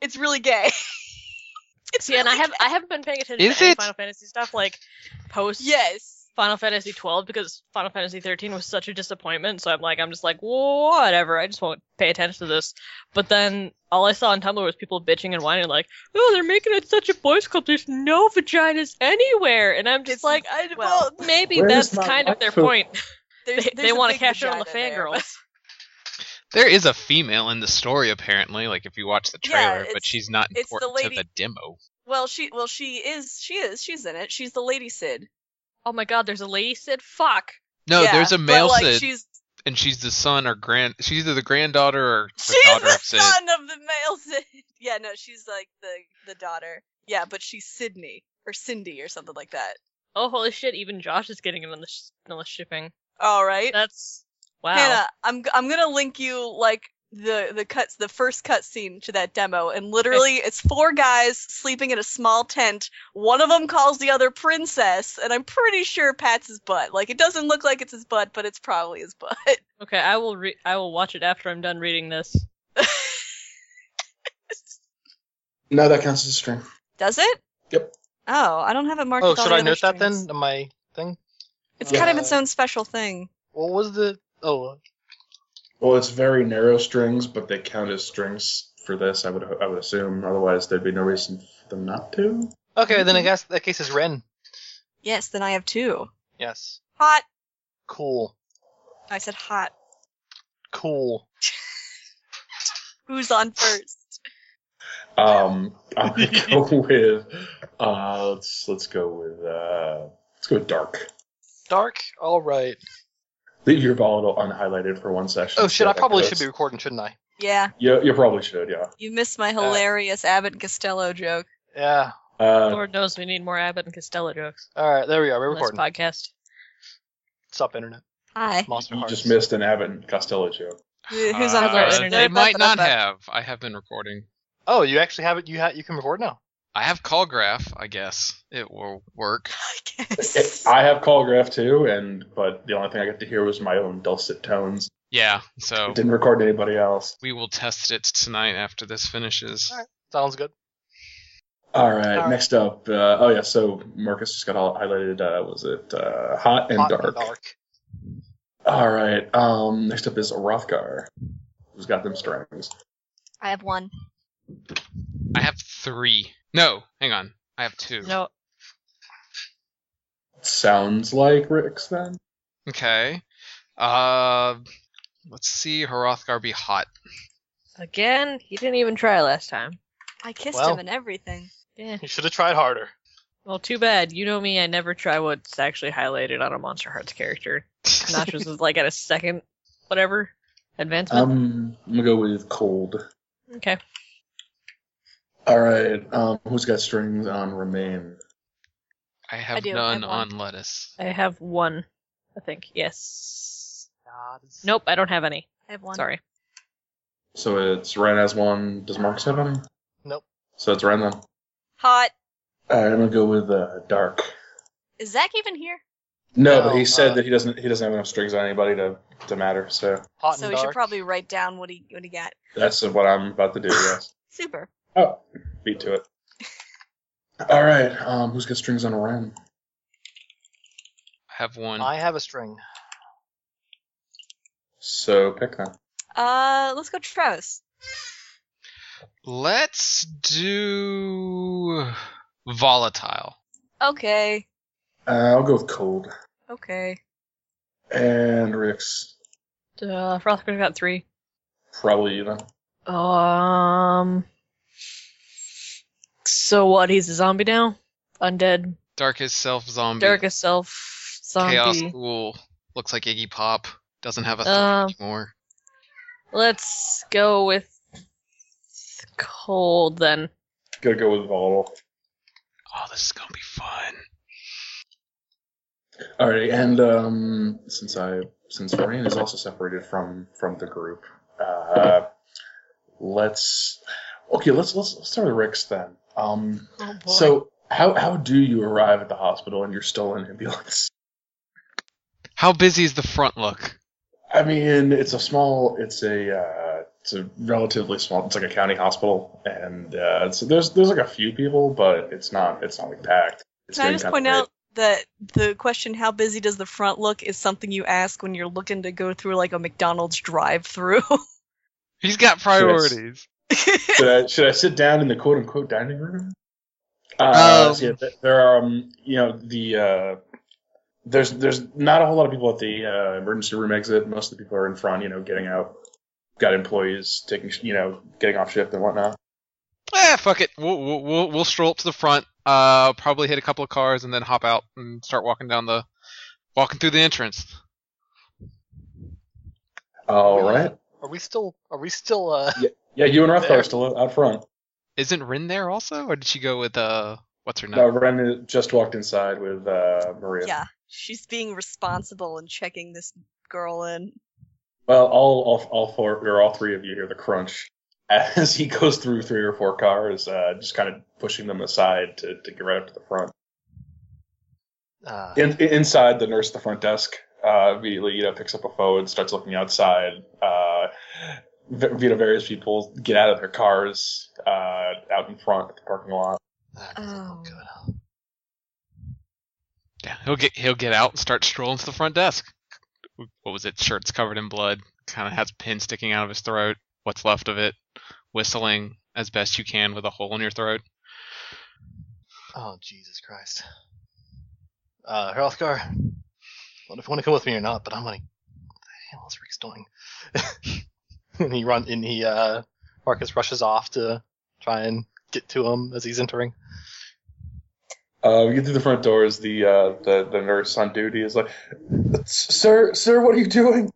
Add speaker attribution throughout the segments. Speaker 1: it's really gay. it's
Speaker 2: See, and I
Speaker 1: really
Speaker 2: have I haven't been paying attention
Speaker 3: Is
Speaker 2: to any
Speaker 3: it?
Speaker 2: Final Fantasy stuff like post
Speaker 1: gay. yes.
Speaker 2: Final Fantasy 12 because Final Fantasy 13 was such a disappointment. So I'm like, I'm just like, whatever. I just won't pay attention to this. But then all I saw on Tumblr was people bitching and whining, like, oh, they're making it such a boys' club. There's no vaginas anywhere, and I'm just
Speaker 1: It's-
Speaker 2: like, I, well,
Speaker 1: well,
Speaker 2: maybe
Speaker 4: Where's
Speaker 2: that's
Speaker 4: my
Speaker 2: kind of their
Speaker 4: actual-
Speaker 2: point.
Speaker 1: There's,
Speaker 2: They,
Speaker 1: there's a
Speaker 2: want to
Speaker 1: big
Speaker 2: cash in on the
Speaker 1: vagina there.
Speaker 2: fangirls.
Speaker 3: There is a female in the story apparently, like if you watch the
Speaker 1: Yeah,
Speaker 3: trailer, but
Speaker 1: it's-
Speaker 3: she's not
Speaker 1: it's the
Speaker 3: important
Speaker 1: lady-
Speaker 3: to the demo.
Speaker 1: Well, she well she is she is she's in it. She's the lady Sid.
Speaker 2: Oh my God, there's a lady Sid. Fuck.
Speaker 3: No,
Speaker 1: Yeah,
Speaker 3: there's a
Speaker 1: but,
Speaker 3: male
Speaker 1: like,
Speaker 3: Sid,
Speaker 1: She's
Speaker 3: and she's the son or grand. She's either the granddaughter or the
Speaker 1: she's
Speaker 3: daughter
Speaker 1: the
Speaker 3: of Sid.
Speaker 1: son of the male Sid. Yeah, no, she's like the the daughter. Yeah, but she's Sydney or Cindy or something like that.
Speaker 2: Oh holy shit! Even Josh is getting it on the sh- on the shipping.
Speaker 1: All right,
Speaker 2: That's wow.
Speaker 1: Hannah, I'm g- I'm gonna link you like the the cuts the first cut scene to that demo, and literally it's four guys sleeping in a small tent. One of them calls the other princess, and I'm pretty sure Pat's his butt. Like it doesn't look like it's his butt, but it's probably his butt.
Speaker 2: Okay, I will re- I will watch it after I'm done reading this.
Speaker 4: No, that counts as a stream.
Speaker 1: Does it?
Speaker 4: Yep.
Speaker 1: Oh, I don't have it marked.
Speaker 5: Oh,
Speaker 1: with all
Speaker 5: should
Speaker 1: the
Speaker 5: I
Speaker 1: other
Speaker 5: note that
Speaker 1: strings.
Speaker 5: then? on My thing.
Speaker 1: It's
Speaker 4: Yeah.
Speaker 1: kind of its own special thing.
Speaker 5: What was the? Oh,
Speaker 4: Well, it's very narrow strings, but they count as strings for this. I would I would assume. Otherwise, there'd be no reason for them not to.
Speaker 5: okay. Then I guess that case is Ren.
Speaker 1: Yes, then I have two.
Speaker 5: Yes.
Speaker 1: Hot.
Speaker 5: Cool.
Speaker 1: I said hot.
Speaker 5: Cool.
Speaker 1: Who's on first?
Speaker 4: Um, I'm gonna go with uh, let's let's go with uh, let's go with dark.
Speaker 5: Dark. All right.
Speaker 4: Leave your volatile unhighlighted for one session.
Speaker 5: Oh shit! I
Speaker 4: that
Speaker 5: probably
Speaker 4: goes.
Speaker 5: should be recording, shouldn't I?
Speaker 1: Yeah,
Speaker 4: Yeah, you probably should. Yeah.
Speaker 1: you missed
Speaker 5: Uh,
Speaker 1: my hilarious Abbott and Costello joke.
Speaker 5: Yeah.
Speaker 4: Uh,
Speaker 2: Lord knows we need more Abbott and Costello jokes
Speaker 5: All right. There we are. We're
Speaker 2: on this
Speaker 5: recording.
Speaker 2: podcast.
Speaker 5: What's up, internet?
Speaker 1: Hi.
Speaker 5: Monster
Speaker 4: you
Speaker 5: Hearts.
Speaker 4: just missed an Abbott and Costello joke.
Speaker 1: Who's on
Speaker 2: Uh, our
Speaker 1: first?
Speaker 2: internet?
Speaker 3: They might not have. I have been recording.
Speaker 5: Oh, you actually have it. You ha- You can record now.
Speaker 3: I have call graph. I guess it will work.
Speaker 1: I guess.
Speaker 4: I have call graph too, and but the only thing I got to hear was my own dulcet tones.
Speaker 3: Yeah. So
Speaker 4: Didn't record anybody else.
Speaker 3: we will test it tonight after this finishes.
Speaker 5: All right. Sounds good.
Speaker 4: All right,
Speaker 5: All right.
Speaker 4: next up. Uh, oh yeah, so Marcus just got all highlighted. Uh, was it uh, hot and
Speaker 5: Hot
Speaker 4: dark?
Speaker 5: dark.
Speaker 4: All right. Um, next up is Rothgar, who's got them strings.
Speaker 1: I have one.
Speaker 3: I have three. No, hang on. I have two.
Speaker 2: No,
Speaker 4: Sounds like Rick's then.
Speaker 3: Okay. Uh, let's see Hrothgar be hot.
Speaker 2: again, he didn't even try last time.
Speaker 1: I kissed
Speaker 5: Well.
Speaker 1: him and everything.
Speaker 2: Yeah.
Speaker 5: You should have tried harder.
Speaker 2: Well, too bad. You know me. I never try what's actually highlighted on a Monster Hearts character. Nachos is like at a second, whatever advancement.
Speaker 4: Um, I'm gonna go with cold.
Speaker 2: okay.
Speaker 4: All right. Um, who's got strings on Remain?
Speaker 3: I have
Speaker 1: I do, I
Speaker 3: none
Speaker 1: have
Speaker 3: on
Speaker 1: one.
Speaker 3: lettuce.
Speaker 2: I have one. I think yes. Nope, I don't have any.
Speaker 1: I have one.
Speaker 2: Sorry.
Speaker 4: So it's Ren has one. Does Marcus have any?
Speaker 5: Nope.
Speaker 4: So it's Ren then. All
Speaker 1: Hot.
Speaker 4: right, I'm gonna go with uh, dark.
Speaker 1: Is Zach even here?
Speaker 4: No,
Speaker 5: No,
Speaker 4: but he said
Speaker 5: uh,
Speaker 4: that he doesn't. He doesn't have enough strings on anybody to to matter. So
Speaker 5: Hot
Speaker 1: so
Speaker 5: and
Speaker 1: we
Speaker 5: dark.
Speaker 1: should probably write down what he what he got.
Speaker 4: that's what I'm about to do. Yes.
Speaker 1: Super.
Speaker 4: Oh, beat to it. All right. Um, who's got strings on Ren?
Speaker 3: I have one.
Speaker 5: I have a string.
Speaker 4: So pick them.
Speaker 1: Uh, let's go Travis.
Speaker 3: Let's do volatile.
Speaker 1: Okay.
Speaker 4: Uh, I'll go with cold
Speaker 1: Okay.
Speaker 4: and Rick's
Speaker 2: Uh, Frothgar got three.
Speaker 4: probably you know.
Speaker 2: Um. So what? He's a zombie now. Undead.
Speaker 3: Darkest self zombie.
Speaker 2: Darkest self. Zombie.
Speaker 3: Chaos ghoul. Looks like Iggy Pop. Doesn't have a thumb
Speaker 2: Um,
Speaker 3: anymore.
Speaker 2: Let's go with cold then.
Speaker 4: Gotta go with volatile.
Speaker 3: Oh, this is gonna be fun.
Speaker 4: All right, and um, since I since Lorraine is also separated from from the group, uh, let's okay. Let's let's let's start with Rick's then. Um,
Speaker 2: Oh boy.
Speaker 4: so how how do you arrive at the hospital and you're still in ambulance?
Speaker 3: How busy is the front look?
Speaker 4: I mean, it's a small, it's a uh, it's a relatively small. It's like a county hospital, and uh, so there's there's like a few people, but it's not it's not like packed. It's
Speaker 1: Can I
Speaker 4: been
Speaker 1: just
Speaker 4: kinda
Speaker 1: point
Speaker 4: late.
Speaker 1: out that the question "How busy does the front look?" is something you ask when you're looking to go through like a McDonald's drive-through.
Speaker 3: He's got priorities.
Speaker 4: should I should I sit down in the quote unquote dining room?
Speaker 3: Um.
Speaker 4: Uh, so yeah, th- there are um, you know the uh, there's there's not a whole lot of people at the uh, emergency room exit. Most of the people are in front, you know, getting out. Got employees taking sh- you know getting off shift and whatnot.
Speaker 3: Ah, fuck it. We'll, we'll we'll we'll stroll up to the front. Uh, probably hit a couple of cars and then hop out and start walking down the, walking through the entrance.
Speaker 4: All right.
Speaker 5: Are we still? Are we still? uh
Speaker 4: Yeah, you and Rothgar are still out front.
Speaker 3: Isn't Rin there also, or did she go with uh, what's her name?
Speaker 4: No, Ren just walked inside with uh, Maria.
Speaker 1: yeah, she's being responsible and checking this girl in.
Speaker 4: Well, all, all all four or all three of you hear the crunch as he goes through three or four cars, uh, just kind of pushing them aside to, to get right up to the front.
Speaker 5: uh,
Speaker 4: In, inside, the nurse at the front desk uh, immediately you know, picks up a phone and starts looking outside. Uh, v- you know, various people get out of their cars uh, out in front at the parking lot.
Speaker 5: that doesn't look
Speaker 1: Oh.
Speaker 5: good.
Speaker 3: Yeah, he'll get he'll get out and start strolling to the front desk. What was it? Shirts covered in blood, kind of has a pin sticking out of his throat. What's left of it, whistling as best you can with a hole in your throat.
Speaker 5: Oh Jesus Christ! Uh, Hrothgar, I don't know if you want to come with me or not, but I'm gonna. What the hell is Rick's doing? and he run and he uh Marcus rushes off to try and get to him as he's entering.
Speaker 4: Uh, we get through the front doors. The uh, the the nurse on duty is like, "Sir, sir, what are you doing?"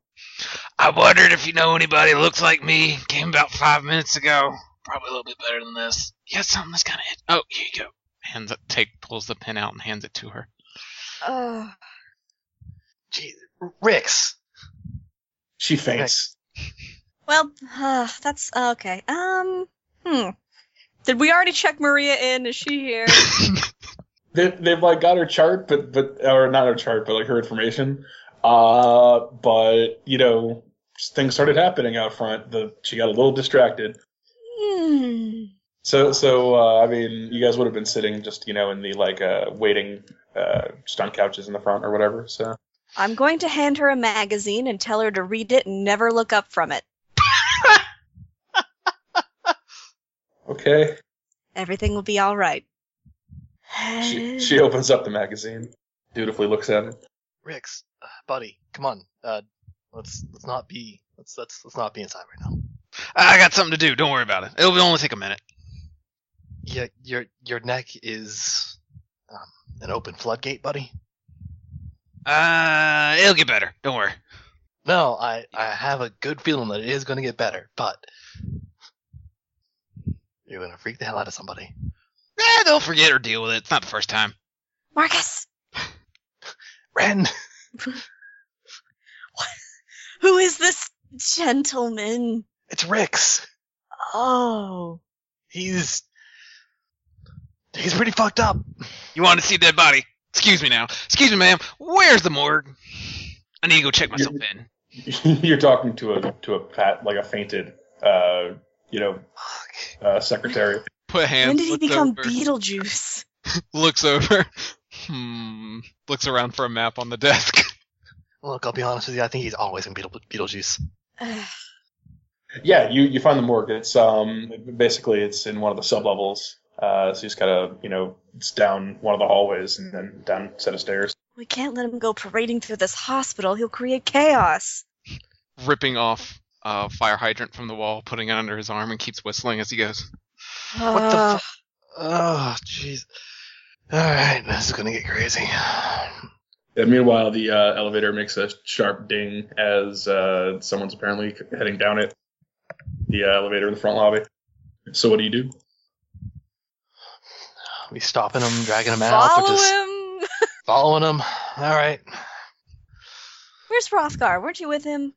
Speaker 3: I wondered if you know anybody that looks like me. Came about five minutes ago. Probably a little bit better than this. You got something that's kind of it. Oh, here you go. Hands up, take pulls the pin out and hands it to her.
Speaker 1: Oh,
Speaker 5: Jeez, Rick's.
Speaker 4: She faints.
Speaker 1: well, uh, that's okay. Um, hmm. Did we already check Maria in? Is she here?
Speaker 4: they, they've like got her chart, but but or not her chart, but like her information. Uh, but you know, things started happening out front. The she got a little distracted.
Speaker 1: Hmm.
Speaker 4: So so uh, I mean, you guys would have been sitting just you know in the like uh waiting uh just on couches in the front or whatever. So
Speaker 1: I'm going to hand her a magazine and tell her to read it and never look up from it.
Speaker 4: okay,
Speaker 1: Everything will be all right.
Speaker 4: she she opens up the magazine, dutifully looks at it.
Speaker 5: Rick's, uh, buddy, come on. Uh, let's let's not be let's let's let's not be inside right now.
Speaker 3: I got something to do. Don't worry about it. It'll only take a minute.
Speaker 5: Yeah, your your neck is um, an open floodgate, buddy.
Speaker 3: Uh, it'll get better. Don't worry.
Speaker 5: No, I I have a good feeling that it is going to get better, but you're going to freak the hell out of somebody.
Speaker 3: Eh, they'll forget or deal with it. It's not the first time.
Speaker 1: Marcus,
Speaker 5: Ren,
Speaker 1: who is this gentleman?
Speaker 5: it's Ricks.
Speaker 1: Oh.
Speaker 5: He's he's pretty fucked up.
Speaker 3: You want to see a dead body? Excuse me now. Excuse me, ma'am. Where's the morgue? I need to go check myself in.
Speaker 4: You're talking to a to a pat like a fainted uh you know
Speaker 5: Fuck.
Speaker 4: uh, secretary.
Speaker 3: Put hands.
Speaker 1: When did he
Speaker 3: looks
Speaker 1: become
Speaker 3: over,
Speaker 1: Beetlejuice?
Speaker 3: Looks over. Hmm. Looks around for a map on the desk.
Speaker 5: Look, I'll be honest with you. I think he's always in Beetle- Beetlejuice.
Speaker 1: Ugh.
Speaker 4: Yeah, you, you find the morgue. It's um basically it's in one of the sublevels. Uh, so you just gotta you know it's down one of the hallways and then down a set of stairs.
Speaker 1: we can't let him go parading through this hospital. He'll create chaos.
Speaker 3: Ripping off a fire hydrant from the wall, putting it under his arm, and keeps whistling as he goes.
Speaker 5: What the
Speaker 1: Ugh.
Speaker 5: fu- Oh, jeez. All right, this is going to get crazy.
Speaker 4: And meanwhile, the uh, elevator makes a sharp ding as uh, someone's apparently heading down it. The uh, elevator in the front lobby. So what do you do?
Speaker 5: We stopping him, dragging him out, or
Speaker 1: Follow
Speaker 5: just
Speaker 1: him.
Speaker 5: following him. All right.
Speaker 1: Where's Rothgar? Weren't you with him?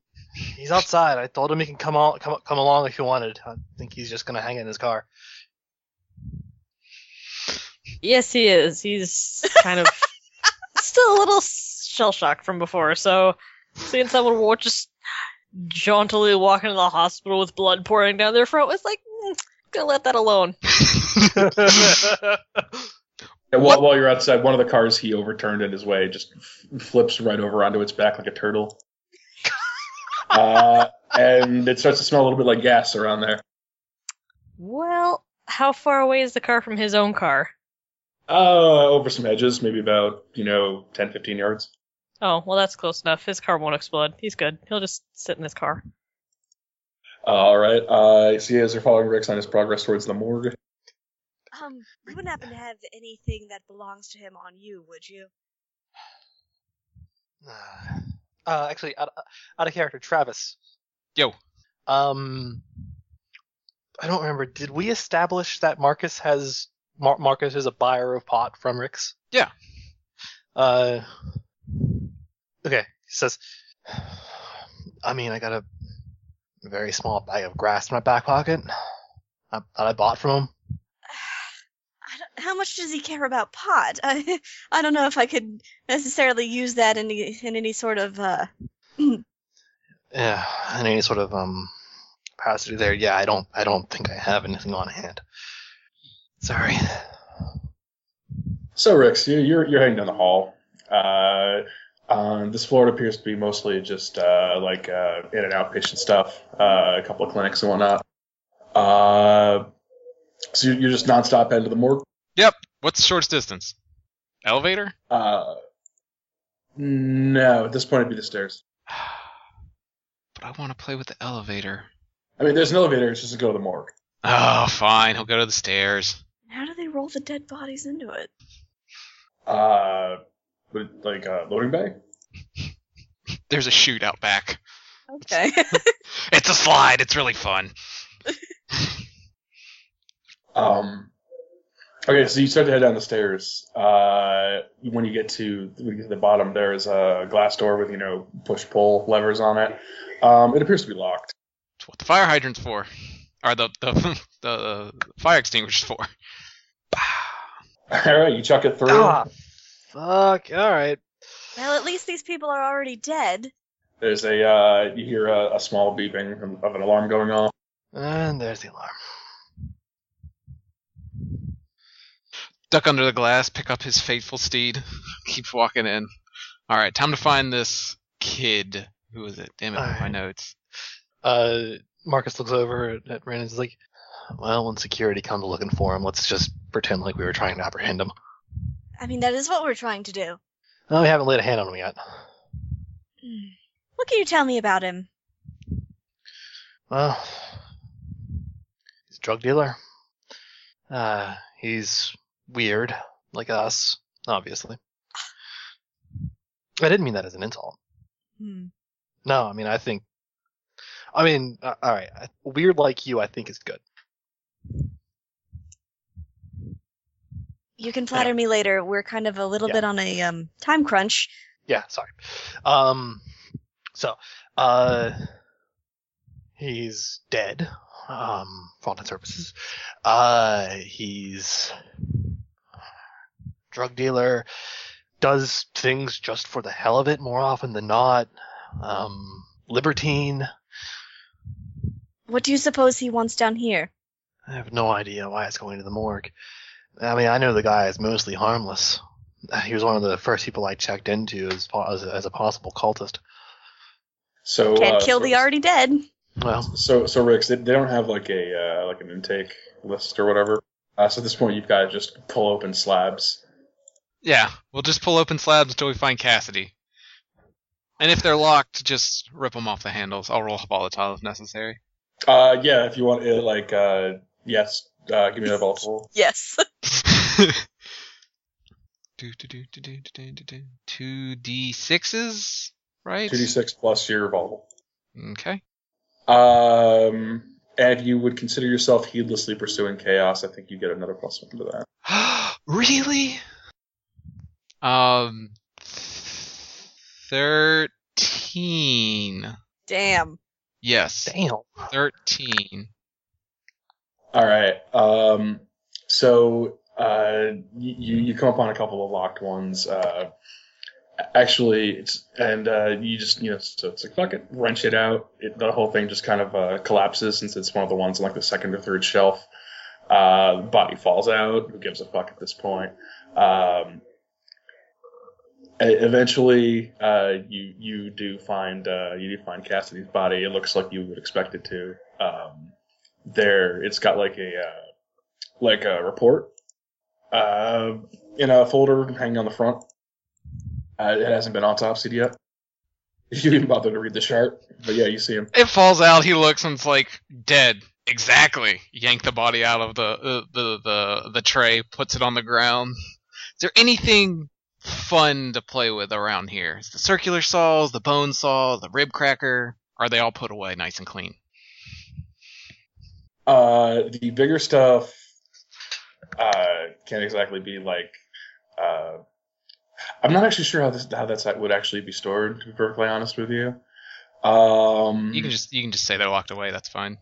Speaker 5: He's outside. I told him he can come out, come come along if he wanted. I think he's just gonna hang in his car.
Speaker 2: Yes, he is. He's kind of still a little shell shocked from before, so seeing someone walk just jauntily walk into the hospital with blood pouring down their throat. It's like, mm, gonna let that alone.
Speaker 4: Yeah, while, while you're outside, one of the cars he overturned in his way just f- flips right over onto its back like a turtle. uh, and it starts to smell a little bit like gas around there.
Speaker 2: Well, how far away is the car from his own car?
Speaker 4: Uh, over some hedges, maybe about, you know, 10, 15 yards.
Speaker 2: Oh, well, that's close enough. His car won't explode. He's good. He'll just sit in his car.
Speaker 4: Uh, all right. Uh, you see as they're following Rex on his progress towards the morgue.
Speaker 1: Um, you wouldn't happen to have anything that belongs to him on you, would you?
Speaker 5: Uh, actually, out, out of character, Travis.
Speaker 3: Yo.
Speaker 5: Um, I don't remember. Did we establish that Marcus has Mar- Marcus is a buyer of pot from Ricks?
Speaker 3: Yeah.
Speaker 5: Uh. Okay. He says, "I mean, I got a very small bag of grass in my back pocket I- that I bought from him.
Speaker 1: I don't- How much does he care about pot? I, I don't know if I could necessarily use that in, any- in any sort of uh,
Speaker 5: Yeah, and any sort of um capacity there. Yeah, I don't I don't think I have anything on hand. Sorry.
Speaker 4: So, Rex, you, you're, you're heading down the hall. Uh, um, this floor appears to be mostly just uh, like uh, in and outpatient stuff, uh, a couple of clinics and whatnot. Uh, so you're, you're just nonstop heading to the morgue.
Speaker 3: What's the shortest distance? Elevator?
Speaker 4: Uh, no, at this point it'd be the stairs.
Speaker 3: but I want to play with the elevator.
Speaker 4: I mean, there's an elevator. It's just to go to the morgue.
Speaker 3: Oh, fine. He'll go to the stairs.
Speaker 1: How do they roll the dead bodies into it?
Speaker 4: Uh, but like uh, loading bay.
Speaker 3: There's a chute out back.
Speaker 1: Okay.
Speaker 3: It's a slide. It's really fun.
Speaker 4: Um, okay, so you start to head down the stairs. Uh, when you get to when you get to the bottom, there is a glass door with you know push pull levers on it. Um, it appears to be locked.
Speaker 3: It's what the fire hydrant's for. Or the, the, the fire extinguisher's for.
Speaker 4: All right, you chuck it through.
Speaker 5: Ah. fuck. All right.
Speaker 1: well, at least these people are already dead.
Speaker 4: There's a uh, you hear a, a small beeping of an alarm going off.
Speaker 5: And there's the alarm.
Speaker 3: Duck under the glass, pick up his faithful steed. Keeps walking in. All right, time to find this kid. Who is it? Damn it,
Speaker 5: All
Speaker 3: my
Speaker 5: right.
Speaker 3: notes.
Speaker 5: Uh, Marcus looks over at, at Rand and is like, "Well, when security comes looking for him, let's just pretend like we were trying to apprehend him.
Speaker 1: I mean, that is what we're trying to do.
Speaker 5: No, we haven't laid a hand on him yet.
Speaker 1: Hmm. What can you tell me about him?
Speaker 5: Well, he's a drug dealer. Uh, he's weird, like us, obviously. I didn't mean that as an insult.
Speaker 1: Hmm.
Speaker 5: No, I mean I think, I mean, uh, all right, I- weird like you, I think is good.
Speaker 1: You can flatter me later. We're kind of a little
Speaker 5: Yeah.
Speaker 1: bit on a um, time crunch.
Speaker 5: Yeah, sorry. Um, so, uh, he's dead. Um, for all intents and purposes. Uh, he's drug dealer. Does things just for the hell of it more often than not. Um, libertine.
Speaker 1: What do you suppose he wants down here?
Speaker 5: I have no idea why it's going to the morgue. I mean, I know the guy is mostly harmless. Uh, He was one of the first people I checked into as po- as, as a possible cultist.
Speaker 4: So
Speaker 1: Can't
Speaker 4: uh,
Speaker 1: kill
Speaker 4: so,
Speaker 1: the already dead.
Speaker 5: Well,
Speaker 4: So so Ricks, they, they don't have like a uh, like an intake list or whatever. Uh, so at this point, you've got to just pull open slabs.
Speaker 3: Yeah, we'll just pull open slabs until we find Cassidy. And if they're locked, just rip them off the handles. I'll roll volatile if necessary.
Speaker 4: Uh, yeah, if you want, uh, like, uh, yes, uh, give me another bullet roll.
Speaker 1: Yes.
Speaker 3: do, do, do, do, do, do, do, do. Two D6s, right?
Speaker 4: Two d six plus your revolver.
Speaker 3: Okay.
Speaker 4: Um, and if you would consider yourself heedlessly pursuing chaos, I think you get another plus one to that.
Speaker 3: really? Um, 13.
Speaker 1: Damn.
Speaker 3: Yes,
Speaker 5: damn.
Speaker 3: 13.
Speaker 4: All right. Um, so uh, y- you you come upon a couple of locked ones. Uh, actually it's and uh, you just you know so it's like fuck it wrench it out it, the whole thing just kind of uh, collapses since it's one of the ones on like the second or third shelf uh, body falls out who gives a fuck at this point um, e- eventually uh, you you do find uh, you do find Cassidy's body it looks like you would expect it to um, there it's got like a uh, like a report uh, in a folder hanging on the front uh, it hasn't been autopsied yet. You didn't bother to read the chart, but yeah, you see him.
Speaker 3: It falls out. He looks and it's like dead. Exactly. Yank the body out of the the the the, the tray. Puts it on the ground. Is there anything fun to play with around here? Is the circular saws, the bone saw, the rib cracker? Are they all put away nice and clean?
Speaker 4: Uh, the bigger stuff uh, can't exactly be like. Uh, I'm not actually sure how this how that site would actually be stored. To be perfectly honest with you, um,
Speaker 3: You can just you can just say they're locked away. That's fine.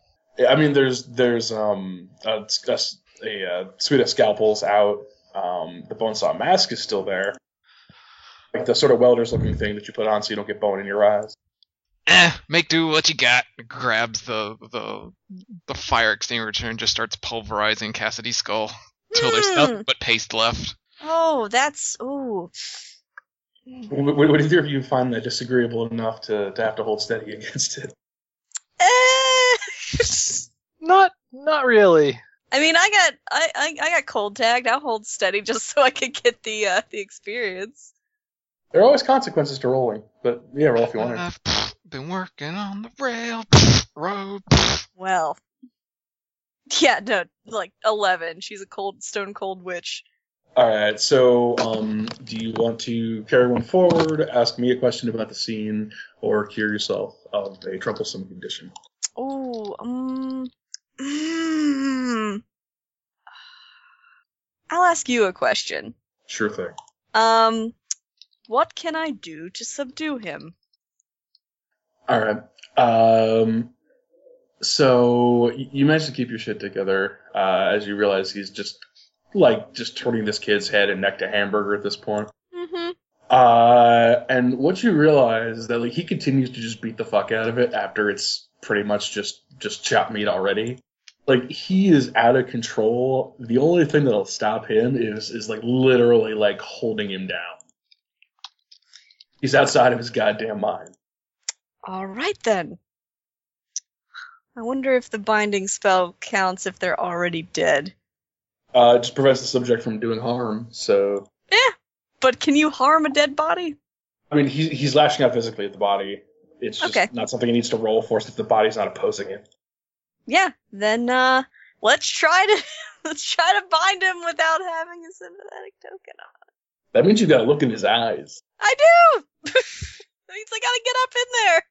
Speaker 4: I mean, there's there's um a, a, a, uh, suite of scalpels out. Um, the bone saw mask is still there, like the sort of welder's looking thing that you put on so you don't get bone in your eyes.
Speaker 3: Eh, make do with what you got. Grabs the the the fire extinguisher and just starts pulverizing Cassidy's skull till there's
Speaker 1: Hmm.
Speaker 3: nothing but paste left.
Speaker 1: Oh, that's ooh.
Speaker 4: Would, would either of you find that disagreeable enough to, to have to hold steady against it?
Speaker 1: Eh.
Speaker 5: Not, not really.
Speaker 1: I mean, I got I, I I got cold tagged. I'll hold steady just so I could get the uh, the experience.
Speaker 4: There are always consequences to rolling, but yeah, roll if you want.
Speaker 3: I've uh, been working on the rail road.
Speaker 1: Well, yeah, no, like eleven. She's a cold stone cold witch.
Speaker 4: All right. So, um, do you want to carry one forward, ask me a question about the scene, or cure yourself of a troublesome condition?
Speaker 1: Ooh, um, mm. I'll ask you a question.
Speaker 4: Sure thing.
Speaker 1: Um, what can I do to subdue him?
Speaker 4: All right. Um, so y- you managed to keep your shit together uh, as you realize he's just like just turning this kid's head and neck to hamburger at this point.
Speaker 1: Mm-hmm.
Speaker 4: Uh, and what you realize is that like he continues to just beat the fuck out of it after it's pretty much just just chopped meat already. Like he is out of control. The only thing that'll stop him is is like literally like holding him down. He's outside of his goddamn mind.
Speaker 1: All right then. I wonder if the binding spell counts if they're already dead.
Speaker 4: Uh, it just prevents the subject from doing harm. So
Speaker 1: But can you harm a dead body?
Speaker 4: I mean, he's he's lashing out physically at the body. It's just
Speaker 1: Okay.
Speaker 4: not something he needs to roll for if the body's not opposing him.
Speaker 1: Yeah, then uh let's try to let's try to bind him without having a sympathetic token on.
Speaker 4: That means you've got to look in his eyes.
Speaker 1: I do. That means I gotta get up in there.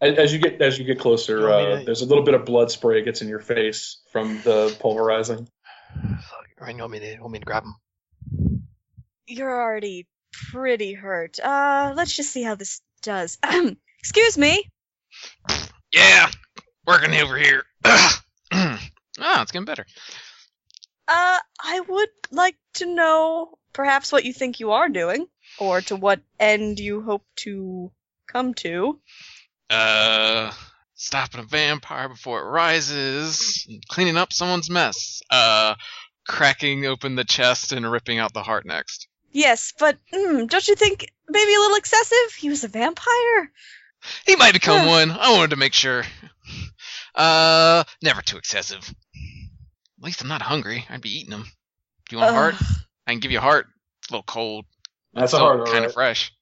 Speaker 4: As as you get as you get closer,
Speaker 5: You want me
Speaker 4: uh,
Speaker 5: to-
Speaker 4: there's a little bit of blood spray gets in your face from the pulverizing.
Speaker 5: Fuck. Ryan, you want me to, want me to grab him?
Speaker 1: You're already pretty hurt. Uh let's just see how this does. Excuse me.
Speaker 3: Yeah, working over here. ah, it's getting better.
Speaker 1: Uh I would like to know perhaps what you think you are doing or to what end you hope to come to.
Speaker 3: Uh, stopping a vampire before it rises, cleaning up someone's mess. Uh, cracking open the chest and ripping out the heart next.
Speaker 1: Yes, but mm, don't you think maybe a little excessive? He was a vampire. Hmm.
Speaker 3: He might become
Speaker 1: Huh.
Speaker 3: one. I wanted to make sure. Uh, never too excessive. At least I'm not hungry. I'd be eating them. Do you want a heart?
Speaker 1: Ugh.
Speaker 3: I can give you a heart. It's a little cold.
Speaker 4: That's a
Speaker 3: Still
Speaker 4: hard
Speaker 3: Kind
Speaker 4: right?
Speaker 3: of fresh.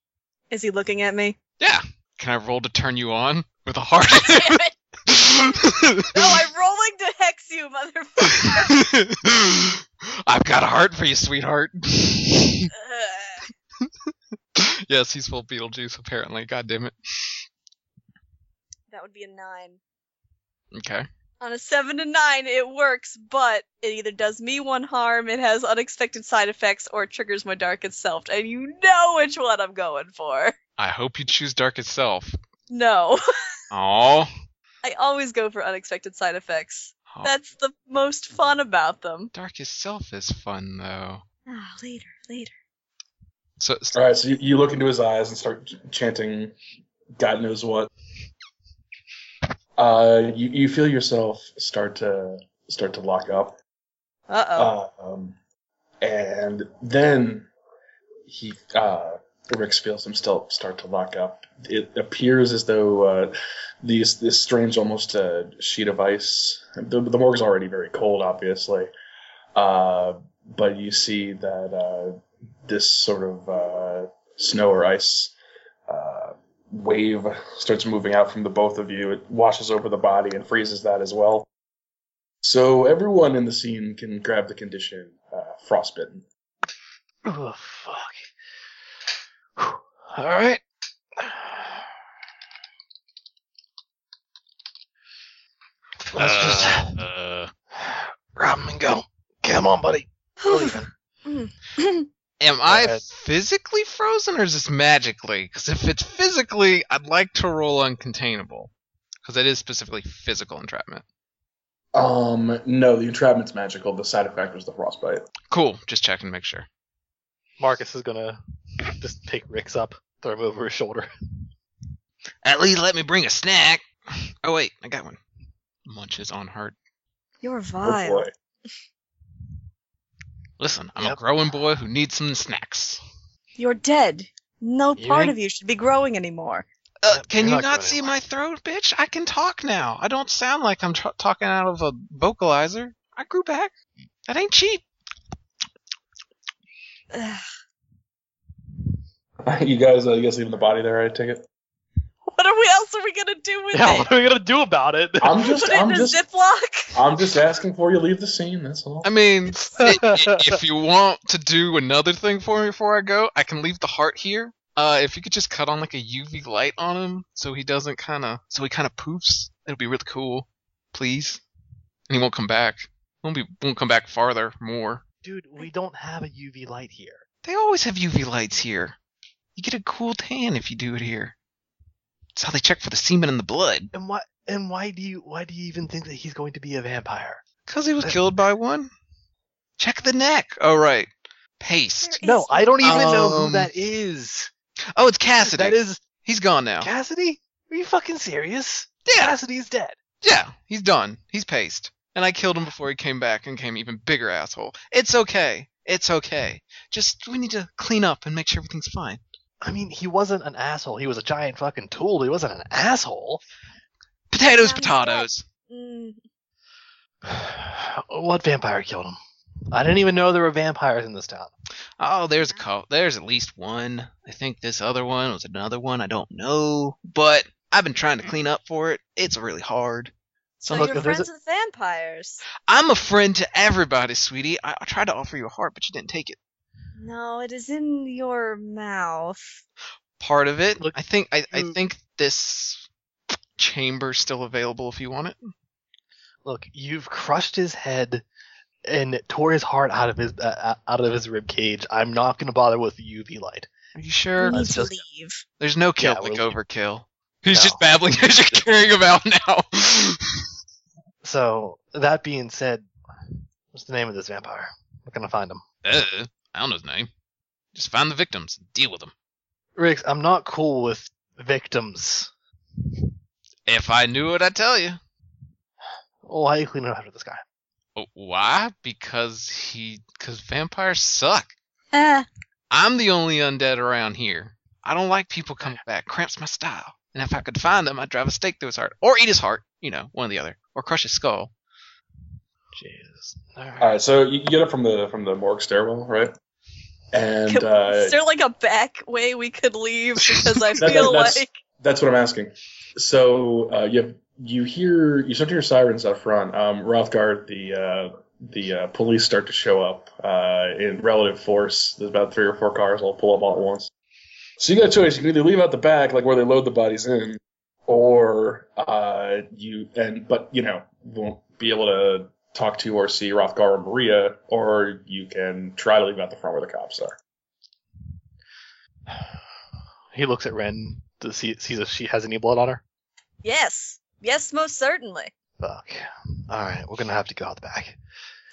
Speaker 1: Is he looking at me?
Speaker 3: Yeah. Can I roll to turn you on with a heart?
Speaker 1: Damn it. No, Oh, I'm rolling to hex you, motherfucker.
Speaker 3: I've got a heart for you, sweetheart. yes, he's full Beetlejuice, apparently. God damn it.
Speaker 1: that would be a nine.
Speaker 3: Okay.
Speaker 1: On a seven to nine, it works, but it either does me one harm, it has unexpected side effects, or triggers my darkest self, and you know which one I'm going for.
Speaker 3: I hope you choose Darkest Self.
Speaker 1: No,
Speaker 3: Aw.
Speaker 1: I always go for unexpected side effects.
Speaker 3: Oh.
Speaker 1: That's the most fun about them.
Speaker 3: Darkest Self is fun, though.
Speaker 1: Ah, later, later.
Speaker 3: So s-
Speaker 4: All right, so you, you look into his eyes and start ch- chanting, God knows what. Uh, you, you feel yourself start to start to lock up,
Speaker 1: Uh oh.
Speaker 4: um, and then he uh, Rix feels himself start to lock up. It appears as though uh, these this strange almost uh, sheet of ice. The, the morgue's already very cold, obviously, uh, but you see that uh, this sort of uh, snow or ice uh, wave starts moving out from the both of you. It washes over the body and freezes that as well. So everyone in the scene can grab the condition uh, frostbitten.
Speaker 5: Oh fuck. Whew. All right. Let's just
Speaker 3: uh, uh,
Speaker 5: rob him and go. Come on, buddy. We're leaving.
Speaker 3: Am I
Speaker 5: ahead.
Speaker 3: physically frozen or is this magically? Because if it's physically, I'd like to roll uncontainable. Because it is specifically physical entrapment.
Speaker 4: Um, no, the entrapment's magical. The side effect was the frostbite.
Speaker 3: Cool. Just checking to make sure.
Speaker 5: Marcus is gonna just pick Rick's up, throw him over his shoulder.
Speaker 3: At least let me bring a snack. Oh, wait. I got one. Munches on heart.
Speaker 1: You're
Speaker 4: Oh
Speaker 1: vile.
Speaker 4: boy.
Speaker 3: Listen, I'm a
Speaker 5: Yep.
Speaker 3: growing boy who needs some snacks.
Speaker 1: You're dead. No
Speaker 5: You
Speaker 1: part
Speaker 5: ain't-
Speaker 1: of you should be growing anymore.
Speaker 3: Uh,
Speaker 5: Yep,
Speaker 3: can
Speaker 5: you're
Speaker 3: you
Speaker 5: not
Speaker 3: not
Speaker 5: growing
Speaker 3: see
Speaker 5: anymore.
Speaker 3: my throat, bitch? I can talk now. I don't sound like I'm tra- talking out of a vocalizer. I grew back. That ain't cheap.
Speaker 1: Ugh.
Speaker 4: you guys, uh, you guys leaving the body there? I take it.
Speaker 1: What are we else are we gonna do with
Speaker 5: Yeah,
Speaker 1: it?
Speaker 5: what are we gonna do about it?
Speaker 4: I'm just,
Speaker 1: Put it
Speaker 4: I'm
Speaker 1: in a
Speaker 4: just,
Speaker 1: ziploc.
Speaker 4: I'm just asking for you to leave the scene. That's all.
Speaker 3: I mean, i- i- if you want to do another thing for me before I go, I can leave the heart here. Uh, if you could just cut on like a UV light on him, so he doesn't kind of, so he kind of poofs, it'd be really cool. Please, and he won't come back. Won't be, won't come back farther. More.
Speaker 5: Dude, we don't have a UV light here.
Speaker 3: They always have UV lights here. You get a cool tan if you do it here. It's how they check for the semen in the blood.
Speaker 5: And why? And why do you? Why do you even think that he's going to be a vampire?
Speaker 3: Cause he was killed by one. Check the neck. All right. Paste.
Speaker 1: There
Speaker 5: No,
Speaker 1: is-
Speaker 5: I don't even know who
Speaker 3: Um,
Speaker 5: that is.
Speaker 3: Oh, it's Cassidy.
Speaker 5: That is
Speaker 3: He's gone now.
Speaker 5: Cassidy. Are you fucking serious?
Speaker 3: Yeah,
Speaker 5: Cassidy's dead.
Speaker 3: yeah, he's done. He's paced. And I killed him before he came back and came even bigger asshole. It's okay. It's okay. Just we need to clean up and make sure everything's fine.
Speaker 5: I mean, he wasn't an asshole. He was a giant fucking tool. But he wasn't an asshole.
Speaker 3: Potatoes,
Speaker 1: Yeah, I'm
Speaker 3: potatoes.
Speaker 1: Mm,
Speaker 5: what vampire killed him? I didn't even know there were vampires in this town.
Speaker 3: Oh, there's a co- there's at least one. I think this other one was another one. I don't know, but I've been trying to clean up for it. It's really hard.
Speaker 1: so
Speaker 3: Some
Speaker 5: look,
Speaker 1: you're
Speaker 5: if there's
Speaker 1: friends with vampires.
Speaker 3: I'm a friend to everybody, sweetie. I, I tried to offer you a heart, but you didn't take it.
Speaker 1: No, it is in your mouth.
Speaker 3: Part of it.
Speaker 5: Look,
Speaker 3: I think I, I
Speaker 5: you-
Speaker 3: think this chamber's still available if you want it.
Speaker 5: Look, you've crushed his head and tore his heart out of his uh, out of his rib cage. I'm not gonna bother with the UV light.
Speaker 3: Are you
Speaker 1: We
Speaker 3: sure?
Speaker 1: need
Speaker 5: Let's
Speaker 1: to
Speaker 5: just-
Speaker 1: leave.
Speaker 3: There's no kill
Speaker 5: Yeah,
Speaker 3: like
Speaker 5: we're-
Speaker 3: overkill. He's
Speaker 5: No.
Speaker 3: just babbling as you're carrying him out now.
Speaker 5: So that being said, what's the name of this vampire? We're gonna find him.
Speaker 3: uh, I don't know his name. Just find the victims and deal with them.
Speaker 5: Riggs, I'm not cool with victims.
Speaker 3: If I knew it, I'd tell you.
Speaker 5: Why are you cleaning up after this guy?
Speaker 3: Oh, Why? Because he, because vampires suck.
Speaker 1: Ah,
Speaker 3: I'm the only undead around here. I don't like people coming back. Cramps my style. And if I could find him, I'd drive a stake through his heart, or eat his heart. You know, one or the other, or crush his skull.
Speaker 5: Jesus. All right.
Speaker 4: All right, so you you get up from the from the morgue stairwell, right? And
Speaker 1: Can-
Speaker 4: uh,
Speaker 1: is there like a back way we could leave? Because I
Speaker 4: That-
Speaker 1: feel
Speaker 4: that's-
Speaker 1: like
Speaker 4: That's what I'm asking. So uh, you have, you hear you start to hear sirens out front. Um, Rothgard, the uh, the uh, police start to show up uh, in relative force. There's about three or four cars all pull up all at once. So you got a choice. You can either leave out the back, like where they load the bodies in, or uh, you and but you know won't be able to talk to or see Rothgar or Maria, or you can try to leave out the front where the cops are.
Speaker 5: He looks at Ren to see sees if she has any blood on her.
Speaker 1: yes, yes, most certainly.
Speaker 5: Fuck. All right, we're gonna have to go out the back.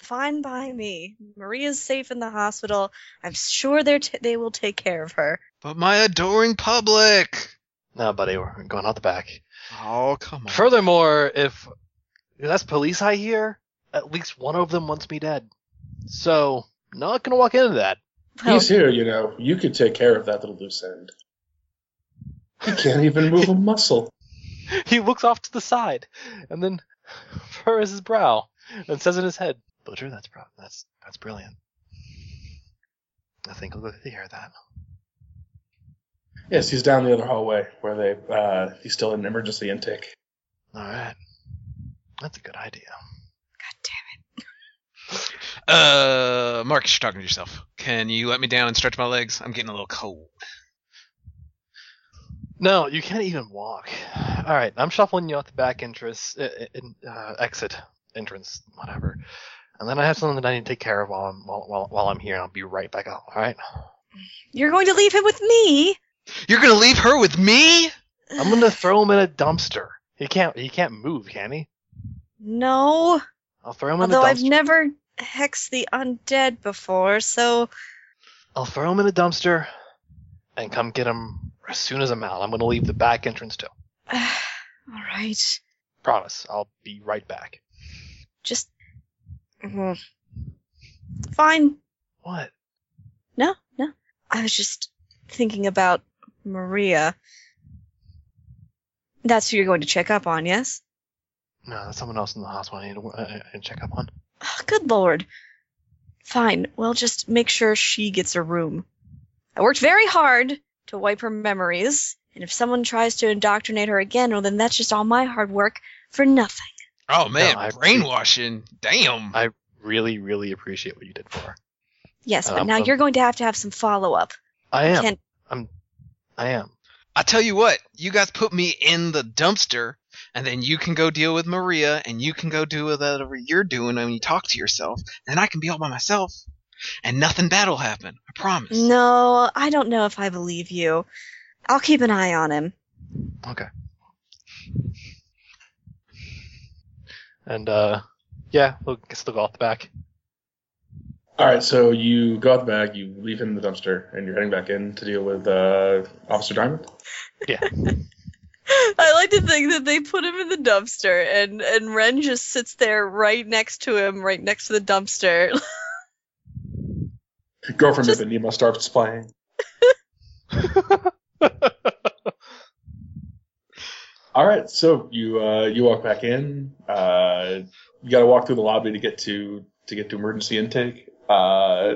Speaker 1: fine by me. Maria's safe in the hospital. I'm sure they're t- they will take care of her.
Speaker 3: But my adoring public.
Speaker 5: No, buddy, we're going out the back.
Speaker 3: Oh, come on.
Speaker 5: Furthermore, if that's police I hear, at least one of them wants me dead. So, not gonna walk into that.
Speaker 1: Well,
Speaker 4: He's here, you know. You could take care of that little loose end. He can't even move a muscle.
Speaker 5: He looks off to the side, and then furrows his brow and says in his head, "Butcher, that's bro- that's that's brilliant." I think I'll go hear that.
Speaker 4: Yes, he's down the other hallway where they. Uh, he's still in emergency intake.
Speaker 5: All right, that's a good idea.
Speaker 1: God damn
Speaker 3: Uh, Marcus, you're talking to yourself. Can you let me down and stretch my legs? I'm getting a little cold.
Speaker 5: No, you can't even walk. All right, I'm shuffling you out the back entrance, uh, in, uh, exit, entrance, whatever. And then I have something that I need to take care of while I'm while, while, while I'm here. and I'll be right back out. All right,
Speaker 1: it. You're going to leave him with me?
Speaker 3: You're gonna leave her with me?
Speaker 5: I'm gonna throw him in a dumpster. He can't he can't move, can he?
Speaker 1: No.
Speaker 5: I'll throw him in
Speaker 1: Although
Speaker 5: a
Speaker 1: I've
Speaker 5: dumpster.
Speaker 1: never hexed the undead before, so
Speaker 5: I'll throw him in a dumpster, and come get him as soon as I'm out. I'm gonna leave the back entrance too.
Speaker 1: all right.
Speaker 5: Promise. I'll be right back.
Speaker 1: Just Mhm. fine.
Speaker 5: What?
Speaker 1: No, no. I was just thinking about Maria. That's who you're going to check up on, yes?
Speaker 5: No, that's someone else in the hospital I need to uh, uh, check up on.
Speaker 1: Oh, good lord. Fine. Well, just make sure she gets a room. I worked very hard to wipe her memories, and if someone tries to indoctrinate her again, well, then that's just all my hard work for nothing.
Speaker 3: Oh man,
Speaker 5: I-
Speaker 3: brainwashing. Damn.
Speaker 5: I- Really, really appreciate what you did for her.
Speaker 1: Yes, but
Speaker 5: Um,
Speaker 1: now
Speaker 5: um,
Speaker 1: you're going to have to have some follow up.
Speaker 5: I am.
Speaker 1: Can't
Speaker 5: I'm. I am.
Speaker 3: I tell you what, you guys put me in the dumpster, and then you can go deal with Maria, and you can go do whatever you're doing when you talk to yourself, and I can be all by myself, and nothing bad will happen. I promise.
Speaker 1: No, I don't know if I believe you. I'll keep an eye on him.
Speaker 5: Okay. And uh, yeah, we'll guess they'll go off the back.
Speaker 4: All right, so you go out the bag, you leave him in the dumpster, and you're heading back in to deal with uh, Officer Diamond.
Speaker 1: I like to think that they put him in the dumpster and and Ren just sits there right next to him, right next to the dumpster.
Speaker 4: Girlfriend
Speaker 1: Just-
Speaker 4: of Enigma starts playing. All right, so you uh, you walk back in. Uh, you got to walk through the lobby to get to to get to emergency intake. Uh,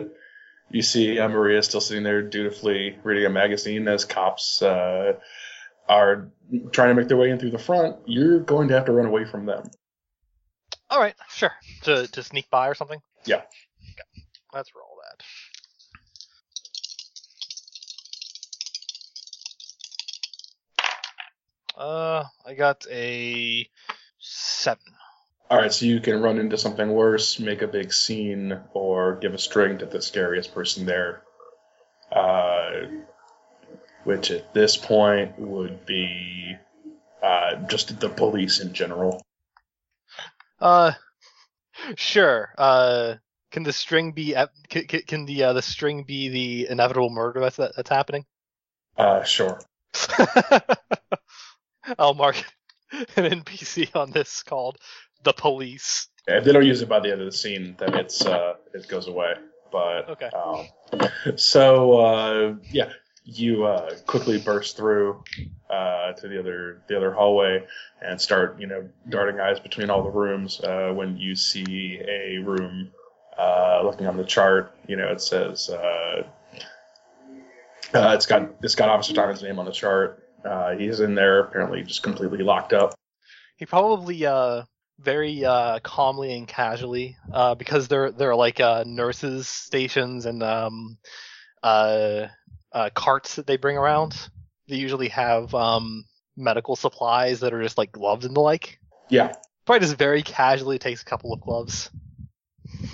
Speaker 4: you see uh, Maria still sitting there dutifully reading a magazine as cops uh, are trying to make their way in through the front. You're going to have to run away from them.
Speaker 5: All right, sure. To to sneak by or something.
Speaker 4: Yeah.
Speaker 5: Okay. Let's roll that. Uh, I got a seven.
Speaker 4: All right, so you can run into something worse, make a big scene, or give a string to the scariest person there, uh, which at this point would be uh, just the police in general.
Speaker 5: Uh, sure. Uh, can the string be ep- can, can the uh, the string be the inevitable murder that's that's happening?
Speaker 4: Uh, sure.
Speaker 5: I'll mark an NPC on this called the police.
Speaker 4: If they don't use it by the end of the scene, then it's uh, it goes away. But
Speaker 5: Okay.
Speaker 4: Um, so uh, yeah, you uh, quickly burst through uh, to the other the other hallway and start you know darting eyes between all the rooms. Uh, when you see a room, uh, looking on the chart, you know it says uh, uh, it's got it's got Officer Diamond's name on the chart. Uh, he's in there apparently just completely locked up.
Speaker 5: He probably uh very uh calmly and casually uh because they're they're like uh nurses stations and um uh uh carts that they bring around. They usually have um medical supplies that are just like gloves and the like.
Speaker 4: Yeah,
Speaker 5: Probably just very casually takes a couple of gloves,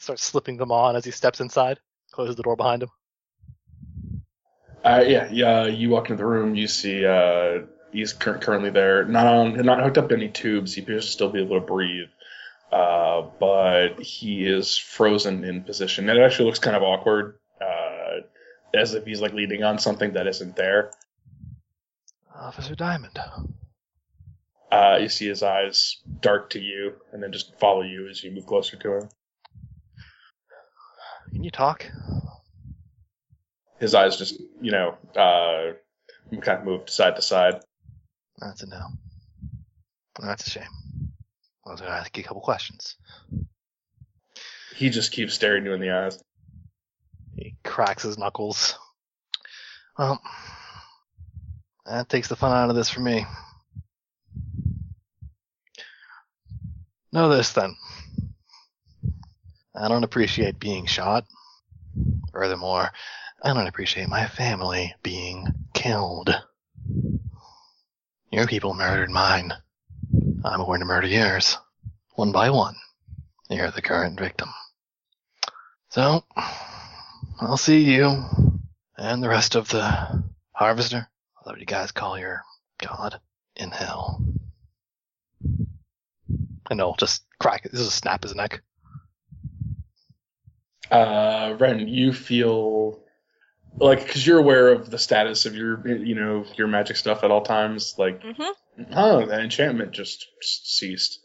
Speaker 5: starts slipping them on as he steps inside, closes the door behind him.
Speaker 4: Uh, yeah, yeah. You walk into the room, you see uh, he's cur- currently there, not on, not hooked up to any tubes. He appears to still be able to breathe, uh, but he is frozen in position. And it actually looks kind of awkward, uh, as if he's like leaning on something that isn't there.
Speaker 5: Officer Diamond.
Speaker 4: Uh, you see his eyes dart to you, and then just follow you as you move closer to him.
Speaker 5: Can you talk?
Speaker 4: His eyes just, you know, uh, kind of moved side to side.
Speaker 5: That's a no. That's a shame. I was going to ask you a couple questions.
Speaker 4: He just keeps staring you in the eyes.
Speaker 5: He cracks his knuckles. Well, that takes the fun out of this for me. Know this then. I don't appreciate being shot. Furthermore, I don't appreciate my family being killed. Your people murdered mine. I'm going to murder yours. One by one. You're the current victim. So, I'll see you and the rest of the harvester, whatever you guys call your god, in hell. And he'll just crack, this is snap his neck.
Speaker 4: Uh, Ren, you feel like because you're aware of the status of your, you know, your magic stuff at all times. Like,
Speaker 6: Mm-hmm.
Speaker 4: oh, that enchantment just ceased.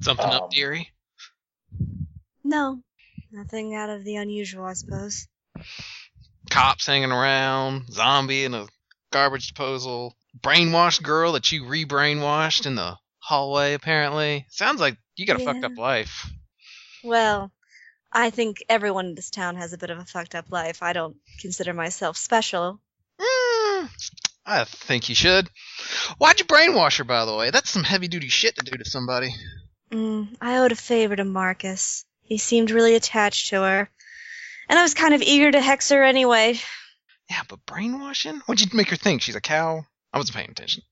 Speaker 3: Something
Speaker 4: Um,
Speaker 3: up, dearie?
Speaker 6: no, nothing out of the unusual, I suppose.
Speaker 3: Cops hanging around, zombie in a garbage disposal, brainwashed girl that you re-brainwashed in the hallway. Apparently, sounds like you got a fucked
Speaker 6: Yeah.
Speaker 3: up life.
Speaker 6: Well, I think everyone in this town has a bit of a fucked up life. I don't consider myself special.
Speaker 3: Mm, I think you should. Why'd you brainwash her, by the way? That's some heavy duty shit to do to somebody.
Speaker 6: Mm, I owed a favor to Marcus. He seemed really attached to her. And I was kind of eager to hex her anyway.
Speaker 3: Yeah, but brainwashing? What'd you make her think? She's a cow? I wasn't paying attention.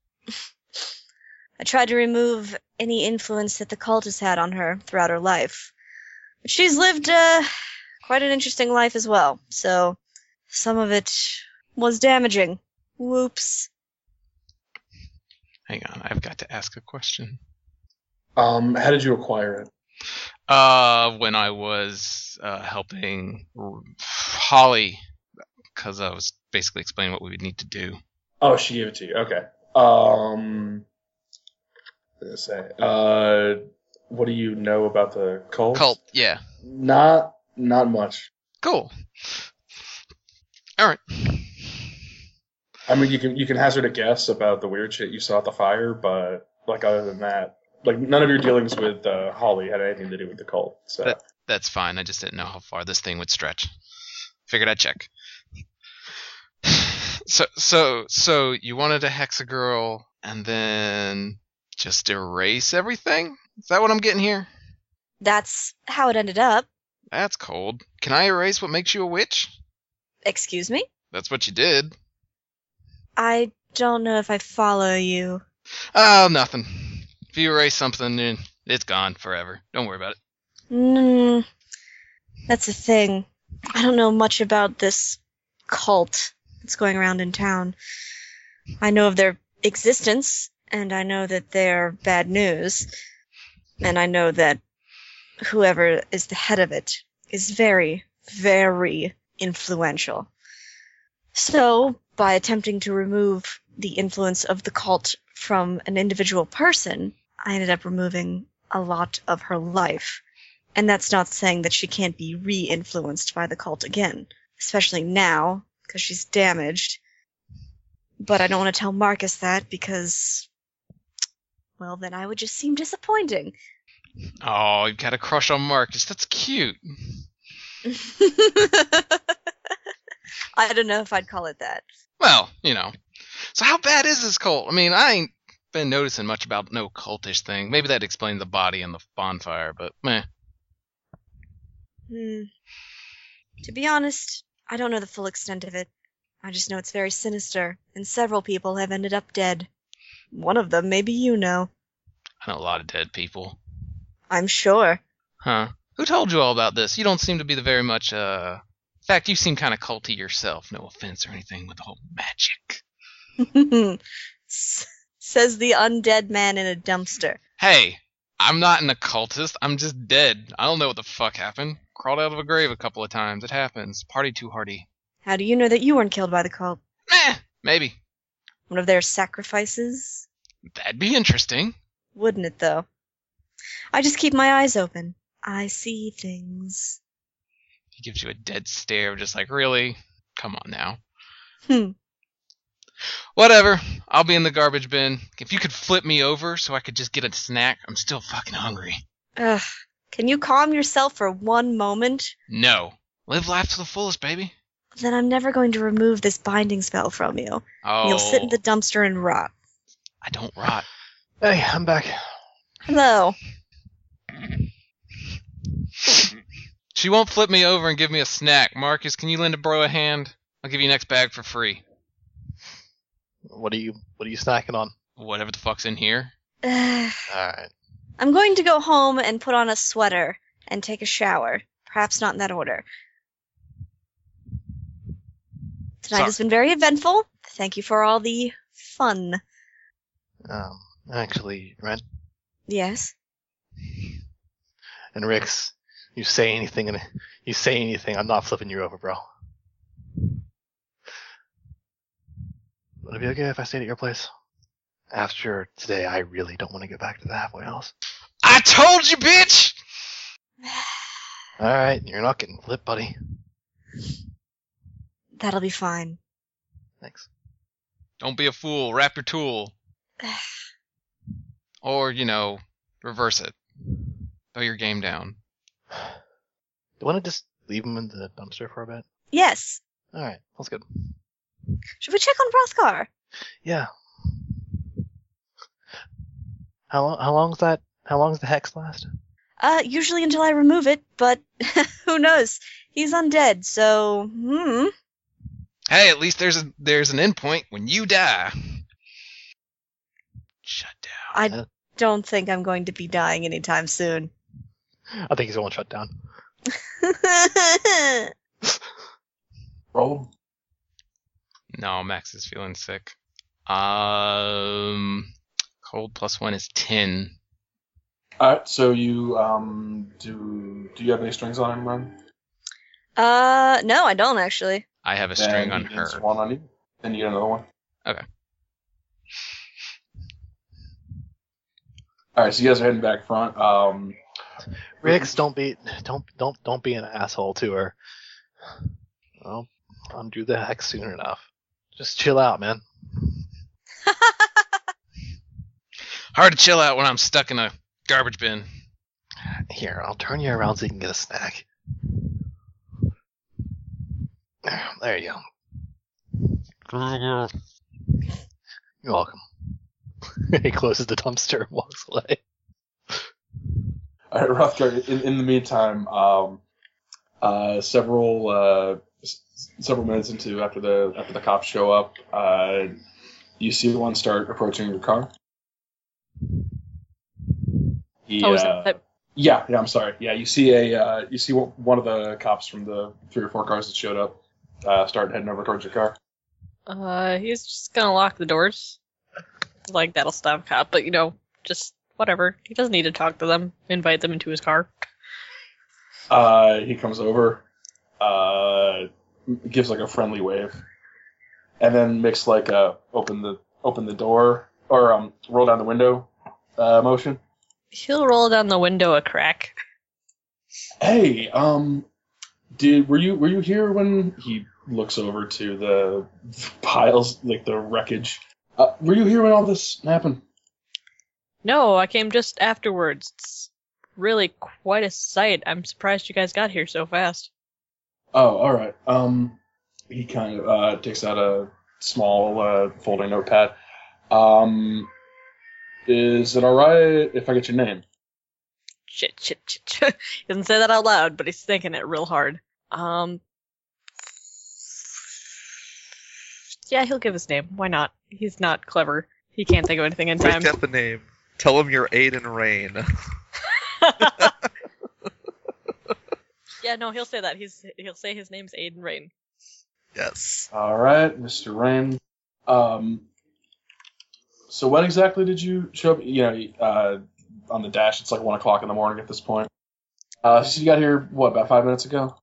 Speaker 6: I tried to remove any influence that the cult has had on her throughout her life. But she's lived uh, quite an interesting life as well, so some of it was damaging. Whoops.
Speaker 3: Hang on, I've got to ask a question.
Speaker 4: Um, how did you acquire it?
Speaker 3: Uh, when I was uh, helping R- Holly, because I was basically explaining what we would need to do.
Speaker 4: Oh, she gave it to you. Okay. Um, what was I gonna say, uh, what do you know about the cult?
Speaker 3: Cult, yeah.
Speaker 4: Not, not much.
Speaker 3: Cool. All right.
Speaker 4: I mean, you can you can hazard a guess about the weird shit you saw at the fire, but like other than that, like none of your dealings with uh, Holly had anything to do with the cult. So
Speaker 3: That- That's fine. I just didn't know how far this thing would stretch. Figured I'd check. So, so, so you wanted to hex a girl and then just erase everything? Is that what I'm getting here?
Speaker 6: That's how it ended up.
Speaker 3: That's cold. Can I erase what makes you a witch?
Speaker 6: Excuse me?
Speaker 3: That's what you did.
Speaker 6: I don't know if I follow you.
Speaker 3: Oh, nothing. If you erase something, then it's gone forever. Don't worry about it.
Speaker 6: Mm, that's the thing. I don't know much about this cult that's going around in town. I know of their existence, and I know that they're bad news, and I know that whoever is the head of it is very, very influential. So, by attempting to remove the influence of the cult from an individual person, I ended up removing a lot of her life. And that's not saying that she can't be re influenced by the cult again, especially now, because she's damaged. But I don't want to tell Marcus that because, well, then I would just seem disappointing.
Speaker 3: Oh, you've got a crush on Marcus. That's cute.
Speaker 6: I don't know if I'd call it that.
Speaker 3: Well, you know. So how bad is this cult? I mean, I ain't been noticing much about no cultish thing. Maybe that explains the body and the bonfire, but meh.
Speaker 6: Hmm. To be honest, I don't know the full extent of it. I just know it's very sinister, and several people have ended up dead. One of them, maybe you know.
Speaker 3: I know a lot of dead people.
Speaker 6: I'm sure.
Speaker 3: Huh? Who told you all about this? You don't seem to be the very much, uh... In fact, you seem kind of culty yourself. No offense or anything with the whole magic.
Speaker 6: S- says the undead man in a dumpster.
Speaker 3: Hey, I'm not an occultist. I'm just dead. I don't know what the fuck happened. Crawled out of a grave a couple of times. It happens. Party too hardy.
Speaker 6: How do you know that you weren't killed by the cult?
Speaker 3: Meh, maybe.
Speaker 6: One of their sacrifices?
Speaker 3: That'd be interesting.
Speaker 6: Wouldn't it, though? I just keep my eyes open. I see things.
Speaker 3: He gives you a dead stare, just like, really? Come on now.
Speaker 6: Hmm.
Speaker 3: Whatever. I'll be in the garbage bin. If you could flip me over so I could just get a snack, I'm still fucking hungry.
Speaker 6: Ugh. Can you calm yourself for one moment?
Speaker 3: No. Live life to the fullest, baby.
Speaker 6: Then I'm never going to remove this binding spell from you.
Speaker 3: Oh,
Speaker 6: You'll sit in the dumpster and rot.
Speaker 3: I don't rot.
Speaker 5: Hey, I'm back.
Speaker 6: Hello.
Speaker 3: She won't flip me over and give me a snack. Marcus, can you lend a bro a hand? I'll give you next bag for free.
Speaker 5: What are you What are you snacking on?
Speaker 3: Whatever the fuck's in here.
Speaker 6: Ugh.
Speaker 5: All right.
Speaker 6: I'm going to go home and put on a sweater and take a shower. Perhaps not in that order. Tonight
Speaker 3: Sorry.
Speaker 6: has been very eventful. Thank you for all the fun.
Speaker 5: Um, actually, Ren
Speaker 6: Yes.
Speaker 5: and Rix, you say anything and you say anything, I'm not flipping you over, bro. Would it be okay if I stayed at your place? After today, I really don't want to go back to the halfway house.
Speaker 3: I told you, bitch!
Speaker 5: All right, you're not getting flipped, buddy.
Speaker 6: That'll be fine.
Speaker 5: Thanks.
Speaker 3: Don't be a fool. Wrap your tool. or, you know, reverse it. Throw your game down.
Speaker 5: You want to just leave him in the dumpster for a bit?
Speaker 6: Yes.
Speaker 5: All right, that's good.
Speaker 6: Should we check on Rothgar?
Speaker 5: Yeah. How long? How long's that? How long's the hex last?
Speaker 6: Uh, usually until I remove it, but who knows? He's undead, so hmm.
Speaker 3: Hey, at least there's a, there's an endpoint when you die. Shut down.
Speaker 5: Uh.
Speaker 6: I don't think I'm going to be dying anytime soon.
Speaker 5: I think he's going to shut down.
Speaker 4: Roll.
Speaker 3: No, Max is feeling sick. Um, cold plus one is ten.
Speaker 4: All right. So you um do do you have any strings on him, Ron?
Speaker 6: uh, no, I don't actually.
Speaker 3: I have a string
Speaker 4: Then
Speaker 3: on
Speaker 4: he
Speaker 3: her.
Speaker 4: gets One on you. Then you get another one.
Speaker 3: Okay.
Speaker 4: All right. So you guys are heading back front. Um.
Speaker 5: Riggs, don't be don't don't don't be an asshole to her. I'll undo the hex soon enough. Just chill out, man.
Speaker 3: Hard to chill out when I'm stuck in a garbage bin.
Speaker 5: Here, I'll turn you around so you can get a snack. There you go. You're welcome. he closes the dumpster and walks away.
Speaker 4: All right, Rothgar. In, in the meantime, um, uh, several uh, s- several minutes into after the after the cops show up, uh, you see one start approaching your car. He,
Speaker 2: Oh, is
Speaker 4: uh,
Speaker 2: that that
Speaker 4: Yeah, yeah. I'm sorry. Yeah, you see a uh, you see one one of the cops from the three or four cars that showed up uh, start heading over towards your car.
Speaker 2: Uh, he's just gonna lock the doors. Like, that'll stop cop, but you know, just whatever. He doesn't need to talk to them, invite them into his car.
Speaker 4: Uh, he comes over, uh, gives like a friendly wave, and then makes like a open the open the door or um roll down the window uh, motion.
Speaker 2: He'll roll down the window a crack.
Speaker 4: Hey, um, did were you were you here when he looks over to the piles like the wreckage? Uh, were you here when all this happened?
Speaker 2: No, I came just afterwards. It's really quite a sight. I'm surprised you guys got here so fast.
Speaker 4: Oh, all right. Um, he kind of uh, takes out a small uh, folding notepad. Um, is it all right if I get your name?
Speaker 2: Shit, shit, shit, shit. He doesn't say that out loud, but he's thinking it real hard. Um. Yeah, he'll give his name. Why not? He's not clever. He can't think of anything in time.
Speaker 7: Make up a name. Tell him you're Aiden Rain.
Speaker 2: Yeah, no, he'll say that. He's he'll say his name's Aiden Rain.
Speaker 7: yes.
Speaker 4: All right, Mr. Rain. Um, So when exactly did you show up? You know, uh, on the dash, it's like one o'clock in the morning at this point. Uh, so you got here what about five minutes ago?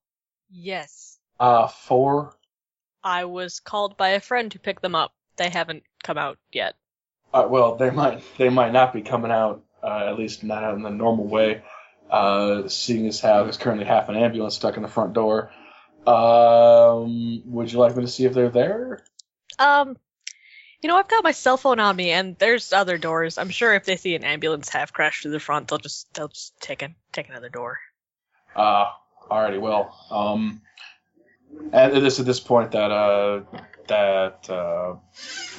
Speaker 2: Yes.
Speaker 4: Uh, four.
Speaker 2: I was called by a friend to pick them up. They haven't come out yet.
Speaker 4: Uh, well, they might they might not be coming out. Uh, at least not out in the normal way. Uh, seeing as how there's currently half an ambulance stuck in the front door. Um, would you like me to see if they're there?
Speaker 2: Um, you know, I've got my cell phone on me, and there's other doors. I'm sure if they see an ambulance half crash through the front, they'll just they'll just take an take another door.
Speaker 4: Uh, alrighty, well, um, and it is at this point that, uh, that, uh,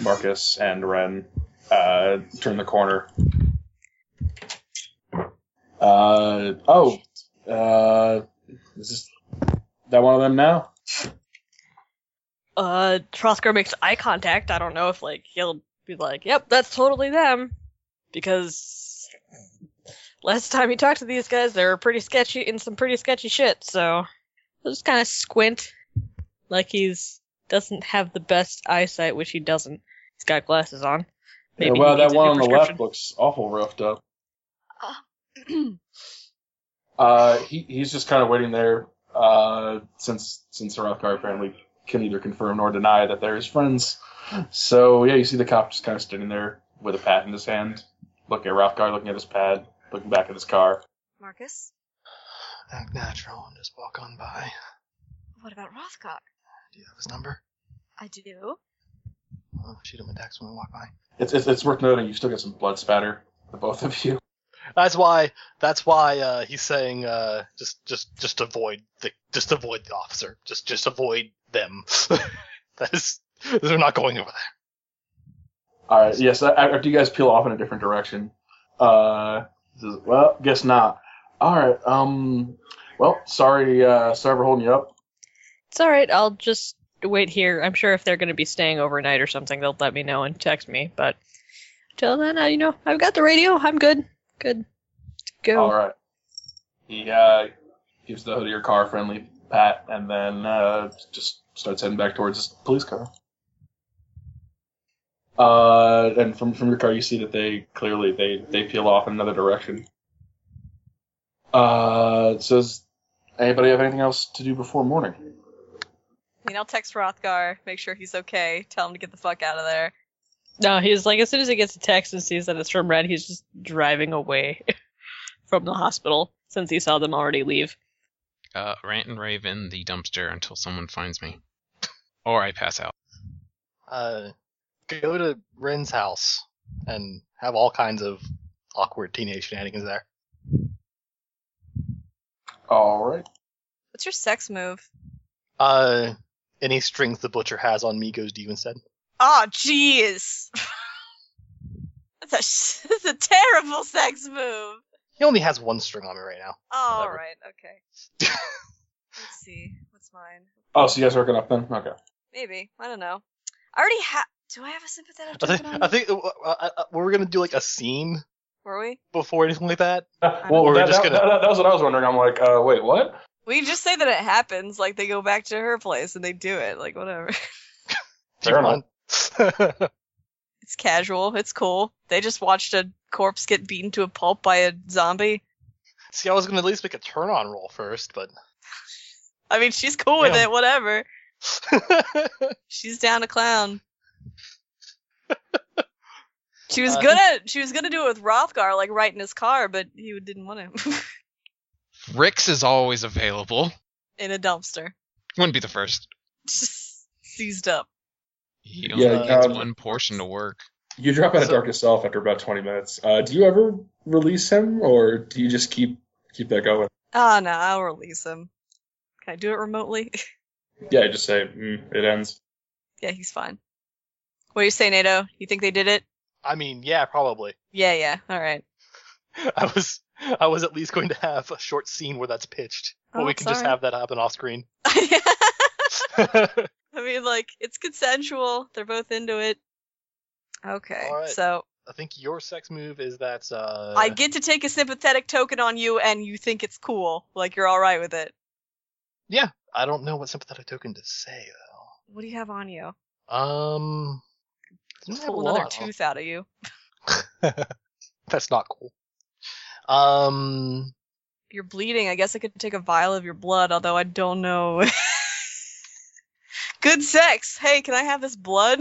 Speaker 4: Marcus and Ren, uh, turn the corner. Uh, oh, uh, is this that one of them now?
Speaker 2: Uh, Trothgar makes eye contact. I don't know if like he'll be like, "Yep, that's totally them," because last time he talked to these guys, they were pretty sketchy in some pretty sketchy shit. So he'll just kind of squint, like he's doesn't have the best eyesight, which he doesn't. He's got glasses on.
Speaker 4: Yeah,
Speaker 2: he
Speaker 4: well, that
Speaker 2: needs a
Speaker 4: one
Speaker 2: new
Speaker 4: on the
Speaker 2: prescription.
Speaker 4: left looks awful roughed up. Uh, he, he's just kind of waiting there, uh, since, since Rothgar apparently can neither confirm nor deny that they're his friends. So, yeah, you see the cop just kind of standing there with a pad in his hand, looking at Rothgar, looking at his pad, looking back at his car.
Speaker 1: Marcus,
Speaker 5: Act natural and just walk on by.
Speaker 1: what about Rothgar?
Speaker 5: Do you have his number?
Speaker 1: I do.
Speaker 5: I'll shoot him a text when we walk by.
Speaker 4: It's, it's, it's worth noting you still get some blood spatter, the both of you.
Speaker 5: That's why. That's why uh, he's saying uh, just, just, just avoid the, just avoid the officer. Just, just avoid them. that is, they're not going over there.
Speaker 4: All right. Yes. a- After you guys peel off in a different direction, uh, says, well, guess not. All right. Um. Well, sorry. Uh, sorry for holding you up.
Speaker 2: It's all right. I'll just wait here. I'm sure if they're going to be staying overnight or something, they'll let me know and text me. But till then, I, uh, you know, I've got the radio. I'm good. Good. to Go.
Speaker 4: All right. He uh, gives the hood of your car a friendly pat, and then uh, just starts heading back towards his police car. Uh, and from from your car, you see that they clearly they they peel off in another direction. Uh, it says, anybody have anything else to do before morning?
Speaker 1: I mean, I'll text Rothgar, make sure he's okay, tell him to get the fuck out of there.
Speaker 2: No, he's like, as soon as he gets a text and sees that it's from Red, he's just driving away from the hospital since he saw them already leave.
Speaker 3: Uh, rant and rave in the dumpster until someone finds me, or I pass out.
Speaker 5: Uh, go to Ren's house and have all kinds of awkward teenage shenanigans there.
Speaker 4: All right.
Speaker 1: What's your sex move?
Speaker 5: Uh, any strength the butcher has on me goes to you instead.
Speaker 1: Oh, jeez. that's, a sh- that's a terrible sex move.
Speaker 5: He only has one string on me right now.
Speaker 1: All
Speaker 5: Whatever.
Speaker 1: right, okay. Let's see. What's mine?
Speaker 4: Oh, so you guys are hooking up then? Okay.
Speaker 1: Maybe. I don't know. I already have. Do I have a sympathetic
Speaker 5: I think,
Speaker 1: token on?
Speaker 5: I think uh, uh, uh, we were gonna do like a scene
Speaker 1: Were we?
Speaker 5: before anything like that.
Speaker 4: well,
Speaker 5: Or we're
Speaker 4: that,
Speaker 5: just
Speaker 4: that-
Speaker 5: gonna-
Speaker 4: that- that was what I was wondering. I'm like, uh, wait, what?
Speaker 1: We just say that it happens. Like they go back to her place and they do it. Like whatever.
Speaker 5: Keep
Speaker 4: Fair enough.
Speaker 5: on.
Speaker 1: It's casual. It's cool. They just watched a corpse get beaten to a pulp by a zombie.
Speaker 5: See, I was gonna at least make a turn on roll first, but
Speaker 1: I mean, she's cool with
Speaker 5: Yeah.
Speaker 1: it. Whatever. She's down to clown. She was
Speaker 5: Uh,
Speaker 1: gonna she was gonna do it with Rothgar, like right in his car, but he didn't want to.
Speaker 3: Rix is always available.
Speaker 1: in a dumpster.
Speaker 3: Wouldn't be the first.
Speaker 1: Just seized up.
Speaker 3: He only
Speaker 5: Yeah, uh,
Speaker 3: needs
Speaker 4: um,
Speaker 3: one portion to work.
Speaker 4: You drop out of
Speaker 5: So-
Speaker 4: darkest self after about 20 minutes. Uh, do you ever release him, or do you just keep keep that going?
Speaker 1: Ah no, I'll release him. Can I do it remotely?
Speaker 4: Yeah, you just say mm, it ends.
Speaker 1: yeah, he's fine. What do you say, Nato? You think they did it?
Speaker 5: I mean, yeah, probably.
Speaker 1: Yeah, yeah. All right.
Speaker 5: I was I was at least going to have a short scene where that's pitched, but
Speaker 1: Oh,
Speaker 5: we
Speaker 1: it's
Speaker 5: can just
Speaker 1: alright.
Speaker 5: have that happen off screen.
Speaker 1: I
Speaker 5: All
Speaker 1: mean, like it's consensual. They're both into it. Okay.
Speaker 5: All right.
Speaker 1: So
Speaker 5: I think your sex move is that. Uh,
Speaker 1: I get to take a sympathetic token on you, and you think it's cool. Like you're all right with it.
Speaker 5: I don't know what sympathetic token to say
Speaker 1: What do you have on you?
Speaker 5: though. Um, Didn't have a
Speaker 1: pull another
Speaker 5: lot, huh?
Speaker 1: tooth out of you.
Speaker 5: That's not cool. Um,
Speaker 1: You're bleeding. I guess I could take a vial of your blood, although I don't know. Good sex. Hey, can I have this blood?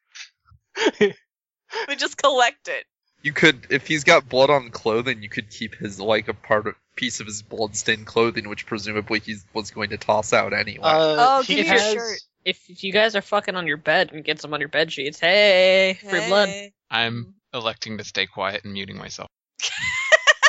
Speaker 1: we just collect it.
Speaker 7: You could, if he's got blood on clothing, you could keep his like a part of piece of his blood-stained clothing, which presumably he was going to toss out anyway.
Speaker 5: uh,
Speaker 1: Oh,
Speaker 5: he
Speaker 1: give me your
Speaker 5: has-
Speaker 1: shirt.
Speaker 2: If, if you guys are fucking on your bed and get some on your bed sheets, hey, free blood.
Speaker 1: Hey.
Speaker 3: I'm electing to stay quiet and muting myself.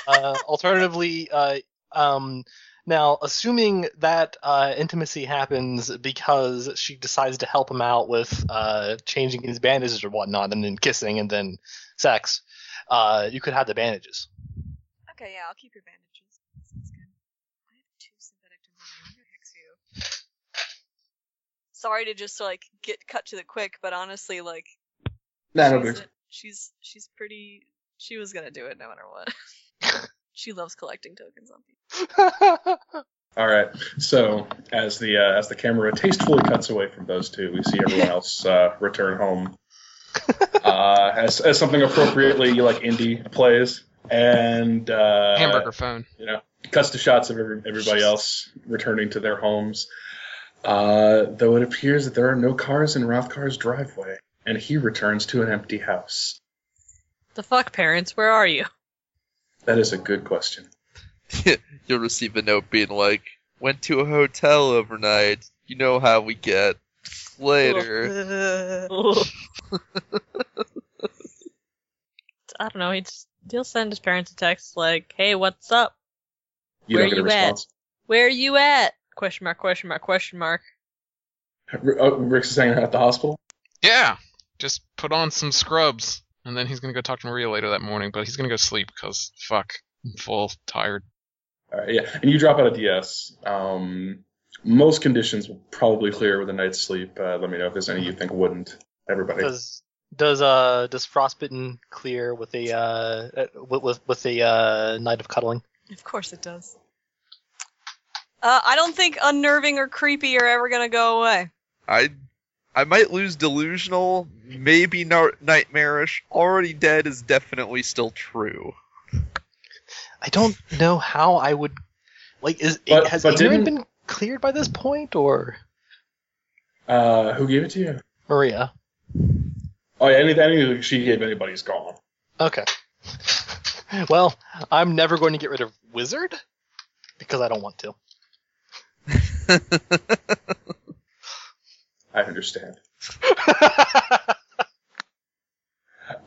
Speaker 5: uh, alternatively, uh, um, now assuming that uh, intimacy happens because she decides to help him out with uh, changing his bandages or whatnot, and then kissing, and then sex, uh, you could have the bandages.
Speaker 1: Okay, yeah, I'll keep your bandages. Sounds good. I have two synthetic temporary. I'm gonna hex you. Sorry to just like get cut to the quick, but honestly, like
Speaker 4: Nah, no
Speaker 1: she's,
Speaker 4: big.
Speaker 1: she's she's pretty. She was gonna do it no matter what. she loves collecting tokens on people.
Speaker 4: All right. So as the uh, as the camera tastefully cuts away from those two, we see everyone else uh, return home uh, as, as something appropriately like indie plays, and uh,
Speaker 3: Hamburger phone.
Speaker 4: you know, cuts to shots of every, everybody else returning to their homes. Uh, though it appears that there are no cars in Rothkar's driveway, and he returns to an empty house.
Speaker 2: The fuck, parents, where are you?
Speaker 4: That is a good question.
Speaker 7: You'll receive a note being like, "Went to a hotel overnight. You know how we get." Later.
Speaker 2: Ugh. I don't know. He's, he'll send his parents a text like, "Hey, what's up?
Speaker 4: You
Speaker 2: Where
Speaker 4: don't get a
Speaker 2: you at?
Speaker 4: response.
Speaker 2: Where you at?" Question mark. Question mark. Question mark.
Speaker 4: R- oh, Rick's is hanging out at the hospital.
Speaker 3: Yeah, just put on some scrubs, and then he's gonna go talk to Maria later that morning. But he's gonna go sleep because fuck, I'm full, tired.
Speaker 4: All right, yeah, and you drop out of DS. Um, most conditions will probably clear with a night's sleep. Uh, let me know if there's any you think wouldn't. Everybody.
Speaker 5: does does uh does frostbitten clear with a uh uh, with with, with a uh night of cuddling?
Speaker 1: Of course it does. Uh, I don't think unnerving or creepy are ever gonna go away.
Speaker 7: I I might lose delusional, maybe nar- nightmarish. Already dead is definitely still true.
Speaker 5: I don't know how I would like is
Speaker 4: But-
Speaker 5: has
Speaker 4: but
Speaker 5: Aaron
Speaker 4: didn't-
Speaker 5: been cleared by this point or
Speaker 4: Uh, who gave it to you?
Speaker 5: Maria?
Speaker 4: Oh yeah, anything, anything she gave anybody's gone.
Speaker 5: Okay. well, I'm never going to get rid of wizard because I don't want to.
Speaker 4: I understand.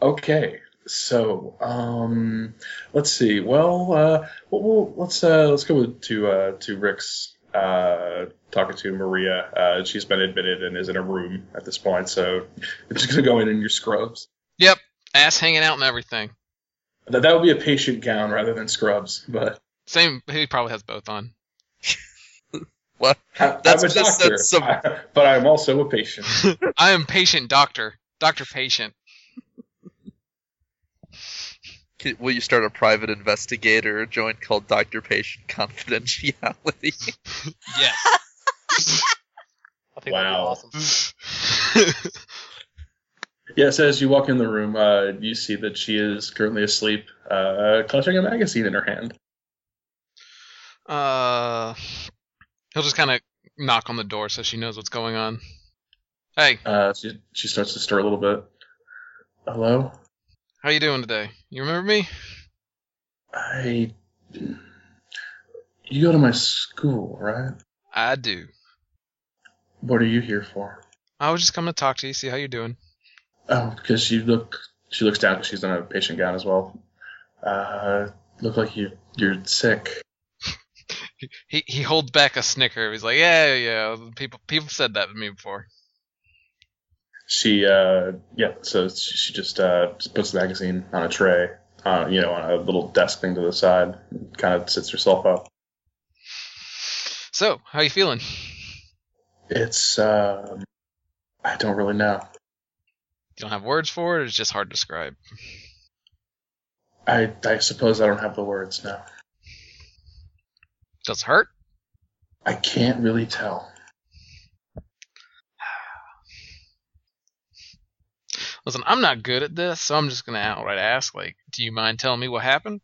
Speaker 4: Okay, so um, let's see. Well, uh, well, well let's uh, let's go with, to uh, to Rick's uh, talking to Maria. Uh, she's been admitted and is in a room at this point, so I'm just gonna go in in your scrubs.
Speaker 3: Ass hanging out and everything.
Speaker 4: That that would be a patient gown rather than scrubs, but
Speaker 3: Same. He probably has both on.
Speaker 4: I,
Speaker 7: That's
Speaker 4: I'm a
Speaker 7: just-
Speaker 4: doctor,
Speaker 7: that's some-
Speaker 4: but I'm also a patient.
Speaker 3: I am patient, doctor. Doctor patient.
Speaker 7: Can- Will you start a private investigator joint called Doctor Patient Confidentiality?
Speaker 3: Yes.
Speaker 5: I think that'd be
Speaker 4: Wow.
Speaker 5: awesome.
Speaker 4: Yeah, so as you walk in the room, uh, you see that she is currently asleep, uh, clutching a magazine in her hand.
Speaker 3: uh, he'll just kind of knock on the door so she knows what's going on. Hey,
Speaker 4: Uh, she she starts to stir a little bit. Hello.
Speaker 3: how you doing today? You remember me?
Speaker 4: I. You go to my school, right?
Speaker 3: I do.
Speaker 4: What are you here for?
Speaker 3: I was just coming to talk to you, see how you're doing.
Speaker 4: Oh, because you look. She looks down because she's in a patient gown as well. Uh, look like you you're sick.
Speaker 3: He he holds back a snicker. He's like, yeah, yeah. yeah, People people said that to me before.
Speaker 4: She uh yeah. So she, she just uh just puts the magazine on a tray, uh you know on a little desk thing to the side, kind of sits herself up.
Speaker 3: So, how you feeling?
Speaker 4: It's um, I don't really know.
Speaker 3: You don't have words for it. Or it's just hard to describe.
Speaker 4: I I suppose I don't have the words now.
Speaker 3: Does it hurt?
Speaker 4: I can't really tell.
Speaker 3: listen, I'm not good at this, so I'm just gonna outright ask, like, do you mind telling me what happened?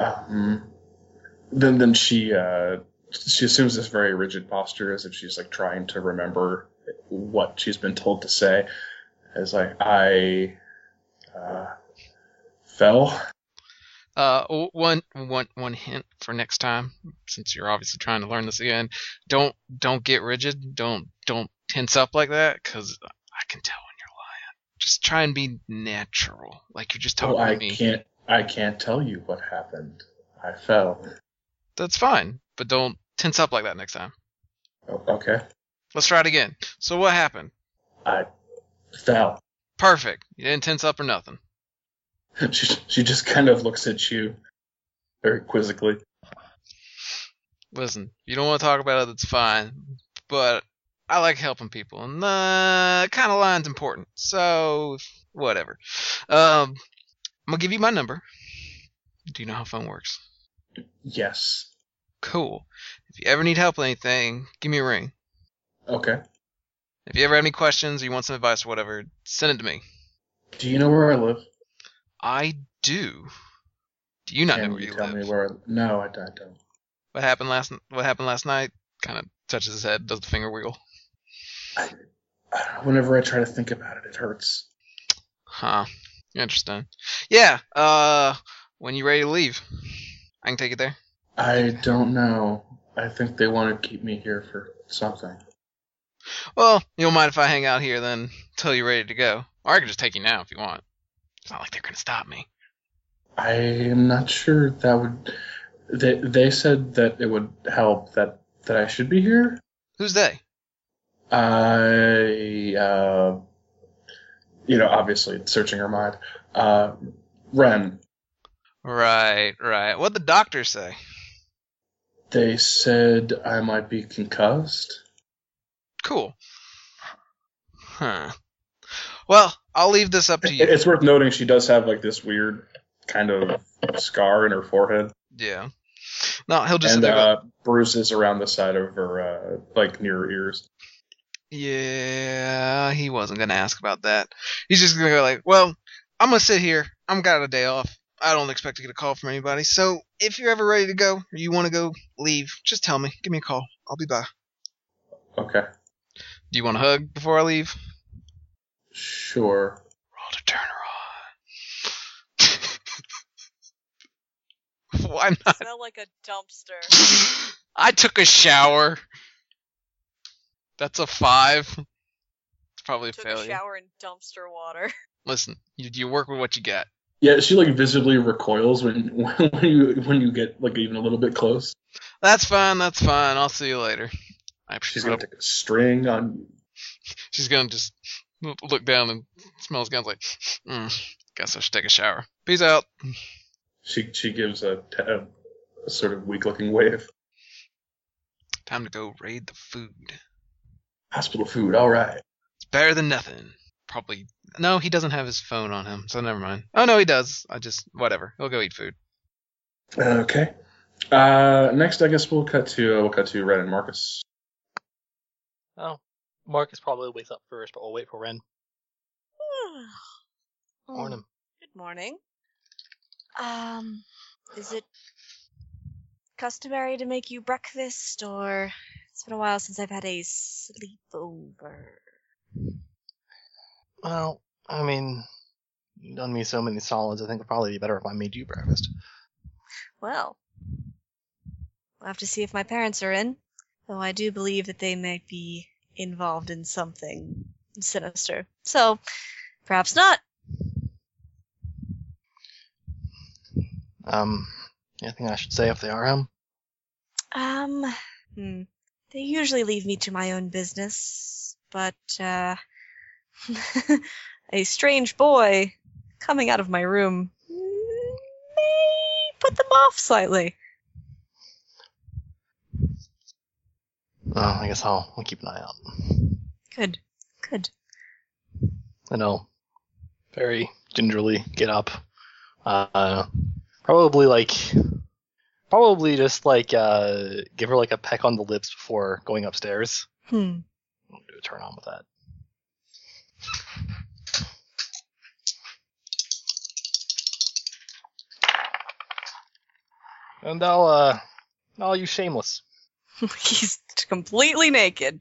Speaker 4: Um, then then she uh, she assumes this very rigid posture as if she's like trying to remember what she's been told to say. As like I uh, fell.
Speaker 3: Uh, w- one, one, one hint for next time, since you're obviously trying to learn this again. Don't, don't get rigid. Don't, don't tense up like that, because I can tell when you're lying. Just try and be natural, like you're just talking
Speaker 4: oh, I
Speaker 3: to me.
Speaker 4: can't I can't tell you what happened. I fell.
Speaker 3: That's fine, but don't tense up like that next time.
Speaker 4: Oh, okay.
Speaker 3: Let's try it again. So what happened?
Speaker 4: I fell.
Speaker 3: Perfect. You didn't tense up or nothing.
Speaker 4: She she just kind of looks at you very quizzically.
Speaker 3: Listen, you don't want to talk about it. That's fine. But I like helping people, and uh, kind of line's important. So whatever. Um, I'm gonna give you my number. Do you know how phone works?
Speaker 4: Yes.
Speaker 3: Cool. If you ever need help with anything, give me a ring.
Speaker 4: Okay.
Speaker 3: If you ever have any questions or you want some advice or whatever, send it to me.
Speaker 4: Do you know where I live?
Speaker 3: I do. Do you not
Speaker 4: Can
Speaker 3: know where
Speaker 4: you
Speaker 3: you
Speaker 4: tell
Speaker 3: live?
Speaker 4: me where? I, no, I, I don't.
Speaker 3: What happened last? What happened last night? Kind of touches his head, does the finger wiggle.
Speaker 4: I don't know. Whenever I try to think about it, it hurts.
Speaker 3: Huh. Interesting. Yeah. Uh, when you ready to leave, I can take it there.
Speaker 4: I don't know. I think they want to keep me here for something.
Speaker 3: Well, you don't mind if I hang out here then till you're ready to go, or I can just take you now if you want. It's not like they're gonna stop me.
Speaker 4: I am not sure that would. They they said that it would help that that I should be here.
Speaker 3: Who's they?
Speaker 4: I uh, you know, obviously searching her mind. Uh, Ren.
Speaker 3: Right. Right. What'd the doctor say?
Speaker 4: They said I might be concussed.
Speaker 3: Cool. Huh. Well, I'll leave this up to
Speaker 4: It-
Speaker 3: you.
Speaker 4: It's worth noting she does have like this weird kind of scar in her forehead
Speaker 3: Yeah. No, he'll just sit
Speaker 4: and
Speaker 3: there. and
Speaker 4: uh,
Speaker 3: go,
Speaker 4: bruises around the side of her, uh, like near her ears.
Speaker 3: Yeah, he wasn't gonna ask about that. He's just gonna go like, "Well, I'm gonna sit here. I'm got a day off. I don't expect to get a call from anybody. So if you're ever ready to go or you want to go leave, just tell me. Give me a call. I'll be by.
Speaker 4: Okay,
Speaker 3: Do you want a hug before I leave?
Speaker 4: sure.
Speaker 3: Roll to turn her on. Why not?
Speaker 1: Smell like a dumpster.
Speaker 3: I took a shower. That's a five. It's probably a
Speaker 1: Took a
Speaker 3: failure.
Speaker 1: shower in dumpster water.
Speaker 3: Listen, you, you work with what you got.
Speaker 4: Yeah, she like visibly recoils when when you when you get like even a little bit close.
Speaker 3: That's fine. That's fine. I'll see you later. I
Speaker 4: She's
Speaker 3: she's
Speaker 4: gonna take a string on you.
Speaker 3: she's gonna just l- look down and smells guns like, mm, guess I should take a shower. Peace out.
Speaker 4: She she gives a, t- a- a sort of weak looking wave.
Speaker 3: Time to go raid the food.
Speaker 4: Hospital food, all right.
Speaker 3: It's better than nothing. Probably no. He doesn't have his phone on him, so never mind. Oh no, he does. I just whatever. He'll go eat food.
Speaker 4: Okay. Uh, next, I guess we'll cut to uh, we'll cut to Ren and Marcus.
Speaker 5: Oh, Marcus probably wakes up first, but we'll wait for Ren. Warn him.
Speaker 1: Mm. Good morning. Um, is it customary to make you breakfast, or it's been a while since I've had a sleepover?
Speaker 5: Well, I mean, you've done me so many solids. I think it'd probably be better if I made you breakfast.
Speaker 1: Well, we'll have to see if my parents are in, though I do believe that they might be involved in something sinister. So, perhaps not.
Speaker 5: Um, anything I should say if they are home?
Speaker 1: Um, hmm. They usually leave me to my own business, but, uh, a strange boy coming out of my room may put them off slightly.
Speaker 5: Oh, I guess I'll we'll keep an eye out.
Speaker 1: Good, good.
Speaker 5: And I'll very gingerly get up. Uh, probably like, probably just like uh, give her like a peck on the lips before going upstairs.
Speaker 1: Hmm.
Speaker 5: I'll do a turn on with that. And I'll, uh, I'll use shameless.
Speaker 1: He's completely naked.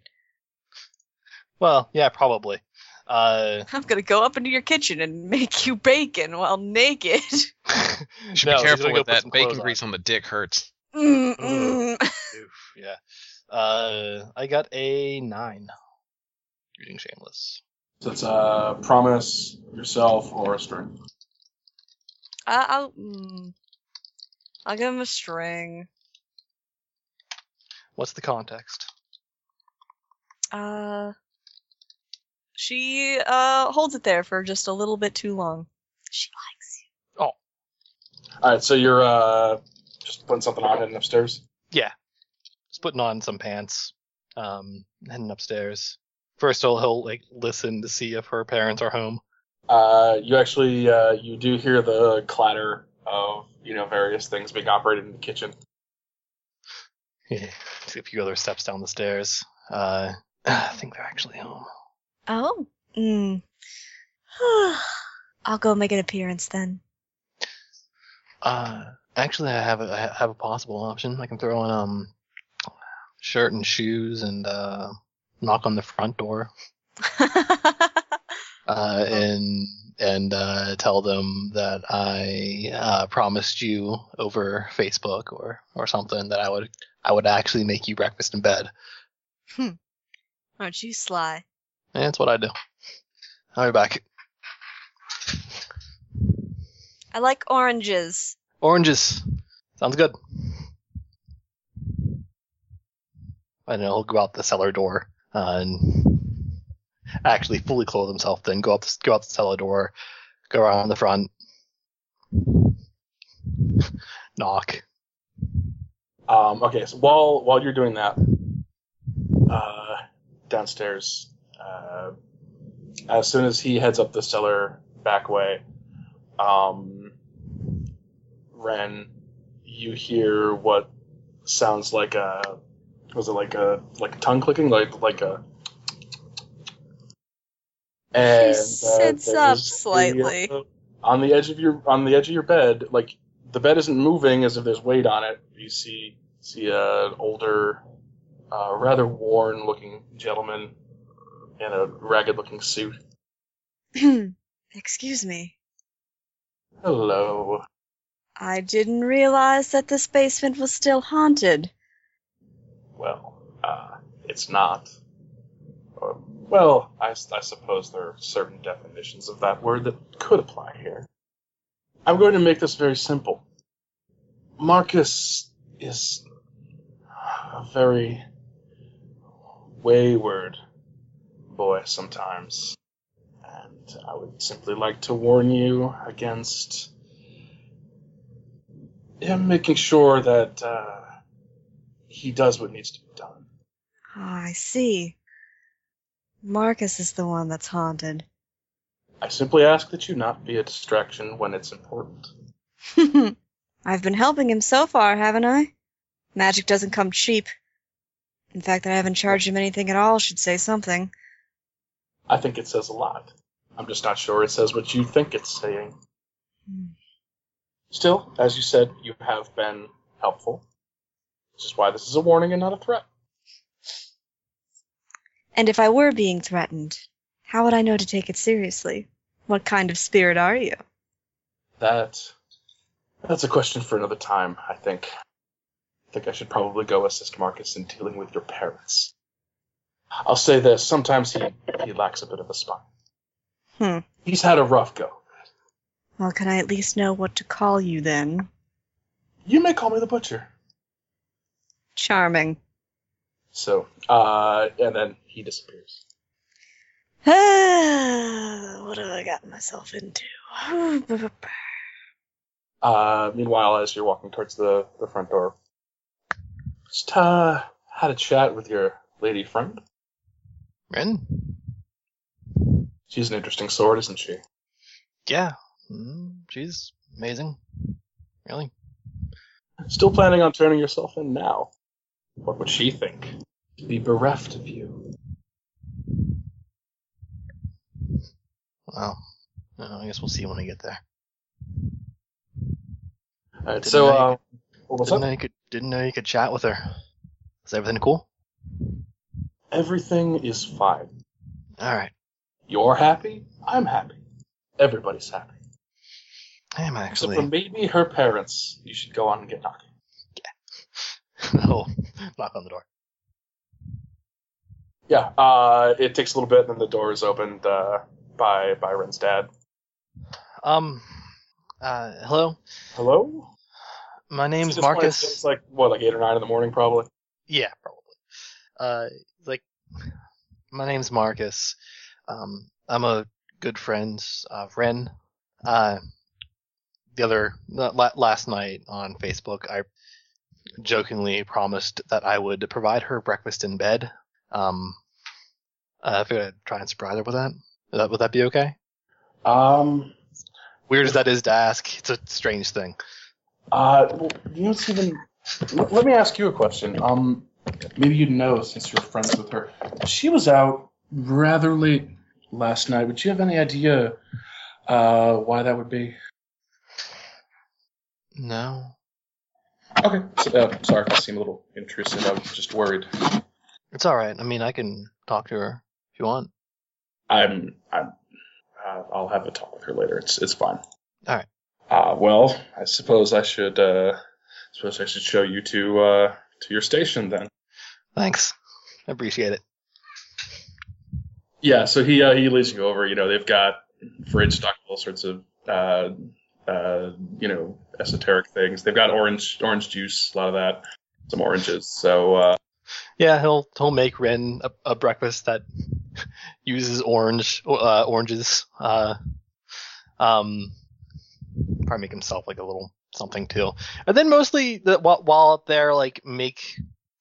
Speaker 5: Well, yeah, probably. Uh,
Speaker 1: I'm gonna go up into your kitchen and make you bacon while naked.
Speaker 3: You should
Speaker 5: No,
Speaker 3: be
Speaker 5: he's gonna
Speaker 3: careful
Speaker 5: go put
Speaker 3: with that
Speaker 5: some clothes
Speaker 3: bacon
Speaker 5: on.
Speaker 3: grease on the dick hurts.
Speaker 1: Mm,
Speaker 4: Mm-hmm.
Speaker 1: mm.
Speaker 5: oof, yeah. Uh, I got a nine. Reading shameless.
Speaker 4: So it's a promise yourself or a string.
Speaker 1: I, I'll, mm. I'll give him a string.
Speaker 5: What's the context?
Speaker 1: Uh, she uh holds it there for just a little bit too long. She likes you.
Speaker 4: All right, so you're uh, just putting something on heading upstairs.
Speaker 5: Just putting on some pants. Um, heading upstairs. First, he'll, he'll like listen to see if her parents are home.
Speaker 4: Uh, you actually uh, you do hear the clatter of you know various things being operated in the kitchen.
Speaker 5: Take a few other steps down the stairs. Uh, I think they're actually home.
Speaker 1: Oh. Mm. I'll go make an appearance then.
Speaker 5: Uh, actually, I have a I have a possible option. I can throw on um shirt and shoes and uh, knock on the front door uh, and and uh, tell them that I uh, promised you over Facebook or or something that I would I would actually make you breakfast in bed.
Speaker 1: Hmm. Aren't you sly?
Speaker 5: And that's what I do. I'll be back.
Speaker 1: I like oranges.
Speaker 5: Oranges. Sounds good. And he'll go out the cellar door uh, and actually fully clothe himself. Then go out the go out the cellar door, go around the front, knock.
Speaker 4: Um, okay, so while while you're doing that, uh, downstairs, uh, as soon as he heads up the cellar back way, um, Ren, you hear what sounds like a was it like a like tongue clicking like like a and uh,
Speaker 1: sits
Speaker 4: there
Speaker 1: up
Speaker 4: is a,
Speaker 1: slightly.
Speaker 4: uh, on the edge of your on the edge of your bed like the bed isn't moving as if there's weight on it. You see see an older, uh, rather worn looking gentleman in a ragged looking suit.
Speaker 1: Excuse me.
Speaker 4: Hello.
Speaker 1: I didn't realize that this basement was still haunted.
Speaker 4: Well, uh, it's not. Or, well, I, s- I suppose there are certain definitions of that word that could apply here. I'm going to make this very simple. Marcus is a very wayward boy sometimes, and I would simply like to warn you against him making sure that. Uh, he does what needs to be done.
Speaker 1: Ah, I see. Marcus is the one that's haunted.
Speaker 4: I simply ask that you not be a distraction when it's important.
Speaker 1: I've been helping him so far, haven't I? Magic doesn't come cheap. In fact, that I haven't charged him anything at all should say something.
Speaker 4: I think it says a lot. I'm just not sure it says what you think it's saying.
Speaker 1: Hmm.
Speaker 4: Still, as you said, you have been helpful. This is why this is a warning and not a threat.
Speaker 1: And if I were being threatened, how would I know to take it seriously? What kind of spirit are you?
Speaker 4: That that's a question for another time, I think. I think I should probably go assist Marcus in dealing with your parents. I'll say this, sometimes he, he lacks a bit of a spine.
Speaker 1: Hmm.
Speaker 4: He's had a rough go.
Speaker 1: Well, can I at least know what to call you then?
Speaker 4: You may call me the butcher.
Speaker 1: Charming.
Speaker 4: So, uh, and then he disappears.
Speaker 1: what have I gotten myself into?
Speaker 4: Uh, meanwhile, as you're walking towards the, the front door, just uh, had a chat with your lady friend.
Speaker 5: Ren?
Speaker 4: She's an interesting sword, isn't she?
Speaker 5: Yeah. Mm, she's amazing. Really?
Speaker 4: Still planning on turning yourself in now. What would she think? To be bereft of you.
Speaker 5: Well, I, don't know, I guess we'll see when we get there.
Speaker 4: Alright,
Speaker 5: Didn't
Speaker 4: so,
Speaker 5: I-
Speaker 4: uh, Well, what's
Speaker 5: didn't
Speaker 4: up?
Speaker 5: know you could didn't know you could chat with her. Is everything cool?
Speaker 4: Everything is fine.
Speaker 5: All right.
Speaker 4: You're happy. I'm happy. Everybody's happy.
Speaker 5: I am
Speaker 4: Except
Speaker 5: actually.
Speaker 4: for maybe her parents. You should go on and get knocking.
Speaker 5: oh, knock on the door.
Speaker 4: Yeah. Uh, it takes a little bit, and then the door is opened uh, by by Ren's dad.
Speaker 5: Um, uh, hello.
Speaker 4: Hello.
Speaker 5: My
Speaker 4: At
Speaker 5: name's
Speaker 4: this point,
Speaker 5: Marcus.
Speaker 4: It's like what, like eight or nine in the morning, probably.
Speaker 5: Yeah, probably. Uh, like, my name's Marcus. Um, I'm a good friend of Ren. Uh, the other la- la- last night on Facebook, I jokingly promised that I would provide her breakfast in bed. Um, uh, I figured I'd try and surprise her with that. Would that, would that be okay?
Speaker 4: Um.
Speaker 5: Weird as that is to ask, it's a strange thing.
Speaker 4: Uh, well, you know, it's even. Let, let me ask you a question. Um, maybe you know since you're friends with her. She was out rather late last night. Would you have any idea uh, why that would be?
Speaker 5: No,
Speaker 4: Okay. So, uh, sorry, I seem a little interested. I was just worried.
Speaker 5: it's all right. I mean, I can talk to her if you want.
Speaker 4: I'm. I'm. Uh, I'll have a talk with her later. It's. It's fine.
Speaker 5: All right.
Speaker 4: Uh, well, I suppose I should. Uh, suppose I should show you to uh, to your station then.
Speaker 5: Thanks. I appreciate it.
Speaker 4: Yeah, so he uh, he leads you over. You know, they've got fridge stock all sorts of uh, uh, you know esoteric things. They've got orange orange juice, a lot of that, some oranges. So uh,
Speaker 5: Yeah, he'll he'll make Ren a, a breakfast that uses orange uh, oranges. Uh, um, probably make himself like a little something too, and then mostly the, while while up there, like make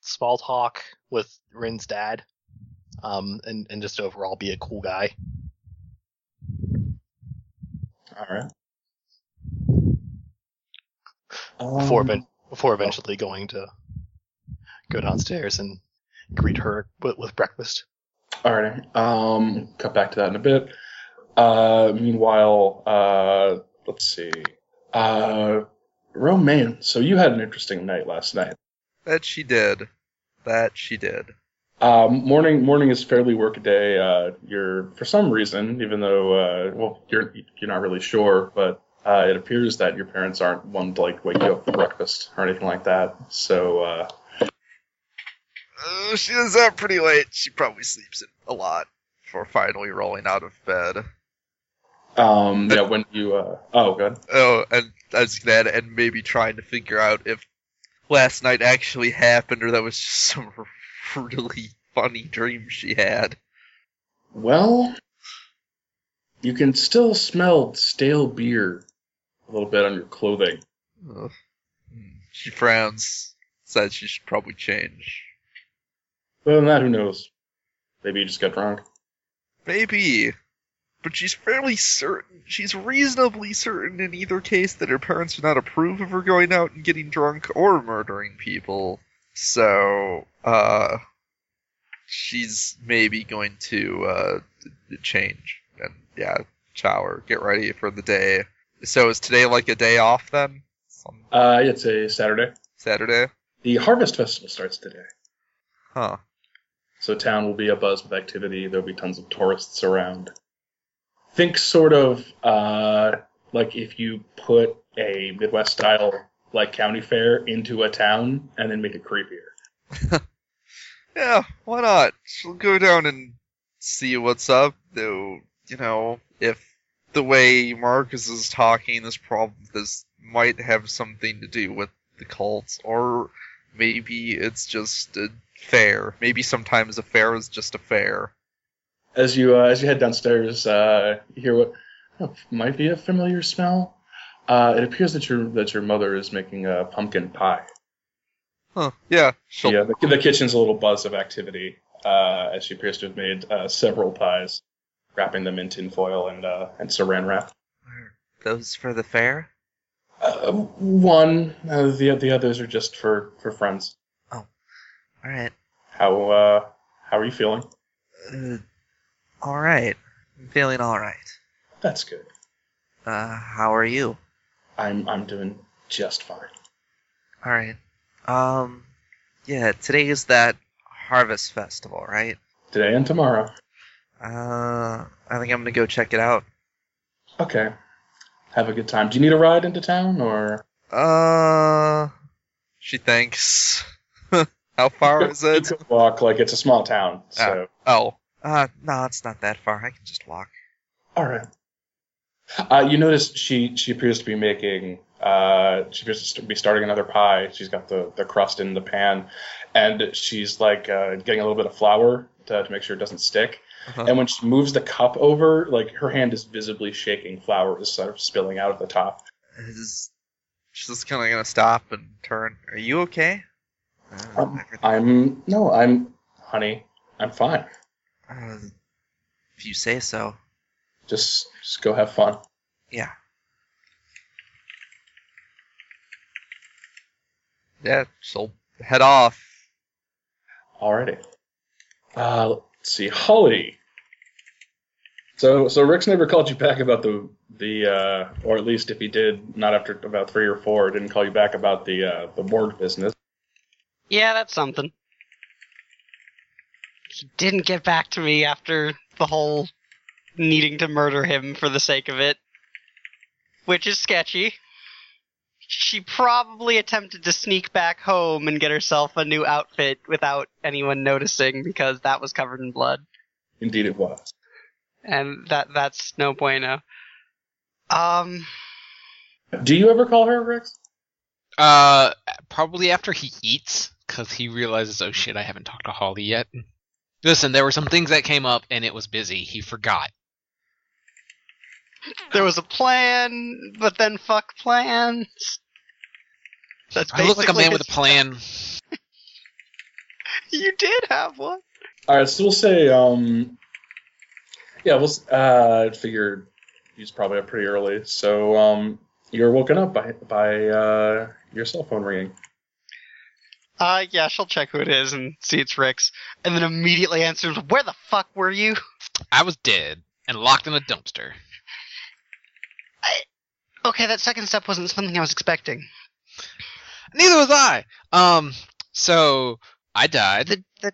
Speaker 5: small talk with Ren's dad, um, and and just overall be a cool guy.
Speaker 4: all right.
Speaker 5: Before
Speaker 4: Um,
Speaker 5: ev- before eventually going to go downstairs and greet her with, with breakfast.
Speaker 4: All right. Um, cut back to that in a bit. Uh, meanwhile, uh, let's see. Uh, Romaine. So you had an interesting night last night.
Speaker 7: That she did. That she did.
Speaker 4: Um, morning, morning is fairly work day. Uh, you're for some reason, even though uh, well, you're you're not really sure, but uh, it appears that your parents aren't one to like wake you up for breakfast or anything like that. So uh,
Speaker 7: Uh, she was up pretty late. She probably sleeps it a lot before finally rolling out of bed.
Speaker 4: um, yeah, when you uh, oh good,
Speaker 7: Oh, and I was gonna add, and maybe trying to figure out if last night actually happened or that was just some really funny dream she had.
Speaker 4: well, you can still smell stale beer a little bit on your clothing.
Speaker 7: Ugh. Hmm. She frowns, says she should probably change.
Speaker 4: Other than that, who knows? Maybe you just got drunk.
Speaker 7: Maybe. But she's fairly certain, she's reasonably certain in either case that her parents would not approve of her going out and getting drunk or murdering people. So, uh, she's maybe going to, uh, change and, yeah, shower, get ready for the day. So is today like a day off then? Some
Speaker 4: Uh, it's a Saturday.
Speaker 7: Saturday?
Speaker 4: The Harvest Festival starts today.
Speaker 7: Huh.
Speaker 4: So town will be abuzz with activity. There'll be tons of tourists around. Think sort of uh, like if you put a Midwest style like county fair into a town and then make it creepier.
Speaker 7: Yeah, why not? She'll go down and see what's up, though, you know, if the way Marcus is talking, this problem, this might have something to do with the cults, or maybe it's just a fair. Maybe sometimes a fair is just a fair.
Speaker 4: As you uh, as you head downstairs, uh, you hear what oh, might be a familiar smell. Uh, it appears that your that your mother is making a pumpkin pie.
Speaker 7: Huh, yeah, she'll,
Speaker 4: Yeah, the, the kitchen's a little buzz of activity uh, as she appears to have made uh, several pies, wrapping them in tinfoil and uh, and saran wrap.
Speaker 7: those for the fair?
Speaker 4: Uh, one. Uh, the the others are just for for friends.
Speaker 7: Alright,
Speaker 4: How uh how are you feeling?
Speaker 7: uh, alright. I'm feeling alright.
Speaker 4: That's good.
Speaker 7: Uh, how are you?
Speaker 4: I'm I'm doing just fine.
Speaker 7: All right. Um, yeah, today is that Harvest Festival, right?
Speaker 4: Today and tomorrow.
Speaker 7: Uh, I think I'm gonna go check it out.
Speaker 4: Okay. Have a good time. Do you need a ride into town or?
Speaker 7: Uh, she thinks. How far is
Speaker 4: You
Speaker 7: it? Ah.
Speaker 4: could walk like it's a small town. So
Speaker 7: Oh. Uh, no, it's not that far. I can just walk.
Speaker 4: all right. Uh, you notice she she appears to be making uh, she appears to st- be starting another pie. She's got the, the crust in the pan, and she's like uh, getting a little bit of flour to, to make sure it doesn't stick.
Speaker 7: Uh-huh.
Speaker 4: And when she moves the cup over, like her hand is visibly shaking. Flour is sort of spilling out of the top.
Speaker 7: Is- she's just kind of gonna stop and turn. Are you okay? Uh,
Speaker 4: Um,
Speaker 7: everything-
Speaker 4: I'm no, I'm honey. I'm fine.
Speaker 7: uh, if you say so.
Speaker 4: Just just go have fun.
Speaker 7: Yeah. Yeah, she'll head off.
Speaker 4: Alrighty. Uh, let's see, Holiday. So, so Rick's never called you back about the the, uh, or at least if he did, not after about three or four, didn't call you back about the uh, the morgue business.
Speaker 8: Yeah, that's something. He didn't get back to me after the whole needing to murder him for the sake of it, which is sketchy. She probably attempted to sneak back home and get herself a new outfit without anyone noticing because that was covered in blood,
Speaker 4: Indeed, it was.
Speaker 8: and that that's no bueno. Um,
Speaker 4: Do you ever call her Rick?
Speaker 3: Uh, probably after he eats, because he realizes, oh shit, I haven't talked to Holly yet. Listen, there were some things that came up, and it was busy. He forgot.
Speaker 8: there was a plan, but then fuck plans. That's
Speaker 3: I look like a
Speaker 8: basically
Speaker 3: man with a
Speaker 8: his-
Speaker 3: plan.
Speaker 8: You did have one.
Speaker 4: All right, so we'll say, um, yeah, we'll. s- Uh, I figured he's probably up pretty early, so um, you're woken up by by uh, your cell phone ringing.
Speaker 8: Uh, yeah, she'll check who it is and see it's Rick's, and then immediately answers, "Where the fuck were you?"
Speaker 3: I was dead and locked in a dumpster.
Speaker 8: Okay, that second step wasn't something I was expecting.
Speaker 3: Neither was I. Um, so I died.
Speaker 8: The, the,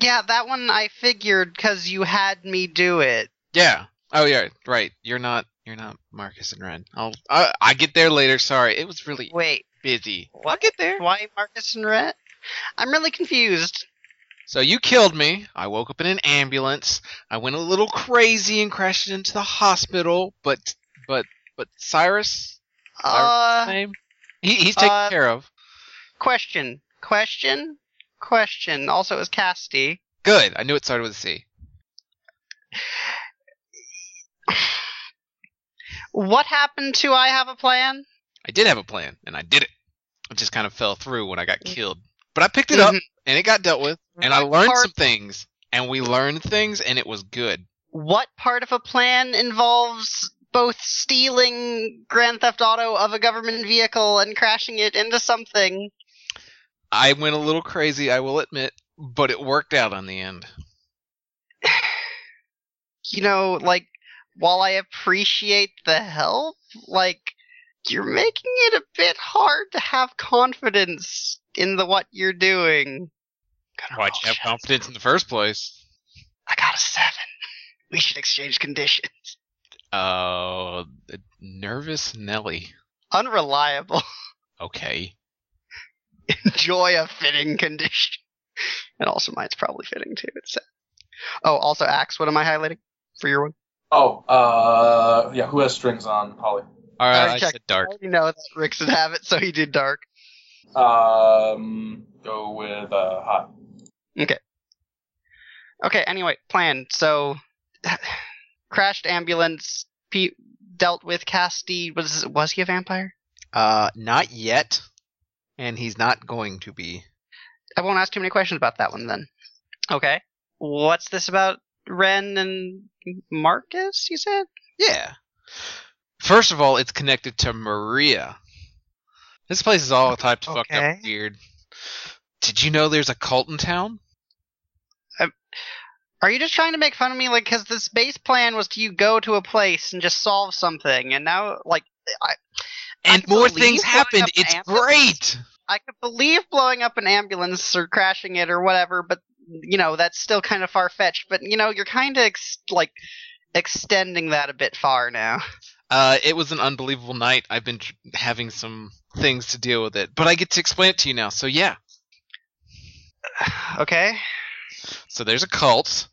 Speaker 8: yeah, that one I figured because you had me do it.
Speaker 3: Yeah. Oh yeah. Right. You're not. You're not Marcus and Ren. I'll. I, I get there later. Sorry. It was really
Speaker 8: Wait,
Speaker 3: busy.
Speaker 8: I'll get there. Why Marcus and Rhett? I'm really confused.
Speaker 3: So you killed me. I woke up in an ambulance. I went a little crazy and crashed into the hospital. But but but Cyrus, Cyrus'
Speaker 8: Uh,
Speaker 3: name. He, he's taken
Speaker 8: uh,
Speaker 3: care of.
Speaker 8: question, question, question. Also, it was Casty.
Speaker 3: Good. I knew it started with a C.
Speaker 8: What happened to I have a plan?
Speaker 3: I did have a plan, and I did it. It just kind of fell through when I got killed. But I picked it up,
Speaker 8: Mhm.
Speaker 3: and it got dealt with, and I learned
Speaker 8: part-
Speaker 3: some things, and we learned things, and it was good.
Speaker 8: what part of a plan involves both stealing Grand Theft Auto of a government vehicle and crashing it into something?
Speaker 3: I went a little crazy, I will admit, but it worked out on the end.
Speaker 8: You know, like, while I appreciate the help, like, you're making it a bit hard to have confidence in the what you're doing. Gotta
Speaker 3: Why'd
Speaker 8: roll
Speaker 3: you have
Speaker 8: shit.
Speaker 3: confidence in the first place?
Speaker 8: I got a seven. We should exchange conditions.
Speaker 3: Uh, nervous Nelly.
Speaker 8: Unreliable.
Speaker 3: Okay.
Speaker 8: enjoy a fitting condition. And also mine's probably fitting too. It's sad. Oh, also Axe, what am I highlighting for your one?
Speaker 4: Oh, uh, yeah. Who has strings on Holly?
Speaker 3: All right,
Speaker 8: Alright,
Speaker 3: I
Speaker 8: check.
Speaker 3: said dark.
Speaker 8: I already know that Rick's would have it, so he did dark.
Speaker 4: Um, go with uh, hot.
Speaker 8: Okay, anyway, plan. So crashed ambulance, Pete dealt with Casty. Was was he a vampire?
Speaker 3: Uh, not yet, and he's not going to be.
Speaker 8: I won't ask too many questions about that one then. Okay. What's this about Ren and Marcus, you said?
Speaker 3: Yeah. First of all, it's connected to Maria. This place is all types of fucked up
Speaker 8: Okay.
Speaker 3: weird. Did you know there's a cult in town?
Speaker 8: Um, Are you just trying to make fun of me? Like, because this base plan was to you go to a place and just solve something, and now, like, I,
Speaker 3: And
Speaker 8: I
Speaker 3: more
Speaker 8: believe
Speaker 3: things
Speaker 8: going
Speaker 3: happened.
Speaker 8: up
Speaker 3: It's
Speaker 8: Amazon-
Speaker 3: great.
Speaker 8: I could believe blowing up an ambulance or crashing it or whatever, but you know that's still kind of far fetched. But you know you're kind of ex- like extending that a bit far now.
Speaker 3: Uh, it was an unbelievable night. I've been tr- having some things to deal with it, but I get to explain it to you now. So yeah,
Speaker 8: okay.
Speaker 3: so there's a cult.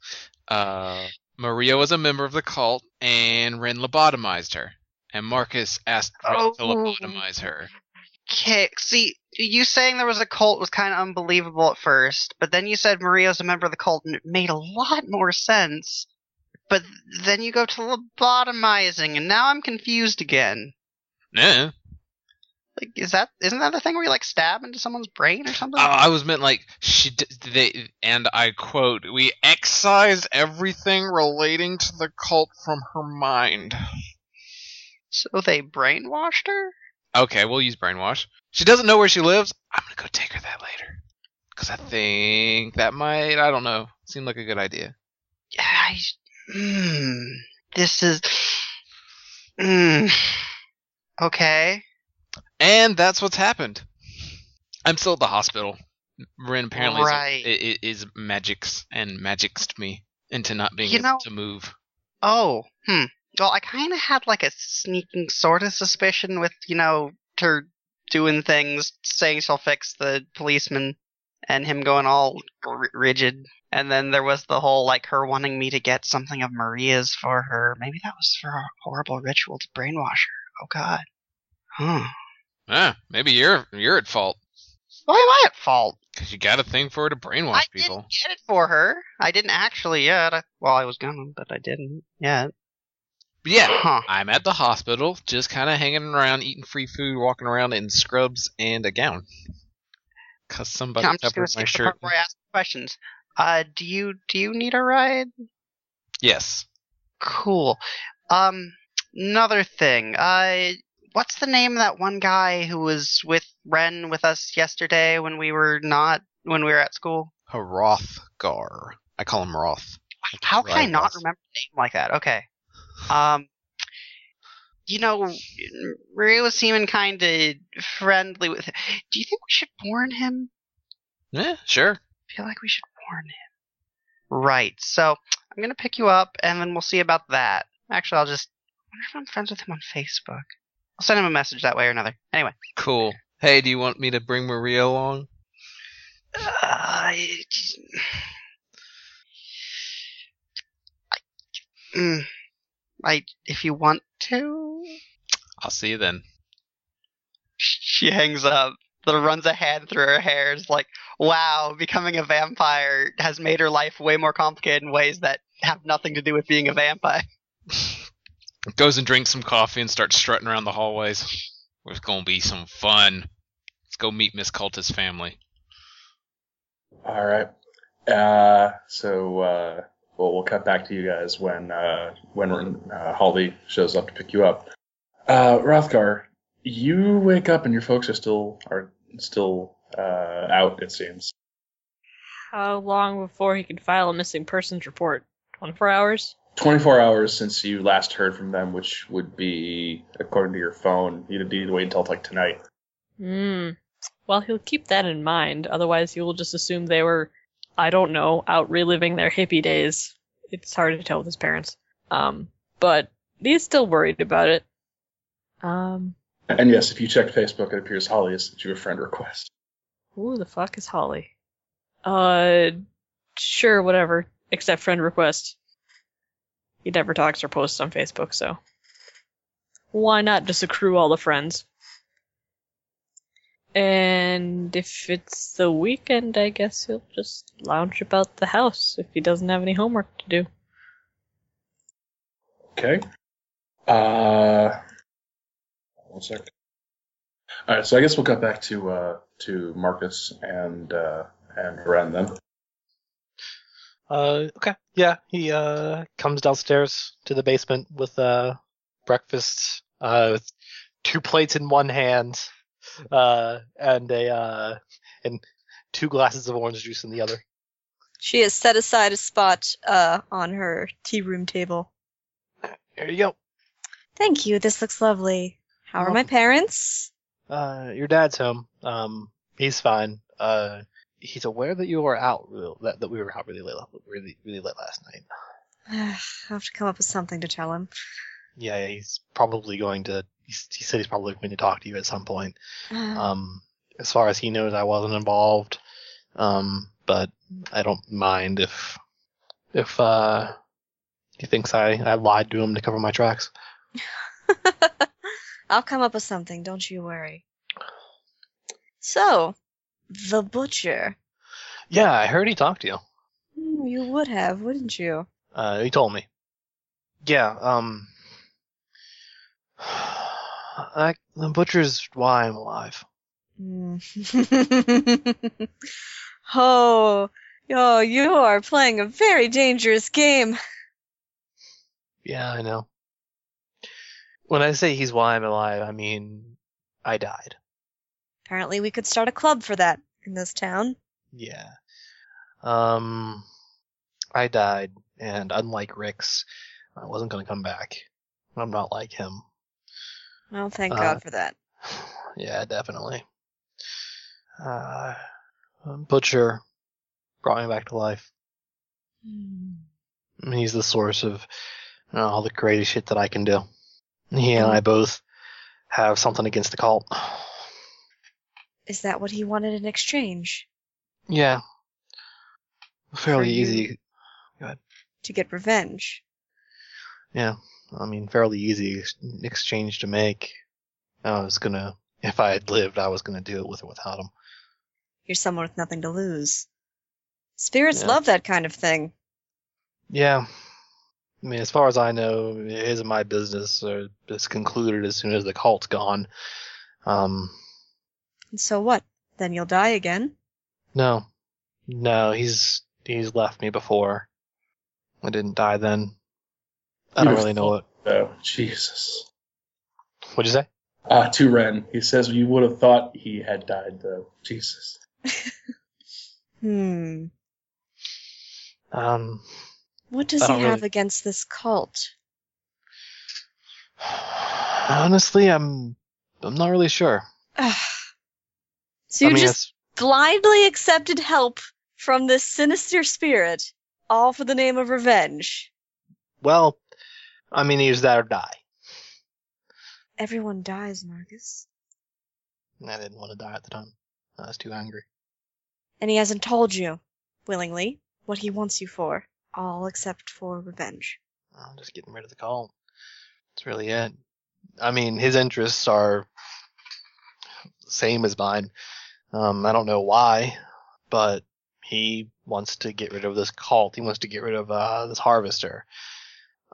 Speaker 3: Uh, Maria was a member of the cult, and Ren lobotomized her, and Marcus asked Ren to
Speaker 8: Oh.
Speaker 3: lobotomize her.
Speaker 8: Okay. See, you saying there was a cult was kind of unbelievable at first, but then you said Maria's a member of the cult, and it made a lot more sense. But then you go to lobotomizing, and now I'm confused again.
Speaker 3: Yeah.
Speaker 8: Like, is that isn't that the thing where you like stab into someone's brain or something?
Speaker 3: I I was meant like she d- they and I quote we excised everything relating to the cult from her mind.
Speaker 8: so they brainwashed her.
Speaker 3: Okay, we'll use brainwash. She doesn't know where she lives. I'm gonna go take her that later because I think that might I don't know seemed like a good idea.
Speaker 8: I, mm, this is. Mm, okay.
Speaker 3: And that's what's happened. I'm still at the hospital. Ren apparently is-
Speaker 8: Right.
Speaker 3: i- i- is, magics and magicsed me into not being
Speaker 8: You
Speaker 3: able
Speaker 8: know-
Speaker 3: to move.
Speaker 8: Oh, hmm. Well, I kind of had like a sneaking sort of suspicion with, you know, her doing things, saying she'll fix the policeman, and him going all r- rigid. And then there was the whole like her wanting me to get something of Maria's for her. Maybe that was for a horrible ritual to brainwash her. Oh, God. Huh.
Speaker 3: Ah, maybe you're you're at fault
Speaker 8: Why am I at fault?
Speaker 3: because you got a thing for her to brainwash
Speaker 8: I
Speaker 3: people.
Speaker 8: didn't get it for her. I didn't actually yet. I, well, I was gonna, but I didn't yet.
Speaker 3: But yeah,
Speaker 8: Huh.
Speaker 3: I'm at the hospital, just kind of hanging around, eating free food, walking around in scrubs and a gown. Cause somebody
Speaker 8: I'm just gonna
Speaker 3: peppered
Speaker 8: skip the
Speaker 3: my shirt.
Speaker 8: part where I ask questions. Uh, do you do you need a ride?
Speaker 3: Yes.
Speaker 8: Cool. Um, another thing. Uh, what's the name of that one guy who was with Ren with us yesterday when we were not when we were at school?
Speaker 3: Hrothgar. I call him Roth.
Speaker 8: How can I
Speaker 3: Right,
Speaker 8: not
Speaker 3: boss.
Speaker 8: remember a name like that? Okay. Um, you know, Ray was seeming kind of friendly with. Do you think we should warn him?
Speaker 3: Yeah, sure.
Speaker 8: I feel like we should warn him. Right. So I'm gonna pick you up, and then we'll see about that. Actually, I'll just. I wonder if I'm friends with him on Facebook. I'll send him a message that way or another. Anyway.
Speaker 3: Cool. Hey, do you want me to bring Maria along?
Speaker 8: Uh, I- Mm. I, if you want to.
Speaker 3: I'll see you then.
Speaker 8: she hangs up, then runs a hand through her hair. It's like, wow, becoming a vampire has made her life way more complicated in ways that have nothing to do with being a vampire.
Speaker 3: Goes and drinks some coffee and starts strutting around the hallways. It's gonna be some fun. Let's go meet Miss Cult's family.
Speaker 4: All right. Uh, so uh, well, we'll cut back to you guys when uh, when uh, Haldy shows up to pick you up. Uh, Rothgar, you wake up and your folks are still are still uh, out. It seems.
Speaker 2: How long before he can file a missing persons report? 24 hours?
Speaker 4: 24 hours since you last heard from them, which would be, according to your phone, you'd need to wait until like tonight.
Speaker 2: Hmm. Well, he'll keep that in mind. Otherwise, he will just assume they were, I don't know, out reliving their hippie days. It's hard to tell with his parents. Um, but he's still worried about it. Um,
Speaker 4: And yes, if you checked Facebook, it appears Holly has sent you a friend request.
Speaker 2: who the fuck is Holly? Uh, sure, whatever. Except friend request. He never talks or posts on Facebook, so. Why not just accrue all the friends? And if it's the weekend, I guess he'll just lounge about the house if he doesn't have any homework to do.
Speaker 4: Okay. Uh, one sec. All right, so I guess we'll cut back to uh, to Marcus and uh, and Ren then.
Speaker 5: Uh, okay. Yeah, he uh comes downstairs to the basement with uh breakfast, uh, with two plates in one hand, uh, and a uh and two glasses of orange juice in the other.
Speaker 1: She has set aside a spot uh, on her tea room table.
Speaker 5: There you go.
Speaker 1: Thank you. This looks lovely. How are
Speaker 5: You're
Speaker 1: my parents?
Speaker 5: Uh, your dad's home. Um, He's fine. Uh, he's aware that you were out real that, that we were out really late, really really late last night.
Speaker 6: I have to come up with something to tell him.
Speaker 5: Yeah, yeah, he's probably going to. He's, he said he's probably going to talk to you at some point. Um, as far as he knows, I wasn't involved. Um, but I don't mind if if uh he thinks I I lied to him to cover my tracks.
Speaker 6: I'll come up with something, don't you worry. So, the butcher.
Speaker 5: Yeah, I heard he talked to you.
Speaker 6: Hmm, you would have, wouldn't you?
Speaker 5: Uh, he told me. Yeah, um, I, the butcher's why I'm alive.
Speaker 6: Mm. oh, oh, you are playing a very dangerous game.
Speaker 5: Yeah, I know. When I say he's why I'm alive, I mean I died.
Speaker 6: Apparently, we could start a club for that in this town.
Speaker 5: Yeah. Um, I died, and unlike Rick's, I wasn't gonna come back. I'm not like him.
Speaker 6: Well, thank
Speaker 5: Uh,
Speaker 6: God for that.
Speaker 5: Yeah, definitely. Uh, Butcher brought me back to life.
Speaker 6: Hmm.
Speaker 5: I mean, He's the source of you know, all the crazy shit that I can do. He and
Speaker 6: Mm.
Speaker 5: I both have something against the cult.
Speaker 6: Is that what he wanted in exchange?
Speaker 5: Yeah. Fairly
Speaker 6: Are you-
Speaker 5: easy.
Speaker 6: To get revenge?
Speaker 5: I mean, fairly easy ex- exchange to make. I was gonna, if I had lived, I was gonna do it with or without him.
Speaker 6: You're someone with nothing to lose. Spirits
Speaker 5: Yeah.
Speaker 6: love that kind of thing.
Speaker 5: Yeah. I mean, as far as I know, it isn't my business. Or it's concluded as soon as the cult's gone. Um,
Speaker 6: And so what? Then you'll die again?
Speaker 5: no, no, he's he's left me before. I didn't die then. I don't
Speaker 4: You're
Speaker 5: really know what.
Speaker 4: Oh, Jesus.
Speaker 5: What'd you say?
Speaker 4: Ah, to Ren. He says you would have thought he had died, though. Jesus.
Speaker 6: Hmm.
Speaker 5: Um,
Speaker 6: What does
Speaker 5: I
Speaker 6: he
Speaker 5: don't
Speaker 6: have
Speaker 5: really-
Speaker 6: against this cult?
Speaker 5: honestly, I'm I'm not really sure.
Speaker 6: Ugh. so you
Speaker 5: I mean,
Speaker 6: just blindly accepted help from this sinister spirit, all for the name of revenge.
Speaker 5: it's- well, I mean, he's that or die.
Speaker 6: Everyone dies, Marcus.
Speaker 5: I didn't want to die at the time. I was too angry.
Speaker 6: And he hasn't told you, willingly, what he wants you for, all except for revenge.
Speaker 5: I'm just getting rid of the cult. That's really it. I mean, his interests are same as mine. Um, I don't know why, but he wants to get rid of this cult. He wants to get rid of uh, this harvester.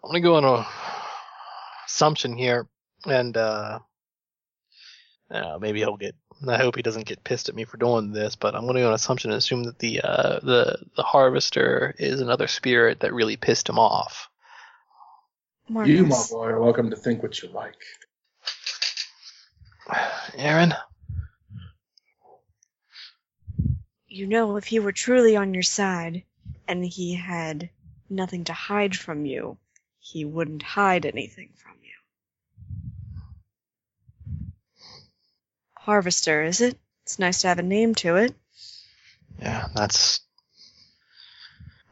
Speaker 5: I'm gonna go on a assumption here, and uh, uh, maybe he'll get. I hope he doesn't get pissed at me for doing this, but I'm gonna go on assumption and assume that the uh, the the harvester is another spirit that really pissed him off.
Speaker 6: Marcus.
Speaker 4: You, my boy, are welcome to think what you like.
Speaker 5: Aaron,
Speaker 6: You know, if he were truly on your side, and he had nothing to hide from you, he wouldn't hide anything from you. Harvester, is it? It's nice to have a name to it.
Speaker 5: Yeah, that's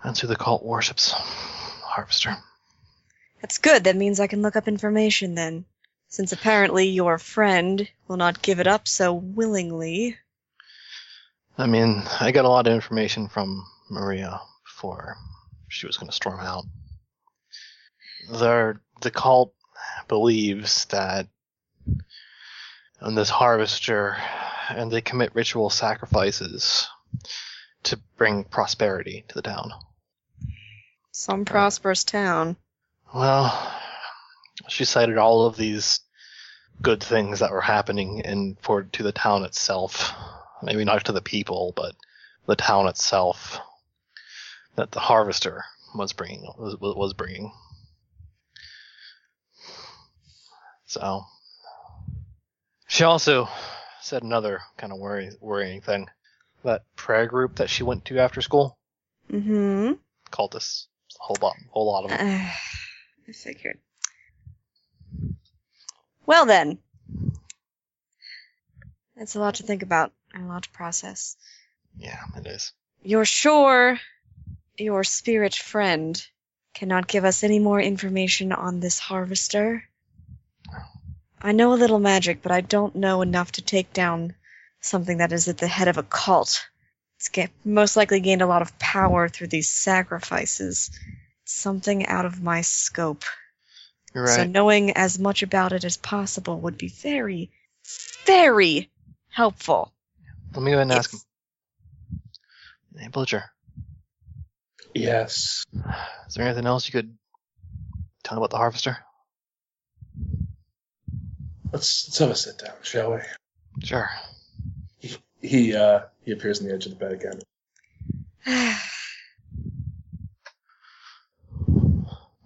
Speaker 5: that's who the cult worships, Harvester.
Speaker 6: That's good. That means I can look up information then. Since apparently your friend will not give it up so willingly.
Speaker 5: I mean, I got a lot of information from Maria before she was going to storm out. There, the cult believes that on this harvester, and they commit ritual sacrifices to bring prosperity to the town.
Speaker 6: Some prosperous town.
Speaker 5: Well, she cited all of these good things that were happening and for to the town itself. Maybe not to the people, but the town itself that the harvester was bringing was, was bringing. So she also said another kind of worry, worrying thing. That prayer group that she went to after school,
Speaker 6: Mm-hmm.
Speaker 5: cultists, a whole lot, whole lot of them.
Speaker 6: Uh, I figured. Well then. That's a lot to think about. I'm allowed to process.
Speaker 5: Yeah, it is.
Speaker 6: You're sure your spirit friend cannot give us any more information on this harvester? I know a little magic, but I don't know enough to take down something that is at the head of a cult. It's ga- most likely gained a lot of power through these sacrifices. Something out of my scope.
Speaker 5: You're
Speaker 6: So
Speaker 5: right.
Speaker 6: knowing as much about it as possible would be very, very helpful.
Speaker 5: Let me go ahead and ask him.
Speaker 6: It's-
Speaker 5: Hey, Butcher,
Speaker 4: Yes.
Speaker 5: is there anything else you could tell about the harvester?
Speaker 4: Let's let's have a sit down, shall we?
Speaker 5: Sure.
Speaker 4: He uh he appears on the edge of the bed again.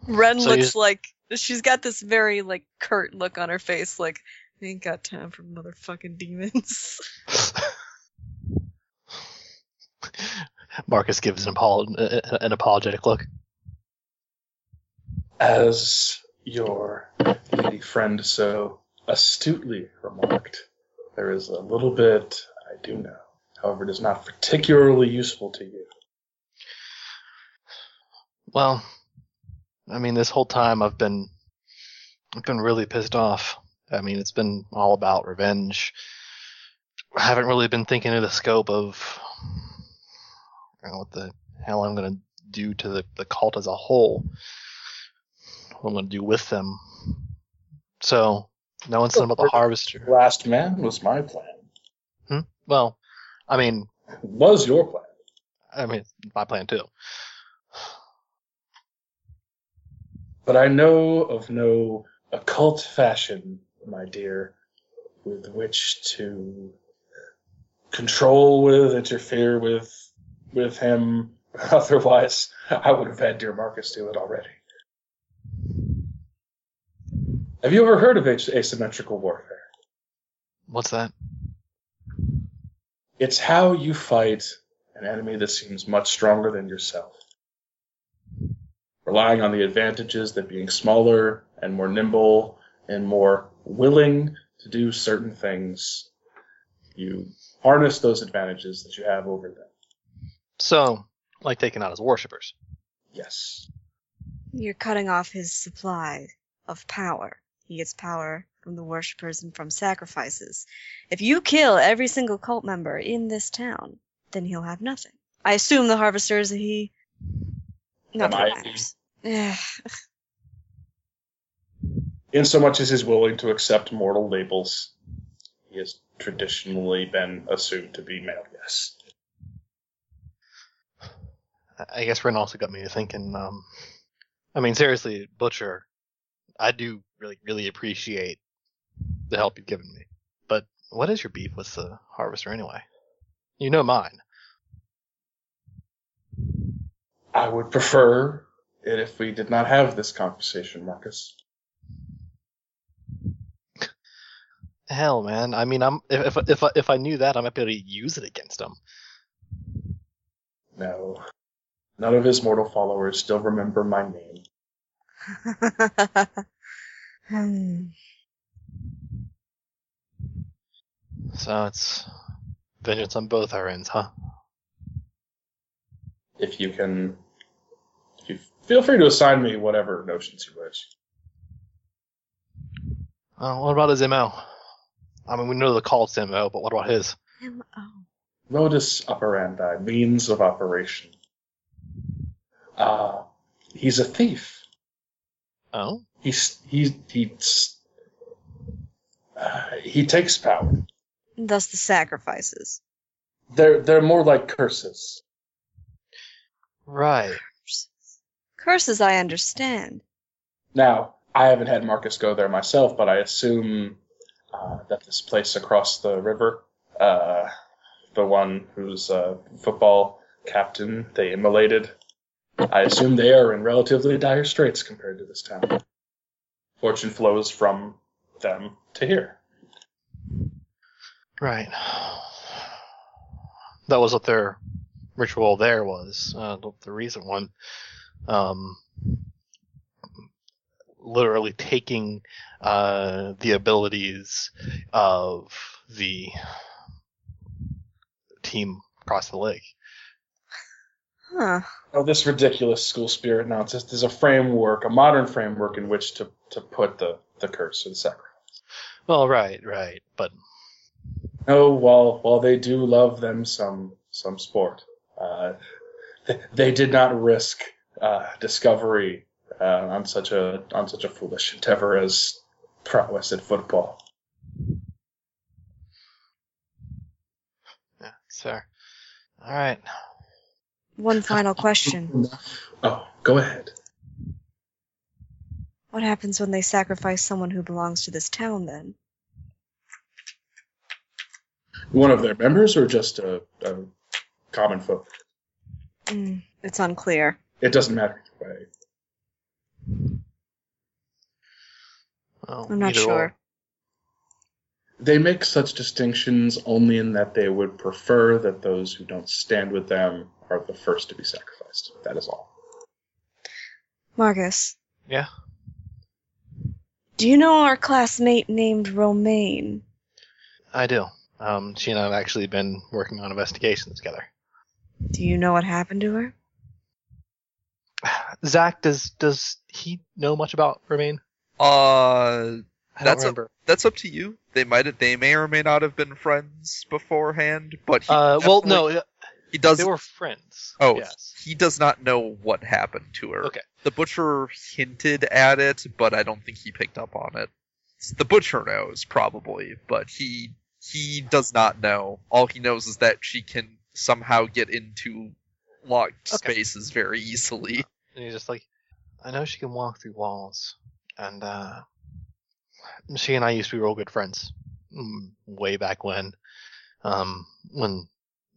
Speaker 1: Ren
Speaker 5: So you-
Speaker 1: looks like she's got this very like curt look on her face, like I ain't got time for motherfucking demons.
Speaker 5: Marcus gives an, apol- uh, an apologetic look.
Speaker 4: As your lady friend so astutely remarked, there is a little bit I do know. However, it is not particularly useful to you.
Speaker 5: Well, I mean, this whole time I've been, I've been really pissed off. I mean, it's been all about revenge. I haven't really been thinking of the scope of you know, what the hell I'm gonna do to the, the cult as a whole. What I'm gonna do with them. So, no one's said about the harvester. Hmm?
Speaker 4: Last man was my plan.
Speaker 5: Well, I mean,
Speaker 4: Was your plan.
Speaker 5: I mean, my plan too.
Speaker 4: But I know of no occult fashion, my dear, with which to control with, interfere with, with him. Otherwise, I would have had dear Marcus do it already. Have you ever heard of as- asymmetrical warfare?
Speaker 5: What's that?
Speaker 4: It's how you fight an enemy that seems much stronger than yourself. Relying on the advantages that being smaller and more nimble and more willing to do certain things, you harness those advantages that you have over them.
Speaker 5: So, like taking out his worshippers.
Speaker 4: Yes.
Speaker 6: You're cutting off his supply of power. He gets power from the worshippers and from sacrifices. If you kill every single cult member in this town, then he'll have nothing. I assume the harvesters he. Not that
Speaker 4: Am I-
Speaker 6: it matters. Eh,
Speaker 4: In so much as he's willing to accept mortal labels, he has traditionally been assumed to be male, yes.
Speaker 5: I- I guess Ren also got me to thinking. Um, I mean, seriously, Butcher, I do really, really appreciate the help you've given me. But what is your beef with the Harvester anyway? You know mine.
Speaker 4: I would prefer it if we did not have this conversation, Marcus.
Speaker 5: Hell, man. I mean, I'm if if if I, if I knew that, I might be able to use it against him.
Speaker 4: No. None of his mortal followers still remember my name.
Speaker 6: Hmm.
Speaker 5: So it's vengeance on both our ends, huh?
Speaker 4: If you can, if you feel free to assign me whatever notions you wish.
Speaker 5: Uh, what about his mo? I mean, we know the cult's mo, but what about his?
Speaker 6: M.O..
Speaker 4: Modus operandi, means of operation. Uh, he's a thief.
Speaker 5: Oh,
Speaker 4: He's he he's uh, he takes power.
Speaker 6: Thus the sacrifices.
Speaker 4: They're they're more like curses.
Speaker 5: right.
Speaker 6: Curses, I understand.
Speaker 4: Now, I haven't had Marcus go there myself, but I assume uh, that this place across the river, uh, the one whose uh, football captain they immolated, I assume they are in relatively dire straits compared to this town. Fortune flows from them to here.
Speaker 5: Right. That was what their ritual there was. Uh, the, the recent one, um, literally taking uh, the abilities of the team across the lake.
Speaker 6: Huh.
Speaker 4: Oh, this ridiculous school spirit nonsense. There's a framework, a modern framework in which to, to put the, the curse or the sacrament.
Speaker 5: Well, right, right, but
Speaker 4: No, while while they do love them some some sport, uh, th- they did not risk uh, discovery uh, on such a on such a foolish endeavor as prowess in football.
Speaker 5: yeah, fair. All right.
Speaker 6: One final question.
Speaker 4: Oh, go ahead.
Speaker 6: What happens when they sacrifice someone who belongs to this town then?
Speaker 4: One of their members, or just a, a common folk.
Speaker 6: Mm, it's unclear.
Speaker 4: It doesn't matter either way.
Speaker 5: Well,
Speaker 6: I'm not
Speaker 5: either
Speaker 6: sure.
Speaker 5: or.
Speaker 4: They make such distinctions only in that they would prefer that those who don't stand with them are the first to be sacrificed. That is all.
Speaker 6: Marcus.
Speaker 5: Yeah?
Speaker 6: Do you know our classmate named Romaine?
Speaker 5: I do. Um, she and I have actually been working on investigations together.
Speaker 6: Do you know what happened to her?
Speaker 5: Zach, does does he know much about Romaine?
Speaker 7: Uh,
Speaker 5: I don't
Speaker 7: That's a-
Speaker 5: remember.
Speaker 7: that's up to you. They might, have, they may or may not have been friends beforehand, but he
Speaker 5: uh, well,
Speaker 7: definitely-
Speaker 5: no,
Speaker 7: he does.
Speaker 5: they were friends.
Speaker 7: Oh,
Speaker 5: yes.
Speaker 7: he does not know what happened to her.
Speaker 5: Okay.
Speaker 7: The butcher hinted at it, but I don't think he picked up on it. The butcher knows probably, but he he does not know. All he knows is that she can somehow get into locked
Speaker 5: Okay.
Speaker 7: spaces very easily.
Speaker 5: And he's just like, I know she can walk through walls, and uh, she and I used to be real good friends, mm, way back when, um, when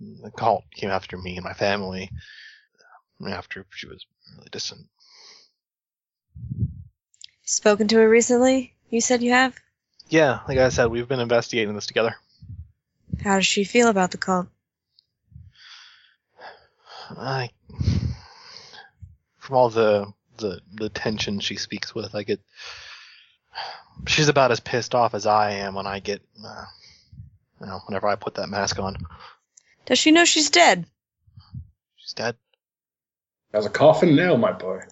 Speaker 5: the cult came after me and my family, after she was really distant.
Speaker 6: Spoken to her recently? You said you have?
Speaker 5: Yeah, like I said, we've been investigating this together.
Speaker 6: How does she feel about the cult?
Speaker 5: I, from all the the the tension she speaks with, I get. She's about as pissed off as I am when I get, uh, you know, whenever I put that mask on.
Speaker 6: Does she know she's dead?
Speaker 5: She's dead.
Speaker 4: As a coffin nail, Oh, my boy.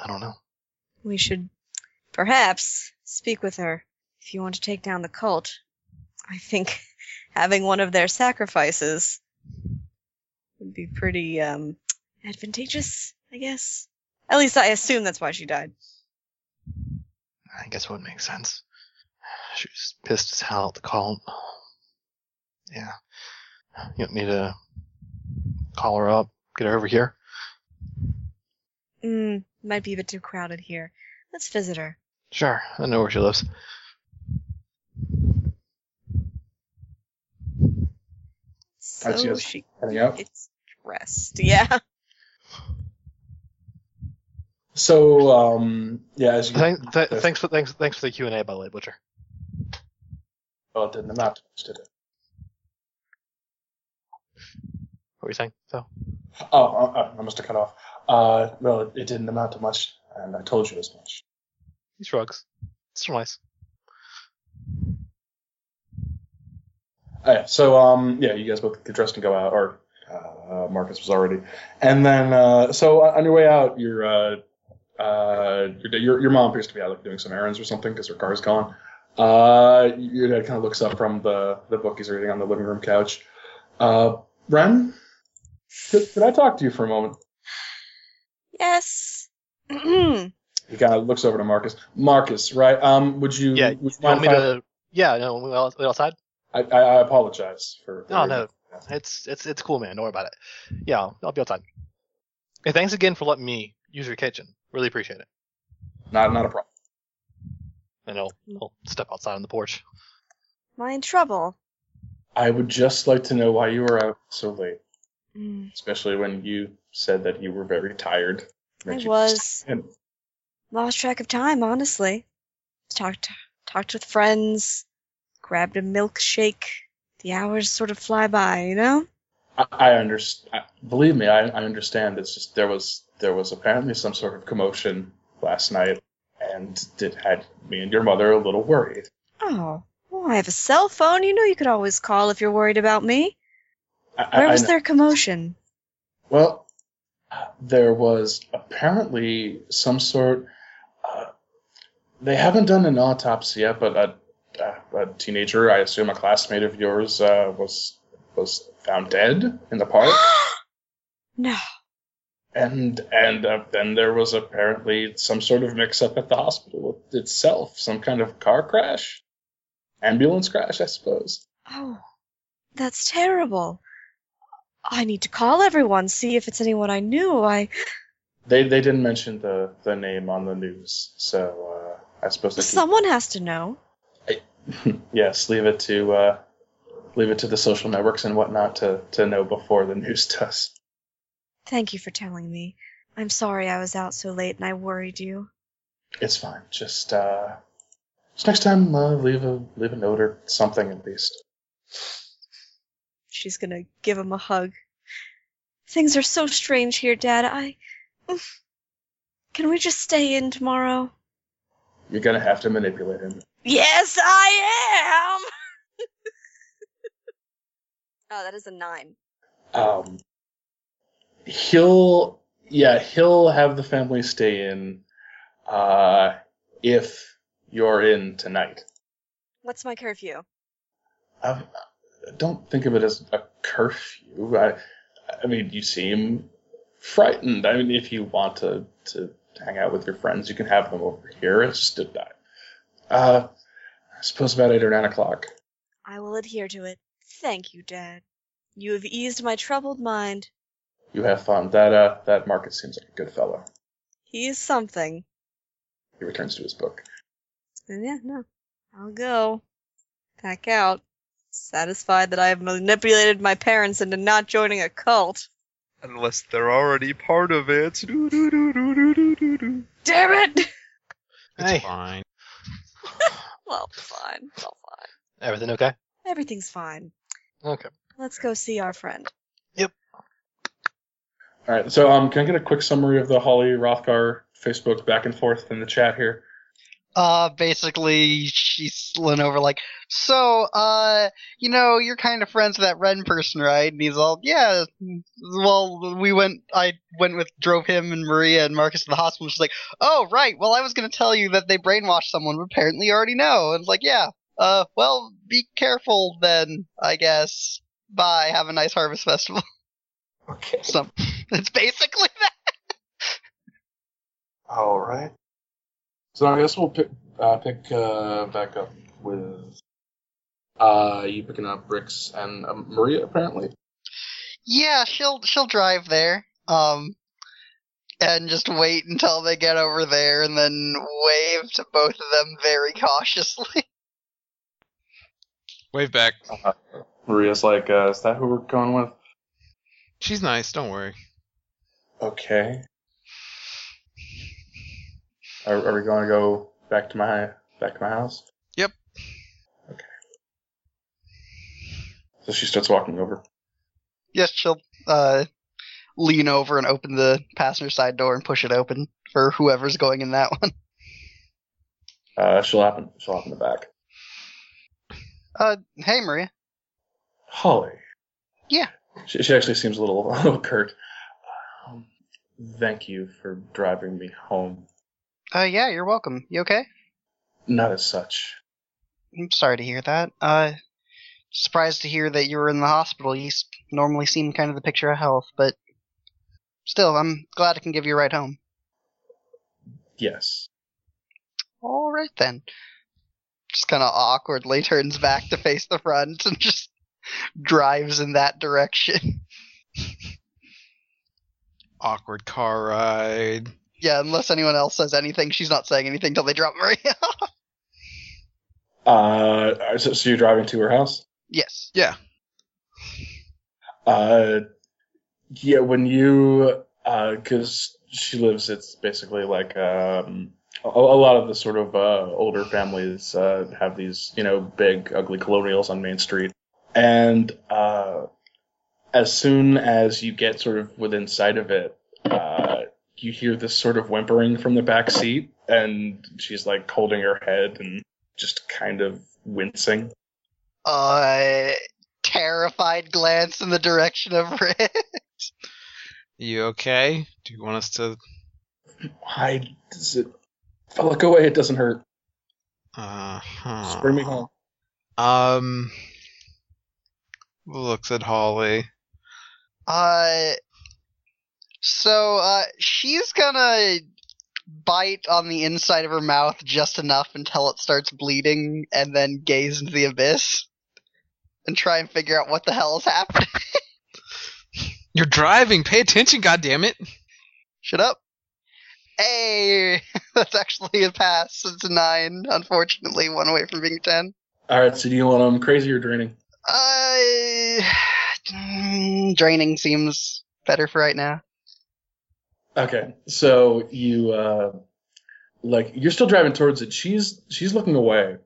Speaker 5: I don't know.
Speaker 6: We should perhaps speak with her if you want to take down the cult. I think having one of their sacrifices would be pretty um advantageous, I guess. At least I assume that's why she died.
Speaker 5: I guess what makes sense. She was pissed as hell at the call. Yeah. You want me to call her up, get her over here?
Speaker 6: Mm, might be a bit too crowded here. Let's visit her.
Speaker 5: Sure, I know where she lives.
Speaker 6: So
Speaker 4: That's yes.
Speaker 6: she
Speaker 4: Heading out.
Speaker 6: it's dressed. Yeah.
Speaker 4: So, um, yeah, as you
Speaker 5: Thank, th- thanks for thanks thanks for the Q and A by the way, Butcher.
Speaker 4: well, it didn't amount to much, did it?
Speaker 5: What were you saying? So
Speaker 4: Oh, oh, oh, I must have cut off. Uh, well, it, it didn't amount to much, and I told you as much.
Speaker 5: he shrugs. It's so nice.
Speaker 4: Oh, yeah, so, um, yeah, you guys both get dressed and go out, or uh, Marcus was already. And then, uh, so on your way out, your uh, uh, your, your your mom appears to be out like doing some errands or something because her car's gone. Uh, your dad kind of looks up from the the book he's reading on the living room couch. Uh, Ren, could, could I talk to you for a moment?
Speaker 6: Yes. I'll
Speaker 4: He kind of looks over to Marcus. Marcus, right? Um, would you?
Speaker 5: Yeah,
Speaker 4: Would you mind
Speaker 5: Want me
Speaker 4: if I,
Speaker 5: to? Yeah, no, we all, we outside.
Speaker 4: I, I I apologize for. for
Speaker 5: Oh, no. It's it's it's cool, man. Don't worry about it. Yeah, I'll, I'll be outside. Hey, thanks again for letting me use your kitchen. Really appreciate it.
Speaker 4: Not not a problem.
Speaker 5: And I'll, I'll step outside on the porch.
Speaker 6: Am I in trouble?
Speaker 4: I would just like to know why you were out so late,
Speaker 6: Mm,
Speaker 4: especially when you said that you were very tired.
Speaker 6: I
Speaker 4: That you-
Speaker 6: was.
Speaker 4: And
Speaker 6: lost track of time, honestly. Talked talked with friends, grabbed a milkshake. The hours sort of fly by, you know?
Speaker 4: I, I understand. Believe me, I, I understand. It's just there was there was apparently some sort of commotion last night, and it had me and your mother a little worried.
Speaker 6: Oh, why? Oh, I have a cell phone. You know you could always call if you're worried about me.
Speaker 4: I, I-
Speaker 6: Where
Speaker 4: I
Speaker 6: was
Speaker 4: know.
Speaker 6: their commotion?
Speaker 4: Well, there was apparently some sort. Uh, they haven't done an autopsy yet, but a, a, a teenager, I assume a classmate of yours, uh, was was found dead in the park,
Speaker 6: No.
Speaker 4: and and uh, then there was apparently some sort of mix-up at the hospital itself, some kind of car crash, ambulance crash, I suppose.
Speaker 6: Oh, that's terrible. I need to call everyone, see if it's anyone I knew. I
Speaker 4: They they didn't mention the the name on the news, so uh, I suppose they keep-
Speaker 6: someone has to know.
Speaker 4: yes, leave it to uh, leave it to the social networks and whatnot to to know before the news does.
Speaker 6: Thank you for telling me. I'm sorry I was out so late and I worried you.
Speaker 4: It's fine. Just uh, just next time, uh, leave a leave a note or something at least.
Speaker 6: She's gonna give him a hug. Things are so strange here, Dad. I. Can we just stay in tomorrow?
Speaker 4: You're gonna have to manipulate him.
Speaker 1: Yes, I am.
Speaker 6: Oh, that is a nine.
Speaker 4: Um, he'll yeah he'll have the family stay in, uh, if you're in tonight.
Speaker 6: What's my curfew?
Speaker 4: I don't think of it as a curfew. I, I mean, you seem frightened. I mean, if you want to, to hang out with your friends, you can have them over here. It's just a, uh, I suppose about eight or nine o'clock.
Speaker 6: I will adhere to it. Thank you, Dad. You have eased my troubled mind.
Speaker 4: You have fun. That uh, that Marcus seems like a good fellow.
Speaker 6: He is something.
Speaker 4: He returns to his book.
Speaker 6: And yeah, no. I'll go. Back out. Satisfied that I have manipulated my parents into not joining a cult.
Speaker 7: Unless they're already part of it. Doo-doo-doo-doo-doo-doo-doo.
Speaker 6: Damn it!
Speaker 3: It's
Speaker 5: Hey.
Speaker 3: fine.
Speaker 6: well, fine. Well, fine.
Speaker 5: Everything okay?
Speaker 6: Everything's fine.
Speaker 5: Okay.
Speaker 6: Let's go see our friend.
Speaker 4: All right. So, um, can I get a quick summary of the Holly Rothgar Facebook back and forth in the chat here?
Speaker 8: Uh, basically, she's leaning over like, so, uh, you know, you're kind of friends with that Ren person, right? And he's all, yeah, well, we went, I went with, drove him and Maria and Marcus to the hospital. She's like, oh, right, well, I was going to tell you that they brainwashed someone, but apparently you already know. And it's like, yeah, uh, well, be careful then, I guess. Bye, have a nice harvest festival.
Speaker 4: Okay.
Speaker 8: Some, it's basically that.
Speaker 4: All right. So I guess we'll pick uh, pick uh, back up with uh, you picking up Bricks and um, Maria apparently.
Speaker 8: Yeah, she'll she'll drive there. Um and just wait until they get over there and then wave to both of them very cautiously.
Speaker 3: Wave back.
Speaker 4: Uh, Maria's like, uh, "Is that who we're going with?"
Speaker 3: She's nice. Don't worry.
Speaker 4: Okay. Are, are we going to go back to my back to my house?
Speaker 3: Yep.
Speaker 4: Okay. So she starts walking over.
Speaker 8: yes, she'll uh lean over and open the passenger side door and push it open for whoever's going in that one.
Speaker 4: Uh, she'll happen. She'll hop in the back.
Speaker 8: Uh hey Maria.
Speaker 4: Holly.
Speaker 8: Yeah.
Speaker 4: She, she actually seems a little, a little curt. Um, thank you for driving me home.
Speaker 8: Uh yeah, you're welcome. You okay?
Speaker 4: Not as such.
Speaker 8: I'm sorry to hear that. Uh surprised to hear that you were in the hospital. You s- normally seem kind of the picture of health, but still I'm glad I can give you a ride home.
Speaker 4: Yes.
Speaker 8: All right then. Just kind of awkwardly turns back to face the front and just drives in that direction.
Speaker 3: Awkward car ride.
Speaker 8: Yeah, unless anyone else says anything, she's not saying anything till they drop Maria.
Speaker 4: Uh, so, so you're driving to her house?
Speaker 8: yes.
Speaker 4: Uh, yeah. When you, because she lives, it's basically like um, a, a lot of the sort of uh, older families uh, have these, you know, big ugly colonials on Main Street, and uh, as soon as you get sort of within sight of it, uh, you hear this sort of whimpering from the back seat, and she's like holding her head and just kind of wincing.
Speaker 8: A Uh, terrified glance in the direction of Rick.
Speaker 3: You okay? Do you want us to?
Speaker 4: Why does it? If I look away, it doesn't hurt.
Speaker 3: Uh,
Speaker 4: Just
Speaker 3: huh.
Speaker 4: bring me home.
Speaker 3: Um, looks at Holly.
Speaker 8: Uh, so uh, she's gonna bite on the inside of her mouth just enough until it starts bleeding, and then gaze into the abyss and try and figure out what the hell is happening.
Speaker 3: You're driving. Pay attention, goddammit.
Speaker 8: Shut up. Hey, that's actually a pass. It's a nine, unfortunately, one away from being a ten.
Speaker 4: All right. So do you want them crazy or draining?
Speaker 8: Uh, mm, draining seems better for right now.
Speaker 4: Okay. So you uh, like you're still driving towards it. She's she's looking away,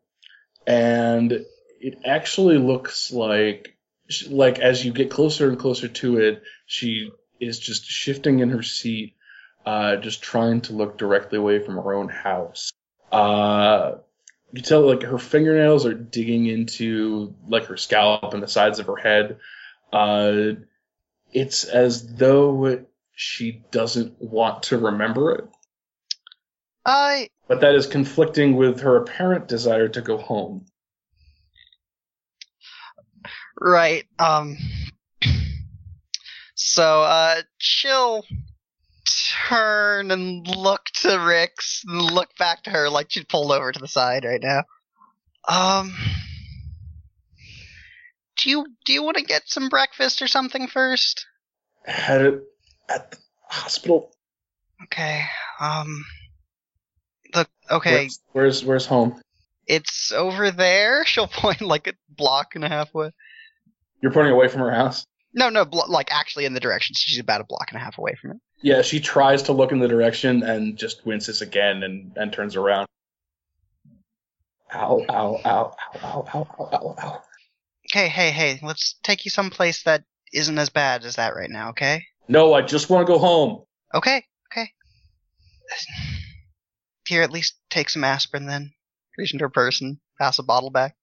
Speaker 4: and it actually looks like sh- like as you get closer and closer to it, she is just shifting in her seat, uh, just trying to look directly away from her own house. Uh, you tell like her fingernails are digging into like her scalp and the sides of her head. Uh, it's as though she doesn't want to remember it,
Speaker 8: I
Speaker 4: but that is conflicting with her apparent desire to go home.
Speaker 8: Right. Um. So, uh, she'll turn and look to Rix and look back to her like she's pulled over to the side right now. Um. Do you do you want to get some breakfast or something first?
Speaker 4: Had it at the hospital.
Speaker 8: Okay. Um. Look. Okay.
Speaker 4: Where's, where's where's home?
Speaker 8: It's over there. She'll point like a block and a half away.
Speaker 4: You're pointing away from her house.
Speaker 8: No, no, blo- like actually in the direction. So she's about a block and a half away from it.
Speaker 4: Yeah, she tries to look in the direction and just winces again and, and turns around. Ow, ow, ow, ow, ow, ow, ow, ow, ow.
Speaker 8: Hey, hey, hey, let's take you someplace that isn't as bad as that right now, okay?
Speaker 4: No, I just want to go home.
Speaker 8: Okay, okay. Here, at least take some aspirin then. Reach into her person, pass a bottle back.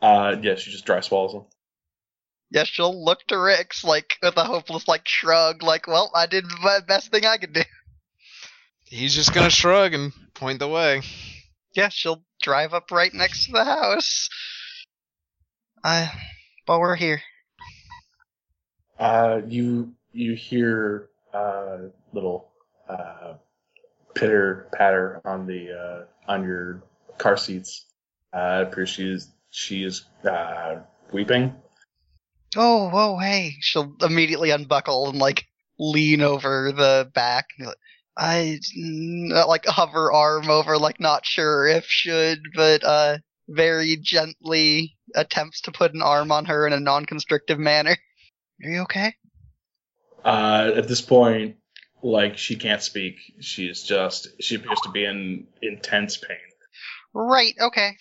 Speaker 4: Uh, yeah, she just dry swallows him.
Speaker 8: Yeah, she'll look to Rick's, like, with a hopeless, like, shrug, like, well, I did the best thing I could do.
Speaker 3: He's just gonna shrug and point the way.
Speaker 8: Yeah, she'll drive up right next to the house. Uh, but we're here.
Speaker 4: Uh, you you hear uh little uh pitter patter on the uh on your car seats. Uh, it appears she is she is uh weeping.
Speaker 8: Oh, whoa, hey. She'll immediately unbuckle and, like, lean over the back. And be like, I, mm, like, hover arm over, like, not sure if should, but, uh, very gently attempts to put an arm on her in a non constrictive manner. Are you okay?
Speaker 4: Uh, at this point, like she can't speak. She is just she appears to be in intense pain.
Speaker 8: Right, okay.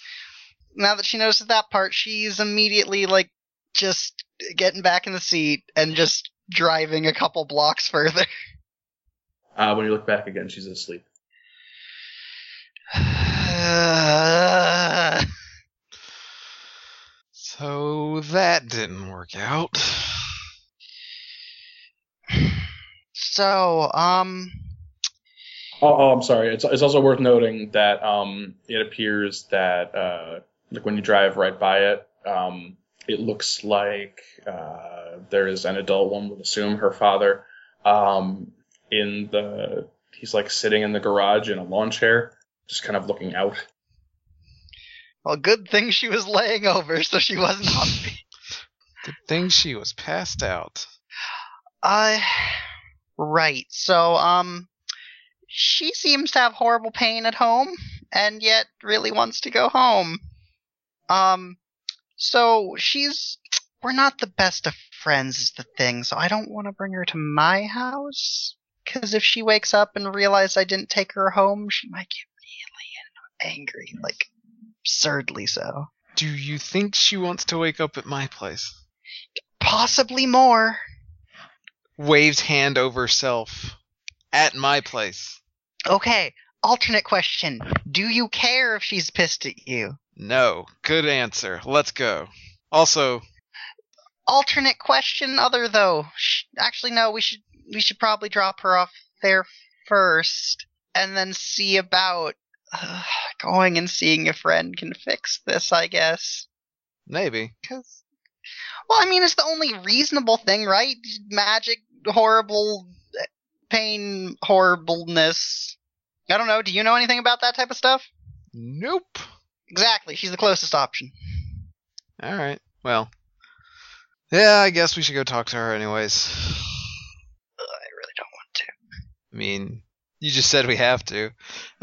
Speaker 8: Now that she notices that part, she's immediately, like, just getting back in the seat and just driving a couple blocks further.
Speaker 4: Uh, when you look back again, she's asleep.
Speaker 3: So that didn't work out.
Speaker 8: So, um,
Speaker 4: Oh, oh, I'm sorry. It's, it's also worth noting that um, it appears that uh, like when you drive right by it, um, it looks like uh, there is an adult one would assume her father um, in the he's like sitting in the garage in a lawn chair, just kind of looking out.
Speaker 8: well, good thing she was laying over, so she wasn't hungry.
Speaker 3: Good thing she was passed out.
Speaker 8: Uh, right. So, um, she seems to have horrible pain at home, and yet really wants to go home. Um, so she's we're not the best of friends is the thing. So I don't want to bring her to my house because if she wakes up and realizes I didn't take her home, she might get really angry, like absurdly so.
Speaker 3: Do you think she wants to wake up at my place?
Speaker 8: Possibly more.
Speaker 3: Waves hand over self. At my place.
Speaker 8: Okay, alternate question. Do you care if she's pissed at you?
Speaker 3: No. Good answer. Let's go. Also,
Speaker 8: Alternate question, other though. Sh- Actually, no. We should we should probably drop her off there first, and then see about uh, going and seeing if Ren can fix this. I guess.
Speaker 3: maybe.
Speaker 8: Cause, well, I mean, it's the only reasonable thing, right? Magic, horrible uh, pain, horribleness. I don't know. Do you know anything about that type of stuff?
Speaker 3: Nope.
Speaker 8: Exactly. She's the closest option.
Speaker 3: All right. Well. Yeah, I guess we should go talk to her anyways.
Speaker 8: Ugh, I really don't want to.
Speaker 3: I mean, you just said we have to. And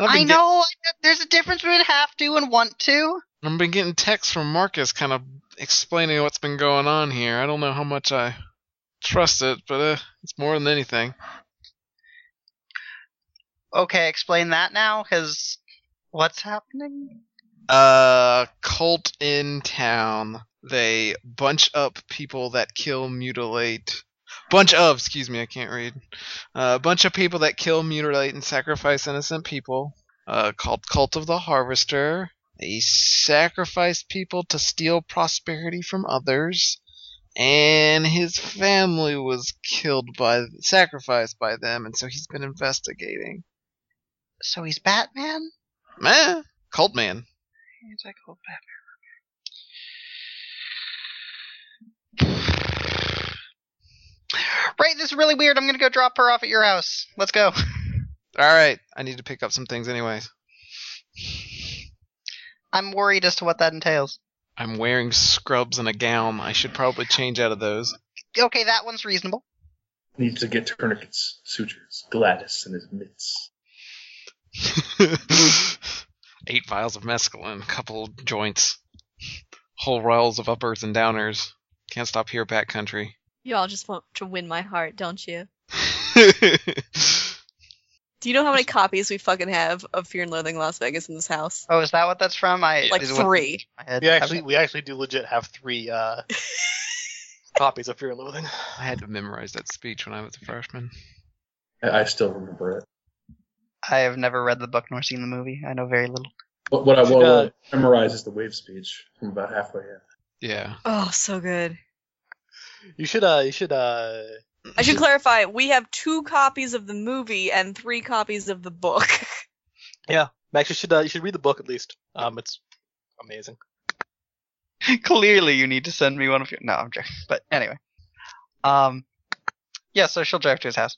Speaker 3: I've
Speaker 8: I
Speaker 3: been get-
Speaker 8: know I- there's a difference between have to and want to.
Speaker 3: I've been getting texts from Marcus, kind of explaining what's been going on here. I don't know how much I trust it, but uh, it's more than anything.
Speaker 8: Okay, explain that now, because what's happening?
Speaker 3: Uh, cult in town. They bunch up people that kill, mutilate. Bunch of, excuse me, I can't read. A bunch of people that kill, mutilate, and sacrifice innocent people. Uh, called Cult of the Harvester. They sacrifice people to steal prosperity from others. And his family was killed by, sacrificed by them, and so he's been investigating.
Speaker 8: So he's Batman?
Speaker 3: Man, cult man.
Speaker 8: He's like, oh, Batman. Right, this is really weird. I'm gonna go drop her off at your house. Let's go.
Speaker 3: Alright, I need to pick up some things anyways.
Speaker 8: I'm worried as to what that entails.
Speaker 3: I'm wearing scrubs and a gown. I should probably change out of those.
Speaker 8: Okay, that one's reasonable.
Speaker 4: Needs to get tourniquets, sutures, Gladys, and his mitts.
Speaker 3: Eight vials of mescaline, couple joints, whole rolls of uppers and downers. Can't stop here, backcountry.
Speaker 1: You all just want to win my heart, don't you?
Speaker 3: I
Speaker 1: Do you know how many copies we fucking have of Fear and Loathing in Las Vegas in this house?
Speaker 8: Oh, is that what that's from? I
Speaker 1: Like
Speaker 8: is what-
Speaker 1: three.
Speaker 8: my head.
Speaker 5: We actually
Speaker 8: Okay.
Speaker 5: we actually do legit have three uh, copies of Fear and Loathing.
Speaker 3: had to memorize that speech when I was a freshman.
Speaker 4: I, I still remember it.
Speaker 8: I have never read the book nor seen the movie. I know very little.
Speaker 4: But what I
Speaker 5: Should,
Speaker 4: will
Speaker 5: uh,
Speaker 4: memorize is the wave speech from about halfway in.
Speaker 3: Yeah.
Speaker 1: Oh, so good.
Speaker 5: You should uh you should uh
Speaker 1: I should clarify, we have two copies of the movie and three copies of the book.
Speaker 5: Max you should uh, you should read the book at least. Um, it's amazing.
Speaker 8: Clearly, you need to send me one of your. No, I'm joking. But anyway, um, yeah. So she'll drive to his house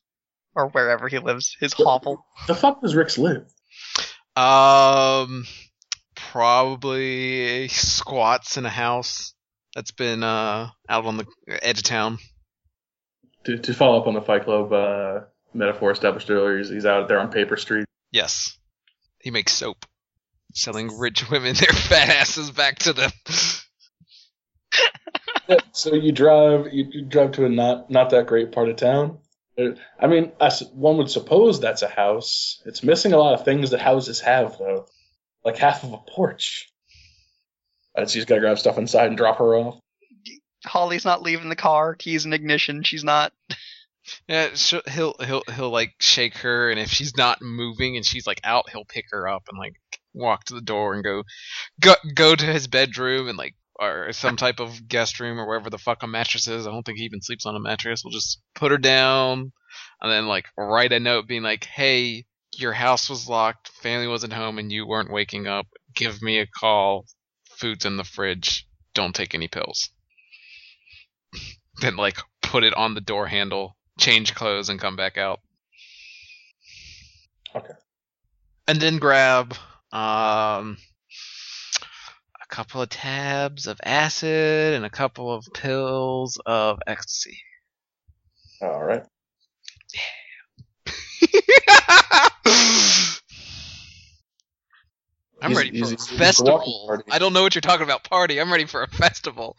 Speaker 8: or wherever he lives, his hovel.
Speaker 4: The fuck does Rix live?
Speaker 3: Um, probably squats in a house that's been uh out on the edge of town.
Speaker 4: To, to follow up on the Fight Club uh, metaphor established earlier, he's, he's out there on Paper Street.
Speaker 3: Yes. He makes soap. Selling rich women their fat asses back to them.
Speaker 4: so you drive, you, you drive to a not not that great part of town. Uh, I mean, I s one would suppose that's a house. It's missing a lot of things that houses have, though, like half of a porch. Uh, so you just gotta grab stuff inside and drop her off.
Speaker 8: Holly's not leaving the car. Keys in ignition. She's not.
Speaker 3: Yeah, sh he'll he'll he'll like shake her, and if she's not moving and she's like out, he'll pick her up and like walk to the door and go go go to his bedroom and like or some type of guest room or wherever the fuck a mattress is. I don't think he even sleeps on a mattress. We'll just put her down and then like write a note being like, "Hey, your house was locked, family wasn't home, and you weren't waking up. Give me a call. Food's in the fridge. Don't take any pills." then like put it on the door handle, change clothes, and come back out.
Speaker 4: Okay.
Speaker 3: And then grab um a couple of tabs of acid and a couple of pills of ecstasy.
Speaker 4: All right.
Speaker 3: I'm
Speaker 4: He's-
Speaker 3: ready
Speaker 4: he's-
Speaker 3: for
Speaker 4: he's
Speaker 3: a
Speaker 4: looking for walking
Speaker 3: festival.
Speaker 4: party.
Speaker 3: I don't know what you're talking about, party. I'm ready for a festival.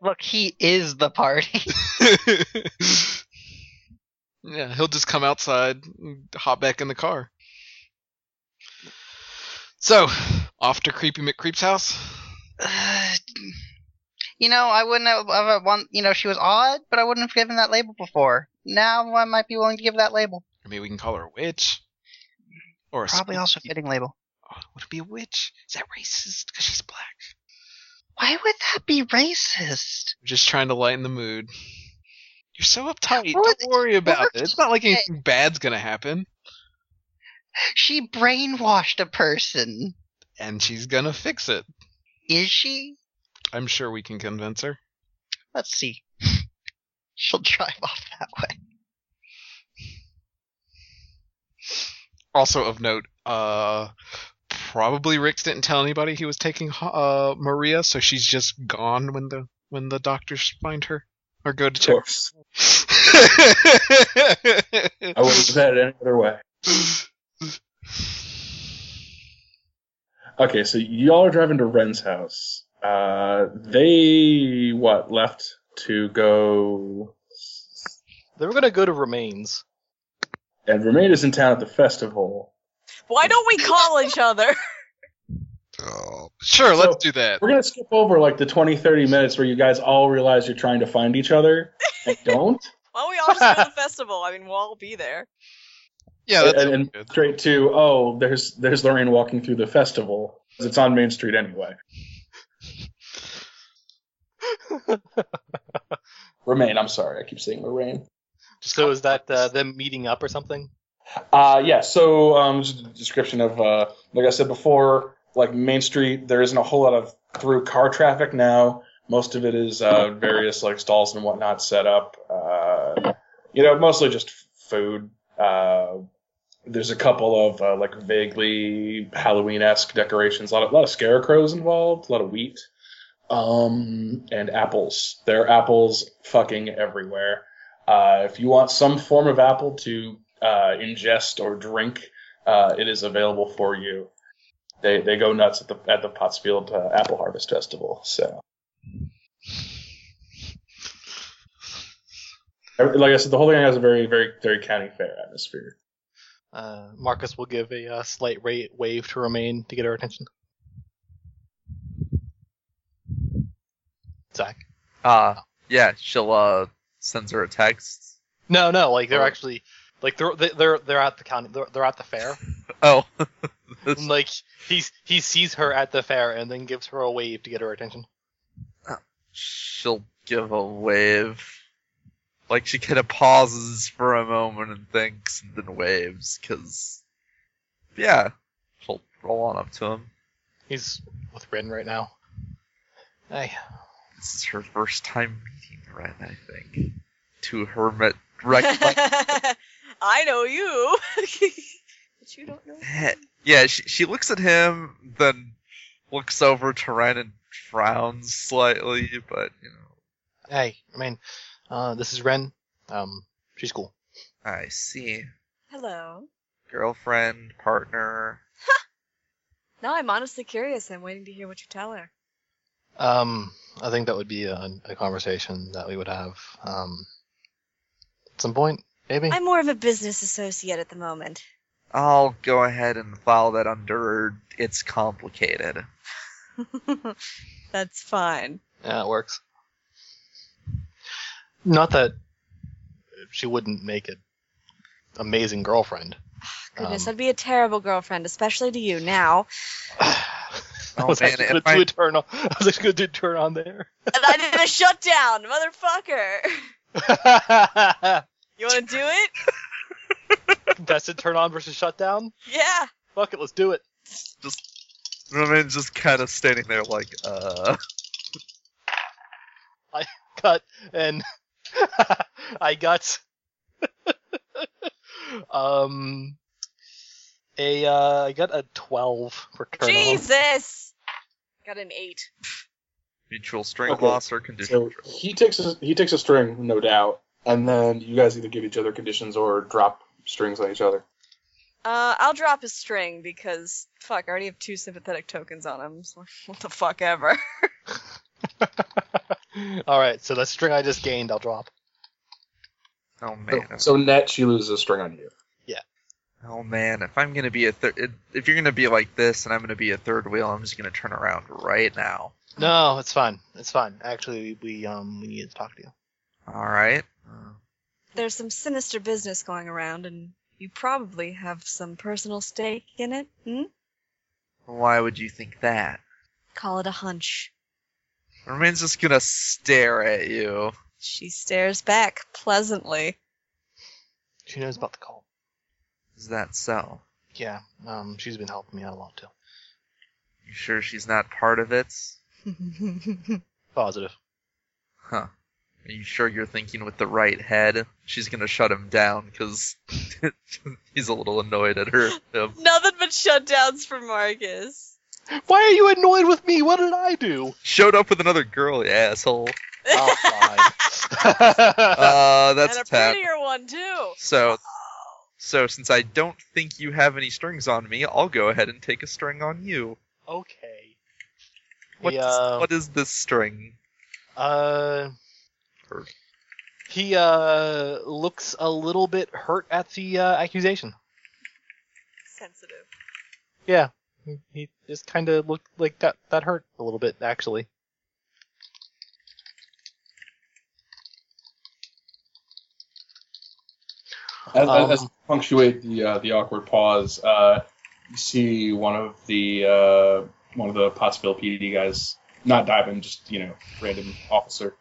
Speaker 8: Look, he is the party.
Speaker 3: yeah, he'll just come outside, and hop back in the car. So, off to Creepy McCreep's house.
Speaker 8: Uh, you know, I wouldn't have, have want. You know, she was odd, but I wouldn't have given that label before. Now I might be willing to give that label.
Speaker 3: I mean, we can call her a witch, or a
Speaker 8: Probably also a
Speaker 3: spooky-
Speaker 8: fitting label.
Speaker 3: oh, would it be a witch? Is that racist? Because she's black.
Speaker 8: Why would that be racist?
Speaker 3: We're just trying to lighten the mood. You're so uptight.
Speaker 8: Well,
Speaker 3: Don't worry about it. It's not like
Speaker 8: okay.
Speaker 3: anything bad's gonna happen.
Speaker 8: She brainwashed a person.
Speaker 3: And she's gonna fix it.
Speaker 8: Is she?
Speaker 3: I'm sure we can convince her.
Speaker 8: Let's see. She'll drive off that way.
Speaker 3: Also of note, uh, probably Rix didn't tell anybody he was taking uh Maria, so she's just gone when the when the doctors find her or go to
Speaker 4: Of
Speaker 3: check.
Speaker 4: course. I wouldn't have had it any other way. Okay, so y'all are driving to Ren's house. Uh, they what left to go,
Speaker 5: They were gonna go to Remains.
Speaker 4: and Romaine is in town at the festival.
Speaker 1: Why don't we call each other?
Speaker 7: Oh,
Speaker 3: sure, let's
Speaker 4: So-
Speaker 3: do that.
Speaker 4: We're gonna skip over like the 20, 30 minutes where you guys all realize you're trying to find each other and don't,
Speaker 1: Why don't we all just go to the festival? I mean, we'll all be there.
Speaker 3: Yeah, that's
Speaker 4: and, and
Speaker 3: good.
Speaker 4: straight to oh, there's there's Lorraine walking through the festival. 'Cause It's on Main Street anyway. Romaine, I'm sorry, I keep saying Lorraine.
Speaker 5: So is that uh, them meeting up or something?
Speaker 4: Uh, yeah. So um, just a description of uh, like I said before, like Main Street, there isn't a whole lot of through car traffic now. Most of it is uh, various like stalls and whatnot set up. Uh, you know, mostly just food. Uh, there's a couple of uh, like vaguely Halloween-esque decorations. A lot of, lot of scarecrows involved. A lot of wheat. Um, and apples. There are apples fucking everywhere. Uh, if you want some form of apple to uh, ingest or drink, uh, it is available for you. They they go nuts at the at the Pottsfield uh, Apple Harvest Festival. So, like I said, the whole thing has a very very very county fair atmosphere.
Speaker 5: Uh, Marcus will give a uh, slight ra- wave to Romaine to get her attention. Zach.
Speaker 7: uh, yeah. She'll uh sends her a text.
Speaker 5: No, no, like they're
Speaker 7: Oh.
Speaker 5: actually like they're they're they're at the county they're, they're at the fair.
Speaker 7: Oh,
Speaker 5: And, like he's he sees her at the fair and then gives her a wave to get her attention.
Speaker 7: she'll give a wave. Like she kind of pauses for a moment and thinks, and then waves. Cause yeah, she'll roll on up to him.
Speaker 5: He's with Ren right now. Hey,
Speaker 7: This is her first time meeting Ren, I think. To her met right.
Speaker 1: I know you. but you don't know.
Speaker 7: Heh. yeah, she, she looks at him, then looks over to Ren and frowns slightly, but, you know,
Speaker 5: hey, I mean, uh, this is Ren. Um, she's cool.
Speaker 7: I see.
Speaker 1: Hello.
Speaker 7: Girlfriend, partner.
Speaker 1: No, I'm honestly curious. I'm waiting to hear what you tell her.
Speaker 5: Um, I think that would be a, a conversation that we would have. Um, at some point, maybe.
Speaker 6: I'm more of a business associate at the moment.
Speaker 7: I'll go ahead and file that under it's complicated.
Speaker 1: That's fine.
Speaker 5: Yeah, it works. Not that she wouldn't make an amazing girlfriend.
Speaker 6: Goodness,
Speaker 5: Um,
Speaker 6: I'd be a terrible girlfriend, especially to you now.
Speaker 5: I
Speaker 7: Oh,
Speaker 5: was
Speaker 7: man,
Speaker 5: actually
Speaker 7: if
Speaker 5: gonna
Speaker 7: I-
Speaker 5: do a turn on. I was actually gonna do a turn on there.
Speaker 1: And I did a shutdown, motherfucker. You want to do it?
Speaker 5: Contested turn on versus shutdown.
Speaker 1: Yeah.
Speaker 5: Fuck it, let's do it.
Speaker 7: Roman's just kind of standing there like, uh.
Speaker 5: Cut and I got um a uh, I got a twelve for turn on.
Speaker 1: Jesus. Got an eight.
Speaker 7: Mutual string
Speaker 4: Okay,
Speaker 7: loss or condition.
Speaker 4: So he takes a, he takes a string, no doubt, and then you guys either give each other conditions or drop strings on each other.
Speaker 1: Uh, I'll drop a string because fuck, I already have two sympathetic tokens on him. So what the fuck ever.
Speaker 5: All right, so that string I just gained, I'll drop.
Speaker 7: oh, man.
Speaker 4: So net, she loses a string on you.
Speaker 7: Oh man, if I'm gonna be a third, if you're gonna be like this and I'm gonna be a third wheel, I'm just gonna turn around right now.
Speaker 5: No, it's fine. It's fine. Actually, we, we um we need to talk to you.
Speaker 7: All right. Uh,
Speaker 6: There's some sinister business going around, and you probably have some personal stake in it. Hmm?
Speaker 7: Why would you think that?
Speaker 6: Call it a hunch.
Speaker 7: Remain's just gonna stare at you.
Speaker 6: She stares back pleasantly.
Speaker 5: She knows about the cult.
Speaker 7: Is that so?
Speaker 5: Yeah, um, she's been helping me out a lot too.
Speaker 7: You sure she's not part of it?
Speaker 5: Positive.
Speaker 7: Huh. Are you sure you're thinking with the right head? She's gonna shut him down because he's a little annoyed at her. Him.
Speaker 1: Nothing but shutdowns for Marcus.
Speaker 5: Why are you annoyed with me? What did I do?
Speaker 7: Showed up with another girl, you asshole.
Speaker 5: Oh, fine.
Speaker 7: Uh, that's
Speaker 1: and a
Speaker 7: ten.
Speaker 1: prettier one too.
Speaker 7: So, so since I don't think you have any strings on me, I'll go ahead and take a string on you.
Speaker 5: okay.
Speaker 7: What,
Speaker 5: The,
Speaker 7: is-
Speaker 5: uh,
Speaker 7: what is this string?
Speaker 5: Uh,
Speaker 7: Or-
Speaker 5: he uh looks a little bit hurt at the uh, accusation.
Speaker 1: Sensitive.
Speaker 5: Yeah, he- he just kind of looked like that that hurt a little bit actually.
Speaker 4: As,
Speaker 5: Um,
Speaker 4: as, as punctuate the uh, the awkward pause, uh, you see one of the uh, one of the Pottsville PD guys, not diving, just you know, random officer,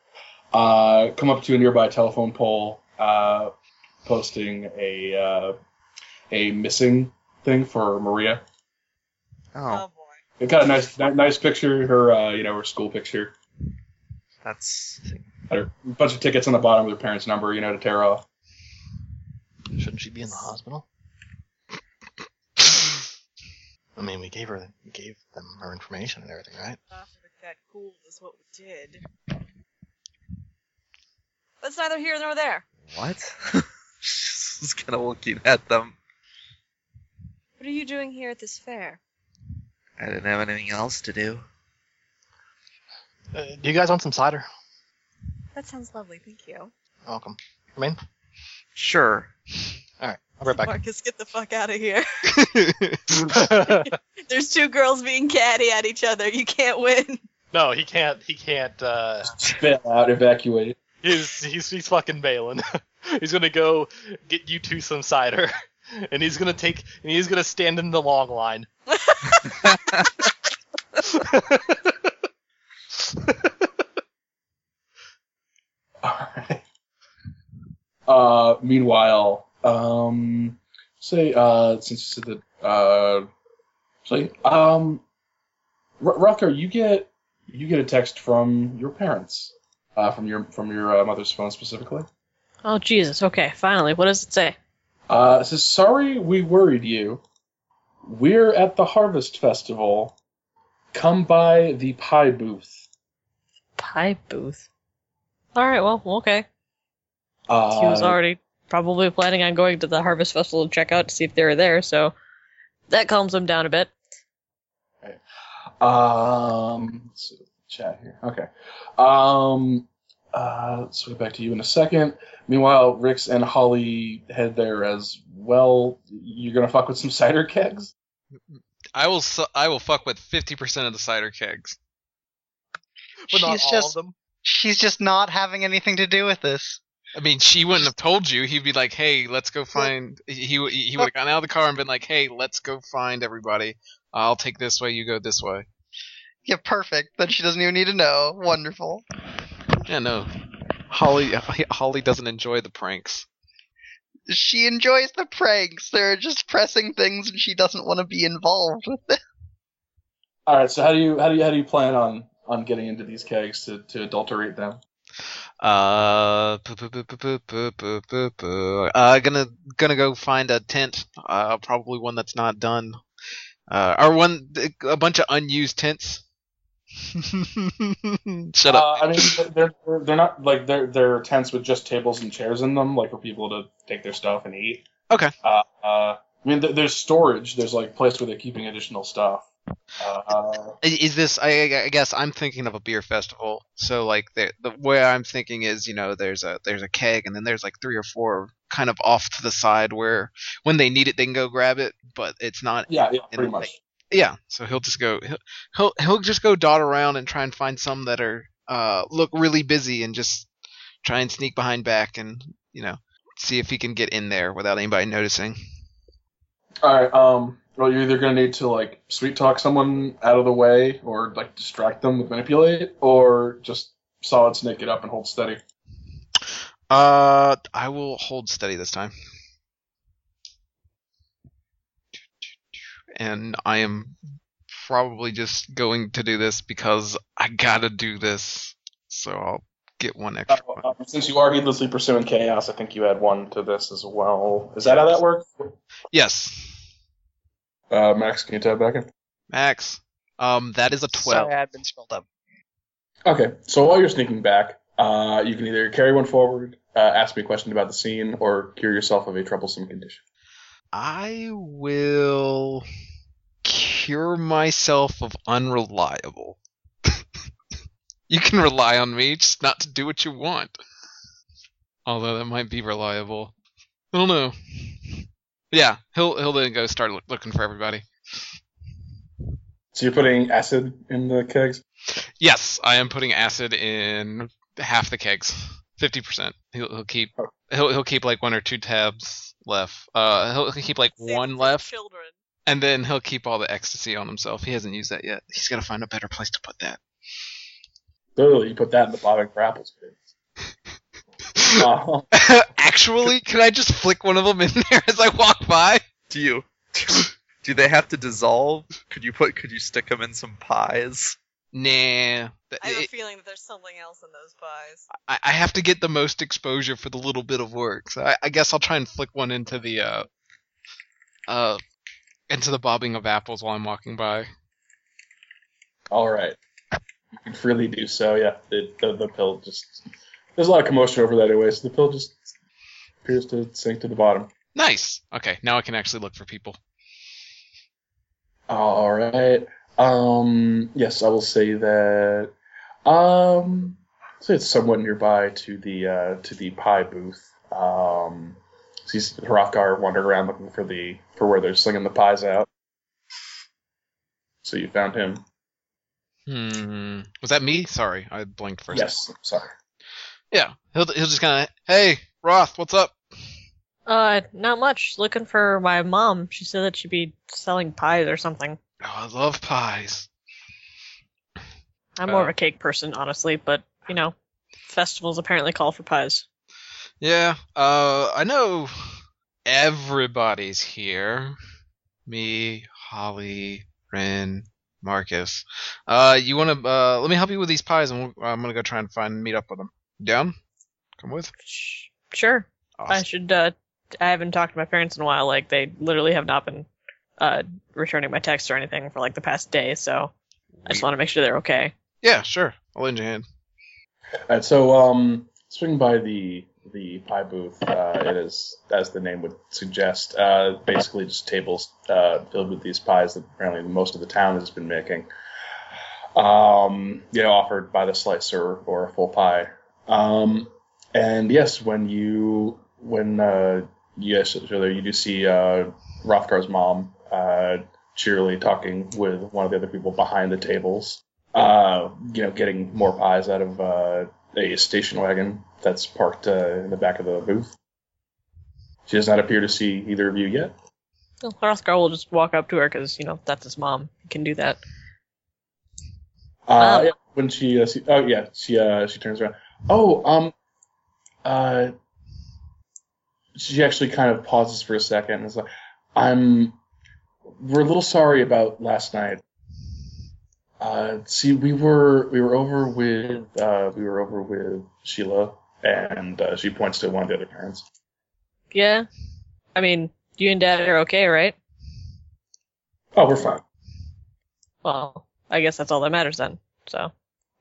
Speaker 4: uh, come up to a nearby telephone pole, uh, posting a uh, a missing thing for Maria.
Speaker 7: Oh,
Speaker 1: boy.
Speaker 4: It got a nice ni- nice picture, her uh, you know her school picture,
Speaker 7: that's
Speaker 4: a bunch of tickets on the bottom with her parents' number, you know, to tear off.
Speaker 5: Shouldn't she be in the hospital? I mean, we gave her we gave them her information and everything, right?
Speaker 1: That cool is what we did. That's neither here nor there.
Speaker 7: what. She's kind of looking at them.
Speaker 6: What are you doing here at this fair?
Speaker 7: I didn't have anything else to do.
Speaker 5: Uh, do you guys want some cider?
Speaker 6: That sounds lovely, thank you.
Speaker 5: You're welcome. Come in.
Speaker 7: Sure.
Speaker 5: All right, I'll be right back.
Speaker 1: Marcus, get the fuck out of here.
Speaker 5: no,
Speaker 1: There's two girls being catty at each other. You can't win.
Speaker 5: he can't. He can't. Uh,
Speaker 4: Spit out, evacuate.
Speaker 5: he's, he's he's fucking bailing. he's gonna go get you two some cider, and he's gonna take. And he's gonna stand in the long line.
Speaker 4: Alright. Uh, meanwhile, um, say, uh, since you said that, uh, say, um, R- Rucker, you get you get a text from your parents, uh, from your from your uh, mother's phone specifically.
Speaker 2: Oh Jesus! Okay, finally. What does it say?
Speaker 4: Uh, it says, "Sorry, we worried you. We're at the Harvest Festival. Come by the pie booth."
Speaker 2: Pie booth. All right. Well, okay.
Speaker 4: Uh,
Speaker 2: he was already probably planning on going to the harvest festival to check out to see if they were there so that calms him down a bit
Speaker 4: Um, let's see what the chat here. Okay. Um, uh, let's get back to you in a second. Meanwhile, Rix and Holly head there as well. You're gonna fuck with some cider kegs.
Speaker 3: I will. Su- I will fuck with fifty percent of the cider kegs.
Speaker 5: But not
Speaker 8: She's
Speaker 5: all
Speaker 8: just-
Speaker 5: of them.
Speaker 8: She's just not having anything to do with this.
Speaker 3: I mean, she wouldn't have told you. He'd be like, "Hey, let's go find." He he would have gotten out of the car and been like, "Hey, let's go find everybody. I'll take this way. You go this way."
Speaker 8: Yeah, perfect. Then she doesn't even need to know. Wonderful.
Speaker 3: Yeah, no. Holly Holly doesn't enjoy the pranks.
Speaker 8: She enjoys the pranks. They're just pressing things, and she doesn't want to be involved with it.
Speaker 4: All right. So how do you how do you how do you plan on on getting into these kegs to to adulterate them?
Speaker 3: Uh, pu- pu- pu- pu- pu- pu- pu- pu- pu- uh, gonna gonna go find a tent. Uh, probably one that's not done. Uh, or one a bunch of unused tents. Shut
Speaker 4: Uh,
Speaker 3: up.
Speaker 4: I mean, they're they're- they're not like they're they're tents with just tables and chairs in them, like for people to take their stuff and eat.
Speaker 3: Okay.
Speaker 4: Uh, uh I mean, th- there's storage. There's like place where they're keeping additional stuff. Uh,
Speaker 3: I- Is this? I, I guess I'm thinking of a beer festival. So like the the way I'm thinking is, you know, there's a there's a keg, and then there's like three or four kind of off to the side where when they need it, they can go grab it. But it's not
Speaker 4: Yeah, yeah,
Speaker 3: in
Speaker 4: pretty
Speaker 3: a
Speaker 4: much.
Speaker 3: way. Yeah, so he'll just go he'll he'll, he'll just go dot around and try and find some that are uh look really busy and just try and sneak behind back and you know see if he can get in there without anybody noticing.
Speaker 4: All right. Um, Well, you're either going to need to like sweet talk someone out of the way, or like distract them with manipulate, or just solid snake it up and hold steady.
Speaker 3: Uh, I will hold steady this time. And I am probably just going to do this because I gotta do this. So I'll get one
Speaker 4: Uh,
Speaker 3: extra.
Speaker 4: um, since you are heedlessly pursuing chaos, I think you add one to this as well. Is that how that works?
Speaker 3: Yes,
Speaker 4: Uh, Max, can you tap back in?
Speaker 3: Max. Um, that is a twelve.
Speaker 8: Sorry, I had been scrolled up.
Speaker 4: Okay, so while you're sneaking back, uh, you can either carry one forward, uh, ask me a question about the scene, or cure yourself of a troublesome condition.
Speaker 3: I will cure myself of unreliable. you can rely on me, just not to do what you want. Although that might be reliable. I don't know. Yeah, he'll he'll then go start loo- looking for everybody.
Speaker 4: So you're putting acid in the kegs.
Speaker 3: Yes, I am putting acid in half the kegs, fifty percent. He'll he'll keep he'll he'll keep like one or two tabs left. Uh, he'll, he'll keep like
Speaker 1: Save it for
Speaker 3: one
Speaker 1: the
Speaker 3: left.
Speaker 1: Children.
Speaker 3: And then he'll keep all the ecstasy on himself. He hasn't used that yet. He's got to find a better place to put that.
Speaker 4: Literally, you put that in the bobbing for apples. dude. Uh,
Speaker 3: Actually, can I just flick one of them in there as I walk by?
Speaker 7: Do you? Do they have to dissolve? Could you put? Could you stick them in some pies?
Speaker 3: Nah. That-
Speaker 1: I have a
Speaker 3: it-
Speaker 1: feeling that there's something else in those pies.
Speaker 3: I, I have to get the most exposure for the little bit of work. So I, I guess I'll try and flick one into the uh, uh, into the bobbing of apples while I'm walking by.
Speaker 4: all right, you can freely do so. Yeah, the, the the pill just there's a lot of commotion over that anyway, so the pill just appears to sink to the bottom.
Speaker 3: Nice. Okay, now I can actually look for people.
Speaker 4: All right. Um. Yes, I will say that. Um. So it's somewhat nearby to the uh, to the pie booth. Um. So you see Hrothgar wandering around looking for the for where they're slinging the pies out. So you found him.
Speaker 3: Hmm. Was that me? Sorry, I blinked for a second.
Speaker 4: Yes. Sorry.
Speaker 3: Yeah. He'll he'll just kind of hey Roth, what's up?
Speaker 2: Uh, not much. Looking for my mom. She said that she'd be selling pies or something.
Speaker 3: Oh, I love pies.
Speaker 2: I'm more
Speaker 3: Uh.
Speaker 2: of a cake person, honestly, but you know, festivals apparently call for pies.
Speaker 3: Yeah, uh, I know everybody's here. Me, Holly, Ren, Marcus. Uh, you want to? Uh, let me help you with these pies, and we'll, I'm gonna go try and find meet up with them. Down? Come with.
Speaker 2: Sh- sure. I
Speaker 3: Awesome.
Speaker 2: should. Uh, I haven't talked to my parents in a while. Like they literally have not been uh returning my texts or anything for like the past day. So I just
Speaker 3: We-
Speaker 2: want to make sure they're okay.
Speaker 3: yeah, sure. I'll lend you a hand.
Speaker 4: All right. So um, swing by the the pie booth. Uh, it is as the name would suggest. Uh, basically just tables uh, filled with these pies that apparently most of the town has been making. Um, you know, offered by the slicer or a full pie. Um, and yes, when you when uh, yes, rather you do see uh, Rothgar's mom uh, cheerily talking with one of the other people behind the tables uh, you know, getting more pies out of uh, a station wagon that's parked uh, in the back of the booth. She does not appear to see either of you yet.
Speaker 2: Well, Hrothgar will just walk up to her because you know that's his mom. He can do that.
Speaker 4: Uh,
Speaker 2: Um.
Speaker 4: yeah, when she, uh, see, oh yeah, she uh, she turns around. Oh, um, uh, she actually kind of pauses for a second and is like, "I'm, we're a little sorry about last night. Uh, see, we were we were over with uh, we were over with Sheila, and uh, she points to one of the other parents.
Speaker 2: Yeah. I mean, you and Dad are okay, right?
Speaker 4: Oh, we're fine.
Speaker 2: Well, I guess that's all that matters then. So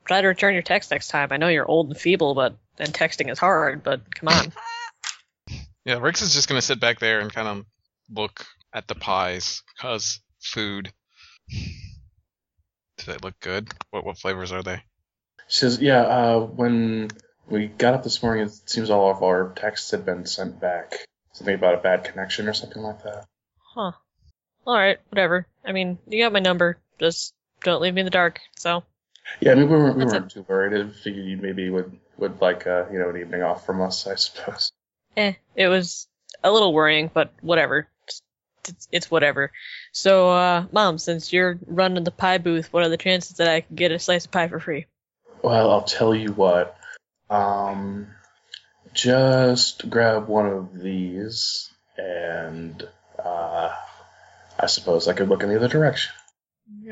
Speaker 2: try to return your text next time. I know you're old and feeble, but and texting is hard. But come on.
Speaker 3: Yeah, Rix is just gonna sit back there and kind of look at the pies, cause food. Do they look good? What what flavors are they?
Speaker 4: She says, "Yeah, uh, when we got up this morning, it seems all of our texts had been sent back. Something about a bad connection or something like that."
Speaker 2: Huh. All right, whatever. I mean, you got my number. Just don't leave me in the dark. So
Speaker 4: Yeah, I mean, we weren't we
Speaker 2: That's
Speaker 4: weren't too worried. I figured you maybe would would like uh, you know an evening off from us, I suppose.
Speaker 2: eh, it was a little worrying, but whatever. Just it's, it's whatever. So, uh, mom, since you're running the pie booth, what are the chances that I can get a slice of pie for free?
Speaker 4: Well, I'll tell you what. Um, just grab one of these, and uh, I suppose I could look in the other direction.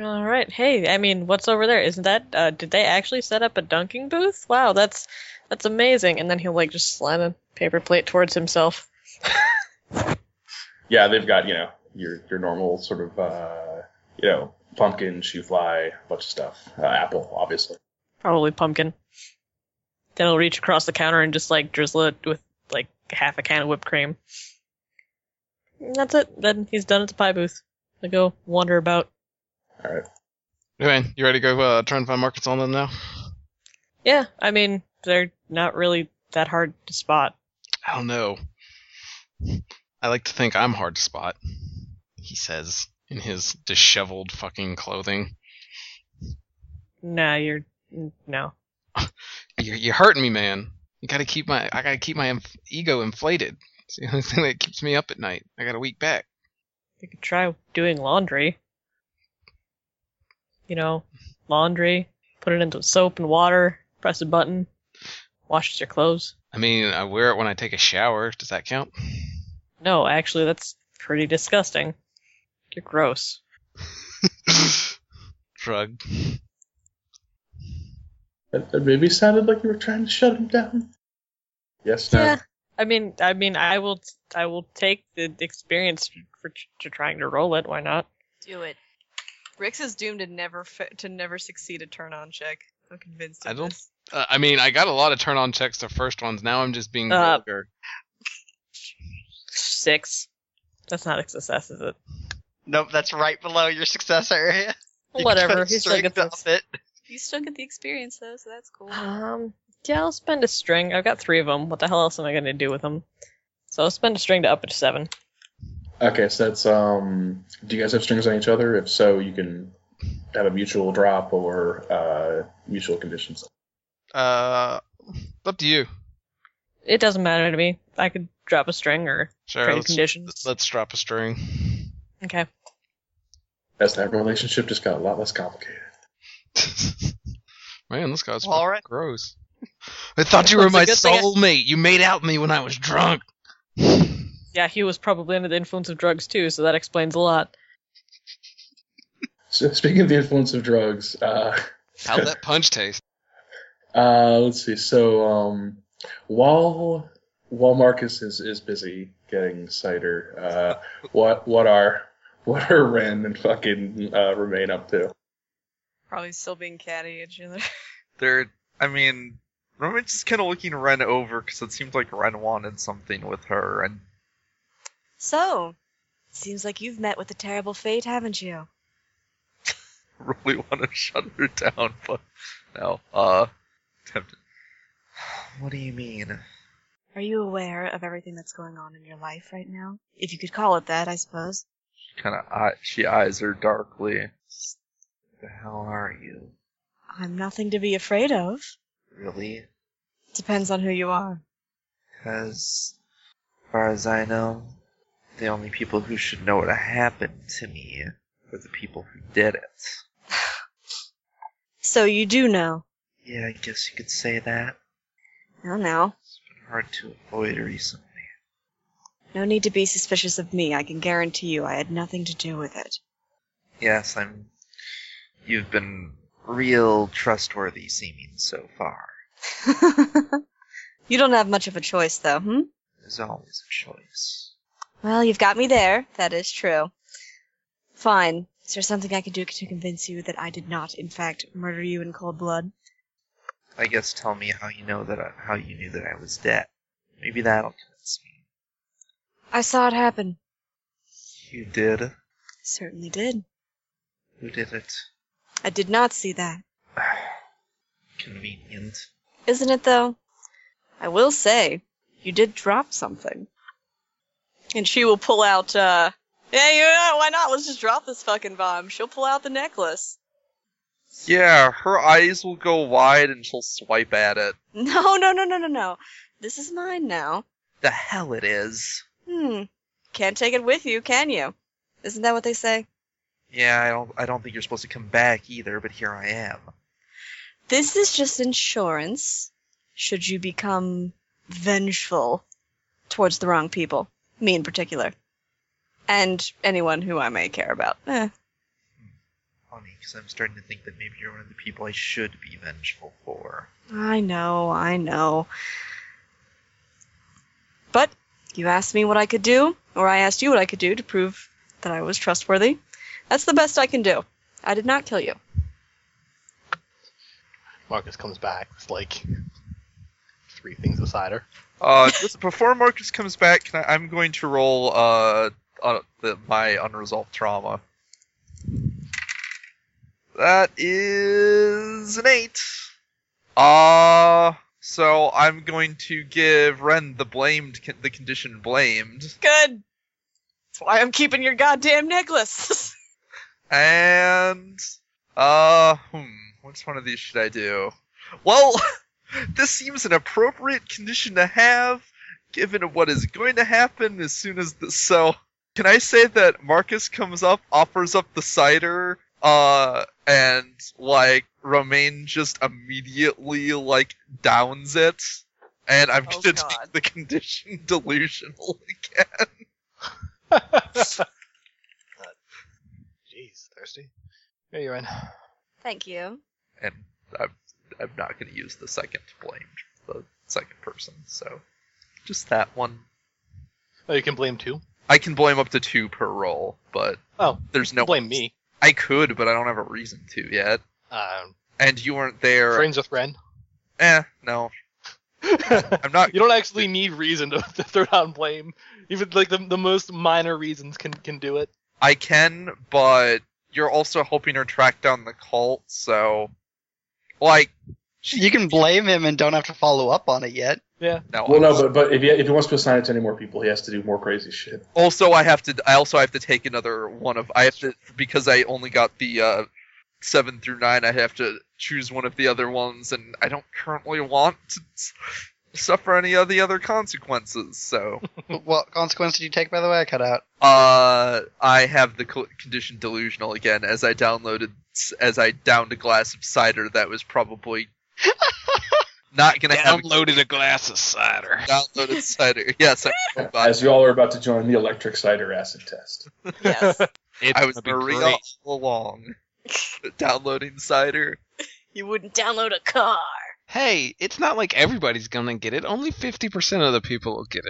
Speaker 2: All right. Hey, I mean, what's over there? Isn't that? Uh, did they actually set up a dunking booth? Wow, that's that's amazing. And then he'll like just slam a paper plate towards himself.
Speaker 4: Yeah, they've got you know your your normal sort of uh, you know pumpkin, shoe fly, bunch of stuff. Uh, apple, obviously.
Speaker 2: Probably pumpkin. Then he'll reach across the counter and just like drizzle it with like half a can of whipped cream. And that's it. Then he's done at the pie booth. They go wander about.
Speaker 4: All right.
Speaker 3: Anyway, you ready to go uh, try and find markets on them now?
Speaker 2: Yeah, I mean they're not really that hard to spot.
Speaker 3: I don't know. I like to think I'm hard to spot, he says in his disheveled fucking clothing.
Speaker 2: Nah, you're no.
Speaker 3: You're, you're hurting me, man. You gotta keep my I gotta keep my inf- ego inflated. It's the only thing that keeps me up at night. I got a weak back.
Speaker 2: You could try doing laundry. You know, laundry. Put it into soap and water. Press a button. Washes your clothes.
Speaker 3: I mean, I wear it when I take a shower. Does that count?
Speaker 2: No, actually, that's pretty disgusting. You're gross.
Speaker 3: Drug.
Speaker 4: That, that maybe sounded like you were trying to shut him down. Yes. No.
Speaker 2: Yeah. I mean, I mean, I will, I will take the experience for, for trying to roll it. Why not?
Speaker 1: Do it. Rix is doomed to never fa- to never succeed a turn on check. I'm convinced. Of
Speaker 3: I don't-
Speaker 1: this.
Speaker 3: Uh, I mean, I got a lot of turn on checks the first ones. Now I'm just being
Speaker 2: Uh,
Speaker 3: vulgar.
Speaker 2: Six. That's not a success, is it?
Speaker 8: Nope, that's right below your success area. You
Speaker 2: Whatever.
Speaker 8: could've
Speaker 2: He still
Speaker 8: stringed
Speaker 2: gets a
Speaker 8: off it.
Speaker 1: You still get the experience though, so that's cool.
Speaker 2: Um, yeah, I'll spend a string. I've got three of them. What the hell else am I gonna do with them? So I'll spend a string to up it to seven.
Speaker 4: Okay, so that's um. Do you guys have strings on each other? If so, you can have a mutual drop or uh, mutual conditions.
Speaker 3: Uh, up to you.
Speaker 2: It doesn't matter to me. I could drop a string or
Speaker 3: Sure.
Speaker 2: trade
Speaker 3: Let's,
Speaker 2: conditions.
Speaker 3: let's drop a string.
Speaker 2: okay.
Speaker 4: As that relationship just got a lot less complicated.
Speaker 3: Man, this guy's
Speaker 8: All
Speaker 3: fucking
Speaker 8: right.
Speaker 3: gross. I thought you were
Speaker 2: It's a
Speaker 3: my
Speaker 2: good thing I-
Speaker 3: soulmate. You made out with me when I was drunk.
Speaker 2: Yeah, he was probably under the influence of drugs too, so that explains a lot.
Speaker 4: So speaking of the influence of drugs, uh,
Speaker 3: How'd that punch taste?
Speaker 4: uh, let's see. So um, while while Marcus is, is busy getting cider, uh, what what are what are Ren and fucking uh, remain up to?
Speaker 1: Probably still being catty at each other.
Speaker 7: They're, I mean, Roman's just kind of looking Ren over because it seemed like Ren wanted something with her, and
Speaker 6: So, seems like you've met with a terrible fate, haven't you?
Speaker 7: really want to shut her down, but no. Uh, tempted. What do you mean?
Speaker 6: Are you aware of everything that's going on in your life right now? If you could call it that, I suppose.
Speaker 7: Kind of, eye, she eyes her darkly. The hell are you?
Speaker 6: I'm nothing to be afraid of.
Speaker 7: Really?
Speaker 6: Depends on who you are.
Speaker 7: Because, as far as I know, the only people who should know what happened to me were the people who did it.
Speaker 6: So you do know.
Speaker 7: Yeah, I guess you could say that.
Speaker 6: I don't know.
Speaker 7: Hard to avoid recently.
Speaker 6: No need to be suspicious of me. I can guarantee you I had nothing to do with it.
Speaker 7: Yes, I'm. You've been real trustworthy seeming so far.
Speaker 6: you don't have much of a choice, though, hmm?
Speaker 7: There's always a choice.
Speaker 6: Well, you've got me there. That is true. Fine. Is there something I can do to convince you that I did not, in fact, murder you in cold blood?
Speaker 7: I guess tell me how you know that I, how you knew that I was dead. Maybe that'll convince me.
Speaker 6: I saw it happen.
Speaker 7: You did.
Speaker 6: Certainly did.
Speaker 7: Who did it?
Speaker 6: I did not see that.
Speaker 7: Convenient.
Speaker 6: Isn't it, though? I will say, you did drop something.
Speaker 1: And she will pull out. uh Yeah, you know, why not? Let's just drop this fucking bomb. She'll pull out the necklace.
Speaker 7: Yeah, her eyes will go wide and she'll swipe at it.
Speaker 6: No, no, no, no, no, no. This is mine now.
Speaker 7: The hell it is.
Speaker 6: Hmm.
Speaker 1: Can't take it with you, can you?
Speaker 6: Isn't that what they say?
Speaker 7: Yeah, I don't. I don't think you're supposed to come back either. But here I am.
Speaker 6: This is just insurance should you become vengeful towards the wrong people, me in particular, and anyone who I may care about. Eh,
Speaker 7: Funny, because I'm starting to think that maybe you're one of the people I should be vengeful for.
Speaker 6: I know, I know. But you asked me what I could do, or I asked you what I could do to prove that I was trustworthy. That's the best I can do. I did not kill you.
Speaker 5: Marcus comes back. It's like three things of cider.
Speaker 7: Uh, just before Marcus comes back, can I, I'm going to roll uh, uh the, my unresolved trauma. That is an eight. Uh, so I'm going to give Ren the blamed con- the condition blamed,
Speaker 1: Good. That's why I'm keeping your goddamn necklace.
Speaker 7: and uh, hmm, which one of these should I do? Well, this seems an appropriate condition to have, given what is going to happen as soon as the so. Can I say that Marcus comes up, offers up the cider, uh, and like Romaine just immediately like downs it, and I'm
Speaker 1: Oh,
Speaker 7: gonna
Speaker 1: God.
Speaker 7: take the condition delusional again.
Speaker 5: Jeez, thirsty. Here you're in.
Speaker 6: Thank you.
Speaker 7: and I'm, I'm not going to use the second blamed, the second person. So just that one.
Speaker 5: Oh, you can blame two.
Speaker 7: I can blame up to two per roll, but
Speaker 5: Oh,
Speaker 7: there's no
Speaker 5: blame me.
Speaker 7: I could, but I don't have a reason to yet.
Speaker 5: Um,
Speaker 7: And you weren't there.
Speaker 5: friends with Ren.
Speaker 7: Eh, no, I'm not.
Speaker 5: you don't actually need reason to, to throw down blame. Even like the, the most minor reasons can can do it.
Speaker 7: I can, but you're also helping her track down the cult, so like
Speaker 8: You can blame him and don't have to follow up on it yet.
Speaker 7: no.
Speaker 4: Well, no, but but if he, if he wants to assign it to any more people, he has to do more crazy shit.
Speaker 7: also I have to I also have to take another one of I have to because I only got the uh 7 through 9 I have to choose one of the other ones and I don't currently want to s- suffer any of the other consequences so
Speaker 8: What consequence did you take, by the way? I cut out.
Speaker 7: uh I have the co- condition delusional again as I downloaded as I downed a glass of cider that was probably not going to have
Speaker 3: Downloaded a glass of cider.
Speaker 7: downloaded cider yes I,
Speaker 4: As you all are about to join the electric cider acid test.
Speaker 1: yes.
Speaker 3: It's
Speaker 7: I was
Speaker 3: gonna be
Speaker 7: Maria
Speaker 3: great.
Speaker 7: all along downloading cider
Speaker 1: You wouldn't download a car.
Speaker 3: Hey, it's not like everybody's gonna get it. Only fifty percent of the people will get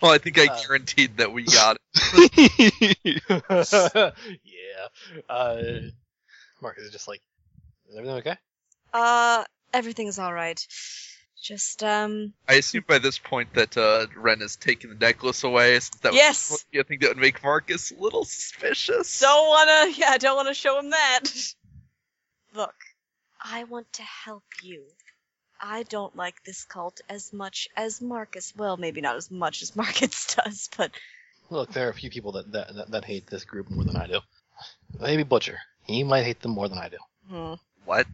Speaker 7: Well, I think I
Speaker 5: Uh,
Speaker 7: guaranteed that we got it.
Speaker 3: it.
Speaker 5: yeah. Uh, Marcus is just like, is everything okay?
Speaker 6: Uh, everything's all right. Just um,
Speaker 7: I assume by this point that uh, Ren has taken the necklace away. Since that
Speaker 1: Yes.
Speaker 7: was, I think that would make Marcus a little suspicious.
Speaker 1: Don't wanna. Yeah, I don't wanna show him that. Look,
Speaker 6: I want to help you. I don't like this cult as much as Marcus. Well, maybe not as much as Marcus does, but
Speaker 5: Look, there are a few people that that, that, that hate this group more than I do. Maybe Butcher. He might hate them more than I do.
Speaker 1: hmm.
Speaker 7: What?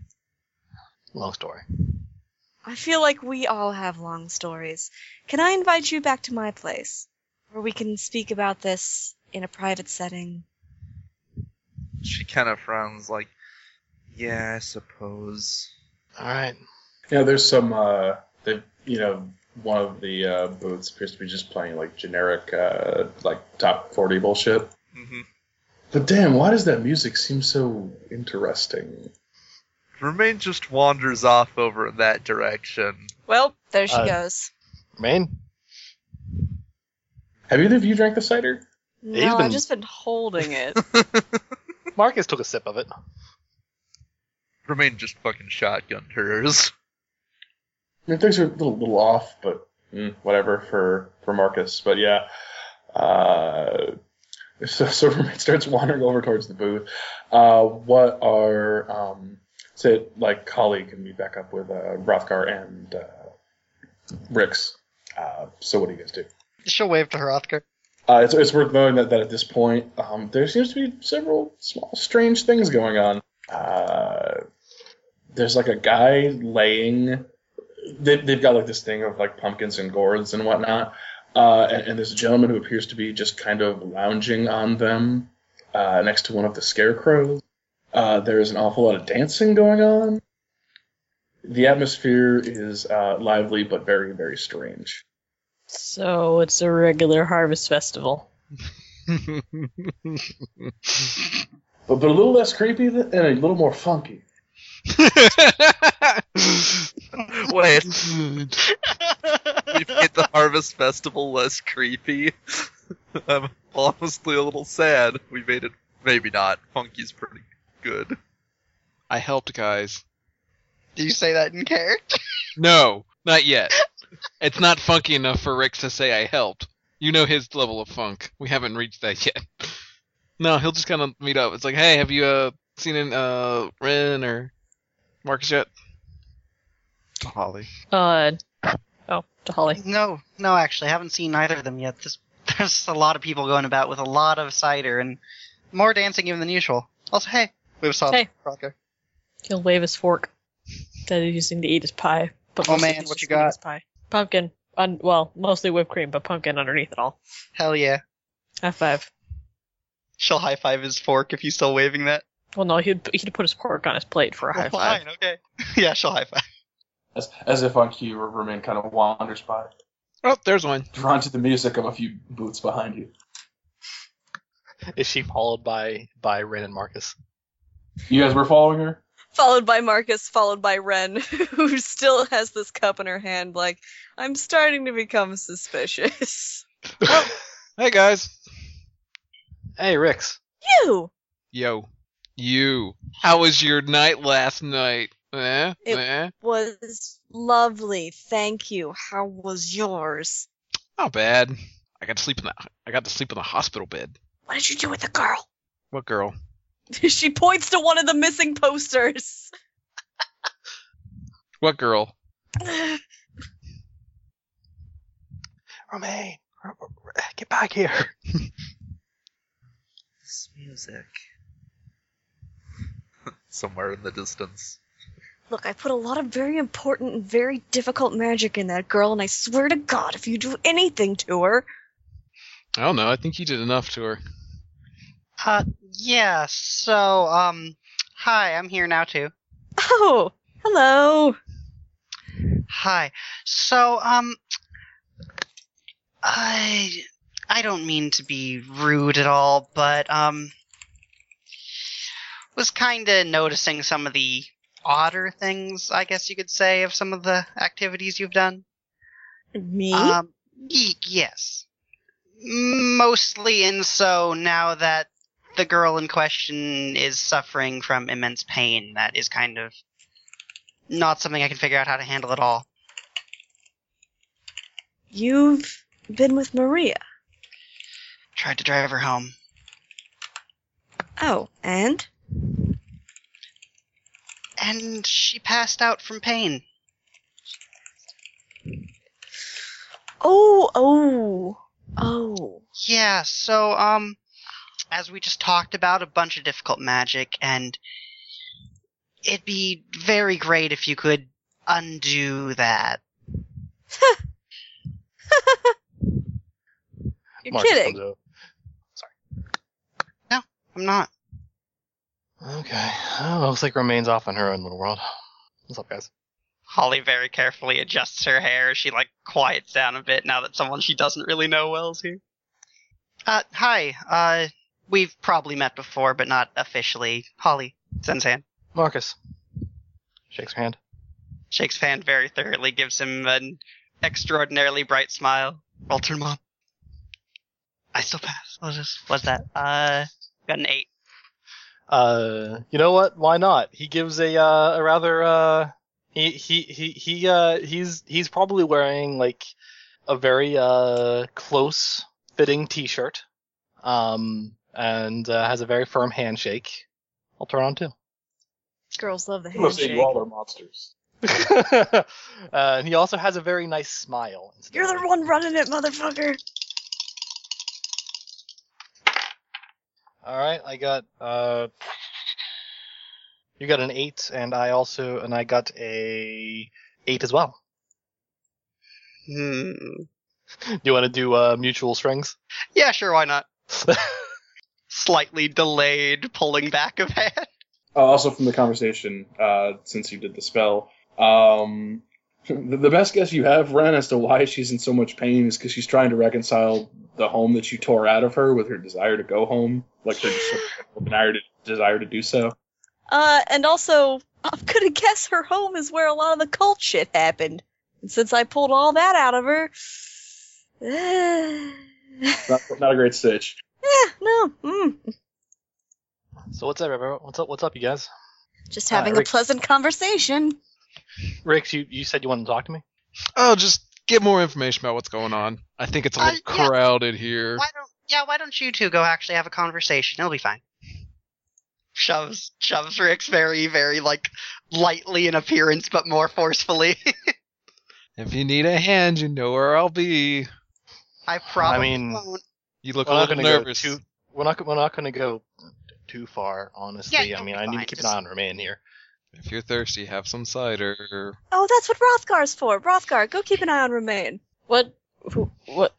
Speaker 5: Long story.
Speaker 6: I feel like we all have long stories. Can I invite you back to my place where we can speak about this in a private setting?
Speaker 7: She kind of frowns, like, "Yeah, I suppose."
Speaker 5: All right.
Speaker 4: You know, there's some. Uh, they, you know, one of the uh, booths appears to be just playing like generic, uh, like top forty bullshit.
Speaker 7: hmm
Speaker 4: But damn, why does that music seem so interesting?
Speaker 7: Romaine just wanders off over in that direction.
Speaker 1: Well,
Speaker 6: There she
Speaker 5: Uh,
Speaker 6: goes.
Speaker 5: Maine?
Speaker 4: Have either of you drank the cider?
Speaker 6: No,
Speaker 5: he's been-
Speaker 6: I've just been holding it.
Speaker 5: Marcus took a sip of it.
Speaker 7: Romaine just fucking shotgunned hers.
Speaker 4: I mean, things are a little, little off, but mm, whatever for for Marcus. But yeah, uh, so so Roommate starts wandering over towards the booth. Uh, what are um, say like Holly can meet back up with uh, Rothgar and uh, Rix. Uh, so what do you guys do?
Speaker 8: She'll wave to Hrothgar.
Speaker 4: Uh, it's, it's worth knowing that, that at this point, um, there seems to be several small, strange things going on. Uh, there's like a guy laying. They, they've got like this thing of like pumpkins and gourds and whatnot. Uh, and, and there's a gentleman who appears to be just kind of lounging on them uh, next to one of the scarecrows. Uh, there is an awful lot of dancing going on. The atmosphere is uh, lively but very, very strange.
Speaker 2: So it's a regular harvest festival.
Speaker 4: But, but a little less creepy th- and a little more funky.
Speaker 7: Wait, we've made the Harvest Festival less creepy. I'm honestly a little sad. We made it, maybe not. Funky's pretty good.
Speaker 3: I helped, guys.
Speaker 8: Do you say that in character?
Speaker 3: No, not yet. It's not funky enough for Rick to say I helped. You know his level of funk. We haven't reached that yet. No, he'll just kind of meet up. It's like, hey, have you uh, seen an, uh, Ren or Marcus yet? Holly.
Speaker 2: Uh, oh, to Holly.
Speaker 8: No, no, actually, I haven't seen either of them yet. There's, there's a lot of people going about with a lot of cider and more dancing even than usual. Also, hey, we have soft
Speaker 2: Hey.
Speaker 8: Crocker.
Speaker 2: He'll wave his fork that he's using to eat his pie. But
Speaker 8: Oh,
Speaker 2: mostly
Speaker 8: man,
Speaker 2: he's
Speaker 8: what
Speaker 2: just
Speaker 8: you
Speaker 2: eating
Speaker 8: got?
Speaker 2: his Pie. Pumpkin. Un- well, mostly whipped cream, but pumpkin underneath it all.
Speaker 8: Hell yeah.
Speaker 2: High five.
Speaker 8: She'll high five his fork if he's still waving that.
Speaker 2: Well, no, he'd he'd put his fork on his plate for a high
Speaker 8: Well,
Speaker 2: five.
Speaker 8: Fine, okay. yeah, she'll high five.
Speaker 4: As, as if on cue, Riverman kind of wanders by,
Speaker 3: Oh, there's one.
Speaker 4: drawn to the music of a few boots behind you.
Speaker 5: Is she followed by by Ren and Marcus?
Speaker 4: You guys were following her?
Speaker 1: Followed by Marcus, followed by Ren, who still has this cup in her hand, like, I'm starting to become suspicious.
Speaker 3: Hey, guys.
Speaker 5: Hey, Rix.
Speaker 1: You!
Speaker 3: Yo, you. How was your night last night? Eh?
Speaker 6: It-
Speaker 3: eh?
Speaker 6: Was lovely. Thank you. How was yours?
Speaker 3: Not bad. I got to sleep in the I got to sleep in the hospital bed.
Speaker 1: What did you do with the girl?
Speaker 3: What girl?
Speaker 1: she points to one of the missing posters.
Speaker 3: What girl?
Speaker 1: Uh,
Speaker 5: Romaine, R- R- R- get back here.
Speaker 7: This music. Somewhere in the distance.
Speaker 6: Look, I put a lot of very important and very difficult magic in that girl, and I swear to God, if you do anything to her,
Speaker 3: I don't know. I think you did enough to her.
Speaker 8: Uh, yeah, so, um, hi, I'm here now too.
Speaker 6: oh, hello.
Speaker 8: Hi. So, um, I I don't mean to be rude at all, but um, was kind of noticing some of the odder things, I guess you could say, of some of the activities you've done.
Speaker 6: Me?
Speaker 8: Um, y- yes. Mostly in so now that the girl in question is suffering from immense pain that is kind of not something I can figure out how to handle at all.
Speaker 6: You've been with Maria.
Speaker 8: tried to drive her home.
Speaker 6: Oh, and
Speaker 8: And she passed out from pain.
Speaker 6: oh, oh, oh.
Speaker 8: Yeah, so, um, as we just talked about, a bunch of difficult magic, and it'd be very great if you could undo that.
Speaker 1: You're
Speaker 5: Marcus
Speaker 1: kidding.
Speaker 5: comes
Speaker 8: I'm not.
Speaker 5: over. Okay. Oh, looks like Romaine's off on her own little world. What's up, guys?
Speaker 8: Holly very carefully adjusts her hair as she, like, quiets down a bit now that someone she doesn't really know well is here. Uh, hi. Uh, we've probably met before, but not officially. Holly, Sensan.
Speaker 5: Marcus. Shakes her hand.
Speaker 8: Shakes fan very thoroughly, gives him an extraordinarily bright smile. Alter mom. I still pass. What is what's that? Uh got an eight.
Speaker 5: Uh, you know what? Why not? He gives a uh, a rather uh he he he he uh he's he's probably wearing like a very uh close fitting t-shirt, um, and uh, has a very firm handshake. I'll turn on too.
Speaker 6: Girls love the
Speaker 4: You must say
Speaker 6: handshake.
Speaker 4: you all are monsters.
Speaker 5: uh, and he also has a very nice smile.
Speaker 6: You're the one running it, motherfucker.
Speaker 5: All right, I got uh, you got an eight, and I also and I got a eight as well.
Speaker 8: Hmm.
Speaker 5: Do you want to do uh, mutual strengths?
Speaker 8: Yeah, sure, why not? Slightly delayed pulling back of hand.
Speaker 4: Uh, also from the conversation, uh, since you did the spell, um, the, the best guess you have, Ren, as to why she's in so much pain is because she's trying to reconcile the home that you tore out of her with her desire to go home, like her dis- desire to desire to do so.
Speaker 1: Uh, and also, I'm gonna guess her home is where a lot of the cult shit happened. And since I pulled all that out of her, eh,
Speaker 4: Not, not a great stitch.
Speaker 6: eh,
Speaker 1: no,
Speaker 6: Hmm.
Speaker 1: mm,
Speaker 5: So what's up, everyone? What's up? What's up, you guys?
Speaker 1: just
Speaker 5: All right,
Speaker 1: having a
Speaker 5: Rick.
Speaker 1: pleasant conversation.
Speaker 5: Ricks, you, you said you wanted to talk to me.
Speaker 3: Oh, just get more information about what's going on. I think it's a
Speaker 8: Uh,
Speaker 3: little
Speaker 8: yeah.
Speaker 3: crowded here.
Speaker 8: Why don't yeah, why don't you two go actually have a conversation? It'll be fine. Shoves shoves Rick's very, very like lightly in appearance but more forcefully.
Speaker 3: If you need a hand, you know where I'll be.
Speaker 8: I probably
Speaker 5: mean-
Speaker 8: won't.
Speaker 3: You look
Speaker 5: We're
Speaker 3: a
Speaker 5: not
Speaker 3: little
Speaker 5: gonna
Speaker 3: nervous.
Speaker 5: go too. We're not. We're not going to go too far, honestly.
Speaker 8: Yeah,
Speaker 5: I
Speaker 8: you'll
Speaker 5: mean,
Speaker 8: be
Speaker 5: I need to
Speaker 8: fine,
Speaker 5: keep an
Speaker 8: just-
Speaker 5: eye on her man here.
Speaker 3: If you're thirsty, have some cider.
Speaker 1: Oh, that's what Rothgar's for. Rothgar, go keep an eye on Romaine.
Speaker 2: What? Who, what?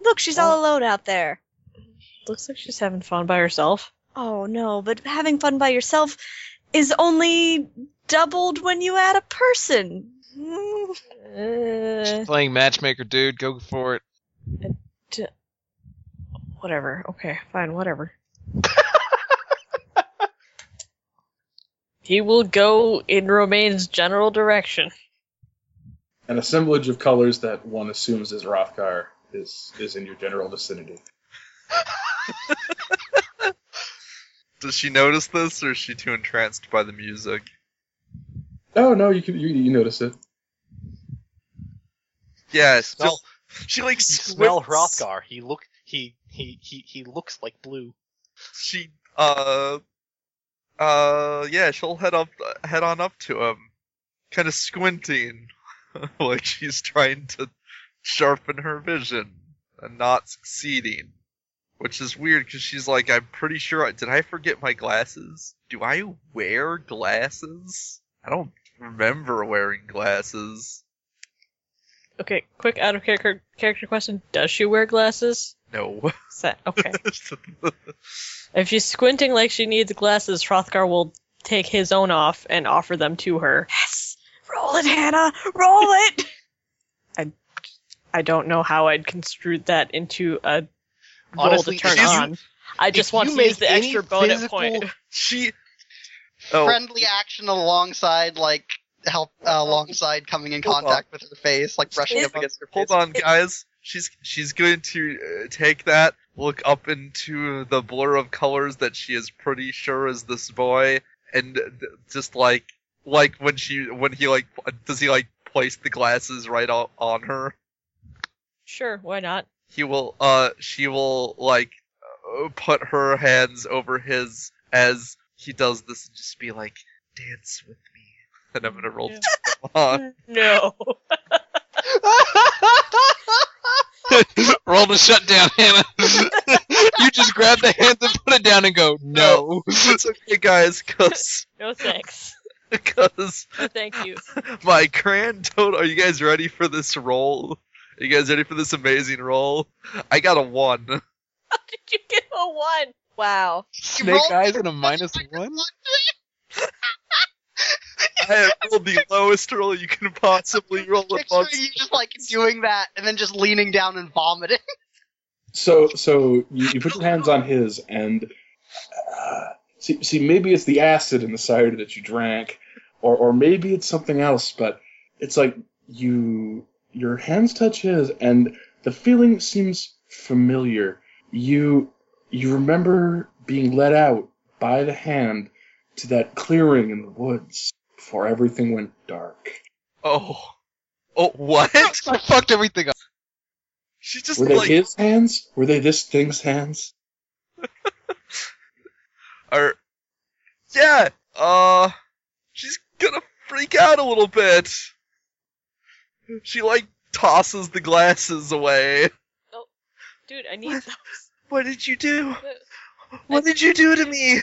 Speaker 1: Look, she's all alone out there.
Speaker 2: Looks like she's having fun by herself.
Speaker 1: Oh no, but having fun by yourself is only doubled when you add a person. Mm.
Speaker 2: Uh,
Speaker 3: She's playing matchmaker, dude. Go for it.
Speaker 2: whatever. Okay, fine. Whatever. he will go in Romaine's general direction.
Speaker 4: An assemblage of colors that one assumes is Rothgar is is in your general vicinity.
Speaker 7: Does she notice this, or is she too entranced by the music?
Speaker 4: Oh no, you can you, you notice it.
Speaker 7: Yes.
Speaker 5: Smell-
Speaker 7: she like
Speaker 5: You smell
Speaker 7: squints.
Speaker 5: Hrothgar. He look. He he he he looks like blue.
Speaker 7: She uh uh yeah, she'll head up head on up to him, kind of squinting, like she's trying to sharpen her vision and not succeeding, which is weird because she's like, I'm pretty sure. I- Did I forget my glasses? Do I wear glasses? I don't remember wearing glasses.
Speaker 2: Okay, quick out of character character question. Does she wear glasses?
Speaker 7: No.
Speaker 2: Set. Okay. if she's squinting like she needs glasses, Hrothgar will take his own off and offer them to her.
Speaker 1: Yes, roll it, Hannah, roll it.
Speaker 2: I don't know how I'd construe that into a roll
Speaker 5: Honestly,
Speaker 2: to turn
Speaker 5: if you-
Speaker 2: on. I just
Speaker 5: if
Speaker 2: want
Speaker 5: you
Speaker 2: to use
Speaker 5: make
Speaker 2: the
Speaker 5: any
Speaker 2: extra bonus
Speaker 5: physical-
Speaker 2: point.
Speaker 7: she. Oh,
Speaker 8: Friendly action alongside like help uh, alongside coming in
Speaker 7: Hold on.
Speaker 8: contact with her face, like brushing
Speaker 1: Hold
Speaker 8: up against her face.
Speaker 7: Hold on, guys. She's she's going to uh, take that, look up into the blur of colors that she is pretty sure is this boy, and th- just like like when she when he like does he like place the glasses right on, on her?
Speaker 2: Sure, why not?
Speaker 7: He will uh she will like uh, put her hands over his as he does this and just be like dance with me, and I'm gonna roll.
Speaker 2: Yeah.
Speaker 7: on.
Speaker 2: No.
Speaker 3: Roll to shut down, Hannah. you just grab the hands and put it down and go, no.
Speaker 7: It's okay, guys, cause
Speaker 2: No thanks.
Speaker 7: because
Speaker 2: No thank you.
Speaker 7: My grand total. Are you guys ready for this roll? Are you guys ready for this amazing roll? I got a one.
Speaker 2: How did you get a one?
Speaker 1: Wow.
Speaker 3: Snake eyes and a minus one?
Speaker 7: I have rolled the lowest roll you can possibly roll at
Speaker 8: Picturing
Speaker 7: once.
Speaker 8: you just like doing that and then just leaning down and vomiting.
Speaker 4: So so you, you put your hands on his and uh, see see maybe it's the acid in the cider that you drank, or or maybe it's something else. But it's like you your hands touch his and the feeling seems familiar. You you remember being let out by the hand to that clearing in the woods before everything went dark.
Speaker 7: Oh, oh, what?
Speaker 3: I fucked everything up.
Speaker 7: She just
Speaker 4: Were they
Speaker 7: like
Speaker 4: his hands? Were they this thing's hands?
Speaker 7: are. Yeah. Uh, she's gonna freak out a little bit. She like tosses the glasses away.
Speaker 2: Dude, I need those.
Speaker 7: What did you do?
Speaker 2: What
Speaker 7: did you do to me?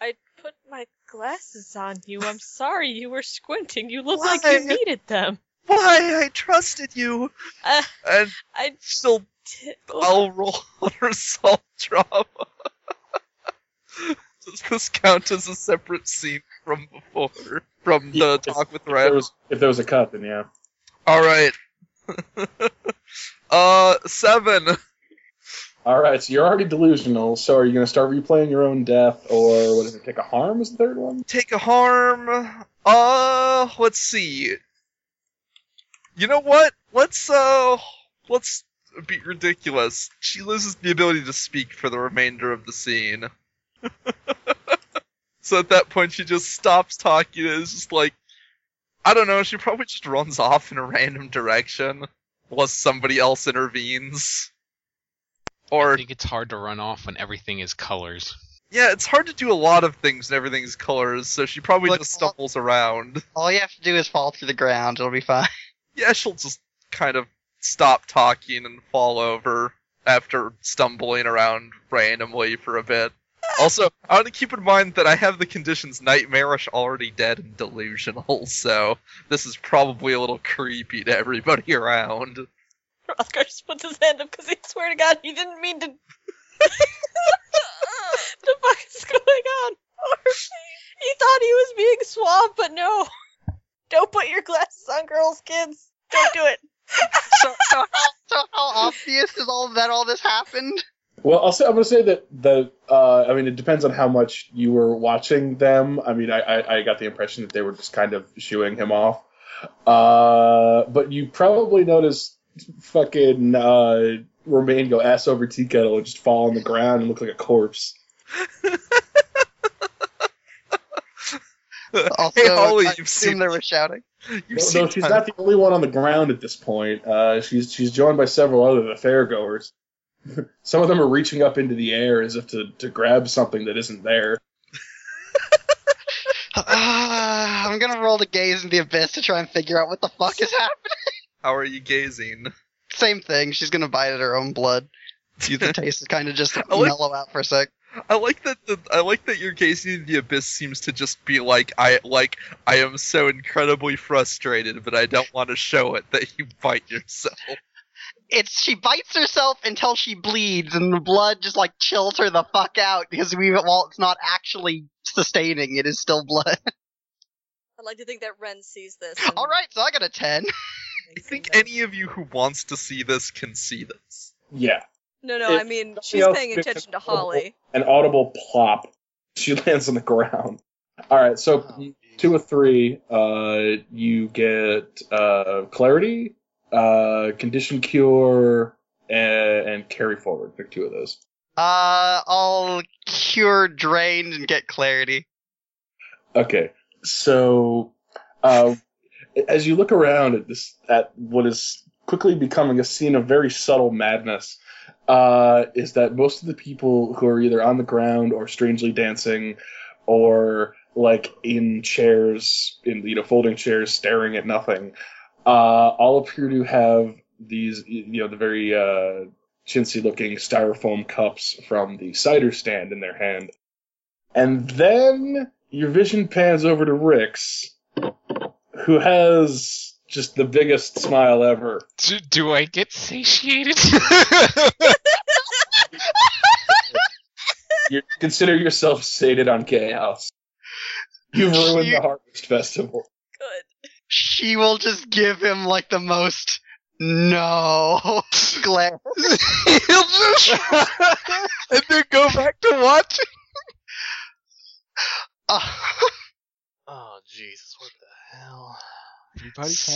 Speaker 2: I put my glasses on you. I'm sorry you were squinting. You looked
Speaker 7: Why?
Speaker 2: like you needed them.
Speaker 7: why I trusted you.
Speaker 2: Uh,
Speaker 7: and
Speaker 2: I-
Speaker 7: still, I'll roll on her salt drama. Does this count as a separate scene from before? From
Speaker 4: Yeah,
Speaker 7: the
Speaker 4: if-
Speaker 7: talk with
Speaker 4: If there
Speaker 7: Red?
Speaker 4: was if there was a cut, then yeah.
Speaker 7: All right. uh, seven.
Speaker 4: All right, so you're already delusional. So are you going to start replaying your own death, or what is it? Take a harm is the third one.
Speaker 7: Take a harm. Uh, let's see. You know what? Let's uh, let's be ridiculous. She loses the ability to speak for the remainder of the scene. so at that point, she just stops talking. And it's just like, I don't know. She probably just runs off in a random direction, unless somebody else intervenes.
Speaker 3: I
Speaker 7: Or
Speaker 3: think it's hard to run off when everything is colors.
Speaker 7: Yeah, it's hard to do a lot of things and everything's colors, so she probably
Speaker 8: But-
Speaker 7: just stumbles around.
Speaker 8: All you have to do is fall to the ground. It'll be fine.
Speaker 7: Yeah, she'll just kind of stop talking and fall over after stumbling around randomly for a bit. Also, I want to keep in mind that I have the conditions nightmarish, already dead, and delusional, so this is probably a little creepy to everybody around.
Speaker 2: Oscar just puts his hand up because he swear to God he didn't mean to. the fuck is going on? he thought he was being suave, but no. Don't put your glasses on girls, kids. Don't do it.
Speaker 8: So, so, how, so how obvious is all that all this happened?
Speaker 4: Well, I'll say, I'm going to say that the. Uh, I mean, it depends on how much you were watching them. I mean, I, I, I got the impression that they were just kind of shooing him off. Uh, but you probably noticed fucking uh, Romain go ass over tea kettle and just fall on the ground and look like a corpse.
Speaker 8: Also,
Speaker 7: hey, Holly,
Speaker 8: I assume
Speaker 7: you've seen,
Speaker 8: they were shouting.
Speaker 7: you've
Speaker 4: No,
Speaker 7: seen
Speaker 4: no, she's
Speaker 7: tons-
Speaker 4: not the only one on the ground at this point. Uh, she's she's joined by several other the fairgoers. Some of them are reaching up into the air as if to, to grab something that isn't there.
Speaker 8: Ah, I'm gonna roll the gaze in the abyss to try and figure out what the fuck is happening.
Speaker 7: How are you gazing?
Speaker 8: Same thing. She's gonna bite at her own blood.
Speaker 7: You
Speaker 8: The taste is kind of just
Speaker 7: I like-
Speaker 8: mellow out for a sec.
Speaker 7: I like that. The, I like that your Casey in the Abyss seems to just be like, I like, I am so incredibly frustrated, but I don't want to show it that you bite yourself.
Speaker 8: It's she bites herself until she bleeds, and the blood just like chills her the fuck out because we while it's not actually sustaining, it is still blood.
Speaker 1: I'd like to think that Ren sees this.
Speaker 8: All right, so I got a ten.
Speaker 7: I think any of you who wants to see this can see this.
Speaker 4: Yeah,
Speaker 1: No, no.
Speaker 4: If
Speaker 1: I mean,
Speaker 4: nothing
Speaker 1: she's
Speaker 4: else,
Speaker 1: paying
Speaker 4: it's
Speaker 1: attention to
Speaker 4: an audible-
Speaker 1: Holly.
Speaker 4: an audible plop. She lands on the ground. All right, so two or three. Uh, you get uh, clarity, uh, condition cure, and, and carry forward. Pick two of those.
Speaker 8: Uh, I'll cure drained and get clarity.
Speaker 4: Okay, so uh, as you look around at this, at what is quickly becoming a scene of very subtle madness, uh, is that most of the people who are either on the ground or strangely dancing, or like in chairs, in you know folding chairs, staring at nothing, uh, all appear to have these you know the very uh, chintzy looking styrofoam cups from the cider stand in their hand. And then your vision pans over to Rix, who has just the biggest smile ever.
Speaker 3: Do, do I get satiated?
Speaker 4: You consider yourself sated on chaos. You've ruined the Harvest Festival.
Speaker 1: Good.
Speaker 8: She will just give him like the most no glare.
Speaker 5: He'll just and then go back to watching.
Speaker 8: Uh,
Speaker 5: Oh Jesus! What the hell?
Speaker 3: Everybody's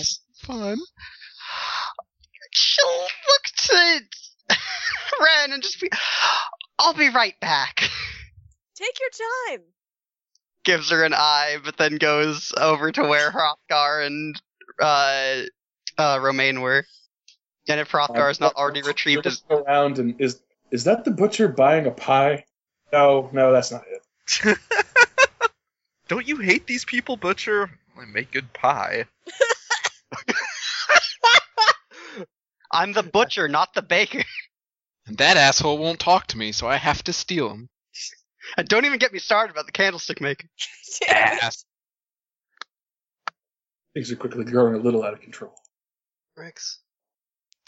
Speaker 3: having fun.
Speaker 8: she'll look to Ren and just be, I'll be right back.
Speaker 1: Take your time.
Speaker 8: Gives her an eye, but then goes over to where Hrothgar and uh, uh, Romaine were. And if Hrothgar's not already retrieved his.
Speaker 4: Looking around and is is that the butcher buying a pie? No, no, that's not it.
Speaker 7: Don't you hate these people, Butcher? I make good pie.
Speaker 8: I'm the butcher, not the baker.
Speaker 3: And that asshole won't talk to me, so I have to steal him.
Speaker 8: And don't even get me started about the candlestick maker.
Speaker 1: Yeah.
Speaker 3: Ass.
Speaker 4: Things are quickly growing a little out of control.
Speaker 5: Rex,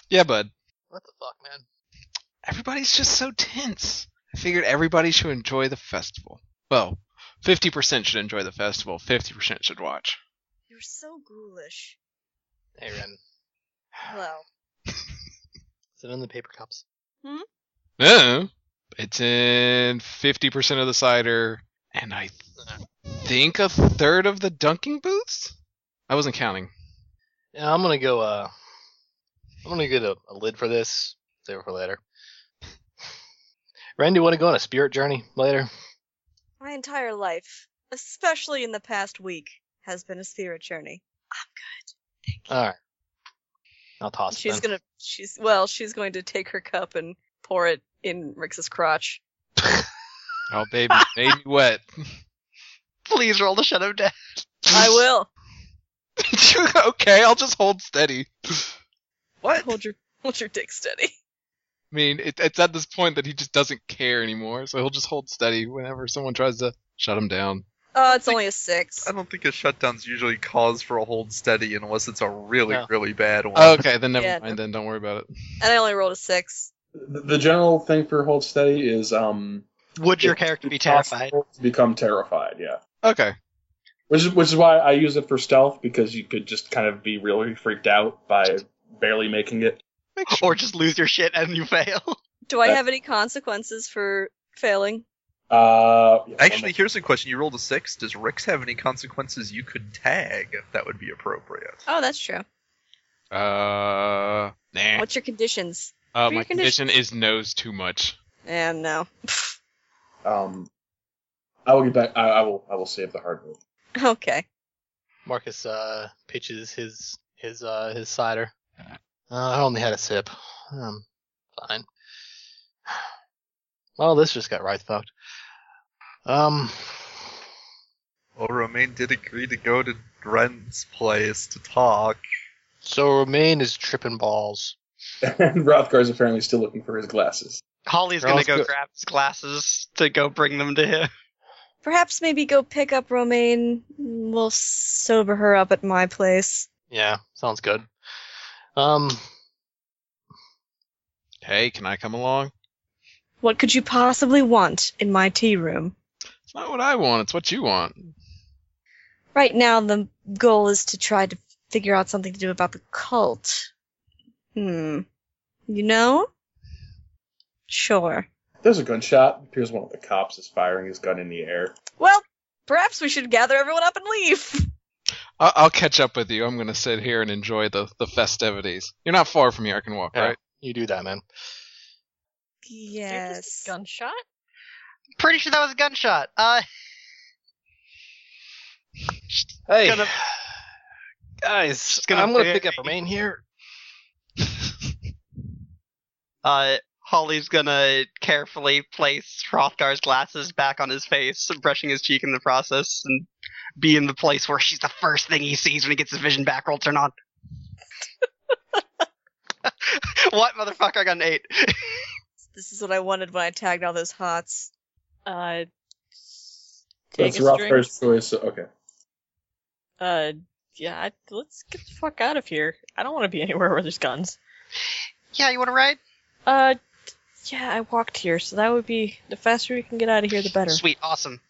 Speaker 3: Yeah, bud.
Speaker 5: what the fuck, man?
Speaker 3: Everybody's just so tense. I figured everybody should enjoy the festival. Well, 50% should enjoy the festival, 50% should watch.
Speaker 6: You're so ghoulish.
Speaker 5: Hey, Ren.
Speaker 6: Hello.
Speaker 5: Is it in the paper cups?
Speaker 3: No. It's in 50% of the cider, and I think a third of the dunking booths? I wasn't counting.
Speaker 5: Yeah, I'm gonna go. Uh, I'm gonna get a, a lid for this. Save it for later. Ren, do you want to go on a spirit journey later?
Speaker 6: My entire life, especially in the past week, has been a spirit journey.
Speaker 5: All right. I'll toss
Speaker 1: she's
Speaker 5: it.
Speaker 1: gonna she's well, she's going to take her cup and pour it in Rix's crotch.
Speaker 3: Oh, baby, made me wet.
Speaker 8: Please roll the shadow death.
Speaker 1: I will.
Speaker 3: okay, I'll just hold steady.
Speaker 7: What?
Speaker 1: Hold your hold your dick steady.
Speaker 3: I mean, it, it's at this point that he just doesn't care anymore, so he'll just hold steady whenever someone tries to shut him down.
Speaker 1: Uh it's only a six.
Speaker 7: I don't think a shutdown's usually cause for a hold steady unless it's a really,
Speaker 5: No.
Speaker 7: really bad one.
Speaker 3: Oh, Okay, then never
Speaker 1: Yeah,
Speaker 3: mind. Then don't worry about it.
Speaker 1: And I only rolled a six.
Speaker 4: The, the general thing for hold steady is um.
Speaker 8: Would your
Speaker 4: it's
Speaker 8: character be
Speaker 4: impossible
Speaker 8: terrified?
Speaker 4: to Become terrified, yeah.
Speaker 3: Okay.
Speaker 4: Which is which is why I use it for stealth because you could just kind of be really freaked out by barely making it.
Speaker 8: Or just lose your shit and you fail?
Speaker 1: Do I
Speaker 3: Uh,
Speaker 4: That-
Speaker 1: have any consequences for failing?
Speaker 4: Uh, yeah,
Speaker 7: Actually, here's a question. You rolled a six. Does Rix have any consequences you could tag that would be appropriate?
Speaker 1: Oh, that's true.
Speaker 3: Uh, nah.
Speaker 1: What's your conditions?
Speaker 3: Uh,
Speaker 1: for
Speaker 3: my
Speaker 1: your condition-
Speaker 3: condition is knows too much.
Speaker 1: And no.
Speaker 4: um, I will get back. I, I will. I will save the hard move.
Speaker 1: Okay.
Speaker 5: Marcus uh, pitches his his uh, his cider. Uh, I only had a sip. Um, fine. Well, this just got right fucked. Um,
Speaker 7: Well, Romaine did agree to go to Ren's place to talk.
Speaker 5: so Romaine is tripping balls.
Speaker 4: and Rothgar is apparently still looking for his glasses.
Speaker 8: Holly's gonna
Speaker 3: Girls
Speaker 8: go
Speaker 3: go-
Speaker 8: grab his glasses to go bring them to him.
Speaker 6: Perhaps maybe go pick up Romaine. We'll sober her up at my place.
Speaker 5: Yeah, sounds good. Um,
Speaker 3: Hey, can I come along?
Speaker 6: What could you possibly want in my tea room?
Speaker 3: It's not what I want. It's what you want.
Speaker 6: Right now, the goal is to try to figure out something to do about the cult. Hmm. You know? Sure.
Speaker 4: There's a gunshot. Appears one of the cops is firing his gun in the air.
Speaker 1: Well, perhaps we should gather everyone up and leave.
Speaker 3: I- I'll catch up with you. I'm gonna sit here and enjoy the the festivities. You're not far from here. I can walk,
Speaker 5: Yeah.
Speaker 3: right?
Speaker 5: you do that, man.
Speaker 6: Yes.
Speaker 2: Gunshot?
Speaker 8: Pretty sure that was a gunshot. Uh,
Speaker 5: Hey,
Speaker 8: Gonna-
Speaker 5: guys,
Speaker 8: Just gonna
Speaker 5: I'm gonna
Speaker 8: bear-
Speaker 5: pick up Romaine here.
Speaker 8: uh, Holly's gonna carefully place Hrothgar's glasses back on his face, brushing his cheek in the process, and be in the place where she's the first thing he sees when he gets his vision back. Roll turn on. what motherfucker? I got an eight.
Speaker 6: This is what I wanted when I tagged all those hots.
Speaker 2: Uh, take
Speaker 4: That's
Speaker 2: a drink.
Speaker 4: Rothgar's choice. so- Okay.
Speaker 2: Uh, yeah, I- let's get the fuck out of here. I don't want to be anywhere where there's guns.
Speaker 8: Yeah, you want to ride?
Speaker 2: Uh, yeah, I walked here, so that would be the faster we can get out of here, the better.
Speaker 8: Sweet, awesome.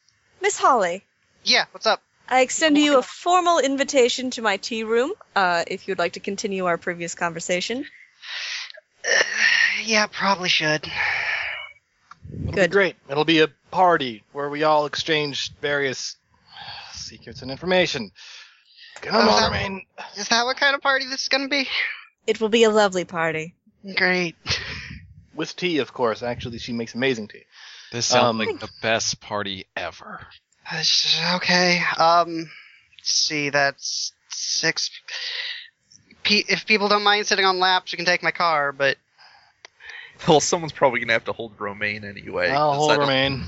Speaker 6: Miss Holly,
Speaker 8: Yeah, what's up?
Speaker 6: I extend to you a formal invitation to my tea room, uh, if you'd like to continue our previous conversation.
Speaker 8: Uh, yeah, probably should.
Speaker 5: It'll
Speaker 6: Good.
Speaker 5: Be great. It'll be a party where we all exchange various secrets and information.
Speaker 3: Uh,
Speaker 5: Come on,
Speaker 8: Uh-huh.
Speaker 5: Romaine.
Speaker 8: Is that what kind of party this is gonna be?
Speaker 6: It will be a lovely party.
Speaker 8: Great.
Speaker 5: With tea, of course. Actually, she makes amazing tea.
Speaker 3: This sounds
Speaker 5: Um,
Speaker 3: like the best party ever.
Speaker 8: Uh, sh- Okay. Um. Let's see. That's six. Pe- if people don't mind sitting on laps, you can take my car. But
Speaker 7: Well, someone's probably gonna have to hold Romaine anyway.
Speaker 5: I'll
Speaker 7: 'cause
Speaker 5: hold
Speaker 7: I don't-
Speaker 5: Romaine.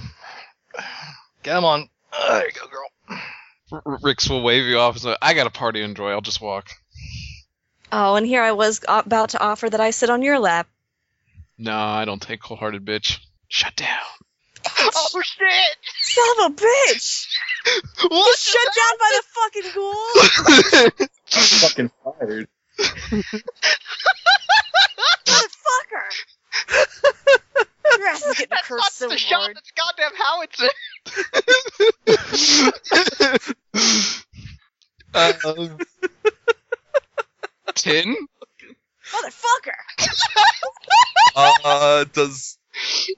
Speaker 5: Come on. Uh, there you go, girl.
Speaker 3: R- R- Rix will wave you off. and say, I got a party to enjoy. I'll just walk.
Speaker 6: Oh, and here I was uh, about to offer that I sit on your lap.
Speaker 3: No, I don't take cold-hearted bitch. Shut down.
Speaker 8: oh shit!
Speaker 6: Son of a bitch!
Speaker 8: What?
Speaker 6: Shut down by the fucking ghoul!
Speaker 4: I'm fucking fired.
Speaker 1: Motherfucker! Your ass is getting
Speaker 8: That's not
Speaker 1: cursed so
Speaker 8: the shot.
Speaker 1: hard.
Speaker 8: That's goddamn howitzer.
Speaker 7: Um,
Speaker 3: Tin?
Speaker 1: Motherfucker!
Speaker 7: uh, does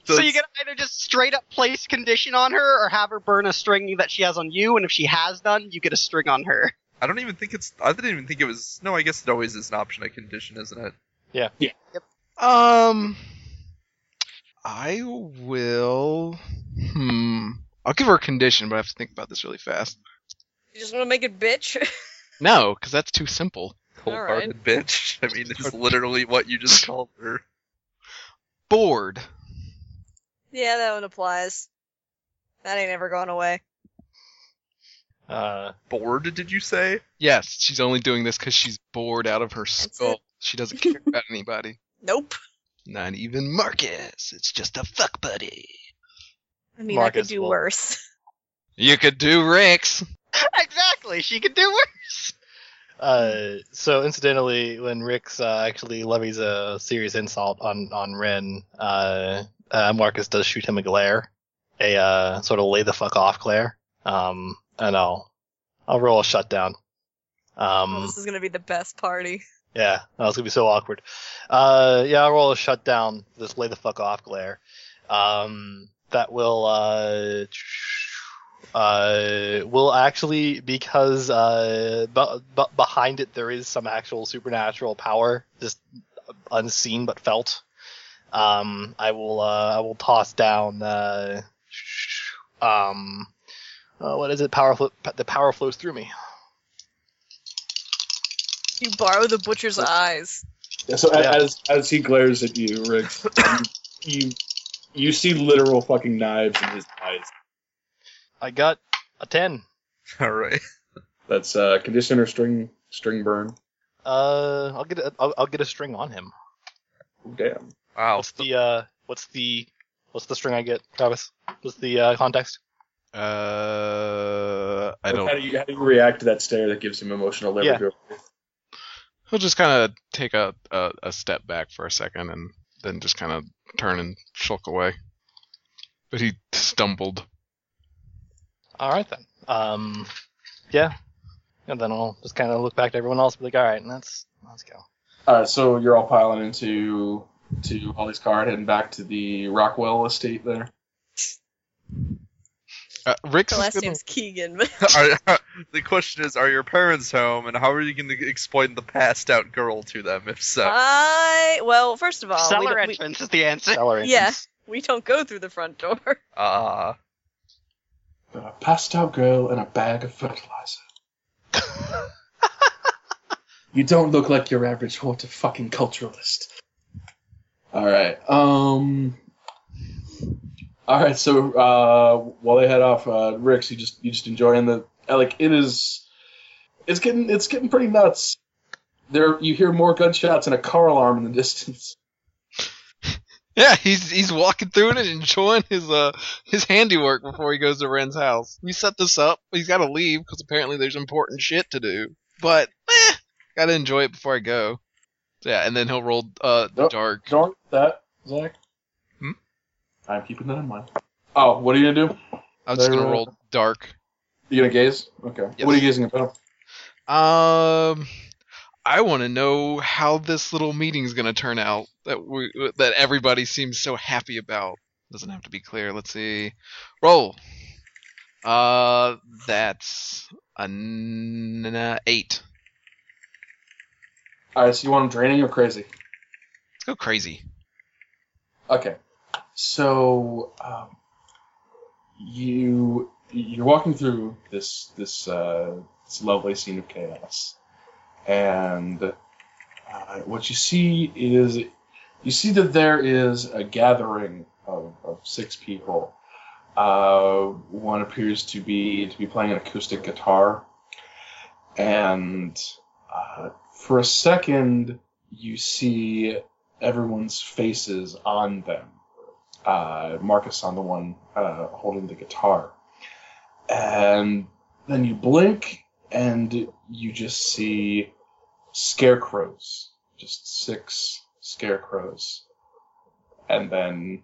Speaker 8: So
Speaker 7: does
Speaker 8: you can either just straight up place condition on her, or have her burn a string that she has on you. And if she has none, you get a string on her.
Speaker 7: I don't even think it's. I didn't even think it was. No, I guess it always is an option, a condition, isn't it?
Speaker 3: Um, I will. Hmm. I'll give her a condition, but I have to think about this really fast.
Speaker 1: You just want to make it bitch?
Speaker 3: No, because that's too simple.
Speaker 7: Cold-hearted bitch. I mean, it's literally what you just called her.
Speaker 3: Bored.
Speaker 1: yeah, that one applies. That ain't ever gone away.
Speaker 5: Uh,
Speaker 7: Bored? Did you say?
Speaker 3: Yes, she's only doing this because she's bored out of her
Speaker 1: it.
Speaker 3: skull. She doesn't care about anybody.
Speaker 1: Nope.
Speaker 3: Not even Marcus. It's just a fuck buddy.
Speaker 1: I mean, I
Speaker 5: Marcus
Speaker 1: could do
Speaker 5: will-
Speaker 1: worse.
Speaker 3: You could do Rex.
Speaker 8: exactly. She could do worse.
Speaker 5: uh, so incidentally, when Rix uh, actually levies a serious insult on on Ren, uh, uh, Marcus does shoot him a glare, a uh, sort of lay the fuck off glare. Um, and I'll I'll roll a shutdown. Um,
Speaker 1: Oh, this is gonna be the best party.
Speaker 5: Yeah, no, it's gonna be so awkward. Uh, yeah, I'll roll a shutdown. This lay the fuck off glare. Um, that will uh, uh, will actually because uh, b- b- behind it there is some actual supernatural power, just unseen but felt. Um, I will uh, I will toss down uh, um, uh, what is it? Power flo- the power flows through me.
Speaker 1: You borrow the butcher's eyes.
Speaker 4: So a
Speaker 5: Yeah.
Speaker 4: as as he glares at you, Rick, you you see literal fucking knives in his eyes.
Speaker 5: I got a ten.
Speaker 7: All right.
Speaker 4: That's uh, condition or string string burn.
Speaker 5: Uh, I'll get a, I'll, I'll get a string on him.
Speaker 4: Oh, damn.
Speaker 7: Wow.
Speaker 5: What's the uh? What's the what's the string I get, Travis? What's the uh, context?
Speaker 3: Uh, I
Speaker 4: How
Speaker 3: don't.
Speaker 4: do you how do you react to that stare that gives him emotional leverage?
Speaker 3: He'll just kind of take a, a a step back for a second and then just kind of turn and shulk away. But he stumbled.
Speaker 5: All right then. Um, yeah. And then I'll just kind of look back to everyone else, and be like, all right, let's let's go.
Speaker 4: Uh, so you're all piling into to Holly's car and heading back to the Rockwell estate there.
Speaker 3: Uh, Rick's
Speaker 1: The
Speaker 3: is
Speaker 1: last
Speaker 3: gonna-
Speaker 1: name's Keegan, but
Speaker 7: Are- the question is, are your parents home, and how are you going to explain the passed out girl to them? If
Speaker 1: Uh,
Speaker 7: so,
Speaker 1: I. Well, first of all, we
Speaker 8: Cellar
Speaker 1: don't- we,
Speaker 8: entrance is the answer.
Speaker 5: Cellar
Speaker 1: Yeah.
Speaker 5: entrance.
Speaker 1: we don't go through the front door.
Speaker 8: Uh,
Speaker 7: ah,
Speaker 4: Got a passed out girl and a bag of fertilizer. you don't look like your average horta fucking culturalist. Alright, um Alright, so uh while they head off, uh Rick's you just you just enjoying the uh, like it is it's getting it's getting pretty nuts. There you hear more gunshots and a car alarm in the distance.
Speaker 3: Yeah, he's he's walking through it and enjoying his uh his handiwork before he goes to Ren's house. We set this up. He's got to leave because apparently there's important shit to do. But eh, gotta enjoy it before I go. So, yeah, and then he'll roll uh
Speaker 4: Nope.
Speaker 3: dark.
Speaker 4: Don't that, Zach.
Speaker 7: Hmm?
Speaker 4: I'm keeping that in mind. Oh, what are you gonna do?
Speaker 3: I'm just gonna
Speaker 4: There, uh,
Speaker 3: roll dark.
Speaker 4: You gonna gaze? Okay.
Speaker 3: Yes.
Speaker 4: What are you gazing Oh, about?
Speaker 3: Um, I want to know how this little meeting's gonna turn out that we that everybody seems so happy about. Doesn't have to be clear. Let's see. Roll. Uh, that's an uh, eight.
Speaker 4: All right, so you want him draining or crazy?
Speaker 3: Let's go crazy.
Speaker 4: Okay. So um, you you're walking through this this uh, this lovely scene of chaos, and uh, what you see is you see that there is a gathering of, of six people. Uh, one appears to be to be playing an acoustic guitar, and uh, for a second you see everyone's faces on them. Uh, Marcus on the one uh, holding the guitar. And then you blink and you just see scarecrows, just six scarecrows, and then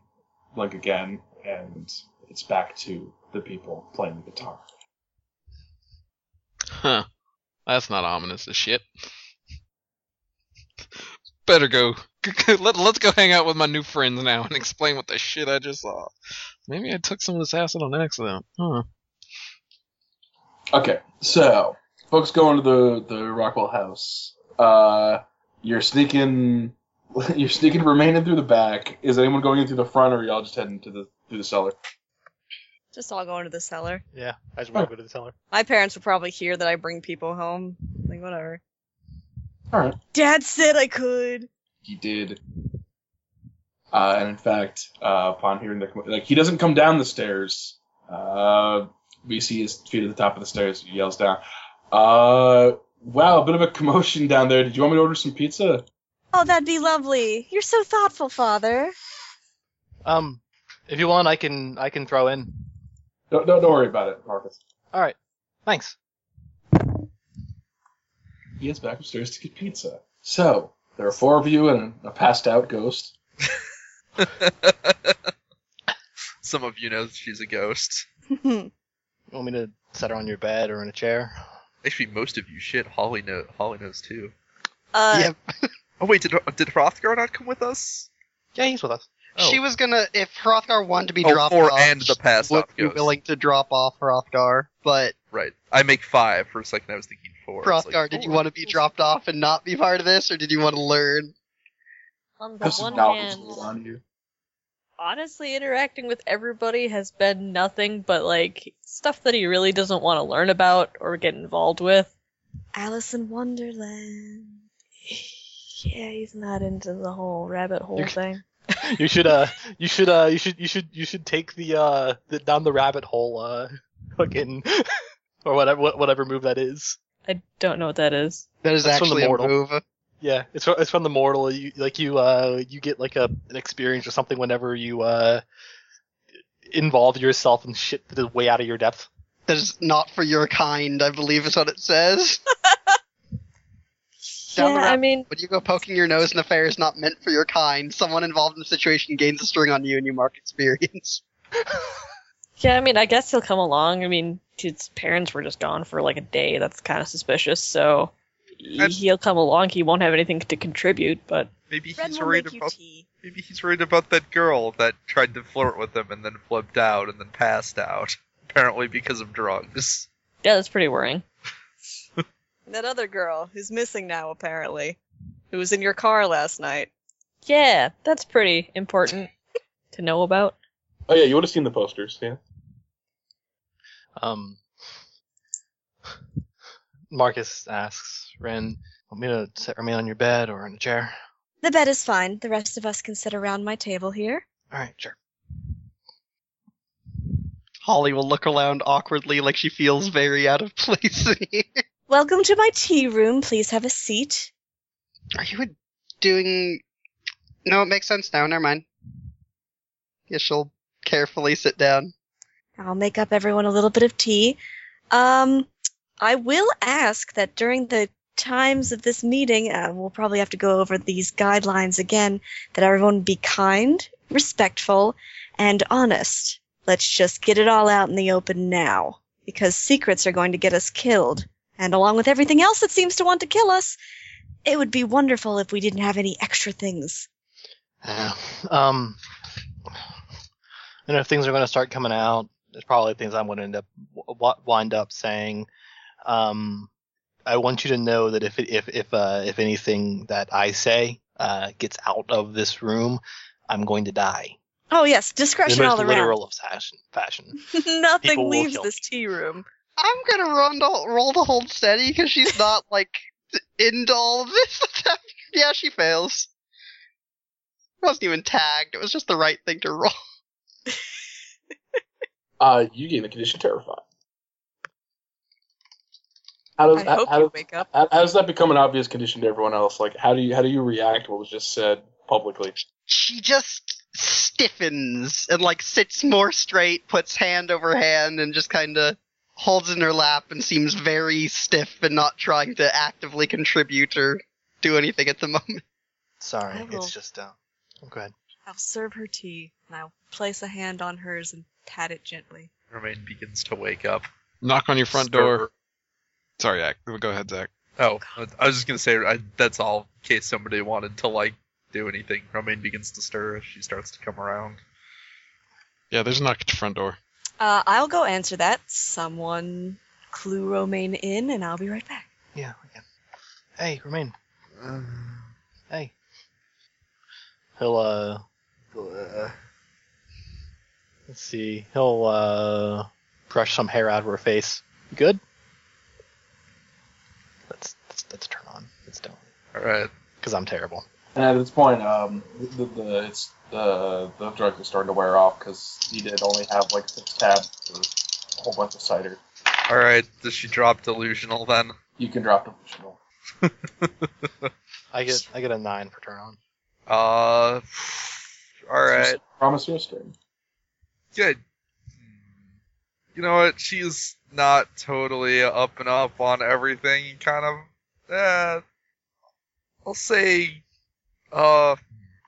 Speaker 4: blink again, and it's back to the people playing the guitar.
Speaker 3: Huh. That's not ominous as shit. Better go. Let, let's go hang out with my new friends now and explain what the shit I just saw. Maybe I took some of this acid on accident. Huh.
Speaker 4: Okay, so folks go into the the Rockwell house. Uh, you're sneaking, you're sneaking, remaining through the back. Is anyone going in through the front, or are y'all just heading to the through the cellar?
Speaker 6: Just all going to the cellar.
Speaker 5: Yeah, I just want to go to the cellar.
Speaker 6: My parents would probably hear that I bring people home. Like, whatever.
Speaker 4: All right.
Speaker 6: Dad said I could.
Speaker 4: he did. Uh, and in fact, uh, upon hearing the like, he doesn't come down the stairs. Uh, we see his feet at the top of the stairs. He yells down, uh, "Wow, a bit of a commotion down there. Did you want me to order some pizza?"
Speaker 6: Oh, that'd be lovely. You're so thoughtful, Father.
Speaker 5: Um, if you want, I can I can throw in.
Speaker 4: No, no, don't worry about it, Marcus.
Speaker 5: All right, thanks.
Speaker 4: He gets back upstairs to get pizza. So there are four of you and a passed out ghost.
Speaker 7: Some of you know that she's a ghost.
Speaker 5: You want me to set her on your bed or in a chair?
Speaker 7: Actually, most of you shit. Holly know. Holly knows too.
Speaker 1: Uh,
Speaker 8: Yep.
Speaker 7: Oh wait, did did Hrothgar not come with us?
Speaker 5: Yeah, he's with us.
Speaker 7: Oh.
Speaker 8: She was gonna if Hrothgar wanted to be
Speaker 7: Oh,
Speaker 8: dropped
Speaker 7: four
Speaker 8: off,
Speaker 7: and the
Speaker 8: she
Speaker 7: passed
Speaker 8: would
Speaker 7: off
Speaker 8: be
Speaker 7: ghost.
Speaker 8: willing to drop off Hrothgar, but
Speaker 7: Right. I make five for a second. I was thinking four. It's like, oh.
Speaker 8: Hrothgar, did you
Speaker 7: four.
Speaker 8: want to be dropped off and not be part of this, or did you want to learn?
Speaker 2: On the
Speaker 4: Have some
Speaker 2: one
Speaker 4: knowledge
Speaker 2: hand,
Speaker 4: rolled on you.
Speaker 2: honestly, interacting with everybody has been nothing but like stuff that he really doesn't want to learn about or get involved with.
Speaker 6: Alice in Wonderland. Yeah, he's not into the whole rabbit hole
Speaker 5: You're-
Speaker 6: thing.
Speaker 5: You should uh, you should uh, you should you should you should take the uh the down the rabbit hole uh fucking or whatever what- whatever move that is.
Speaker 2: I don't know what that is.
Speaker 8: That is
Speaker 5: That's from the
Speaker 8: actually a
Speaker 5: mortal.
Speaker 8: move.
Speaker 5: Yeah, it's fro- it's from the mortal. You like you uh you get like a an experience or something whenever you uh involve yourself in shit that is way out of your depth.
Speaker 8: That is not for your kind, I believe is what it says. Down
Speaker 6: yeah,
Speaker 8: the
Speaker 6: I
Speaker 8: rabbit-
Speaker 6: mean,
Speaker 8: When you go poking your nose in a fair is not meant for your kind, someone involved in the situation gains a string on you and you mark experience.
Speaker 2: Yeah, I mean, I guess he'll come along. I mean, his parents were just gone for like a day. That's kind of suspicious. So
Speaker 7: And-
Speaker 2: he'll come along. He won't have anything to contribute, but
Speaker 7: Maybe
Speaker 1: Red
Speaker 7: he's
Speaker 1: will
Speaker 7: worried
Speaker 1: make you
Speaker 7: about.
Speaker 1: tea.
Speaker 7: Maybe he's worried about that girl that tried to flirt with him and then flipped out and then passed out. Apparently because of drugs.
Speaker 2: yeah, that's pretty worrying.
Speaker 1: That other girl who's missing now, apparently, who was in your car last night.
Speaker 2: Yeah, that's pretty important to know about.
Speaker 4: Oh yeah, you would have seen the posters. Yeah.
Speaker 5: Um, Marcus asks Ren, "Want me to set Remy on your bed or in a chair?"
Speaker 6: the bed is fine. The rest of us can sit around my table here.
Speaker 5: All right, sure.
Speaker 8: Holly will look around awkwardly like she feels very out of place in here.
Speaker 6: Welcome to my tea room. Please have a seat.
Speaker 8: Are you doing? No, it makes sense now. Never mind. Yeah, she'll carefully sit down.
Speaker 6: I'll make up everyone a little bit of tea. Um, I will ask that during the times of this meeting, uh, we'll probably have to go over these guidelines again, that everyone be kind, respectful, and honest. Let's just get it all out in the open now, because secrets are going to get us killed. And along with everything else that seems to want to kill us, it would be wonderful if we didn't have any extra things.
Speaker 5: Yeah. Um, and if things are going to start coming out, there's probably things I'm going to end up w- w- wind up saying. Um, I want you to know that if it- if if uh, if anything that I say uh, gets out of this room, I'm going to die.
Speaker 6: Oh yes,
Speaker 5: In the
Speaker 6: discretion
Speaker 5: most
Speaker 6: all around.
Speaker 5: literal of fashion. Fashion. People
Speaker 1: Nothing
Speaker 5: will
Speaker 1: leaves
Speaker 5: kill
Speaker 1: this tea room.
Speaker 8: I'm gonna run to, roll to hold steady because she's not like into all of this. yeah, she fails. Wasn't even tagged. It was just the right thing to roll.
Speaker 4: Uh, you gain the condition terrified. How does
Speaker 1: I
Speaker 4: how,
Speaker 1: hope
Speaker 4: how
Speaker 1: you
Speaker 4: does-
Speaker 1: wake up.
Speaker 4: how, how does that become an obvious condition to everyone else? Like, how do you how do you react to what was just said publicly?
Speaker 8: She just stiffens and like sits more straight, puts hand over hand, and just kind of holds in her lap and seems very stiff and not trying to actively contribute or do anything at the moment.
Speaker 5: Sorry,
Speaker 6: I will.
Speaker 5: it's just uh, oh, go ahead.
Speaker 6: I'll serve her tea, and I'll place a hand on hers and pat it gently.
Speaker 7: Mermaid begins to wake up.
Speaker 3: Knock on your front door. Sorry, Zach. Go ahead, Zach.
Speaker 7: Oh, I was just gonna say I, that's all. In case somebody wanted to like do anything, Romaine begins to stir as she starts to come around.
Speaker 3: Yeah, there's a knock at your front door.
Speaker 6: Uh, I'll go answer that. Someone clue Romaine in, and I'll be right back.
Speaker 5: Yeah, we can. Hey, remain. Hey. Um, He'll uh, uh, let's see. He'll uh, brush some hair out of her face. You good? Let's let's, let's turn on. Let's don't,
Speaker 7: All right.
Speaker 5: cause I'm terrible.
Speaker 4: And at this point, um, the, the it's the the drug is starting to wear off because he did only have like six tabs or a whole bunch of cider.
Speaker 7: All right. Does she drop delusional then?
Speaker 4: You can drop delusional.
Speaker 5: I get I get a nine for turn on.
Speaker 7: Uh. All right.
Speaker 4: Promise you're straight.
Speaker 7: Good. You know what? She's not totally up and up on everything. Kind of. Uh, I'll say. Uh.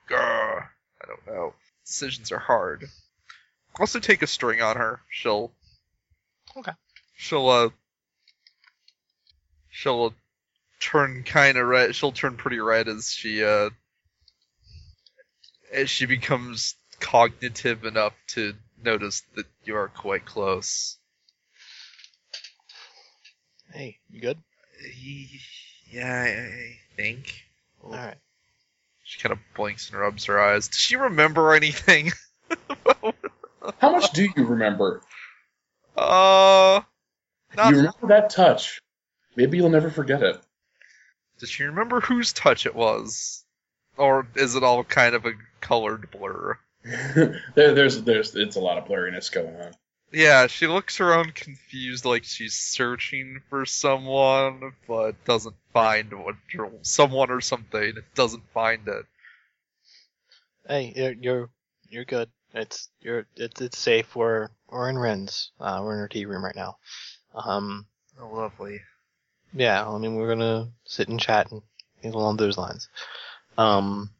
Speaker 7: grr, I don't know. Decisions are hard. Also, take a string on her. She'll.
Speaker 5: Okay.
Speaker 7: She'll uh. She'll uh, turn kind of red. She'll turn pretty red as she uh. As she becomes cognitive enough to notice that you are quite close.
Speaker 5: Hey, you good?
Speaker 7: Yeah, I think.
Speaker 5: All right.
Speaker 7: She kind of blinks and rubs her eyes. Does she remember anything?
Speaker 4: How much do you remember?
Speaker 7: Uh, not.
Speaker 4: you remember that touch. Maybe you'll never forget it.
Speaker 7: Does she remember whose touch it was, or is it all kind of a colored blur?
Speaker 4: there, there's there's it's a lot of blurriness going on.
Speaker 7: Yeah, she looks around confused, like she's searching for someone, but doesn't find what someone or something. Doesn't find it.
Speaker 5: Hey, you're you're, you're good. It's you're it's it's safe. We're we're in Ren's. Uh, we're in her tea room right now. Um,
Speaker 7: Oh, lovely.
Speaker 5: Yeah, I mean, we're gonna sit and chat and things along those lines. Um,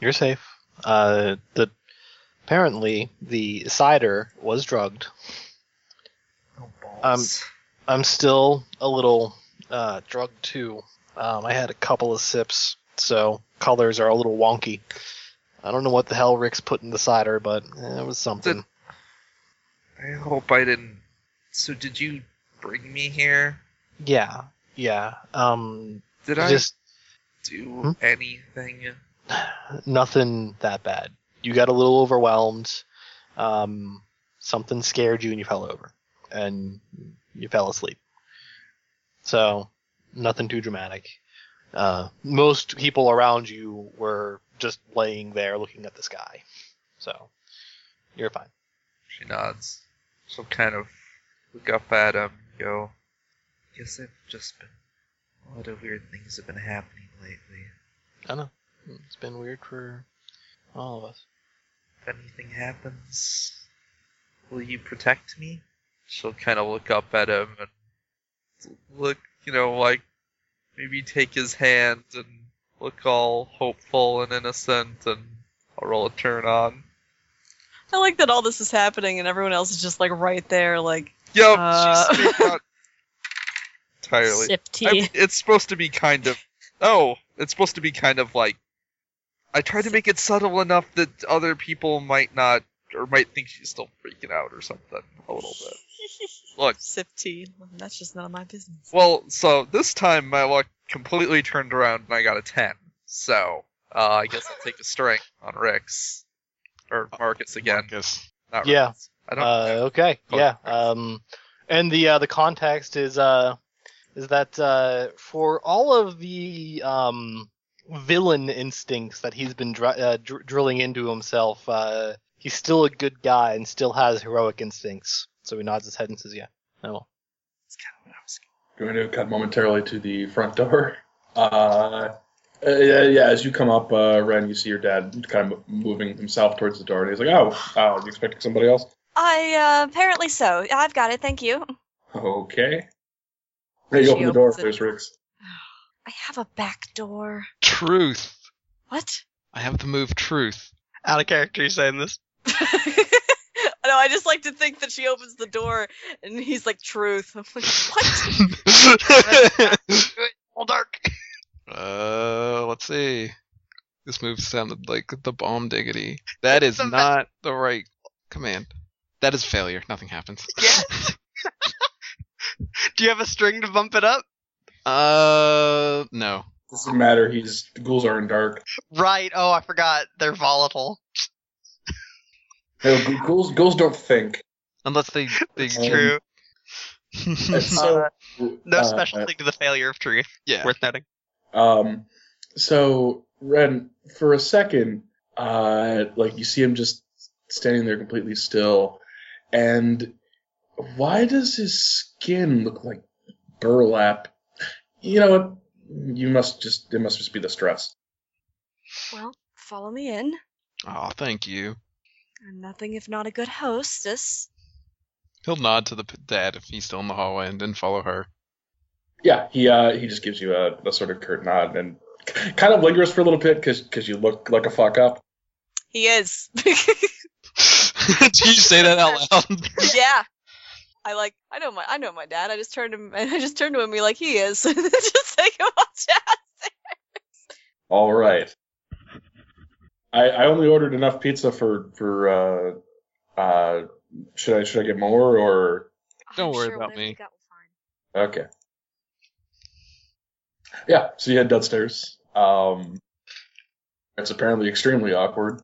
Speaker 5: you're safe. Uh, the apparently the cider was drugged.
Speaker 7: Oh,
Speaker 5: balls. I'm still a little uh, drugged too. Um, I had a couple of sips, so colors are a little wonky. I don't know what the hell Rick's put in the cider, but eh, it was something.
Speaker 7: I hope I didn't. So, did you bring me here?
Speaker 5: Yeah, yeah. Um,
Speaker 7: Did
Speaker 5: you
Speaker 7: I
Speaker 5: just
Speaker 7: do
Speaker 5: Hmm?
Speaker 7: anything?
Speaker 5: nothing that bad. You got a little overwhelmed. Um, something scared you and you fell over and you fell asleep. So nothing too dramatic. Uh, most people around you were just laying there looking at the sky. So you're fine.
Speaker 7: She nods. She'll kind of look up at him. Go. Guess I've just been. A lot of weird things have been happening lately.
Speaker 5: I know. Hmm, It's been weird for all of us.
Speaker 7: If anything happens, will you protect me? She'll kind of look up at him and look, you know, like maybe take his hand and look all hopeful and innocent, and I'll roll a turn on.
Speaker 1: I like that all this is happening and everyone else is just like right there, like
Speaker 7: Yep,
Speaker 1: Uh.
Speaker 7: she's speaking out entirely.
Speaker 2: Sip tea.
Speaker 7: I mean, it's supposed to be kind of. Oh, it's supposed to be kind of like. I tried to make it subtle enough that other people might not, or might think she's still freaking out or something a little bit. Look.
Speaker 1: sip tea. That's just none of my business.
Speaker 7: Well, so this time my luck completely turned around and I got a 10. So, uh, I guess I'll take a string on Rex. Or Marcus again.
Speaker 3: Uh, Marcus.
Speaker 7: Not
Speaker 5: Yeah.
Speaker 7: Rex. I don't
Speaker 5: Uh, okay.
Speaker 7: Go
Speaker 5: Yeah. Um, and the uh, the context is uh is that uh for all of the um villain instincts that he's been dr- uh, dr- drilling into himself, uh, he's still a good guy and still has heroic instincts. So he nods his head and says, "Yeah, I will."
Speaker 4: Going to cut momentarily to the front door. Uh, uh, yeah, yeah, as you come up, uh, Ren, you see your dad kind of moving himself towards the oh, door, and he's like, "Oh, uh, you expecting somebody else?"
Speaker 6: I, uh, apparently so. I've got it, thank you.
Speaker 4: Okay. Hey, you
Speaker 1: She
Speaker 4: open the door.
Speaker 1: opens it.
Speaker 4: There's Riggs.
Speaker 6: I have a back door.
Speaker 3: Truth.
Speaker 6: What?
Speaker 3: I have the move truth.
Speaker 8: Out of character, you saying this.
Speaker 1: no, I just like to think that she opens the door and he's like, "Truth." I'm like, "What?"
Speaker 8: All dark.
Speaker 3: Uh, let's see. This move sounded like the bomb diggity. That is not the right command. That is failure. Nothing happens.
Speaker 8: Yes. Do you have a string to bump it up?
Speaker 3: Uh, no.
Speaker 4: Doesn't matter. He's the ghouls are in dark.
Speaker 8: Right. Oh, I forgot. They're volatile.
Speaker 4: No, gh- ghouls ghouls don't think.
Speaker 3: Unless they. they
Speaker 4: Um,
Speaker 8: It's true.
Speaker 4: It's uh, so,
Speaker 8: No
Speaker 4: uh,
Speaker 8: special thing to the failure of truth.
Speaker 3: yeah.
Speaker 8: Worth noting.
Speaker 4: Um, so Ren, for a second, uh, like you see him just standing there completely still, and why does his skin look like burlap? You know what? You must just it must just be the stress.
Speaker 6: Well, follow me in.
Speaker 3: Oh, thank you.
Speaker 6: I'm nothing if not a good hostess.
Speaker 3: He'll nod to the p- dad if he's still in the hallway and then follow her.
Speaker 4: Yeah, he uh, he just gives you a, a sort of curt nod and kind of lingers for a little bit because you look like a fuck up.
Speaker 1: He is.
Speaker 3: Did you say that out loud?
Speaker 1: yeah. I like. I know my. I know my dad. I just turned him. I just turned to him and be like, "He is." just take him on down.
Speaker 4: All right. I, I only ordered enough pizza for for uh, uh, should I should I get more or
Speaker 3: Don't
Speaker 6: I'm
Speaker 3: worry
Speaker 6: sure
Speaker 3: about
Speaker 6: whatever
Speaker 3: me.
Speaker 6: you got will find.
Speaker 4: okay? Yeah, so you head downstairs. Um, it's apparently extremely awkward.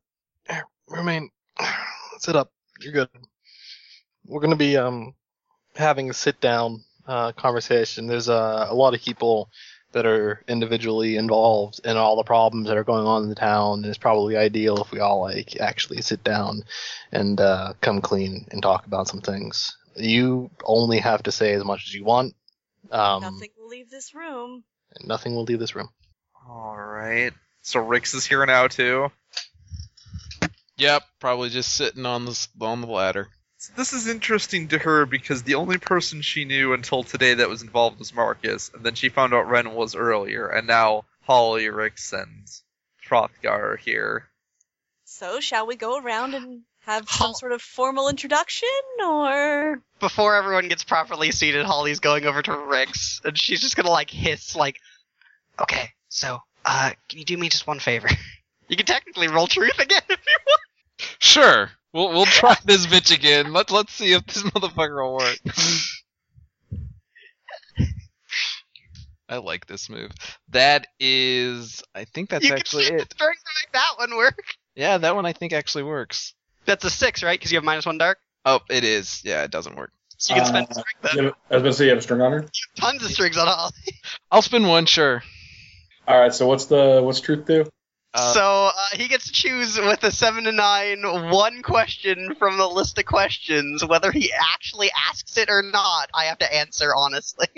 Speaker 5: Romaine, sit up. You're good. We're gonna be um having a sit down uh, conversation. There's uh, a lot of people that are individually involved in all the problems that are going on in the town. And it's probably ideal if we all like actually sit down and uh, come clean and talk about some things. You only have to say as much as you want. Um,
Speaker 1: Nothing will leave this room.
Speaker 5: and Nothing will leave this room.
Speaker 7: All right. So Rix is here now too.
Speaker 3: Yep, probably just sitting on the s- on the ladder.
Speaker 7: So this is interesting to her because the only person she knew until today that was involved was Marcus, and then she found out Ren was earlier, and now Holly, Rix, and Hrothgar are here.
Speaker 1: So, shall we go around and have some sort of formal introduction, or
Speaker 8: Before everyone gets properly seated, Holly's going over to Rick's, and she's just gonna like hiss, like, "Okay, so, uh, can you do me just one favor? You can technically roll truth again if you want."
Speaker 3: Sure. We'll we'll try this bitch again. Let's let's see if this motherfucker will work. I like this move. That is I think that's
Speaker 8: you
Speaker 3: actually
Speaker 8: can
Speaker 3: it.
Speaker 8: Trying to make that one work.
Speaker 3: Yeah, that one I think actually works.
Speaker 8: That's a six, right? Because you have minus one dark.
Speaker 3: Oh, it is. Yeah, it doesn't work.
Speaker 8: So you can spend
Speaker 4: Uh,
Speaker 8: a string
Speaker 4: You
Speaker 8: then.
Speaker 4: have- I was about to say you have a string on her.
Speaker 8: Tons of strings on Holly.
Speaker 3: I'll spin one, sure.
Speaker 4: All right, so what's the what's truth do?
Speaker 3: Uh,
Speaker 8: so uh, he gets to choose with a seven to nine one question from the list of questions, whether he actually asks it or not. I have to answer honestly.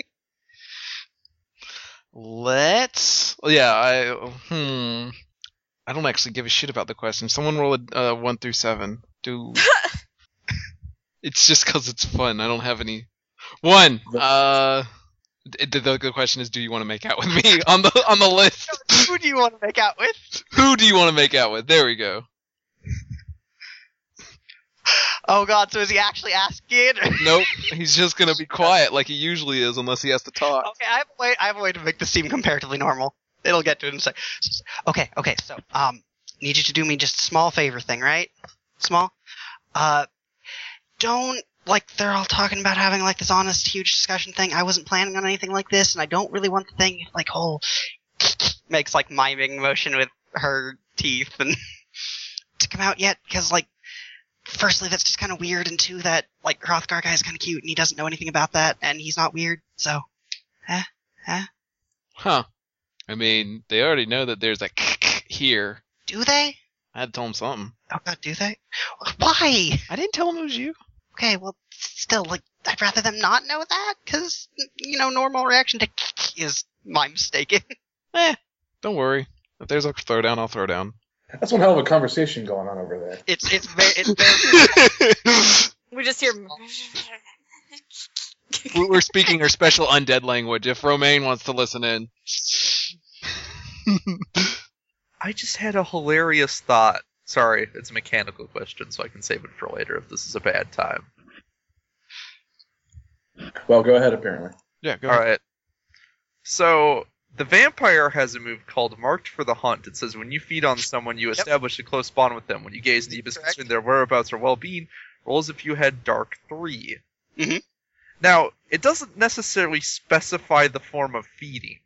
Speaker 3: Let's. Yeah, I. Hmm. I don't actually give a shit about the question. Someone roll a uh, one through seven. Do. it's just because it's fun. I don't have any. One. Uh. d- The, the, the question is, do you want to make out with me on the on the list?
Speaker 8: Who do you want to make out with?
Speaker 3: Who do you want to make out with? There we go.
Speaker 8: Oh God! So is he actually asking it? or-
Speaker 3: Nope. He's just gonna be quiet like he usually is, unless he has to talk.
Speaker 8: okay, I have a way. I have a way to make this seem comparatively normal. It'll get to it in a sec. S- Okay, okay. So, um, need you to do me just a small favor thing, right? Small. Uh, don't like they're all talking about having like this honest, huge discussion thing. I wasn't planning on anything like this, and I don't really want the thing like whole makes like miming motion with her teeth and to come out yet because like. Firstly, that's just kind of weird, and two, that like Hrothgar guy is kind of cute, and he doesn't know anything about that, and he's not weird, so eh?
Speaker 3: Huh. I mean, they already know that there's a here.
Speaker 8: Do they?
Speaker 3: I had to tell him something.
Speaker 8: Oh god, do they? Why?
Speaker 3: I didn't tell him it was you.
Speaker 8: Okay, well, still, like, I'd rather them not know that, because, you know, normal reaction to is my mistaken.
Speaker 3: Eh, Don't worry. If there's a throwdown, I'll throw down.
Speaker 4: That's one hell of a conversation going on over there.
Speaker 8: It's, it's very, it's very,
Speaker 1: we just hear?
Speaker 3: We're speaking her special undead language. If Romaine wants to listen in,
Speaker 7: I just had a hilarious thought. Sorry, it's a mechanical question, so I can save it for later if this is a bad time.
Speaker 4: Well, go ahead. Apparently,
Speaker 3: yeah, go
Speaker 7: All right. So the vampire has a move called "Marked for the Hunt." It says when you feed on someone, you establish a close bond with them. When you gaze deep is
Speaker 8: Correct.
Speaker 7: concerned their whereabouts or well-being, roll as if you had Dark 3
Speaker 8: Mhm.
Speaker 7: Now it doesn't necessarily specify the form of feeding.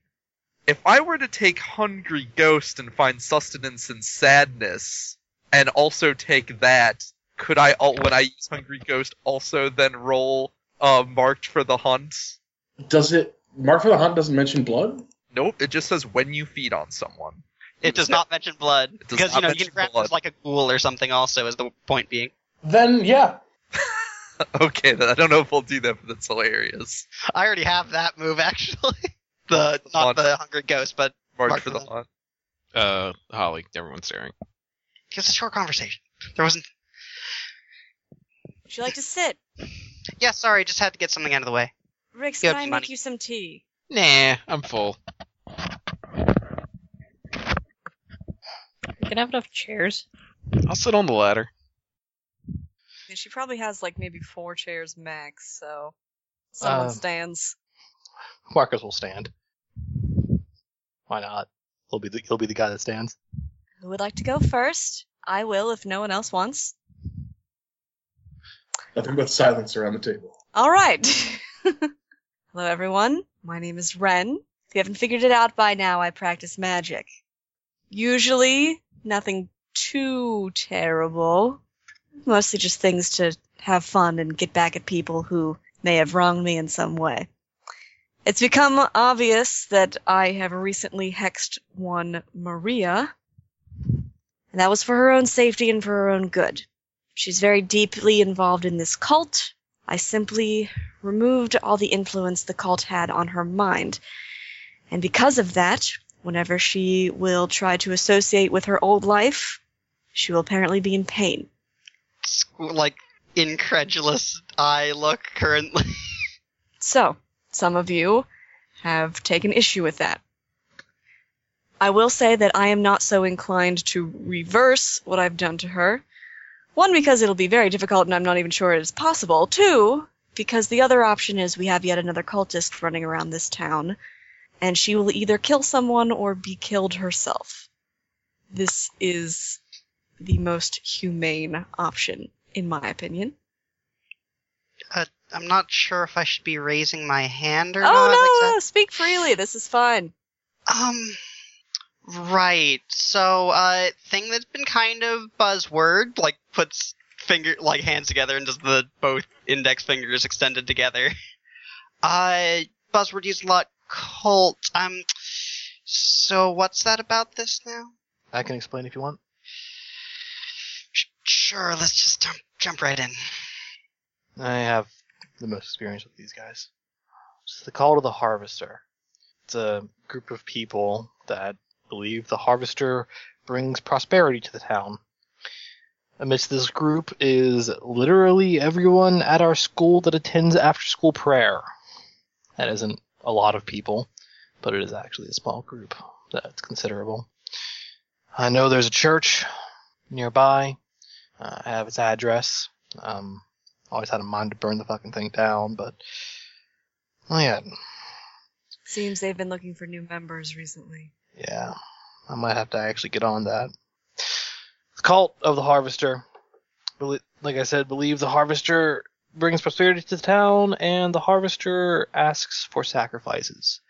Speaker 7: If I were to take Hungry Ghost and find sustenance and sadness, and also take that, could I al- when I use Hungry Ghost also then roll uh, marked for the hunt?
Speaker 4: does it? Mark for the Hunt doesn't mention blood.
Speaker 7: Nope, it just says when you feed on someone.
Speaker 8: It does not mention blood
Speaker 7: It does
Speaker 8: because you
Speaker 7: not
Speaker 8: know you
Speaker 7: mention
Speaker 8: can grab
Speaker 7: blood.
Speaker 8: as like a ghoul or something. Also, is the point being.
Speaker 4: Then yeah,
Speaker 7: Okay, then I don't know if we'll do that, but that's hilarious.
Speaker 8: I already have that move actually. The
Speaker 7: Hunt.
Speaker 8: not the hungry ghost, but
Speaker 7: Marked
Speaker 8: Marked
Speaker 7: for
Speaker 8: for
Speaker 7: the hunt.
Speaker 3: Uh, Holly, everyone's staring.
Speaker 8: it's a short conversation. There wasn't.
Speaker 6: Would you like to sit?
Speaker 8: Yeah, sorry, just had to get something out of the way.
Speaker 6: Rix,
Speaker 8: Yeah,
Speaker 6: can I make
Speaker 8: money.
Speaker 6: you some tea?
Speaker 3: Nah, I'm full.
Speaker 2: We can have enough chairs.
Speaker 3: I'll sit on the ladder.
Speaker 1: And she probably has like maybe four chairs max, so someone
Speaker 5: Um,
Speaker 1: stands.
Speaker 5: Marcus will stand. Why not? He'll be the he'll be the guy that stands.
Speaker 6: Who would like to go first? I will if no one else wants.
Speaker 4: nothing but silence around the table.
Speaker 6: All right. Hello, everyone. My name is Ren. If you haven't figured it out by now, I practice magic. Usually, nothing too terrible. Mostly just things to have fun and get back at people who may have wronged me in some way. It's become obvious that I have recently hexed one Maria, and that was for her own safety and for her own good. She's very deeply involved in this cult, I simply removed all the influence the cult had on her mind. And because of that, whenever she will try to associate with her old life, she will apparently be in pain.
Speaker 8: Squ- Like incredulous eye look currently.
Speaker 6: So, some of you have taken issue with that. I will say that I am not so inclined to reverse what I've done to her. One, because it'll be very difficult and I'm not even sure it is possible. Two, because the other option is we have yet another cultist running around this town, and she will either kill someone or be killed herself. This is the most humane option, in my opinion.
Speaker 8: Uh, I'm not sure if I should be raising my hand or
Speaker 6: Oh,
Speaker 8: not.
Speaker 6: no,
Speaker 8: exact-
Speaker 6: no, speak freely. This is fine.
Speaker 8: Um, right. So, uh, thing that's been kind of buzzword, like puts finger, like hands together and does the both index fingers extended together. Uh, buzzword used a lot. Cult. Um, so what's that about this now?
Speaker 5: I can explain if you want.
Speaker 8: Sh- sure. Let's just jump, jump right in.
Speaker 5: I have the most experience with these guys. It's the Call to the Harvester. It's a group of people that believe the Harvester brings prosperity to the town. Amidst this group is literally everyone at our school that attends after school prayer. That isn't a lot of people, but it is actually a small group that's considerable. I know there's a church nearby. Uh, I have its address. Um, always had a mind to burn the fucking thing down, but oh yeah,
Speaker 6: Seems they've been looking for new members recently.
Speaker 5: yeah, I might have to actually get on that. The cult of the harvester, Beli- like I said, believe the harvester brings prosperity to the town, and the harvester asks for sacrifices.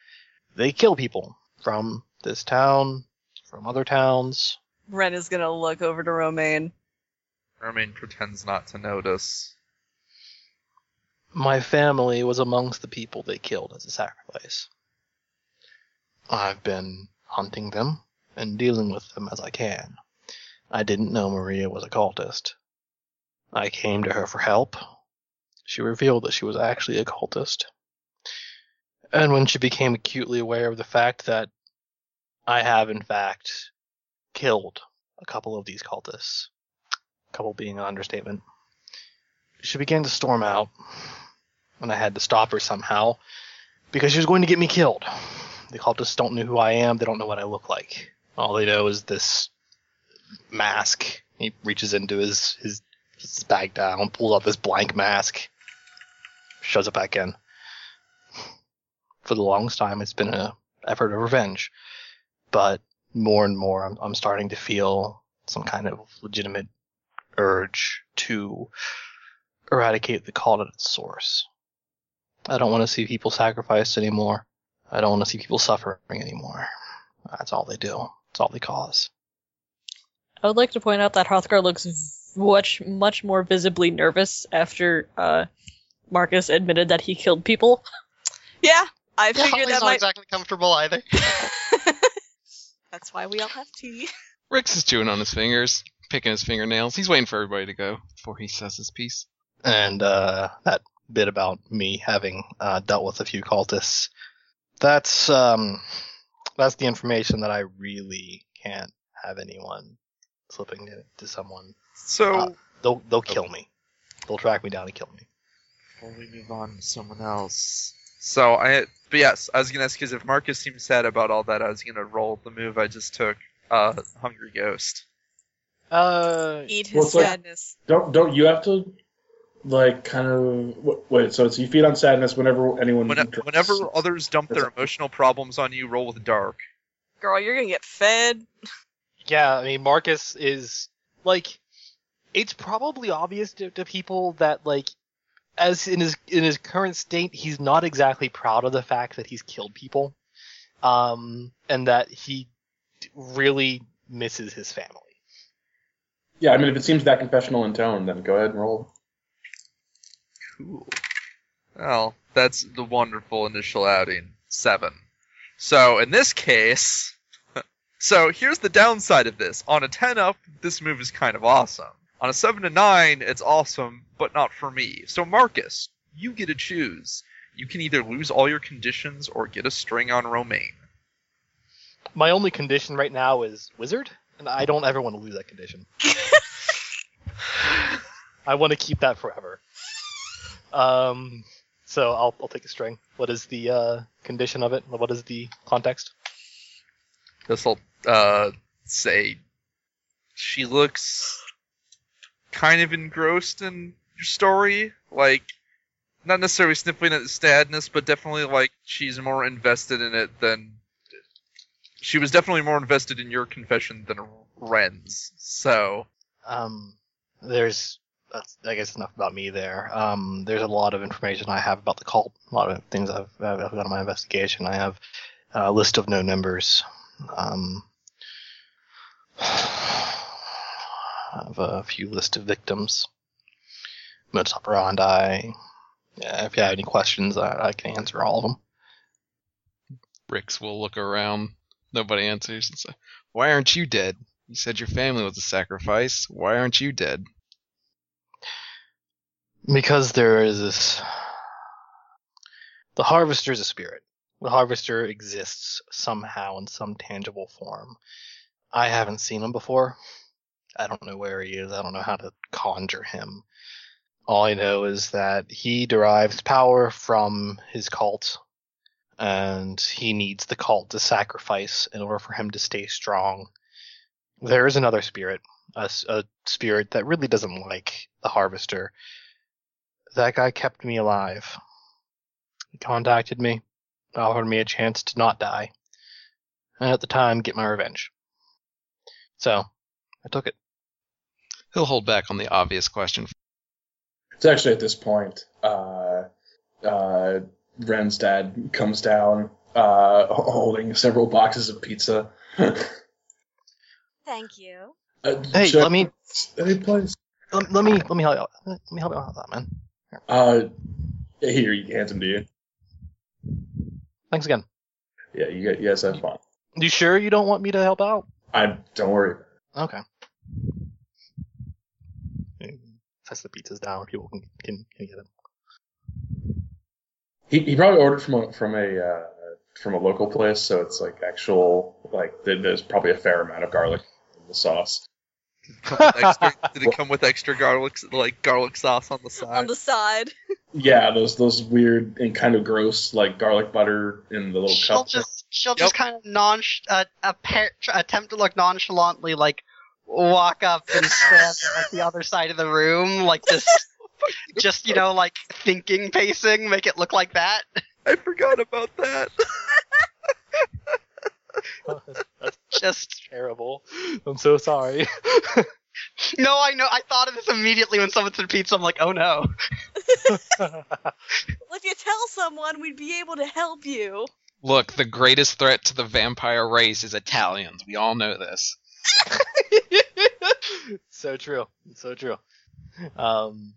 Speaker 5: They kill people from this town, from other towns.
Speaker 1: Ren is gonna look over to Romaine.
Speaker 7: Mermaid pretends not to notice.
Speaker 5: My family was amongst the people they killed as a sacrifice. I've been hunting them and dealing with them as I can. I didn't know Maria was a cultist. I came to her for help. She revealed that she was actually a cultist. And when she became acutely aware of the fact that I have, in fact, killed a couple of these cultists, a couple being an understatement, she began to storm out. and I had to stop her somehow because she was going to get me killed. The cultists don't know who I am. They don't know what I look like. All they know is this mask. He reaches into his his, his bag down, pulls out this blank mask, shoves it back in. For the longest time, it's been an effort of revenge, but more and more, I'm, I'm starting to feel some kind of legitimate urge to eradicate the cult at its source. I don't want to see people sacrificed anymore. I don't want to see people suffering anymore. That's all they do. That's all they cause.
Speaker 2: I would like to point out that Hrothgar looks much much more visibly nervous after uh, Marcus admitted that he killed people.
Speaker 1: Yeah, I
Speaker 8: Yeah,
Speaker 1: figured
Speaker 8: Holly's
Speaker 1: that
Speaker 8: not
Speaker 1: might.
Speaker 8: exactly comfortable either.
Speaker 1: That's why we all have tea.
Speaker 3: Rix is chewing on his fingers, picking his fingernails. He's waiting for everybody to go before he says his piece.
Speaker 5: and uh, that bit about me having uh, dealt with a few cultists. That's um, that's the information that I really can't have anyone slipping to, to someone.
Speaker 7: So
Speaker 5: Uh, They'll they'll kill me. They'll track me down and kill me.
Speaker 7: before we move on to someone else. So I, but yes, I was gonna ask because if Marcus seemed sad about all that, I was gonna roll the move I just took, uh, Hungry Ghost.
Speaker 5: Uh,
Speaker 6: Eat
Speaker 4: Well,
Speaker 6: his
Speaker 4: it's like-
Speaker 6: sadness.
Speaker 4: Don't don't you have to like kind of wait, wait? So it's you feed on sadness whenever anyone.
Speaker 7: When,
Speaker 4: drinks.
Speaker 7: whenever others dump their emotional problems on you, roll with dark.
Speaker 1: Girl, you're gonna get fed.
Speaker 5: Yeah, I mean, Marcus is like, it's probably obvious to, to people that like, as in his in his current state, he's not exactly proud of the fact that he's killed people, um, and that he d- really misses his family.
Speaker 4: Yeah, I mean, if it seems that confessional in tone, then go ahead and roll.
Speaker 7: Cool. Well, that's the wonderful initial outing. Seven. So in this case, so here's the downside of this. On a ten up, this move is kind of awesome. On a seven to nine, it's awesome, but not for me. So Marcus, you get to choose. You can either lose all your conditions or get a string on Romaine.
Speaker 5: My only condition right now is wizard, and I don't ever want to lose that condition. I want to keep that forever. Um, so I'll I'll take a string. What is the uh, condition of it? What is the context?
Speaker 7: This'll uh, say she looks kind of engrossed in your story, like not necessarily sniffling at the sadness, but definitely like she's more invested in it than she was definitely more invested in your confession than Ren's. So
Speaker 5: um, there's that's, I guess enough about me there. Um, there's a lot of information I have about the cult. A lot of things I've, I've I've got on my investigation. I have a list of known members. Um, I have a few list of victims. Modus operandi. Yeah, if you have any questions, I, I can answer all of them.
Speaker 3: Rix will look around. Nobody answers and say, Why aren't you dead? You said your family was a sacrifice. Why aren't you dead?
Speaker 5: because there is this the harvester is a spirit the harvester exists somehow in some tangible form i haven't seen him before i don't know where he is i don't know how to conjure him all i know is that he derives power from his cult and he needs the cult to sacrifice in order for him to stay strong there is another spirit a, s- a spirit that really doesn't like the harvester that guy kept me alive. He contacted me, offered me a chance to not die, and at the time get my revenge. So, I took it.
Speaker 3: He'll hold back on the obvious question.
Speaker 4: It's actually at this point, uh, uh, Ren's dad comes down uh, holding several boxes of pizza. uh,
Speaker 6: Thank you.
Speaker 5: Hey,
Speaker 4: check
Speaker 5: let me
Speaker 4: Any place?
Speaker 5: Um, let, let me let me help you out. Let me help you out with that, man.
Speaker 4: Uh, here, he hands him to you.
Speaker 5: Thanks again.
Speaker 4: Yeah, you guys, you guys have fun.
Speaker 5: You sure you don't want me to help out?
Speaker 4: I don't worry.
Speaker 5: Okay. Sets the pizzas down where people can can, can get them.
Speaker 4: He, he probably ordered from a from a uh, from a local place, so it's like actual like th- there's probably a fair amount of garlic in the sauce.
Speaker 7: Did it come with extra, did it come with extra garlic, like garlic sauce on the side?
Speaker 1: on the side.
Speaker 4: Yeah, those those weird and kind of gross like garlic butter in the little
Speaker 8: she'll
Speaker 4: cup.
Speaker 8: just she'll just kind of non uh, appa- tr- attempt to look nonchalantly like walk up and stand at the other side of the room like just just you know like thinking pacing make it look like that
Speaker 7: I forgot about that.
Speaker 5: That's
Speaker 8: just
Speaker 5: terrible. I'm so sorry.
Speaker 8: no i know i thought of this immediately when someone said pizza i'm like oh no
Speaker 1: Well, if you tell someone, we'd be able to help you.
Speaker 3: Look, the greatest threat to the vampire race is Italians. We all know this.
Speaker 5: so true. So true. Um,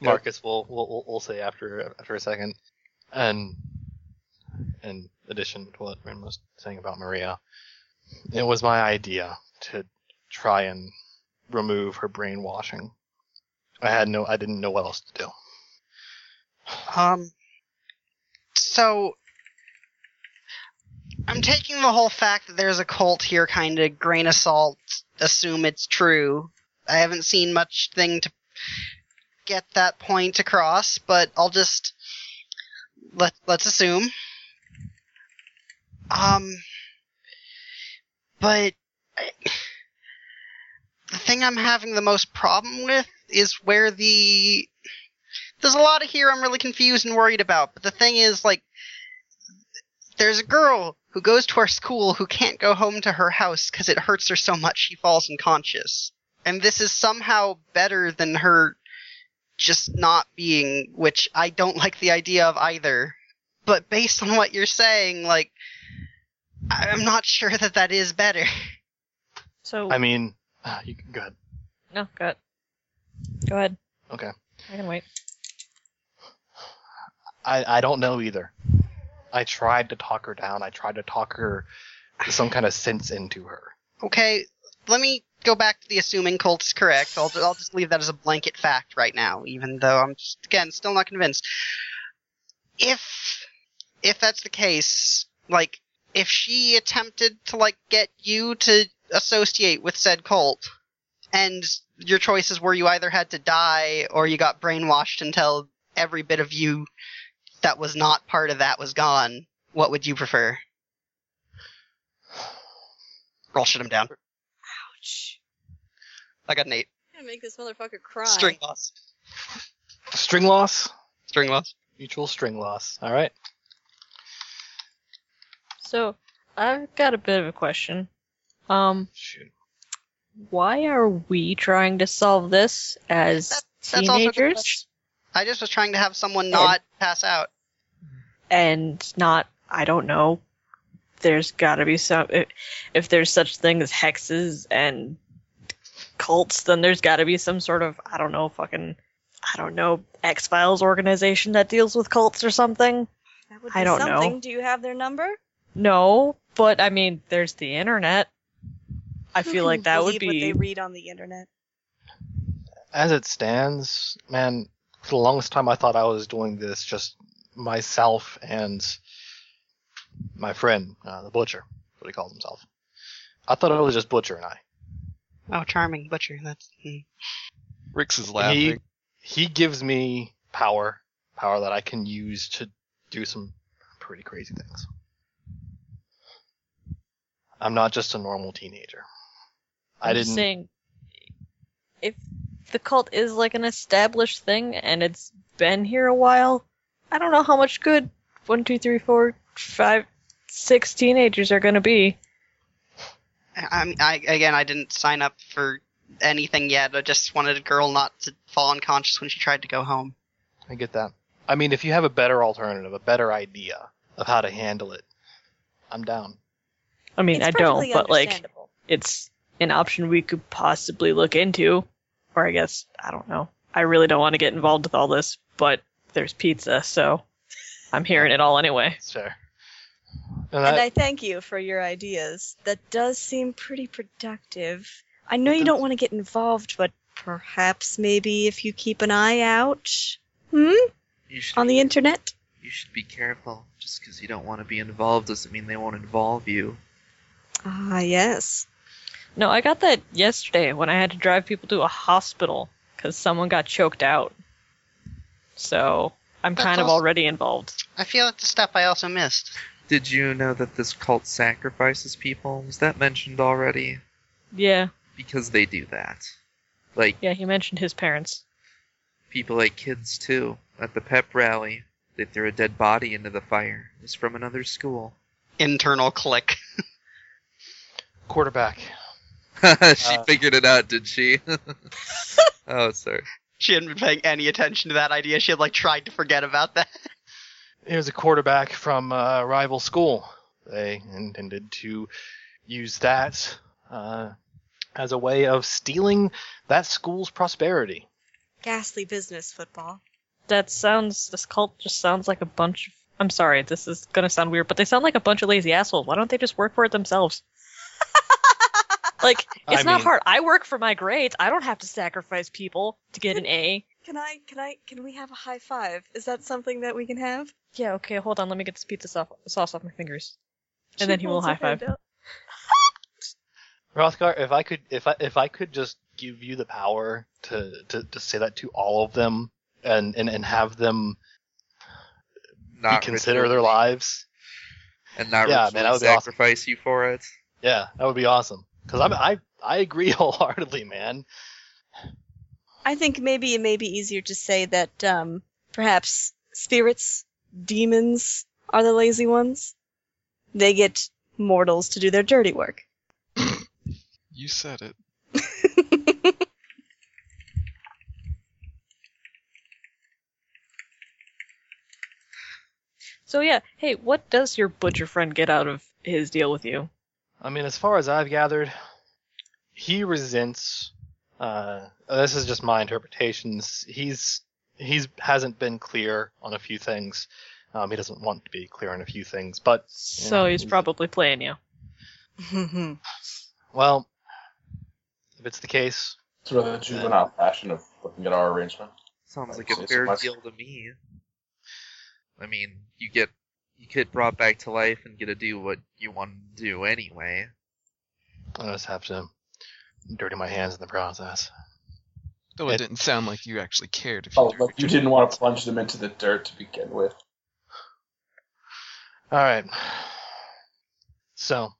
Speaker 5: Marcus will will will- will say after after a second, and in addition to what Ren was saying about Maria, it was my idea to try and remove her brainwashing. I had no, I didn't know what else to do.
Speaker 8: um so i'm taking the whole fact that there's a cult here kind of grain of salt assume it's true i haven't seen much thing to get that point across but i'll just let let's assume um but I, the thing i'm having the most problem with is where the there's a lot of here I'm really confused and worried about. But the thing is, like, there's a girl who goes to our school who can't go home to her house because it hurts her so much she falls unconscious. And this is somehow better than her just not being, which I don't like the idea of either. But based on what you're saying, like, I- I'm not sure that that is better.
Speaker 2: So
Speaker 5: I mean, uh, you can go ahead.
Speaker 2: no, go ahead. Go ahead.
Speaker 5: Okay.
Speaker 2: I can wait.
Speaker 5: I, I don't know either. I tried to talk her down. I tried to talk her some kind of sense into her.
Speaker 8: Okay, let me go back to the assuming Colt's correct. I'll, I'll just leave that as a blanket fact right now, even though I'm just, again still not convinced. If if that's the case, like if she attempted to like get you to associate with said cult, and your choices were you either had to die or you got brainwashed until every bit of you that was not part of that was gone, what would you prefer? Roll shit him down.
Speaker 1: Ouch.
Speaker 8: I got an eight.
Speaker 1: I'm gonna make this motherfucker cry.
Speaker 8: String loss.
Speaker 5: String loss,
Speaker 8: String loss.
Speaker 5: mutual string loss. All right.
Speaker 2: So I've got a bit of a question. Um,
Speaker 5: Shoot.
Speaker 2: why are we trying to solve this as
Speaker 8: that's also the
Speaker 2: teenagers
Speaker 8: question. I just was trying to have someone not pass out.
Speaker 2: and not? I don't know. There's got to be some. If, if there's such thing as hexes and cults, then there's got to be some sort of I don't know fucking I don't know X Files organization that deals with cults or something.
Speaker 1: That would be
Speaker 2: I don't know.
Speaker 1: something. Do you have their number?
Speaker 2: No, but I mean, there's the internet. I
Speaker 1: Who
Speaker 2: feel
Speaker 1: can
Speaker 2: like
Speaker 8: Hmm.
Speaker 2: that would
Speaker 1: believe what they
Speaker 2: be.
Speaker 1: read on the internet.
Speaker 5: As it stands, man, for the longest time I thought I was doing this just myself and my friend, uh, the butcher, what he calls himself. I thought it was just butcher and I.
Speaker 8: Oh, charming butcher. That's mm.
Speaker 3: Rix is
Speaker 5: he
Speaker 3: laughing.
Speaker 5: he gives me power, power that I can use to do some pretty crazy things. I'm not just a normal teenager. I
Speaker 2: I'm just
Speaker 5: didn't.
Speaker 2: Saying, if the cult is like an established thing and it's been here a while, I don't know how much good one, two, three, four, five, six teenagers are gonna be.
Speaker 8: I, I again, I didn't sign up for anything yet. I just wanted a girl not to fall unconscious when she tried to go home.
Speaker 5: I get that. I mean, if you have a better alternative, a better idea of how to handle it, I'm down.
Speaker 2: I mean,
Speaker 1: It's
Speaker 2: I don't,
Speaker 1: perfectly
Speaker 2: but like,
Speaker 1: understandable.
Speaker 2: it's an option we could possibly look into. Or I guess I don't know. I really don't want to get involved with all this, but there's pizza, so I'm hearing it all anyway.
Speaker 5: It's fair. And
Speaker 1: And
Speaker 5: I-
Speaker 1: I thank you for your ideas. That does seem pretty productive. I know
Speaker 5: It
Speaker 1: you don't
Speaker 5: does.
Speaker 1: want to get involved, but perhaps maybe if you keep an eye out hmm?
Speaker 7: You should,
Speaker 1: on the internet.
Speaker 7: you should be careful. Just because you don't want to be involved doesn't mean they won't involve you.
Speaker 1: Ah, yes.
Speaker 2: No, I got that yesterday when I had to drive people to a hospital because someone got choked out. So I'm
Speaker 8: That's
Speaker 2: kind of
Speaker 8: awesome.
Speaker 2: already involved.
Speaker 8: I feel it's a step I also missed.
Speaker 7: Did you know that this cult sacrifices people? Was that mentioned already?
Speaker 2: Yeah,
Speaker 7: Because they do that. Like,
Speaker 2: yeah, he mentioned his parents.
Speaker 7: people like kids, too. At the pep rally, they threw a dead body into the fire. It was from another school.
Speaker 8: Internal click.
Speaker 5: Quarterback.
Speaker 7: she
Speaker 5: Uh.
Speaker 7: figured it out, did she? oh, sorry.
Speaker 8: She hadn't been paying any attention to that idea. She had like tried to forget about that.
Speaker 5: It was a quarterback from a rival school. They intended to use that uh, as a way of stealing that school's prosperity.
Speaker 6: Ghastly business football.
Speaker 2: That sounds. This cult just sounds like a bunch of. I'm sorry, this is gonna sound weird, but they sound like a bunch of lazy assholes. Why don't they just work for it themselves? like, it's
Speaker 5: I
Speaker 2: not
Speaker 5: mean-
Speaker 2: hard. I work for my grades. I don't have to sacrifice people to get an A.
Speaker 1: Can I? Can I? Can we have a high five? Is that something that we can have?
Speaker 2: Yeah, okay, hold on. Let me get this pizza sauce, sauce off my fingers. And then
Speaker 1: She
Speaker 2: he will
Speaker 1: holds her
Speaker 2: high five.
Speaker 1: hand up.
Speaker 5: Rothgar, if I could, if I if I could just give you the power to to, to say that to all of them and and, and have them
Speaker 7: Not
Speaker 5: reconsider
Speaker 7: ritual-
Speaker 5: their lives,
Speaker 7: and not
Speaker 5: Yeah,
Speaker 7: yeah,
Speaker 5: man, that would be awesome.
Speaker 7: sacrifice you for it.
Speaker 5: yeah, that would be awesome. Because I'm I I agree wholeheartedly, man.
Speaker 6: I think maybe it may be easier to say that um, perhaps spirits, demons are the lazy ones. They get mortals to do their dirty work.
Speaker 3: You said it.
Speaker 2: So yeah, hey, what does your butcher friend get out of his deal with you?
Speaker 5: I mean, as far as I've gathered, he resents. Uh, this is just my interpretations. He's he's hasn't been clear on a few things. Um, he doesn't want to be clear on a few things, but
Speaker 2: So
Speaker 5: Yeah,
Speaker 2: he's
Speaker 5: he's-
Speaker 2: probably playing you.
Speaker 5: well, if it's the case,
Speaker 4: It's rather the juvenile fashion of looking at our arrangement.
Speaker 7: Sounds like
Speaker 4: It's-
Speaker 7: a
Speaker 4: it's a
Speaker 7: fair
Speaker 4: must.
Speaker 7: deal to me. I mean, you get you get brought back to life and get to do what you want to do anyway.
Speaker 5: I just have to dirty my hands in the process.
Speaker 3: Though it,
Speaker 5: It-
Speaker 3: didn't sound like you actually cared. If you
Speaker 4: Oh,
Speaker 3: did.
Speaker 4: like you didn't want to plunge them into the dirt to begin with.
Speaker 5: All right. So,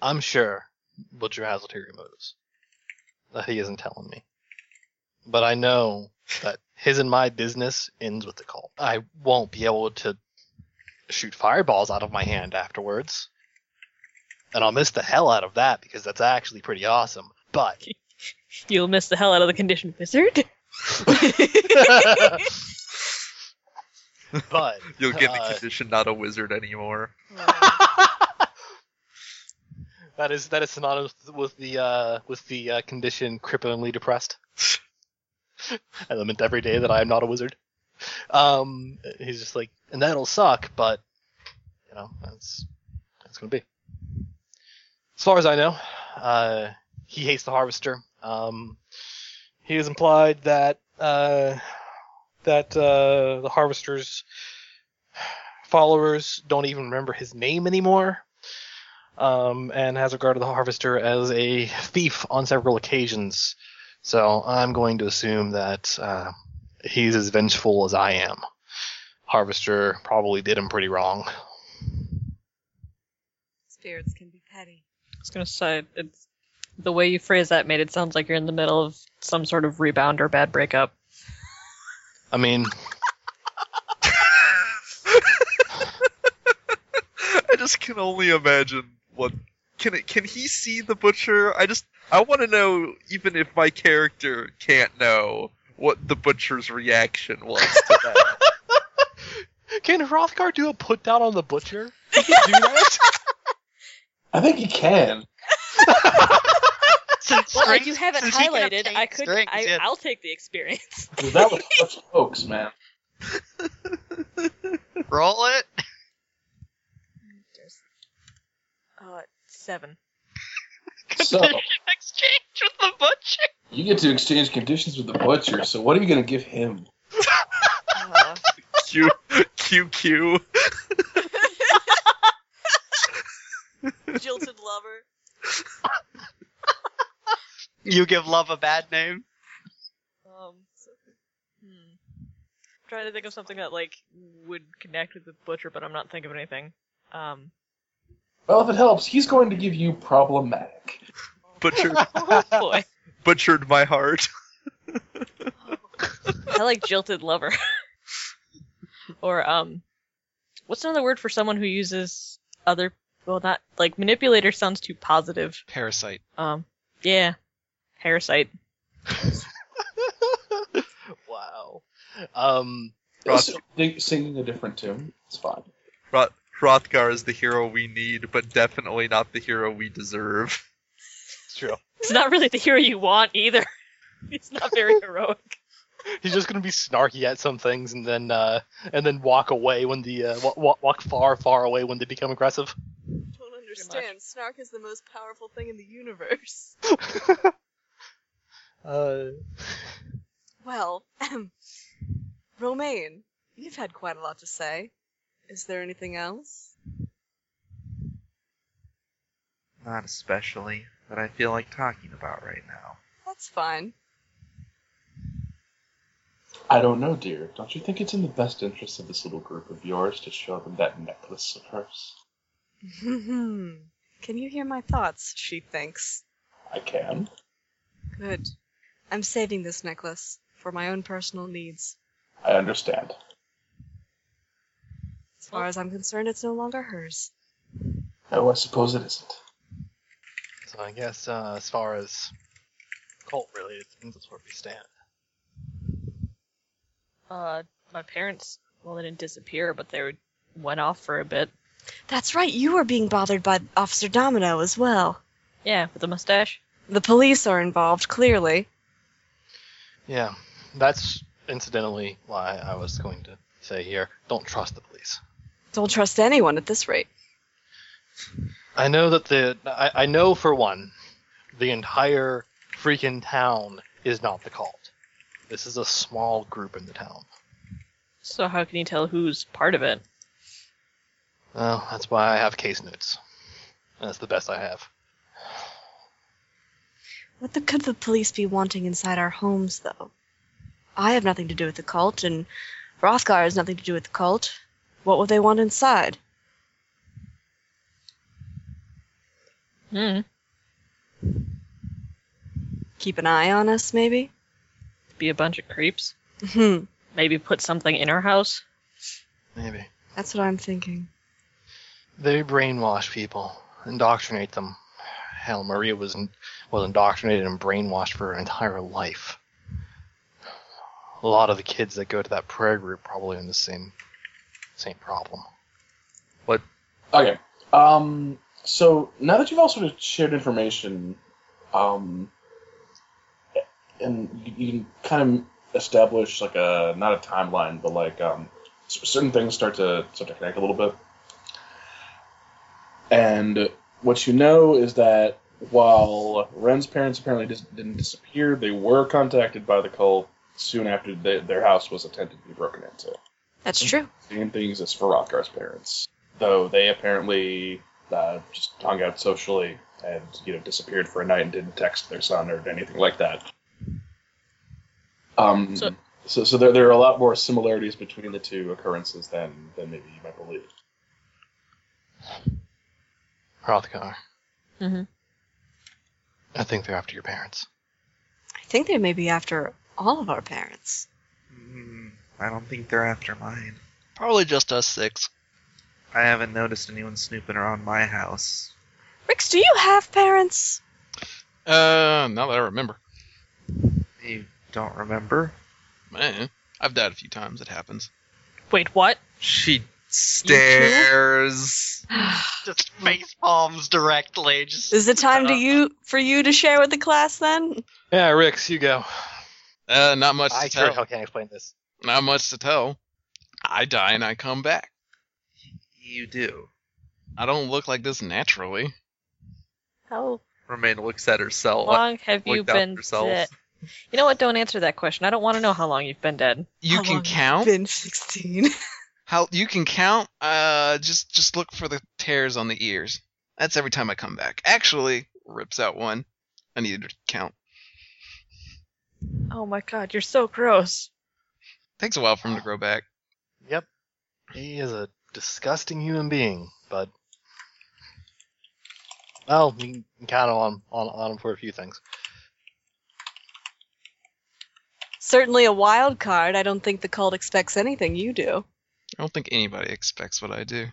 Speaker 5: I'm sure Butcher has ulterior motives that he isn't telling me. But I know that his and my business ends with the cult. I won't be able to shoot fireballs out of my hand afterwards. And I'll miss the hell out of that because that's actually pretty awesome. But
Speaker 2: You'll miss the hell out of the conditioned wizard.
Speaker 5: but
Speaker 7: You'll get
Speaker 5: Uh,
Speaker 7: a condition, not a wizard anymore.
Speaker 5: that is that is synonymous with the uh, with the uh, condition cripplingly depressed. I lament every day that I am not a wizard. Um, he's just like, and that'll suck, but you know that's that's gonna be. As far as I know, uh, he hates the harvester. Um, he has implied that uh, that uh, the harvester's followers don't even remember his name anymore um, and has regarded the harvester as a thief on several occasions. So I'm going to assume that uh, he's as vengeful as I am. Harvester probably did him pretty wrong.
Speaker 6: Spirits can be petty.
Speaker 2: I was gonna say it's the way you phrase that made it sound like you're in the middle of some sort of rebound or bad breakup.
Speaker 5: I mean,
Speaker 7: I just can only imagine what can it, can he see the butcher? I just I want to know even if my character can't know what the butcher's reaction was to that.
Speaker 5: can Hrothgar do a put down on the butcher? Can he do that?
Speaker 4: I think he can.
Speaker 8: Since
Speaker 2: Well,
Speaker 8: strings-
Speaker 2: if you haven't
Speaker 8: since he can
Speaker 2: highlighted,
Speaker 8: obtain
Speaker 2: I could.
Speaker 8: strings,
Speaker 2: I,
Speaker 8: yeah.
Speaker 2: I'll take the experience.
Speaker 4: Dude, that was such folks, man.
Speaker 8: roll it.
Speaker 2: Uh, seven.
Speaker 4: So-
Speaker 8: Condition exchange with the butcher.
Speaker 4: You get to exchange conditions with the butcher, so what are you going to give him?
Speaker 7: Q Q Q.
Speaker 1: Jilted lover.
Speaker 8: You give love a bad name.
Speaker 2: Um, so- hmm. I'm trying to think of something that like would connect with the butcher, but I'm not thinking of anything. Um,
Speaker 4: Well, if it helps, he's going to give you problematic.
Speaker 7: Butchered,
Speaker 2: oh boy,
Speaker 7: butchered my heart.
Speaker 2: I like jilted lover. or um, what's another word for someone who uses other? Well, not like manipulator sounds too positive.
Speaker 3: Parasite.
Speaker 2: Um, yeah, parasite.
Speaker 5: wow. Um,
Speaker 7: Roth,
Speaker 4: Sing- Singing a different tune. It's fine.
Speaker 7: Roth, Rothgar is the hero we need, but definitely not the hero we deserve.
Speaker 5: it's true.
Speaker 2: It's not really the hero you want either. It's not very heroic.
Speaker 5: He's just gonna be snarky at some things, and then uh, and then walk away when the uh, walk, walk far, far away when they become aggressive.
Speaker 1: Don't understand. Snark is the most powerful thing in the universe.
Speaker 5: Uh,
Speaker 1: Well, Romaine, you've had quite a lot to say. Is there anything else?
Speaker 7: Not especially that I feel like talking about right now.
Speaker 1: That's fine.
Speaker 4: I don't know, dear. Don't you think it's in the best interest of this little group of yours to show them that necklace of hers?
Speaker 1: Can you hear my thoughts? She thinks.
Speaker 4: I can.
Speaker 1: Good. I'm saving this necklace for my own personal needs.
Speaker 4: I understand.
Speaker 1: As far as I'm concerned, it's no longer hers.
Speaker 4: Oh, I suppose it isn't.
Speaker 5: so I guess uh, as far as cult-related things, that's where we stand.
Speaker 2: Uh, my parents, well, they didn't disappear, but they went off for a bit.
Speaker 6: That's right, you were being bothered by Officer Domino as well.
Speaker 2: Yeah, with a mustache.
Speaker 6: The police are involved, clearly.
Speaker 5: Yeah, that's incidentally why I was going to say here: don't trust the police.
Speaker 6: Don't trust anyone at this rate.
Speaker 5: I know that the I, I know for one, the entire freaking town is not the cult. This is a small group in the town.
Speaker 2: So how can you tell who's part of it?
Speaker 5: Well, that's why I have case notes. That's the best I have.
Speaker 6: What the, could the police be wanting inside our homes, though? I have nothing to do with the cult, and Rothgar has nothing to do with the cult. What would they want inside?
Speaker 2: Hmm.
Speaker 6: Keep an eye on us, maybe?
Speaker 2: Be a bunch of creeps.
Speaker 6: Hmm.
Speaker 2: Maybe put something in our house.
Speaker 5: Maybe.
Speaker 6: That's what I'm thinking.
Speaker 5: They brainwash people, indoctrinate them. Hell, Maria was in, was indoctrinated and brainwashed for her entire life. A lot of the kids that go to that prayer group probably in the same same problem.
Speaker 4: Okay. Um. So now that you've all sort of shared information, um, and you- you can kind of establish like a not a timeline, but like um, s- certain things start to start to connect a little bit. And what you know is that while Ren's parents apparently dis- didn't disappear, they were contacted by the cult soon after they, their house was attempted to be broken into
Speaker 6: That's true.
Speaker 4: same things as Farrakhar's parents, though they apparently uh, just hung out socially and you know disappeared for a night and didn't text their son or anything like that. Um, so,
Speaker 2: So-
Speaker 4: so, there, there are a lot more similarities between the two occurrences than than maybe you might believe.
Speaker 5: Rothgar.
Speaker 6: Mm-hmm.
Speaker 2: Mhm.
Speaker 5: I think they're after your parents.
Speaker 6: I think they may be after all of our parents.
Speaker 7: Mm, I don't think they're after mine.
Speaker 8: Probably just us six.
Speaker 7: I haven't noticed anyone snooping around my house.
Speaker 6: Rix, do you have parents?
Speaker 3: Uh, now that I remember,
Speaker 7: You don't remember?
Speaker 3: Eh, I've died a few times. It happens.
Speaker 2: Wait, what?
Speaker 7: She stares.
Speaker 8: Just face palms directly. Just uh,
Speaker 6: Is it time to you for you to share with the class then?
Speaker 5: Yeah, Rix, you go.
Speaker 3: Uh, not much
Speaker 5: I
Speaker 3: to tell.
Speaker 5: sure hell can't explain this.
Speaker 3: Not much to tell. I die and I come back.
Speaker 7: You do.
Speaker 3: I don't look like this naturally.
Speaker 2: How
Speaker 7: Romaine looks at herself.
Speaker 2: long have you
Speaker 7: looked out
Speaker 2: been
Speaker 7: herself.
Speaker 2: dead? You know what? Don't answer that question. I don't want to know how long you've been dead.
Speaker 3: You
Speaker 1: How
Speaker 3: can
Speaker 1: long have
Speaker 3: count.
Speaker 1: Been 16.
Speaker 3: How you can count? Uh, just just look for the tears on the ears. That's every time I come back. Actually,
Speaker 7: rips out one. I needed to count.
Speaker 2: Oh my god, you're so gross.
Speaker 7: Takes a while for him to grow back.
Speaker 5: Yep. He is a disgusting human being, but well, you can count on on, on him for a few things.
Speaker 1: Certainly a wild card. I don't think the cult expects anything you do.
Speaker 7: I don't think anybody expects what I do.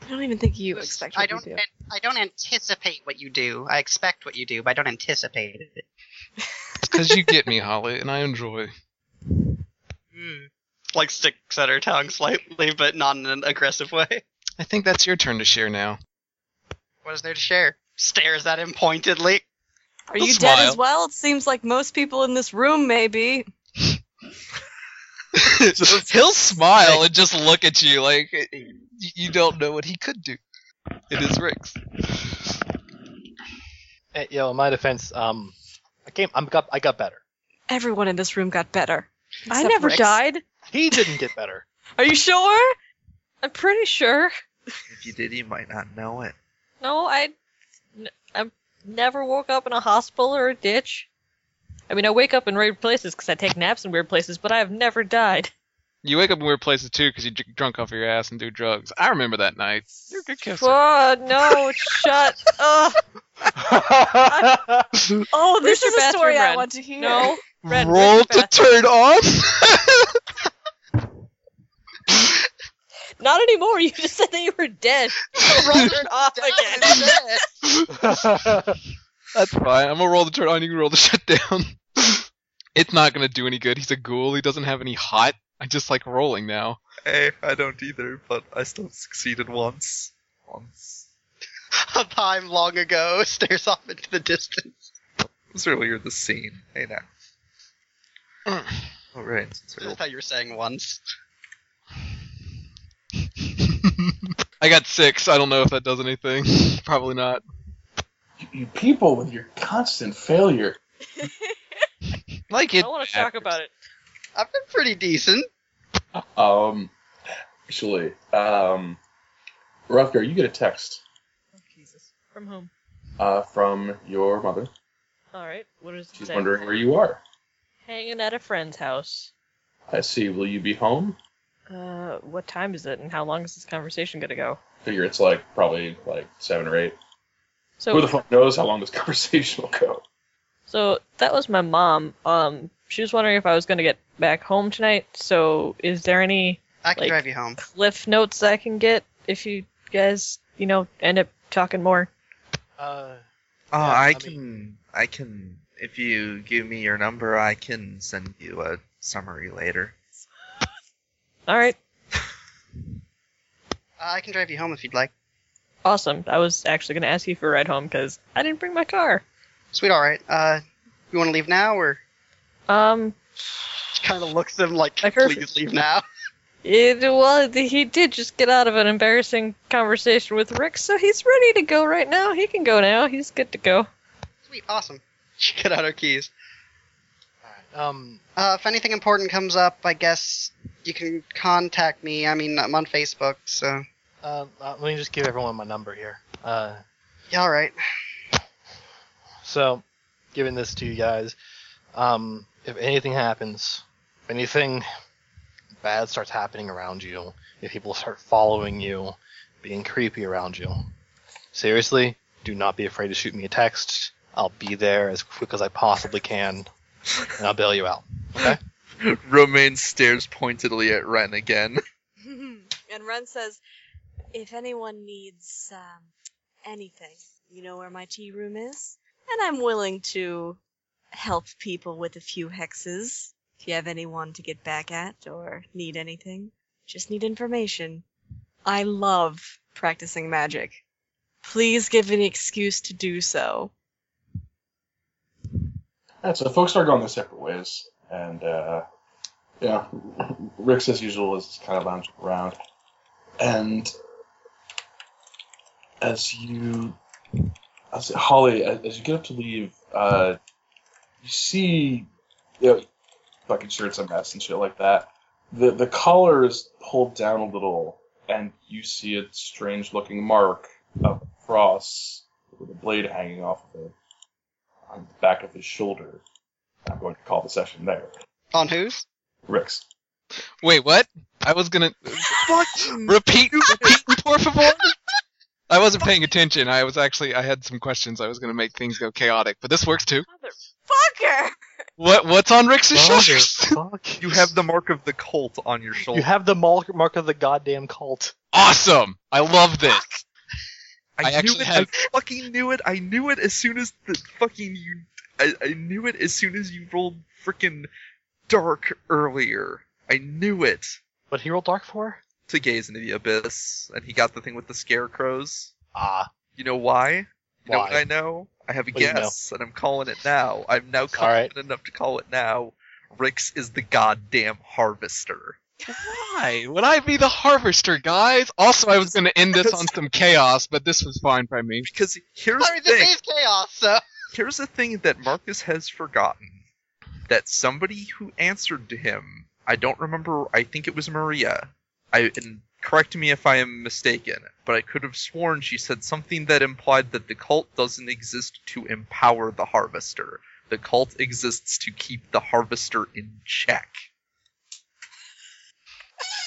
Speaker 1: I don't even think you expect what
Speaker 8: I don't.
Speaker 1: you do.
Speaker 8: an- I don't anticipate what you do. I expect what you do, but I don't anticipate it.
Speaker 7: It's because you get me, Holly, and I enjoy.
Speaker 8: Like sticks at her tongue slightly, but not in an aggressive way.
Speaker 7: I think that's your turn to share now.
Speaker 8: What is there to share? Stares at him pointedly.
Speaker 1: Are you dead
Speaker 7: smile.
Speaker 1: as well? It seems like most people in this room may be.
Speaker 7: He'll smile and just look at you like you don't know what he could do. It is Rick's.
Speaker 5: Eh, yo, in my defense, um, I came. I'm got. I got better.
Speaker 1: Everyone in this room got better.
Speaker 6: I never died.
Speaker 5: He didn't get better.
Speaker 1: Are you sure? I'm pretty sure.
Speaker 7: If you did, you might not know it.
Speaker 2: No, I, n- I never woke up in a hospital or a ditch. I mean, I wake up in weird places because I take naps in weird places, but I have never died.
Speaker 3: You wake up in weird places too because you dr- drunk off your ass and do drugs. I remember that night. You're a good kisser.
Speaker 2: Oh, no, shut up.
Speaker 1: Oh,
Speaker 2: Where's
Speaker 1: this
Speaker 2: your
Speaker 1: is a
Speaker 2: bathroom,
Speaker 1: story I
Speaker 2: Ren?
Speaker 1: want to hear.
Speaker 2: No. Red,
Speaker 7: Roll
Speaker 2: where's the
Speaker 7: to turn on.
Speaker 2: Not anymore. You just said that you were dead. So roll it off again.
Speaker 7: That's fine. I'm gonna roll the turn on. You can roll the shutdown. it's not gonna do any good. He's a ghoul. He doesn't have any hot. I just like rolling now.
Speaker 9: Hey, I don't either, but I still succeeded once. Once.
Speaker 8: A time long ago, stares off into the distance.
Speaker 9: It was earlier this scene. Hey now. All right. Since I
Speaker 8: I
Speaker 9: rolled-
Speaker 8: thought you were saying once.
Speaker 7: I got six. I don't know if that does anything. Probably not.
Speaker 4: You people with your constant failure.
Speaker 7: Like
Speaker 2: I
Speaker 7: it.
Speaker 2: don't want to talk about it.
Speaker 8: I've been pretty decent.
Speaker 4: Um, actually, um, Rothgar, you get a text
Speaker 2: From whom?
Speaker 4: uh, from your mother.
Speaker 2: All right. What is
Speaker 4: She's wondering where you are.
Speaker 2: Hanging at a friend's house.
Speaker 4: I see. Will you be home?
Speaker 2: Uh, what time is it, and how long is this conversation gonna go?
Speaker 4: Figure it's like probably like seven or eight.
Speaker 2: So,
Speaker 4: Who the fuck knows how long this conversation will go?
Speaker 2: so that was my mom. Um, she was wondering if I was gonna get back home tonight. So, is there any
Speaker 8: I can
Speaker 2: Like-
Speaker 8: drive you home.
Speaker 2: cliff notes I can get if you guys, you know, end up talking more?
Speaker 5: uh,
Speaker 9: Oh,
Speaker 5: Yeah,
Speaker 9: I,
Speaker 5: I
Speaker 9: can. I can. If you give me your number, I can send you a summary later.
Speaker 2: All right.
Speaker 8: Uh, I can drive you home if you'd like.
Speaker 2: Awesome. I was actually gonna ask you for a ride home because I didn't bring my car.
Speaker 8: Sweet, all right. Uh, you want to leave now, or
Speaker 2: Um,
Speaker 8: she kind of looks at him like,
Speaker 2: Like her-
Speaker 8: please leave now.
Speaker 2: It, well, he did just get out of an embarrassing conversation with Rick, so he's ready to go right now. He can go now. He's good to go.
Speaker 8: Sweet, awesome. She got out her keys.
Speaker 5: alright, um,
Speaker 8: Uh, if anything important comes up, I guess you can contact me. I mean, I'm on Facebook, so
Speaker 5: uh, uh, let me just give everyone my number here. Uh,
Speaker 8: yeah, all right.
Speaker 5: So, giving this to you guys, um, if anything happens, if anything bad starts happening around you, if people start following you, being creepy around you, seriously, do not be afraid to shoot me a text. I'll be there as quick as I possibly can, and I'll bail you out.
Speaker 9: Romaine stares pointedly at Ren again.
Speaker 6: and Ren says, If anyone needs um, anything, you know where my tea room is?
Speaker 1: And I'm willing to help people with a few hexes. If you have anyone to get back at or need anything, just need information. I love practicing magic. Please give an excuse to do so.
Speaker 4: Alright, so folks are going their separate ways, and uh, yeah, Rick's as usual is kind of lounging around, and as you, as Holly, as, as you get up to leave, uh, you see, you know, fucking shirts a mess and shit like that. The the collar is pulled down a little, and you see a strange looking mark across with a blade hanging off of the, on the back of his shoulder. I'm going to call the session there.
Speaker 8: On whose?
Speaker 4: Rick's.
Speaker 3: Wait, what? I was gonna
Speaker 7: Fucking
Speaker 3: repeat, repeat, por favor. I wasn't paying attention. I was actually, I had some questions. I was gonna make things go chaotic, but this works too.
Speaker 1: Fucker!
Speaker 3: What? What's on Rick's shoulders?
Speaker 5: Fuck.
Speaker 7: You have the mark of the cult on your shoulder.
Speaker 5: You have the mark, mark of the goddamn cult.
Speaker 3: awesome! I love this. I
Speaker 7: knew
Speaker 3: actually
Speaker 7: it.
Speaker 3: have-
Speaker 7: I fucking knew it. I knew it as soon as the fucking you. I, I knew it as soon as you rolled freaking dark earlier. I knew it
Speaker 5: What he rolled dark for?
Speaker 7: to gaze into the abyss, and he got the thing with the scarecrows.
Speaker 5: Ah,
Speaker 7: You know why? You know
Speaker 5: Why?
Speaker 7: what I know? I have a
Speaker 5: What do you know?
Speaker 7: guess, and I'm calling it now. I'm now
Speaker 5: All right.
Speaker 7: confident enough to call it now. Rix is the goddamn harvester.
Speaker 3: Why would I be the harvester, guys? Also, I was gonna end this on some chaos, but this was fine by me.
Speaker 7: Because here's
Speaker 8: I mean,
Speaker 7: the thing.
Speaker 8: this is chaos, so.
Speaker 7: here's a thing that Marcus has forgotten that somebody who answered to him, I don't remember, I think it was Maria. I and correct me if I am mistaken, but I could have sworn she said something that implied that the cult doesn't exist to empower the harvester. The cult exists to keep the harvester in check.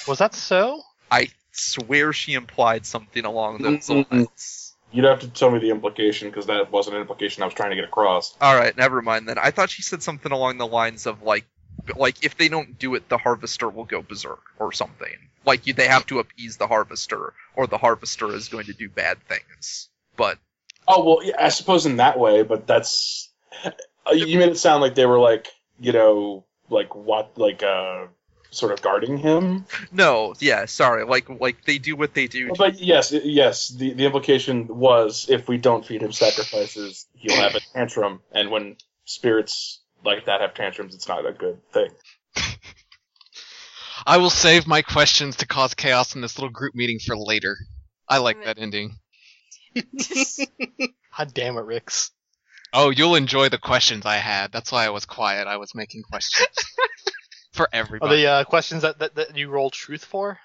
Speaker 5: was that so?
Speaker 7: I swear she implied something along those
Speaker 8: Mm-hmm.
Speaker 7: lines.
Speaker 4: You'd have to tell me the implication because that wasn't an implication I was trying to get across.
Speaker 7: All right, never mind then. I thought she said something along the lines of like, like if they don't do it, the harvester will go berserk or something. Like you, they have to appease the harvester, or the harvester is going to do bad things. But
Speaker 4: Oh well, yeah, I suppose in that way, but that's uh, you made it sound like they were like you know like what like uh sort of guarding him.
Speaker 7: no, yeah, sorry. Like, like they do what they do. to-
Speaker 4: But yes, i- yes, the the implication was if we don't feed him sacrifices, he'll have a tantrum, and when spirits like that have tantrums, it's not a good thing.
Speaker 3: I will save my questions to cause chaos in this little group meeting for later. I like that ending.
Speaker 5: God damn it, Rix.
Speaker 3: Oh, you'll enjoy the questions I had. That's why I was quiet. I was making questions for
Speaker 5: Are
Speaker 3: everybody.
Speaker 5: the uh, questions that, that, that you rolled truth for?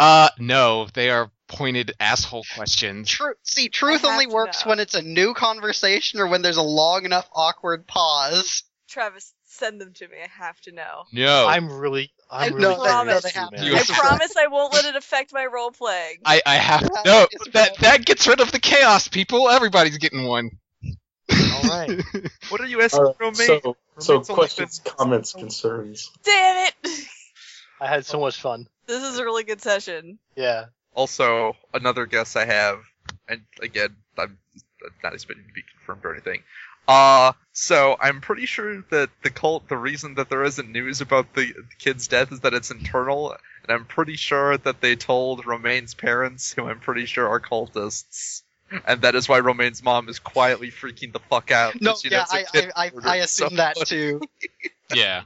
Speaker 3: Uh, no, they are pointed asshole questions.
Speaker 8: Tru- see, truth
Speaker 1: I have
Speaker 8: only
Speaker 1: to
Speaker 8: works
Speaker 1: know.
Speaker 8: when it's a new conversation or when there's a long enough awkward pause.
Speaker 1: Travis, send them to me. I have to know.
Speaker 3: No, i
Speaker 5: I'm really,
Speaker 8: I
Speaker 5: I'm really
Speaker 8: know
Speaker 1: that- no,
Speaker 5: curious
Speaker 8: they
Speaker 5: too,
Speaker 8: have
Speaker 5: man.
Speaker 3: You-
Speaker 1: I promise I won't let it affect my role playing.
Speaker 3: I, have
Speaker 8: You're having
Speaker 3: no.
Speaker 8: this
Speaker 3: That
Speaker 8: problem.
Speaker 3: that gets rid of the chaos, people. Everybody's getting one.
Speaker 5: All right.
Speaker 7: what are you asking,
Speaker 4: All right,
Speaker 7: Romaine?
Speaker 4: so so
Speaker 7: Romaine's only
Speaker 4: questions,
Speaker 7: been-
Speaker 4: comments, concerns.
Speaker 1: Damn it!
Speaker 5: I had so much fun.
Speaker 1: This is a really good session.
Speaker 5: Yeah.
Speaker 7: Also, another guess I have, and again, I'm not expecting to be confirmed or anything. Uh, so I'm pretty sure that the cult, the reason that there isn't news about the, the kid's death is that it's internal, and I'm pretty sure that they told Romaine's parents, who I'm pretty sure are cultists, and that is why Romaine's mom is quietly freaking the fuck out.
Speaker 8: No,
Speaker 7: 'cause she
Speaker 8: yeah,
Speaker 7: knows her
Speaker 8: I,
Speaker 7: kid
Speaker 8: I, I,
Speaker 7: murdered
Speaker 8: I assume that too.
Speaker 3: Yeah.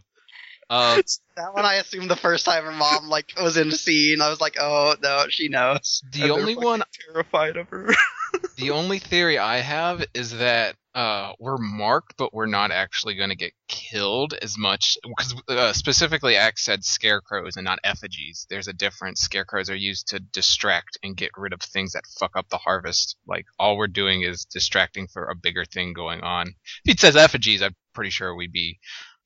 Speaker 3: Um,
Speaker 8: That one I assumed the first time her mom like was in the scene. I was like, oh no, she knows.
Speaker 3: the
Speaker 7: and they're
Speaker 3: only
Speaker 7: fucking
Speaker 3: one,
Speaker 7: terrified of her.
Speaker 3: the only theory I have is that uh, we're marked, but we're not actually going to get killed as much because uh, specifically Axe said scarecrows and not effigies. There's a difference. Scarecrows are used to distract and get rid of things that fuck up the harvest. Like all we're doing is distracting for a bigger thing going on. If it says effigies, I'm pretty sure we'd be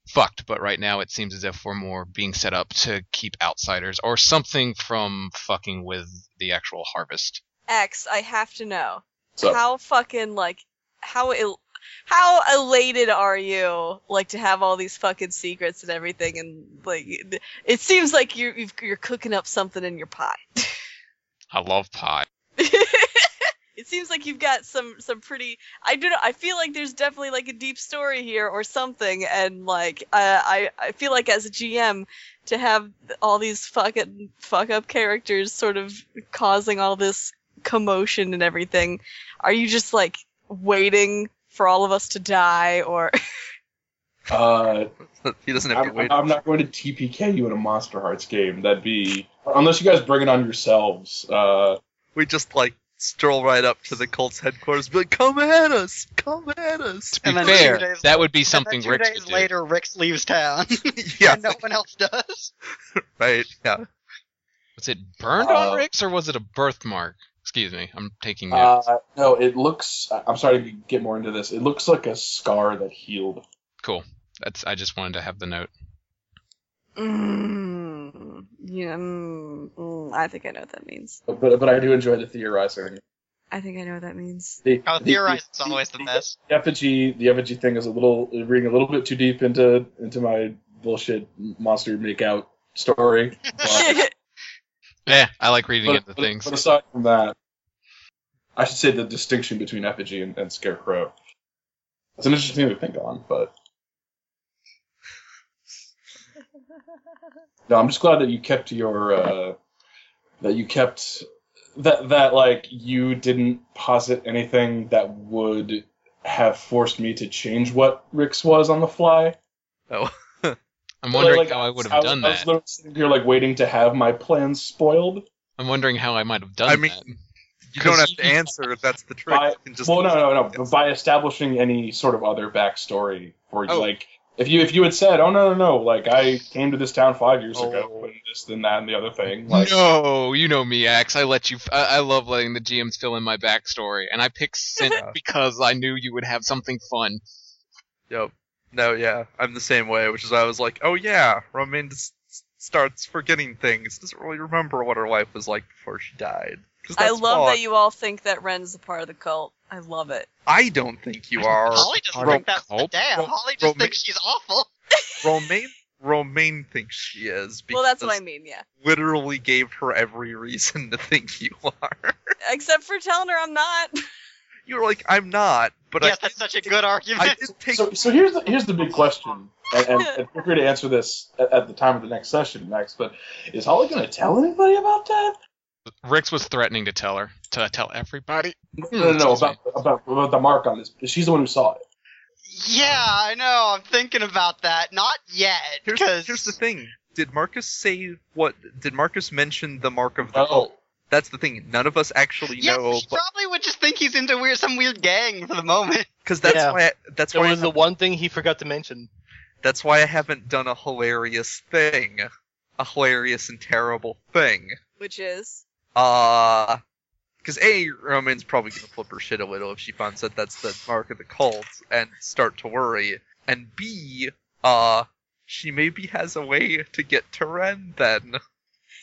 Speaker 3: fucked. But right now, it seems as if we're more being set up to keep outsiders or something from fucking with the actual harvest.
Speaker 1: X, I have to know.
Speaker 4: So
Speaker 1: How fucking like how el- how elated are you like to have all these fucking secrets and everything and like it- it seems like you you've, you're cooking up something in your pot.
Speaker 3: I love pie.
Speaker 1: it seems like you've got some some pretty I do not I feel like there's definitely like a deep story here or something and like uh, I I feel like as a GM to have all these fucking fuck up characters sort of causing all this commotion and everything are you just like waiting for all of us to die or
Speaker 4: uh,
Speaker 7: he doesn't have to
Speaker 4: I'm,
Speaker 7: wait.
Speaker 4: I'm not going to TPK you in a Monster Hearts game. That'd be unless you guys bring it on yourselves. Uh,
Speaker 3: Um,
Speaker 7: we just like stroll right up to the Colts headquarters, be like, "Come at us! Come at us!"
Speaker 3: To
Speaker 8: And
Speaker 3: be
Speaker 8: then
Speaker 3: fair,
Speaker 8: two days-
Speaker 3: that would be
Speaker 8: And
Speaker 3: something
Speaker 8: then two
Speaker 3: Rick's
Speaker 8: days
Speaker 3: would
Speaker 8: later, Rix leaves town.
Speaker 7: yeah,
Speaker 8: and no one else does.
Speaker 7: right. Yeah,
Speaker 3: do. Was it burned
Speaker 4: Uh,
Speaker 3: on Rick's or was it a birthmark? Excuse me, I'm
Speaker 7: Mm,
Speaker 3: taking
Speaker 4: Uh,
Speaker 3: notes.
Speaker 4: no, it looks. I- I'm sorry to get more into this. It looks like a scar that healed.
Speaker 3: cool. That's I just wanted to have the note.
Speaker 1: Mm, yeah, mm, mm, I think I know what that means.
Speaker 4: But but I do enjoy the theorizing.
Speaker 1: I think I know what that means.
Speaker 4: The,
Speaker 8: Oh,
Speaker 4: the-
Speaker 8: theorizing's always the best.
Speaker 4: The effigy, the effigy thing is a little reading a little bit too deep into into my bullshit monster make out story. But,
Speaker 3: Yeah, Eh, I like reading
Speaker 4: but,
Speaker 3: into
Speaker 4: but-
Speaker 3: things.
Speaker 4: but aside from that, I should say the distinction between effigy and, and scarecrow. It's an interesting thing to think on, but no, I'm just glad that you kept your uh, that you kept that that like you didn't posit anything that would have forced me to change what Rick's was on the fly.
Speaker 3: I'm wondering
Speaker 4: Like,
Speaker 3: how I would
Speaker 4: I
Speaker 3: have
Speaker 4: was-
Speaker 3: done
Speaker 4: I was
Speaker 3: that.
Speaker 4: literally sitting here like waiting to have my plans spoiled.
Speaker 3: I'm wondering how I might have done
Speaker 7: I mean-
Speaker 3: that.
Speaker 7: You don't have
Speaker 3: Because
Speaker 7: to
Speaker 3: you-
Speaker 7: answer. That's the trick.
Speaker 4: By-
Speaker 7: You can just
Speaker 4: well, no, no, no. But by establishing any sort of other backstory for you,
Speaker 7: Oh.
Speaker 4: like if you if you had said, "Oh no, no, no," like I came to this town five years
Speaker 7: Oh.
Speaker 4: ago, and this, then that, and the other thing, like
Speaker 3: no, you know me, Axe. I let you. f- I, I love letting the GMs fill in my backstory, and I picked Synth because I knew you would have something fun.
Speaker 7: Yep. No, yeah, I'm the same way, which is I was like, oh yeah, Romaine just s- starts forgetting things, doesn't really remember what her life was like before she died. 'Cause
Speaker 1: I
Speaker 7: that's
Speaker 1: love
Speaker 7: flawed.
Speaker 1: that you all think that Ren's a part of the cult. I love it.
Speaker 7: I don't think you are.
Speaker 8: Holly doesn't
Speaker 3: Ro-
Speaker 8: think that's the
Speaker 3: Ro-
Speaker 8: damn. Holly just
Speaker 7: Romaine-
Speaker 8: thinks she's awful.
Speaker 7: Romaine, Romaine thinks she is. Because
Speaker 1: Well, that's what I mean, yeah.
Speaker 7: Literally gave her every reason to think you are.
Speaker 1: Except for telling her I'm not.
Speaker 7: You were like, I'm not, but
Speaker 8: yes, that's such a good
Speaker 7: I, I
Speaker 8: argument.
Speaker 7: did take.
Speaker 4: so. So here's the here's the big question, and, and, and feel free to answer this at, at the time of the next session, Max. But is Holly going to tell anybody about that?
Speaker 3: Rix was threatening to tell her to tell everybody.
Speaker 4: No,
Speaker 7: Hmm.
Speaker 4: no, no,
Speaker 3: excuse
Speaker 4: about, about about the mark on this. She's the one who saw it.
Speaker 8: yeah, I know. I'm thinking about that. Not yet,
Speaker 7: Here's,
Speaker 8: because
Speaker 7: here's the thing. Did Marcus say what? Did Marcus mention the mark of the
Speaker 4: No.
Speaker 7: cult? That's the thing. None of us actually
Speaker 8: yeah,
Speaker 7: know,
Speaker 8: she probably would just think he's into weird, some weird gang for the moment.
Speaker 7: because that's
Speaker 5: Yeah.
Speaker 7: why. I, that's
Speaker 5: It
Speaker 7: why. I
Speaker 5: was the one thing he forgot to mention.
Speaker 7: That's why I haven't done a hilarious thing. A hilarious and terrible thing.
Speaker 1: Which is.
Speaker 7: Uh, because A, Roman's probably going to flip her shit a little if she finds out that's the mark of the cult and start to worry. And B, uh, she maybe has a way to get to Ren then.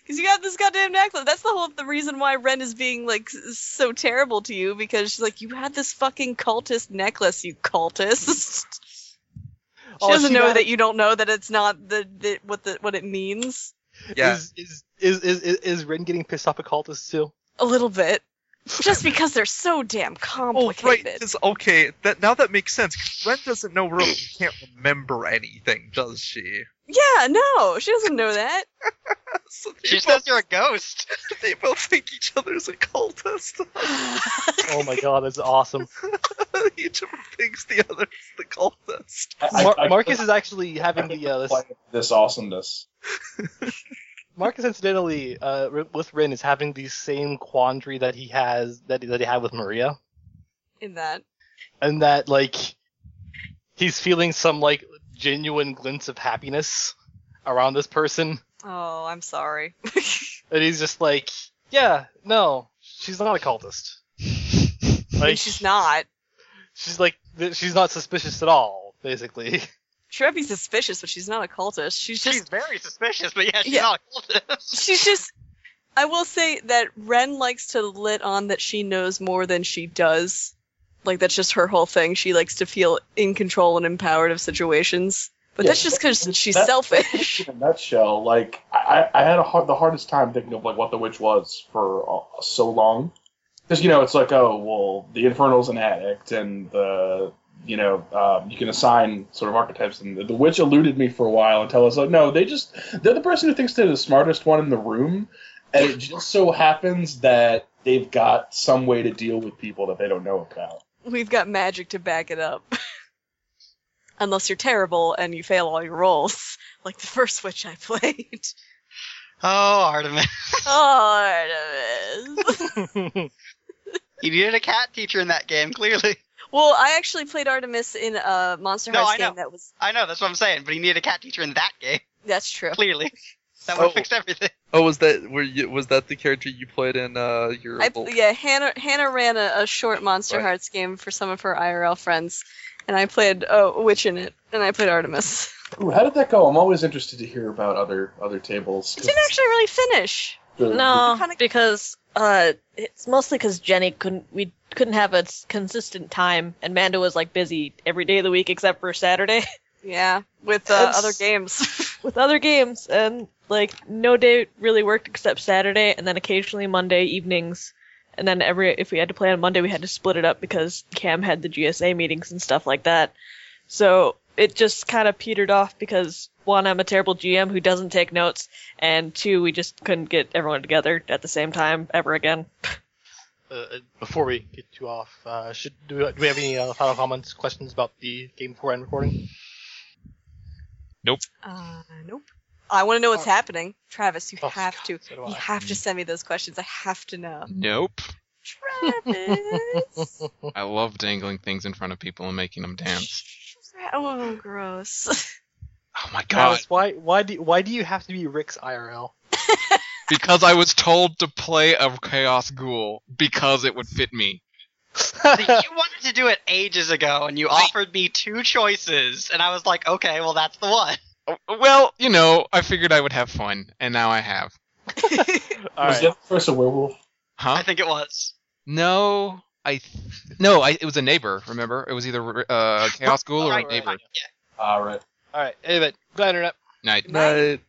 Speaker 1: Because you got this goddamn necklace. That's the whole the reason why Ren is being like s- so terrible to you because she's like, you had this fucking cultist necklace, you cultist. she
Speaker 5: Oh,
Speaker 1: doesn't
Speaker 5: she
Speaker 1: know
Speaker 5: got
Speaker 1: that
Speaker 5: it.
Speaker 1: you don't know that it's not the, the what the what it means.
Speaker 7: Yeah.
Speaker 5: Is, is, is, is, is, is Ren getting pissed off at cultists too?
Speaker 1: A little bit, just because they're so damn
Speaker 7: Oh, right.
Speaker 1: complicated.
Speaker 7: 'cause- okay, that now that makes sense. 'cause Ren doesn't know really can't remember anything, does she?
Speaker 1: yeah, no, she doesn't know that.
Speaker 7: So they,
Speaker 8: She just
Speaker 7: both,
Speaker 8: knows you're a ghost.
Speaker 7: they both think each other's a cultist.
Speaker 5: Oh my god, that's awesome.
Speaker 7: each of them thinks the other's the cultist.
Speaker 4: I- I-
Speaker 5: Mar-
Speaker 4: I-
Speaker 5: Marcus is actually having
Speaker 4: I-
Speaker 5: the uh, this,
Speaker 4: like, this awesomeness.
Speaker 5: Marcus incidentally uh, r- with Rin is having the same quandary that he has that that he had with Maria,
Speaker 1: In that,
Speaker 5: and that like he's feeling some like genuine glimpse of happiness around this person,
Speaker 1: oh, I'm sorry.
Speaker 5: and he's just like, yeah, no, she's not a cultist. Like
Speaker 1: she's not.
Speaker 5: She's like th- she's not suspicious at all, basically.
Speaker 1: She might be suspicious, but she's not a cultist. She's just
Speaker 8: She's very suspicious, but yeah, she's
Speaker 1: Yeah.
Speaker 8: not a cultist.
Speaker 1: she's just I will say that Ren likes to lit on that she knows more than she does. Like that's just her whole thing. She likes to feel in control and empowered of situations. But
Speaker 4: Yeah,
Speaker 1: that's just because she's
Speaker 4: that-
Speaker 1: selfish.
Speaker 4: in a nutshell, like I, I I had a hard, the hardest time thinking of like what the witch was for uh, so long, because you know it's like oh well the infernal's an addict and the you know um, you can assign sort of archetypes and the, the witch eluded me for a while until I was like no they just they're the person who thinks they're the smartest one in the room, and it just so happens that they've got some way to deal with people that they don't know about.
Speaker 1: We've got magic to back it up. Unless you're terrible and you fail all your rolls, like the first witch I played.
Speaker 8: Oh, Artemis.
Speaker 1: oh, Artemis.
Speaker 8: You needed a cat teacher in that game, clearly.
Speaker 1: well, I actually played Artemis in a Monster
Speaker 8: No,
Speaker 1: Hearts
Speaker 8: I know.
Speaker 1: game that was.
Speaker 8: I know, that's what I'm saying, but he needed a cat teacher in that game,
Speaker 1: That's true.
Speaker 8: clearly. That would
Speaker 7: Oh.
Speaker 8: have fixed everything.
Speaker 7: Oh, was that were you, was that the character you played in uh, your?
Speaker 1: I,
Speaker 7: old-
Speaker 1: yeah, Hannah Hannah ran a, a short Monster
Speaker 7: Right.
Speaker 1: Hearts game for some of her IRL friends, and I played oh, Witch in it, and I played Artemis.
Speaker 4: Ooh, how did that go? I'm always interested to hear about other other tables.
Speaker 1: It didn't actually really finish.
Speaker 4: The-
Speaker 2: No,
Speaker 1: Kinda-
Speaker 2: because uh, it's mostly because Jenny couldn't. We couldn't have a s- consistent time, and Manda was like busy every day of the week except for Saturday
Speaker 1: Yeah, with uh,
Speaker 2: It's-
Speaker 1: other games.
Speaker 2: with other games, and like no day really worked except Saturday, and then occasionally Monday evenings. And then every if we had to play on Monday, we had to split it up because Cam had the GSA meetings and stuff like that. So it just kind of petered off because one, I'm a terrible GM who doesn't take notes, and two, we just couldn't get everyone together at the same time ever again.
Speaker 5: Uh, before we get too off, uh, should do we, do we have any uh, final comments, questions about the game before end recording?
Speaker 1: uh, nope. Oh. I want to know what's happening, Travis. You
Speaker 5: Oh,
Speaker 1: have to.
Speaker 5: So do
Speaker 1: You
Speaker 5: I.
Speaker 1: have to send me those questions. I have to know.
Speaker 3: Nope.
Speaker 1: Travis.
Speaker 3: I love dangling things in front of people and making them dance.
Speaker 1: Oh, gross.
Speaker 3: Oh my god.
Speaker 5: Travis, why why do why do you have to be Rick's IRL?
Speaker 3: Because I was told to play a Chaos Ghoul because it would fit me.
Speaker 8: you wanted to do it ages ago, and you offered me two choices, and I was like, okay, well, that's the one.
Speaker 3: Oh, Well, you know, I figured I would have fun, and now I have.
Speaker 5: All
Speaker 4: was
Speaker 5: right.
Speaker 4: the other person a werewolf?
Speaker 3: Huh?
Speaker 8: I think it was.
Speaker 3: No, I th- no, I, it was a neighbor. Remember, it was either uh, Chaos Ghoul or a
Speaker 8: Right,
Speaker 3: neighbor.
Speaker 8: right, yeah.
Speaker 4: All right.
Speaker 5: All right. Anyway, good night, internet.
Speaker 3: Night.
Speaker 7: Night.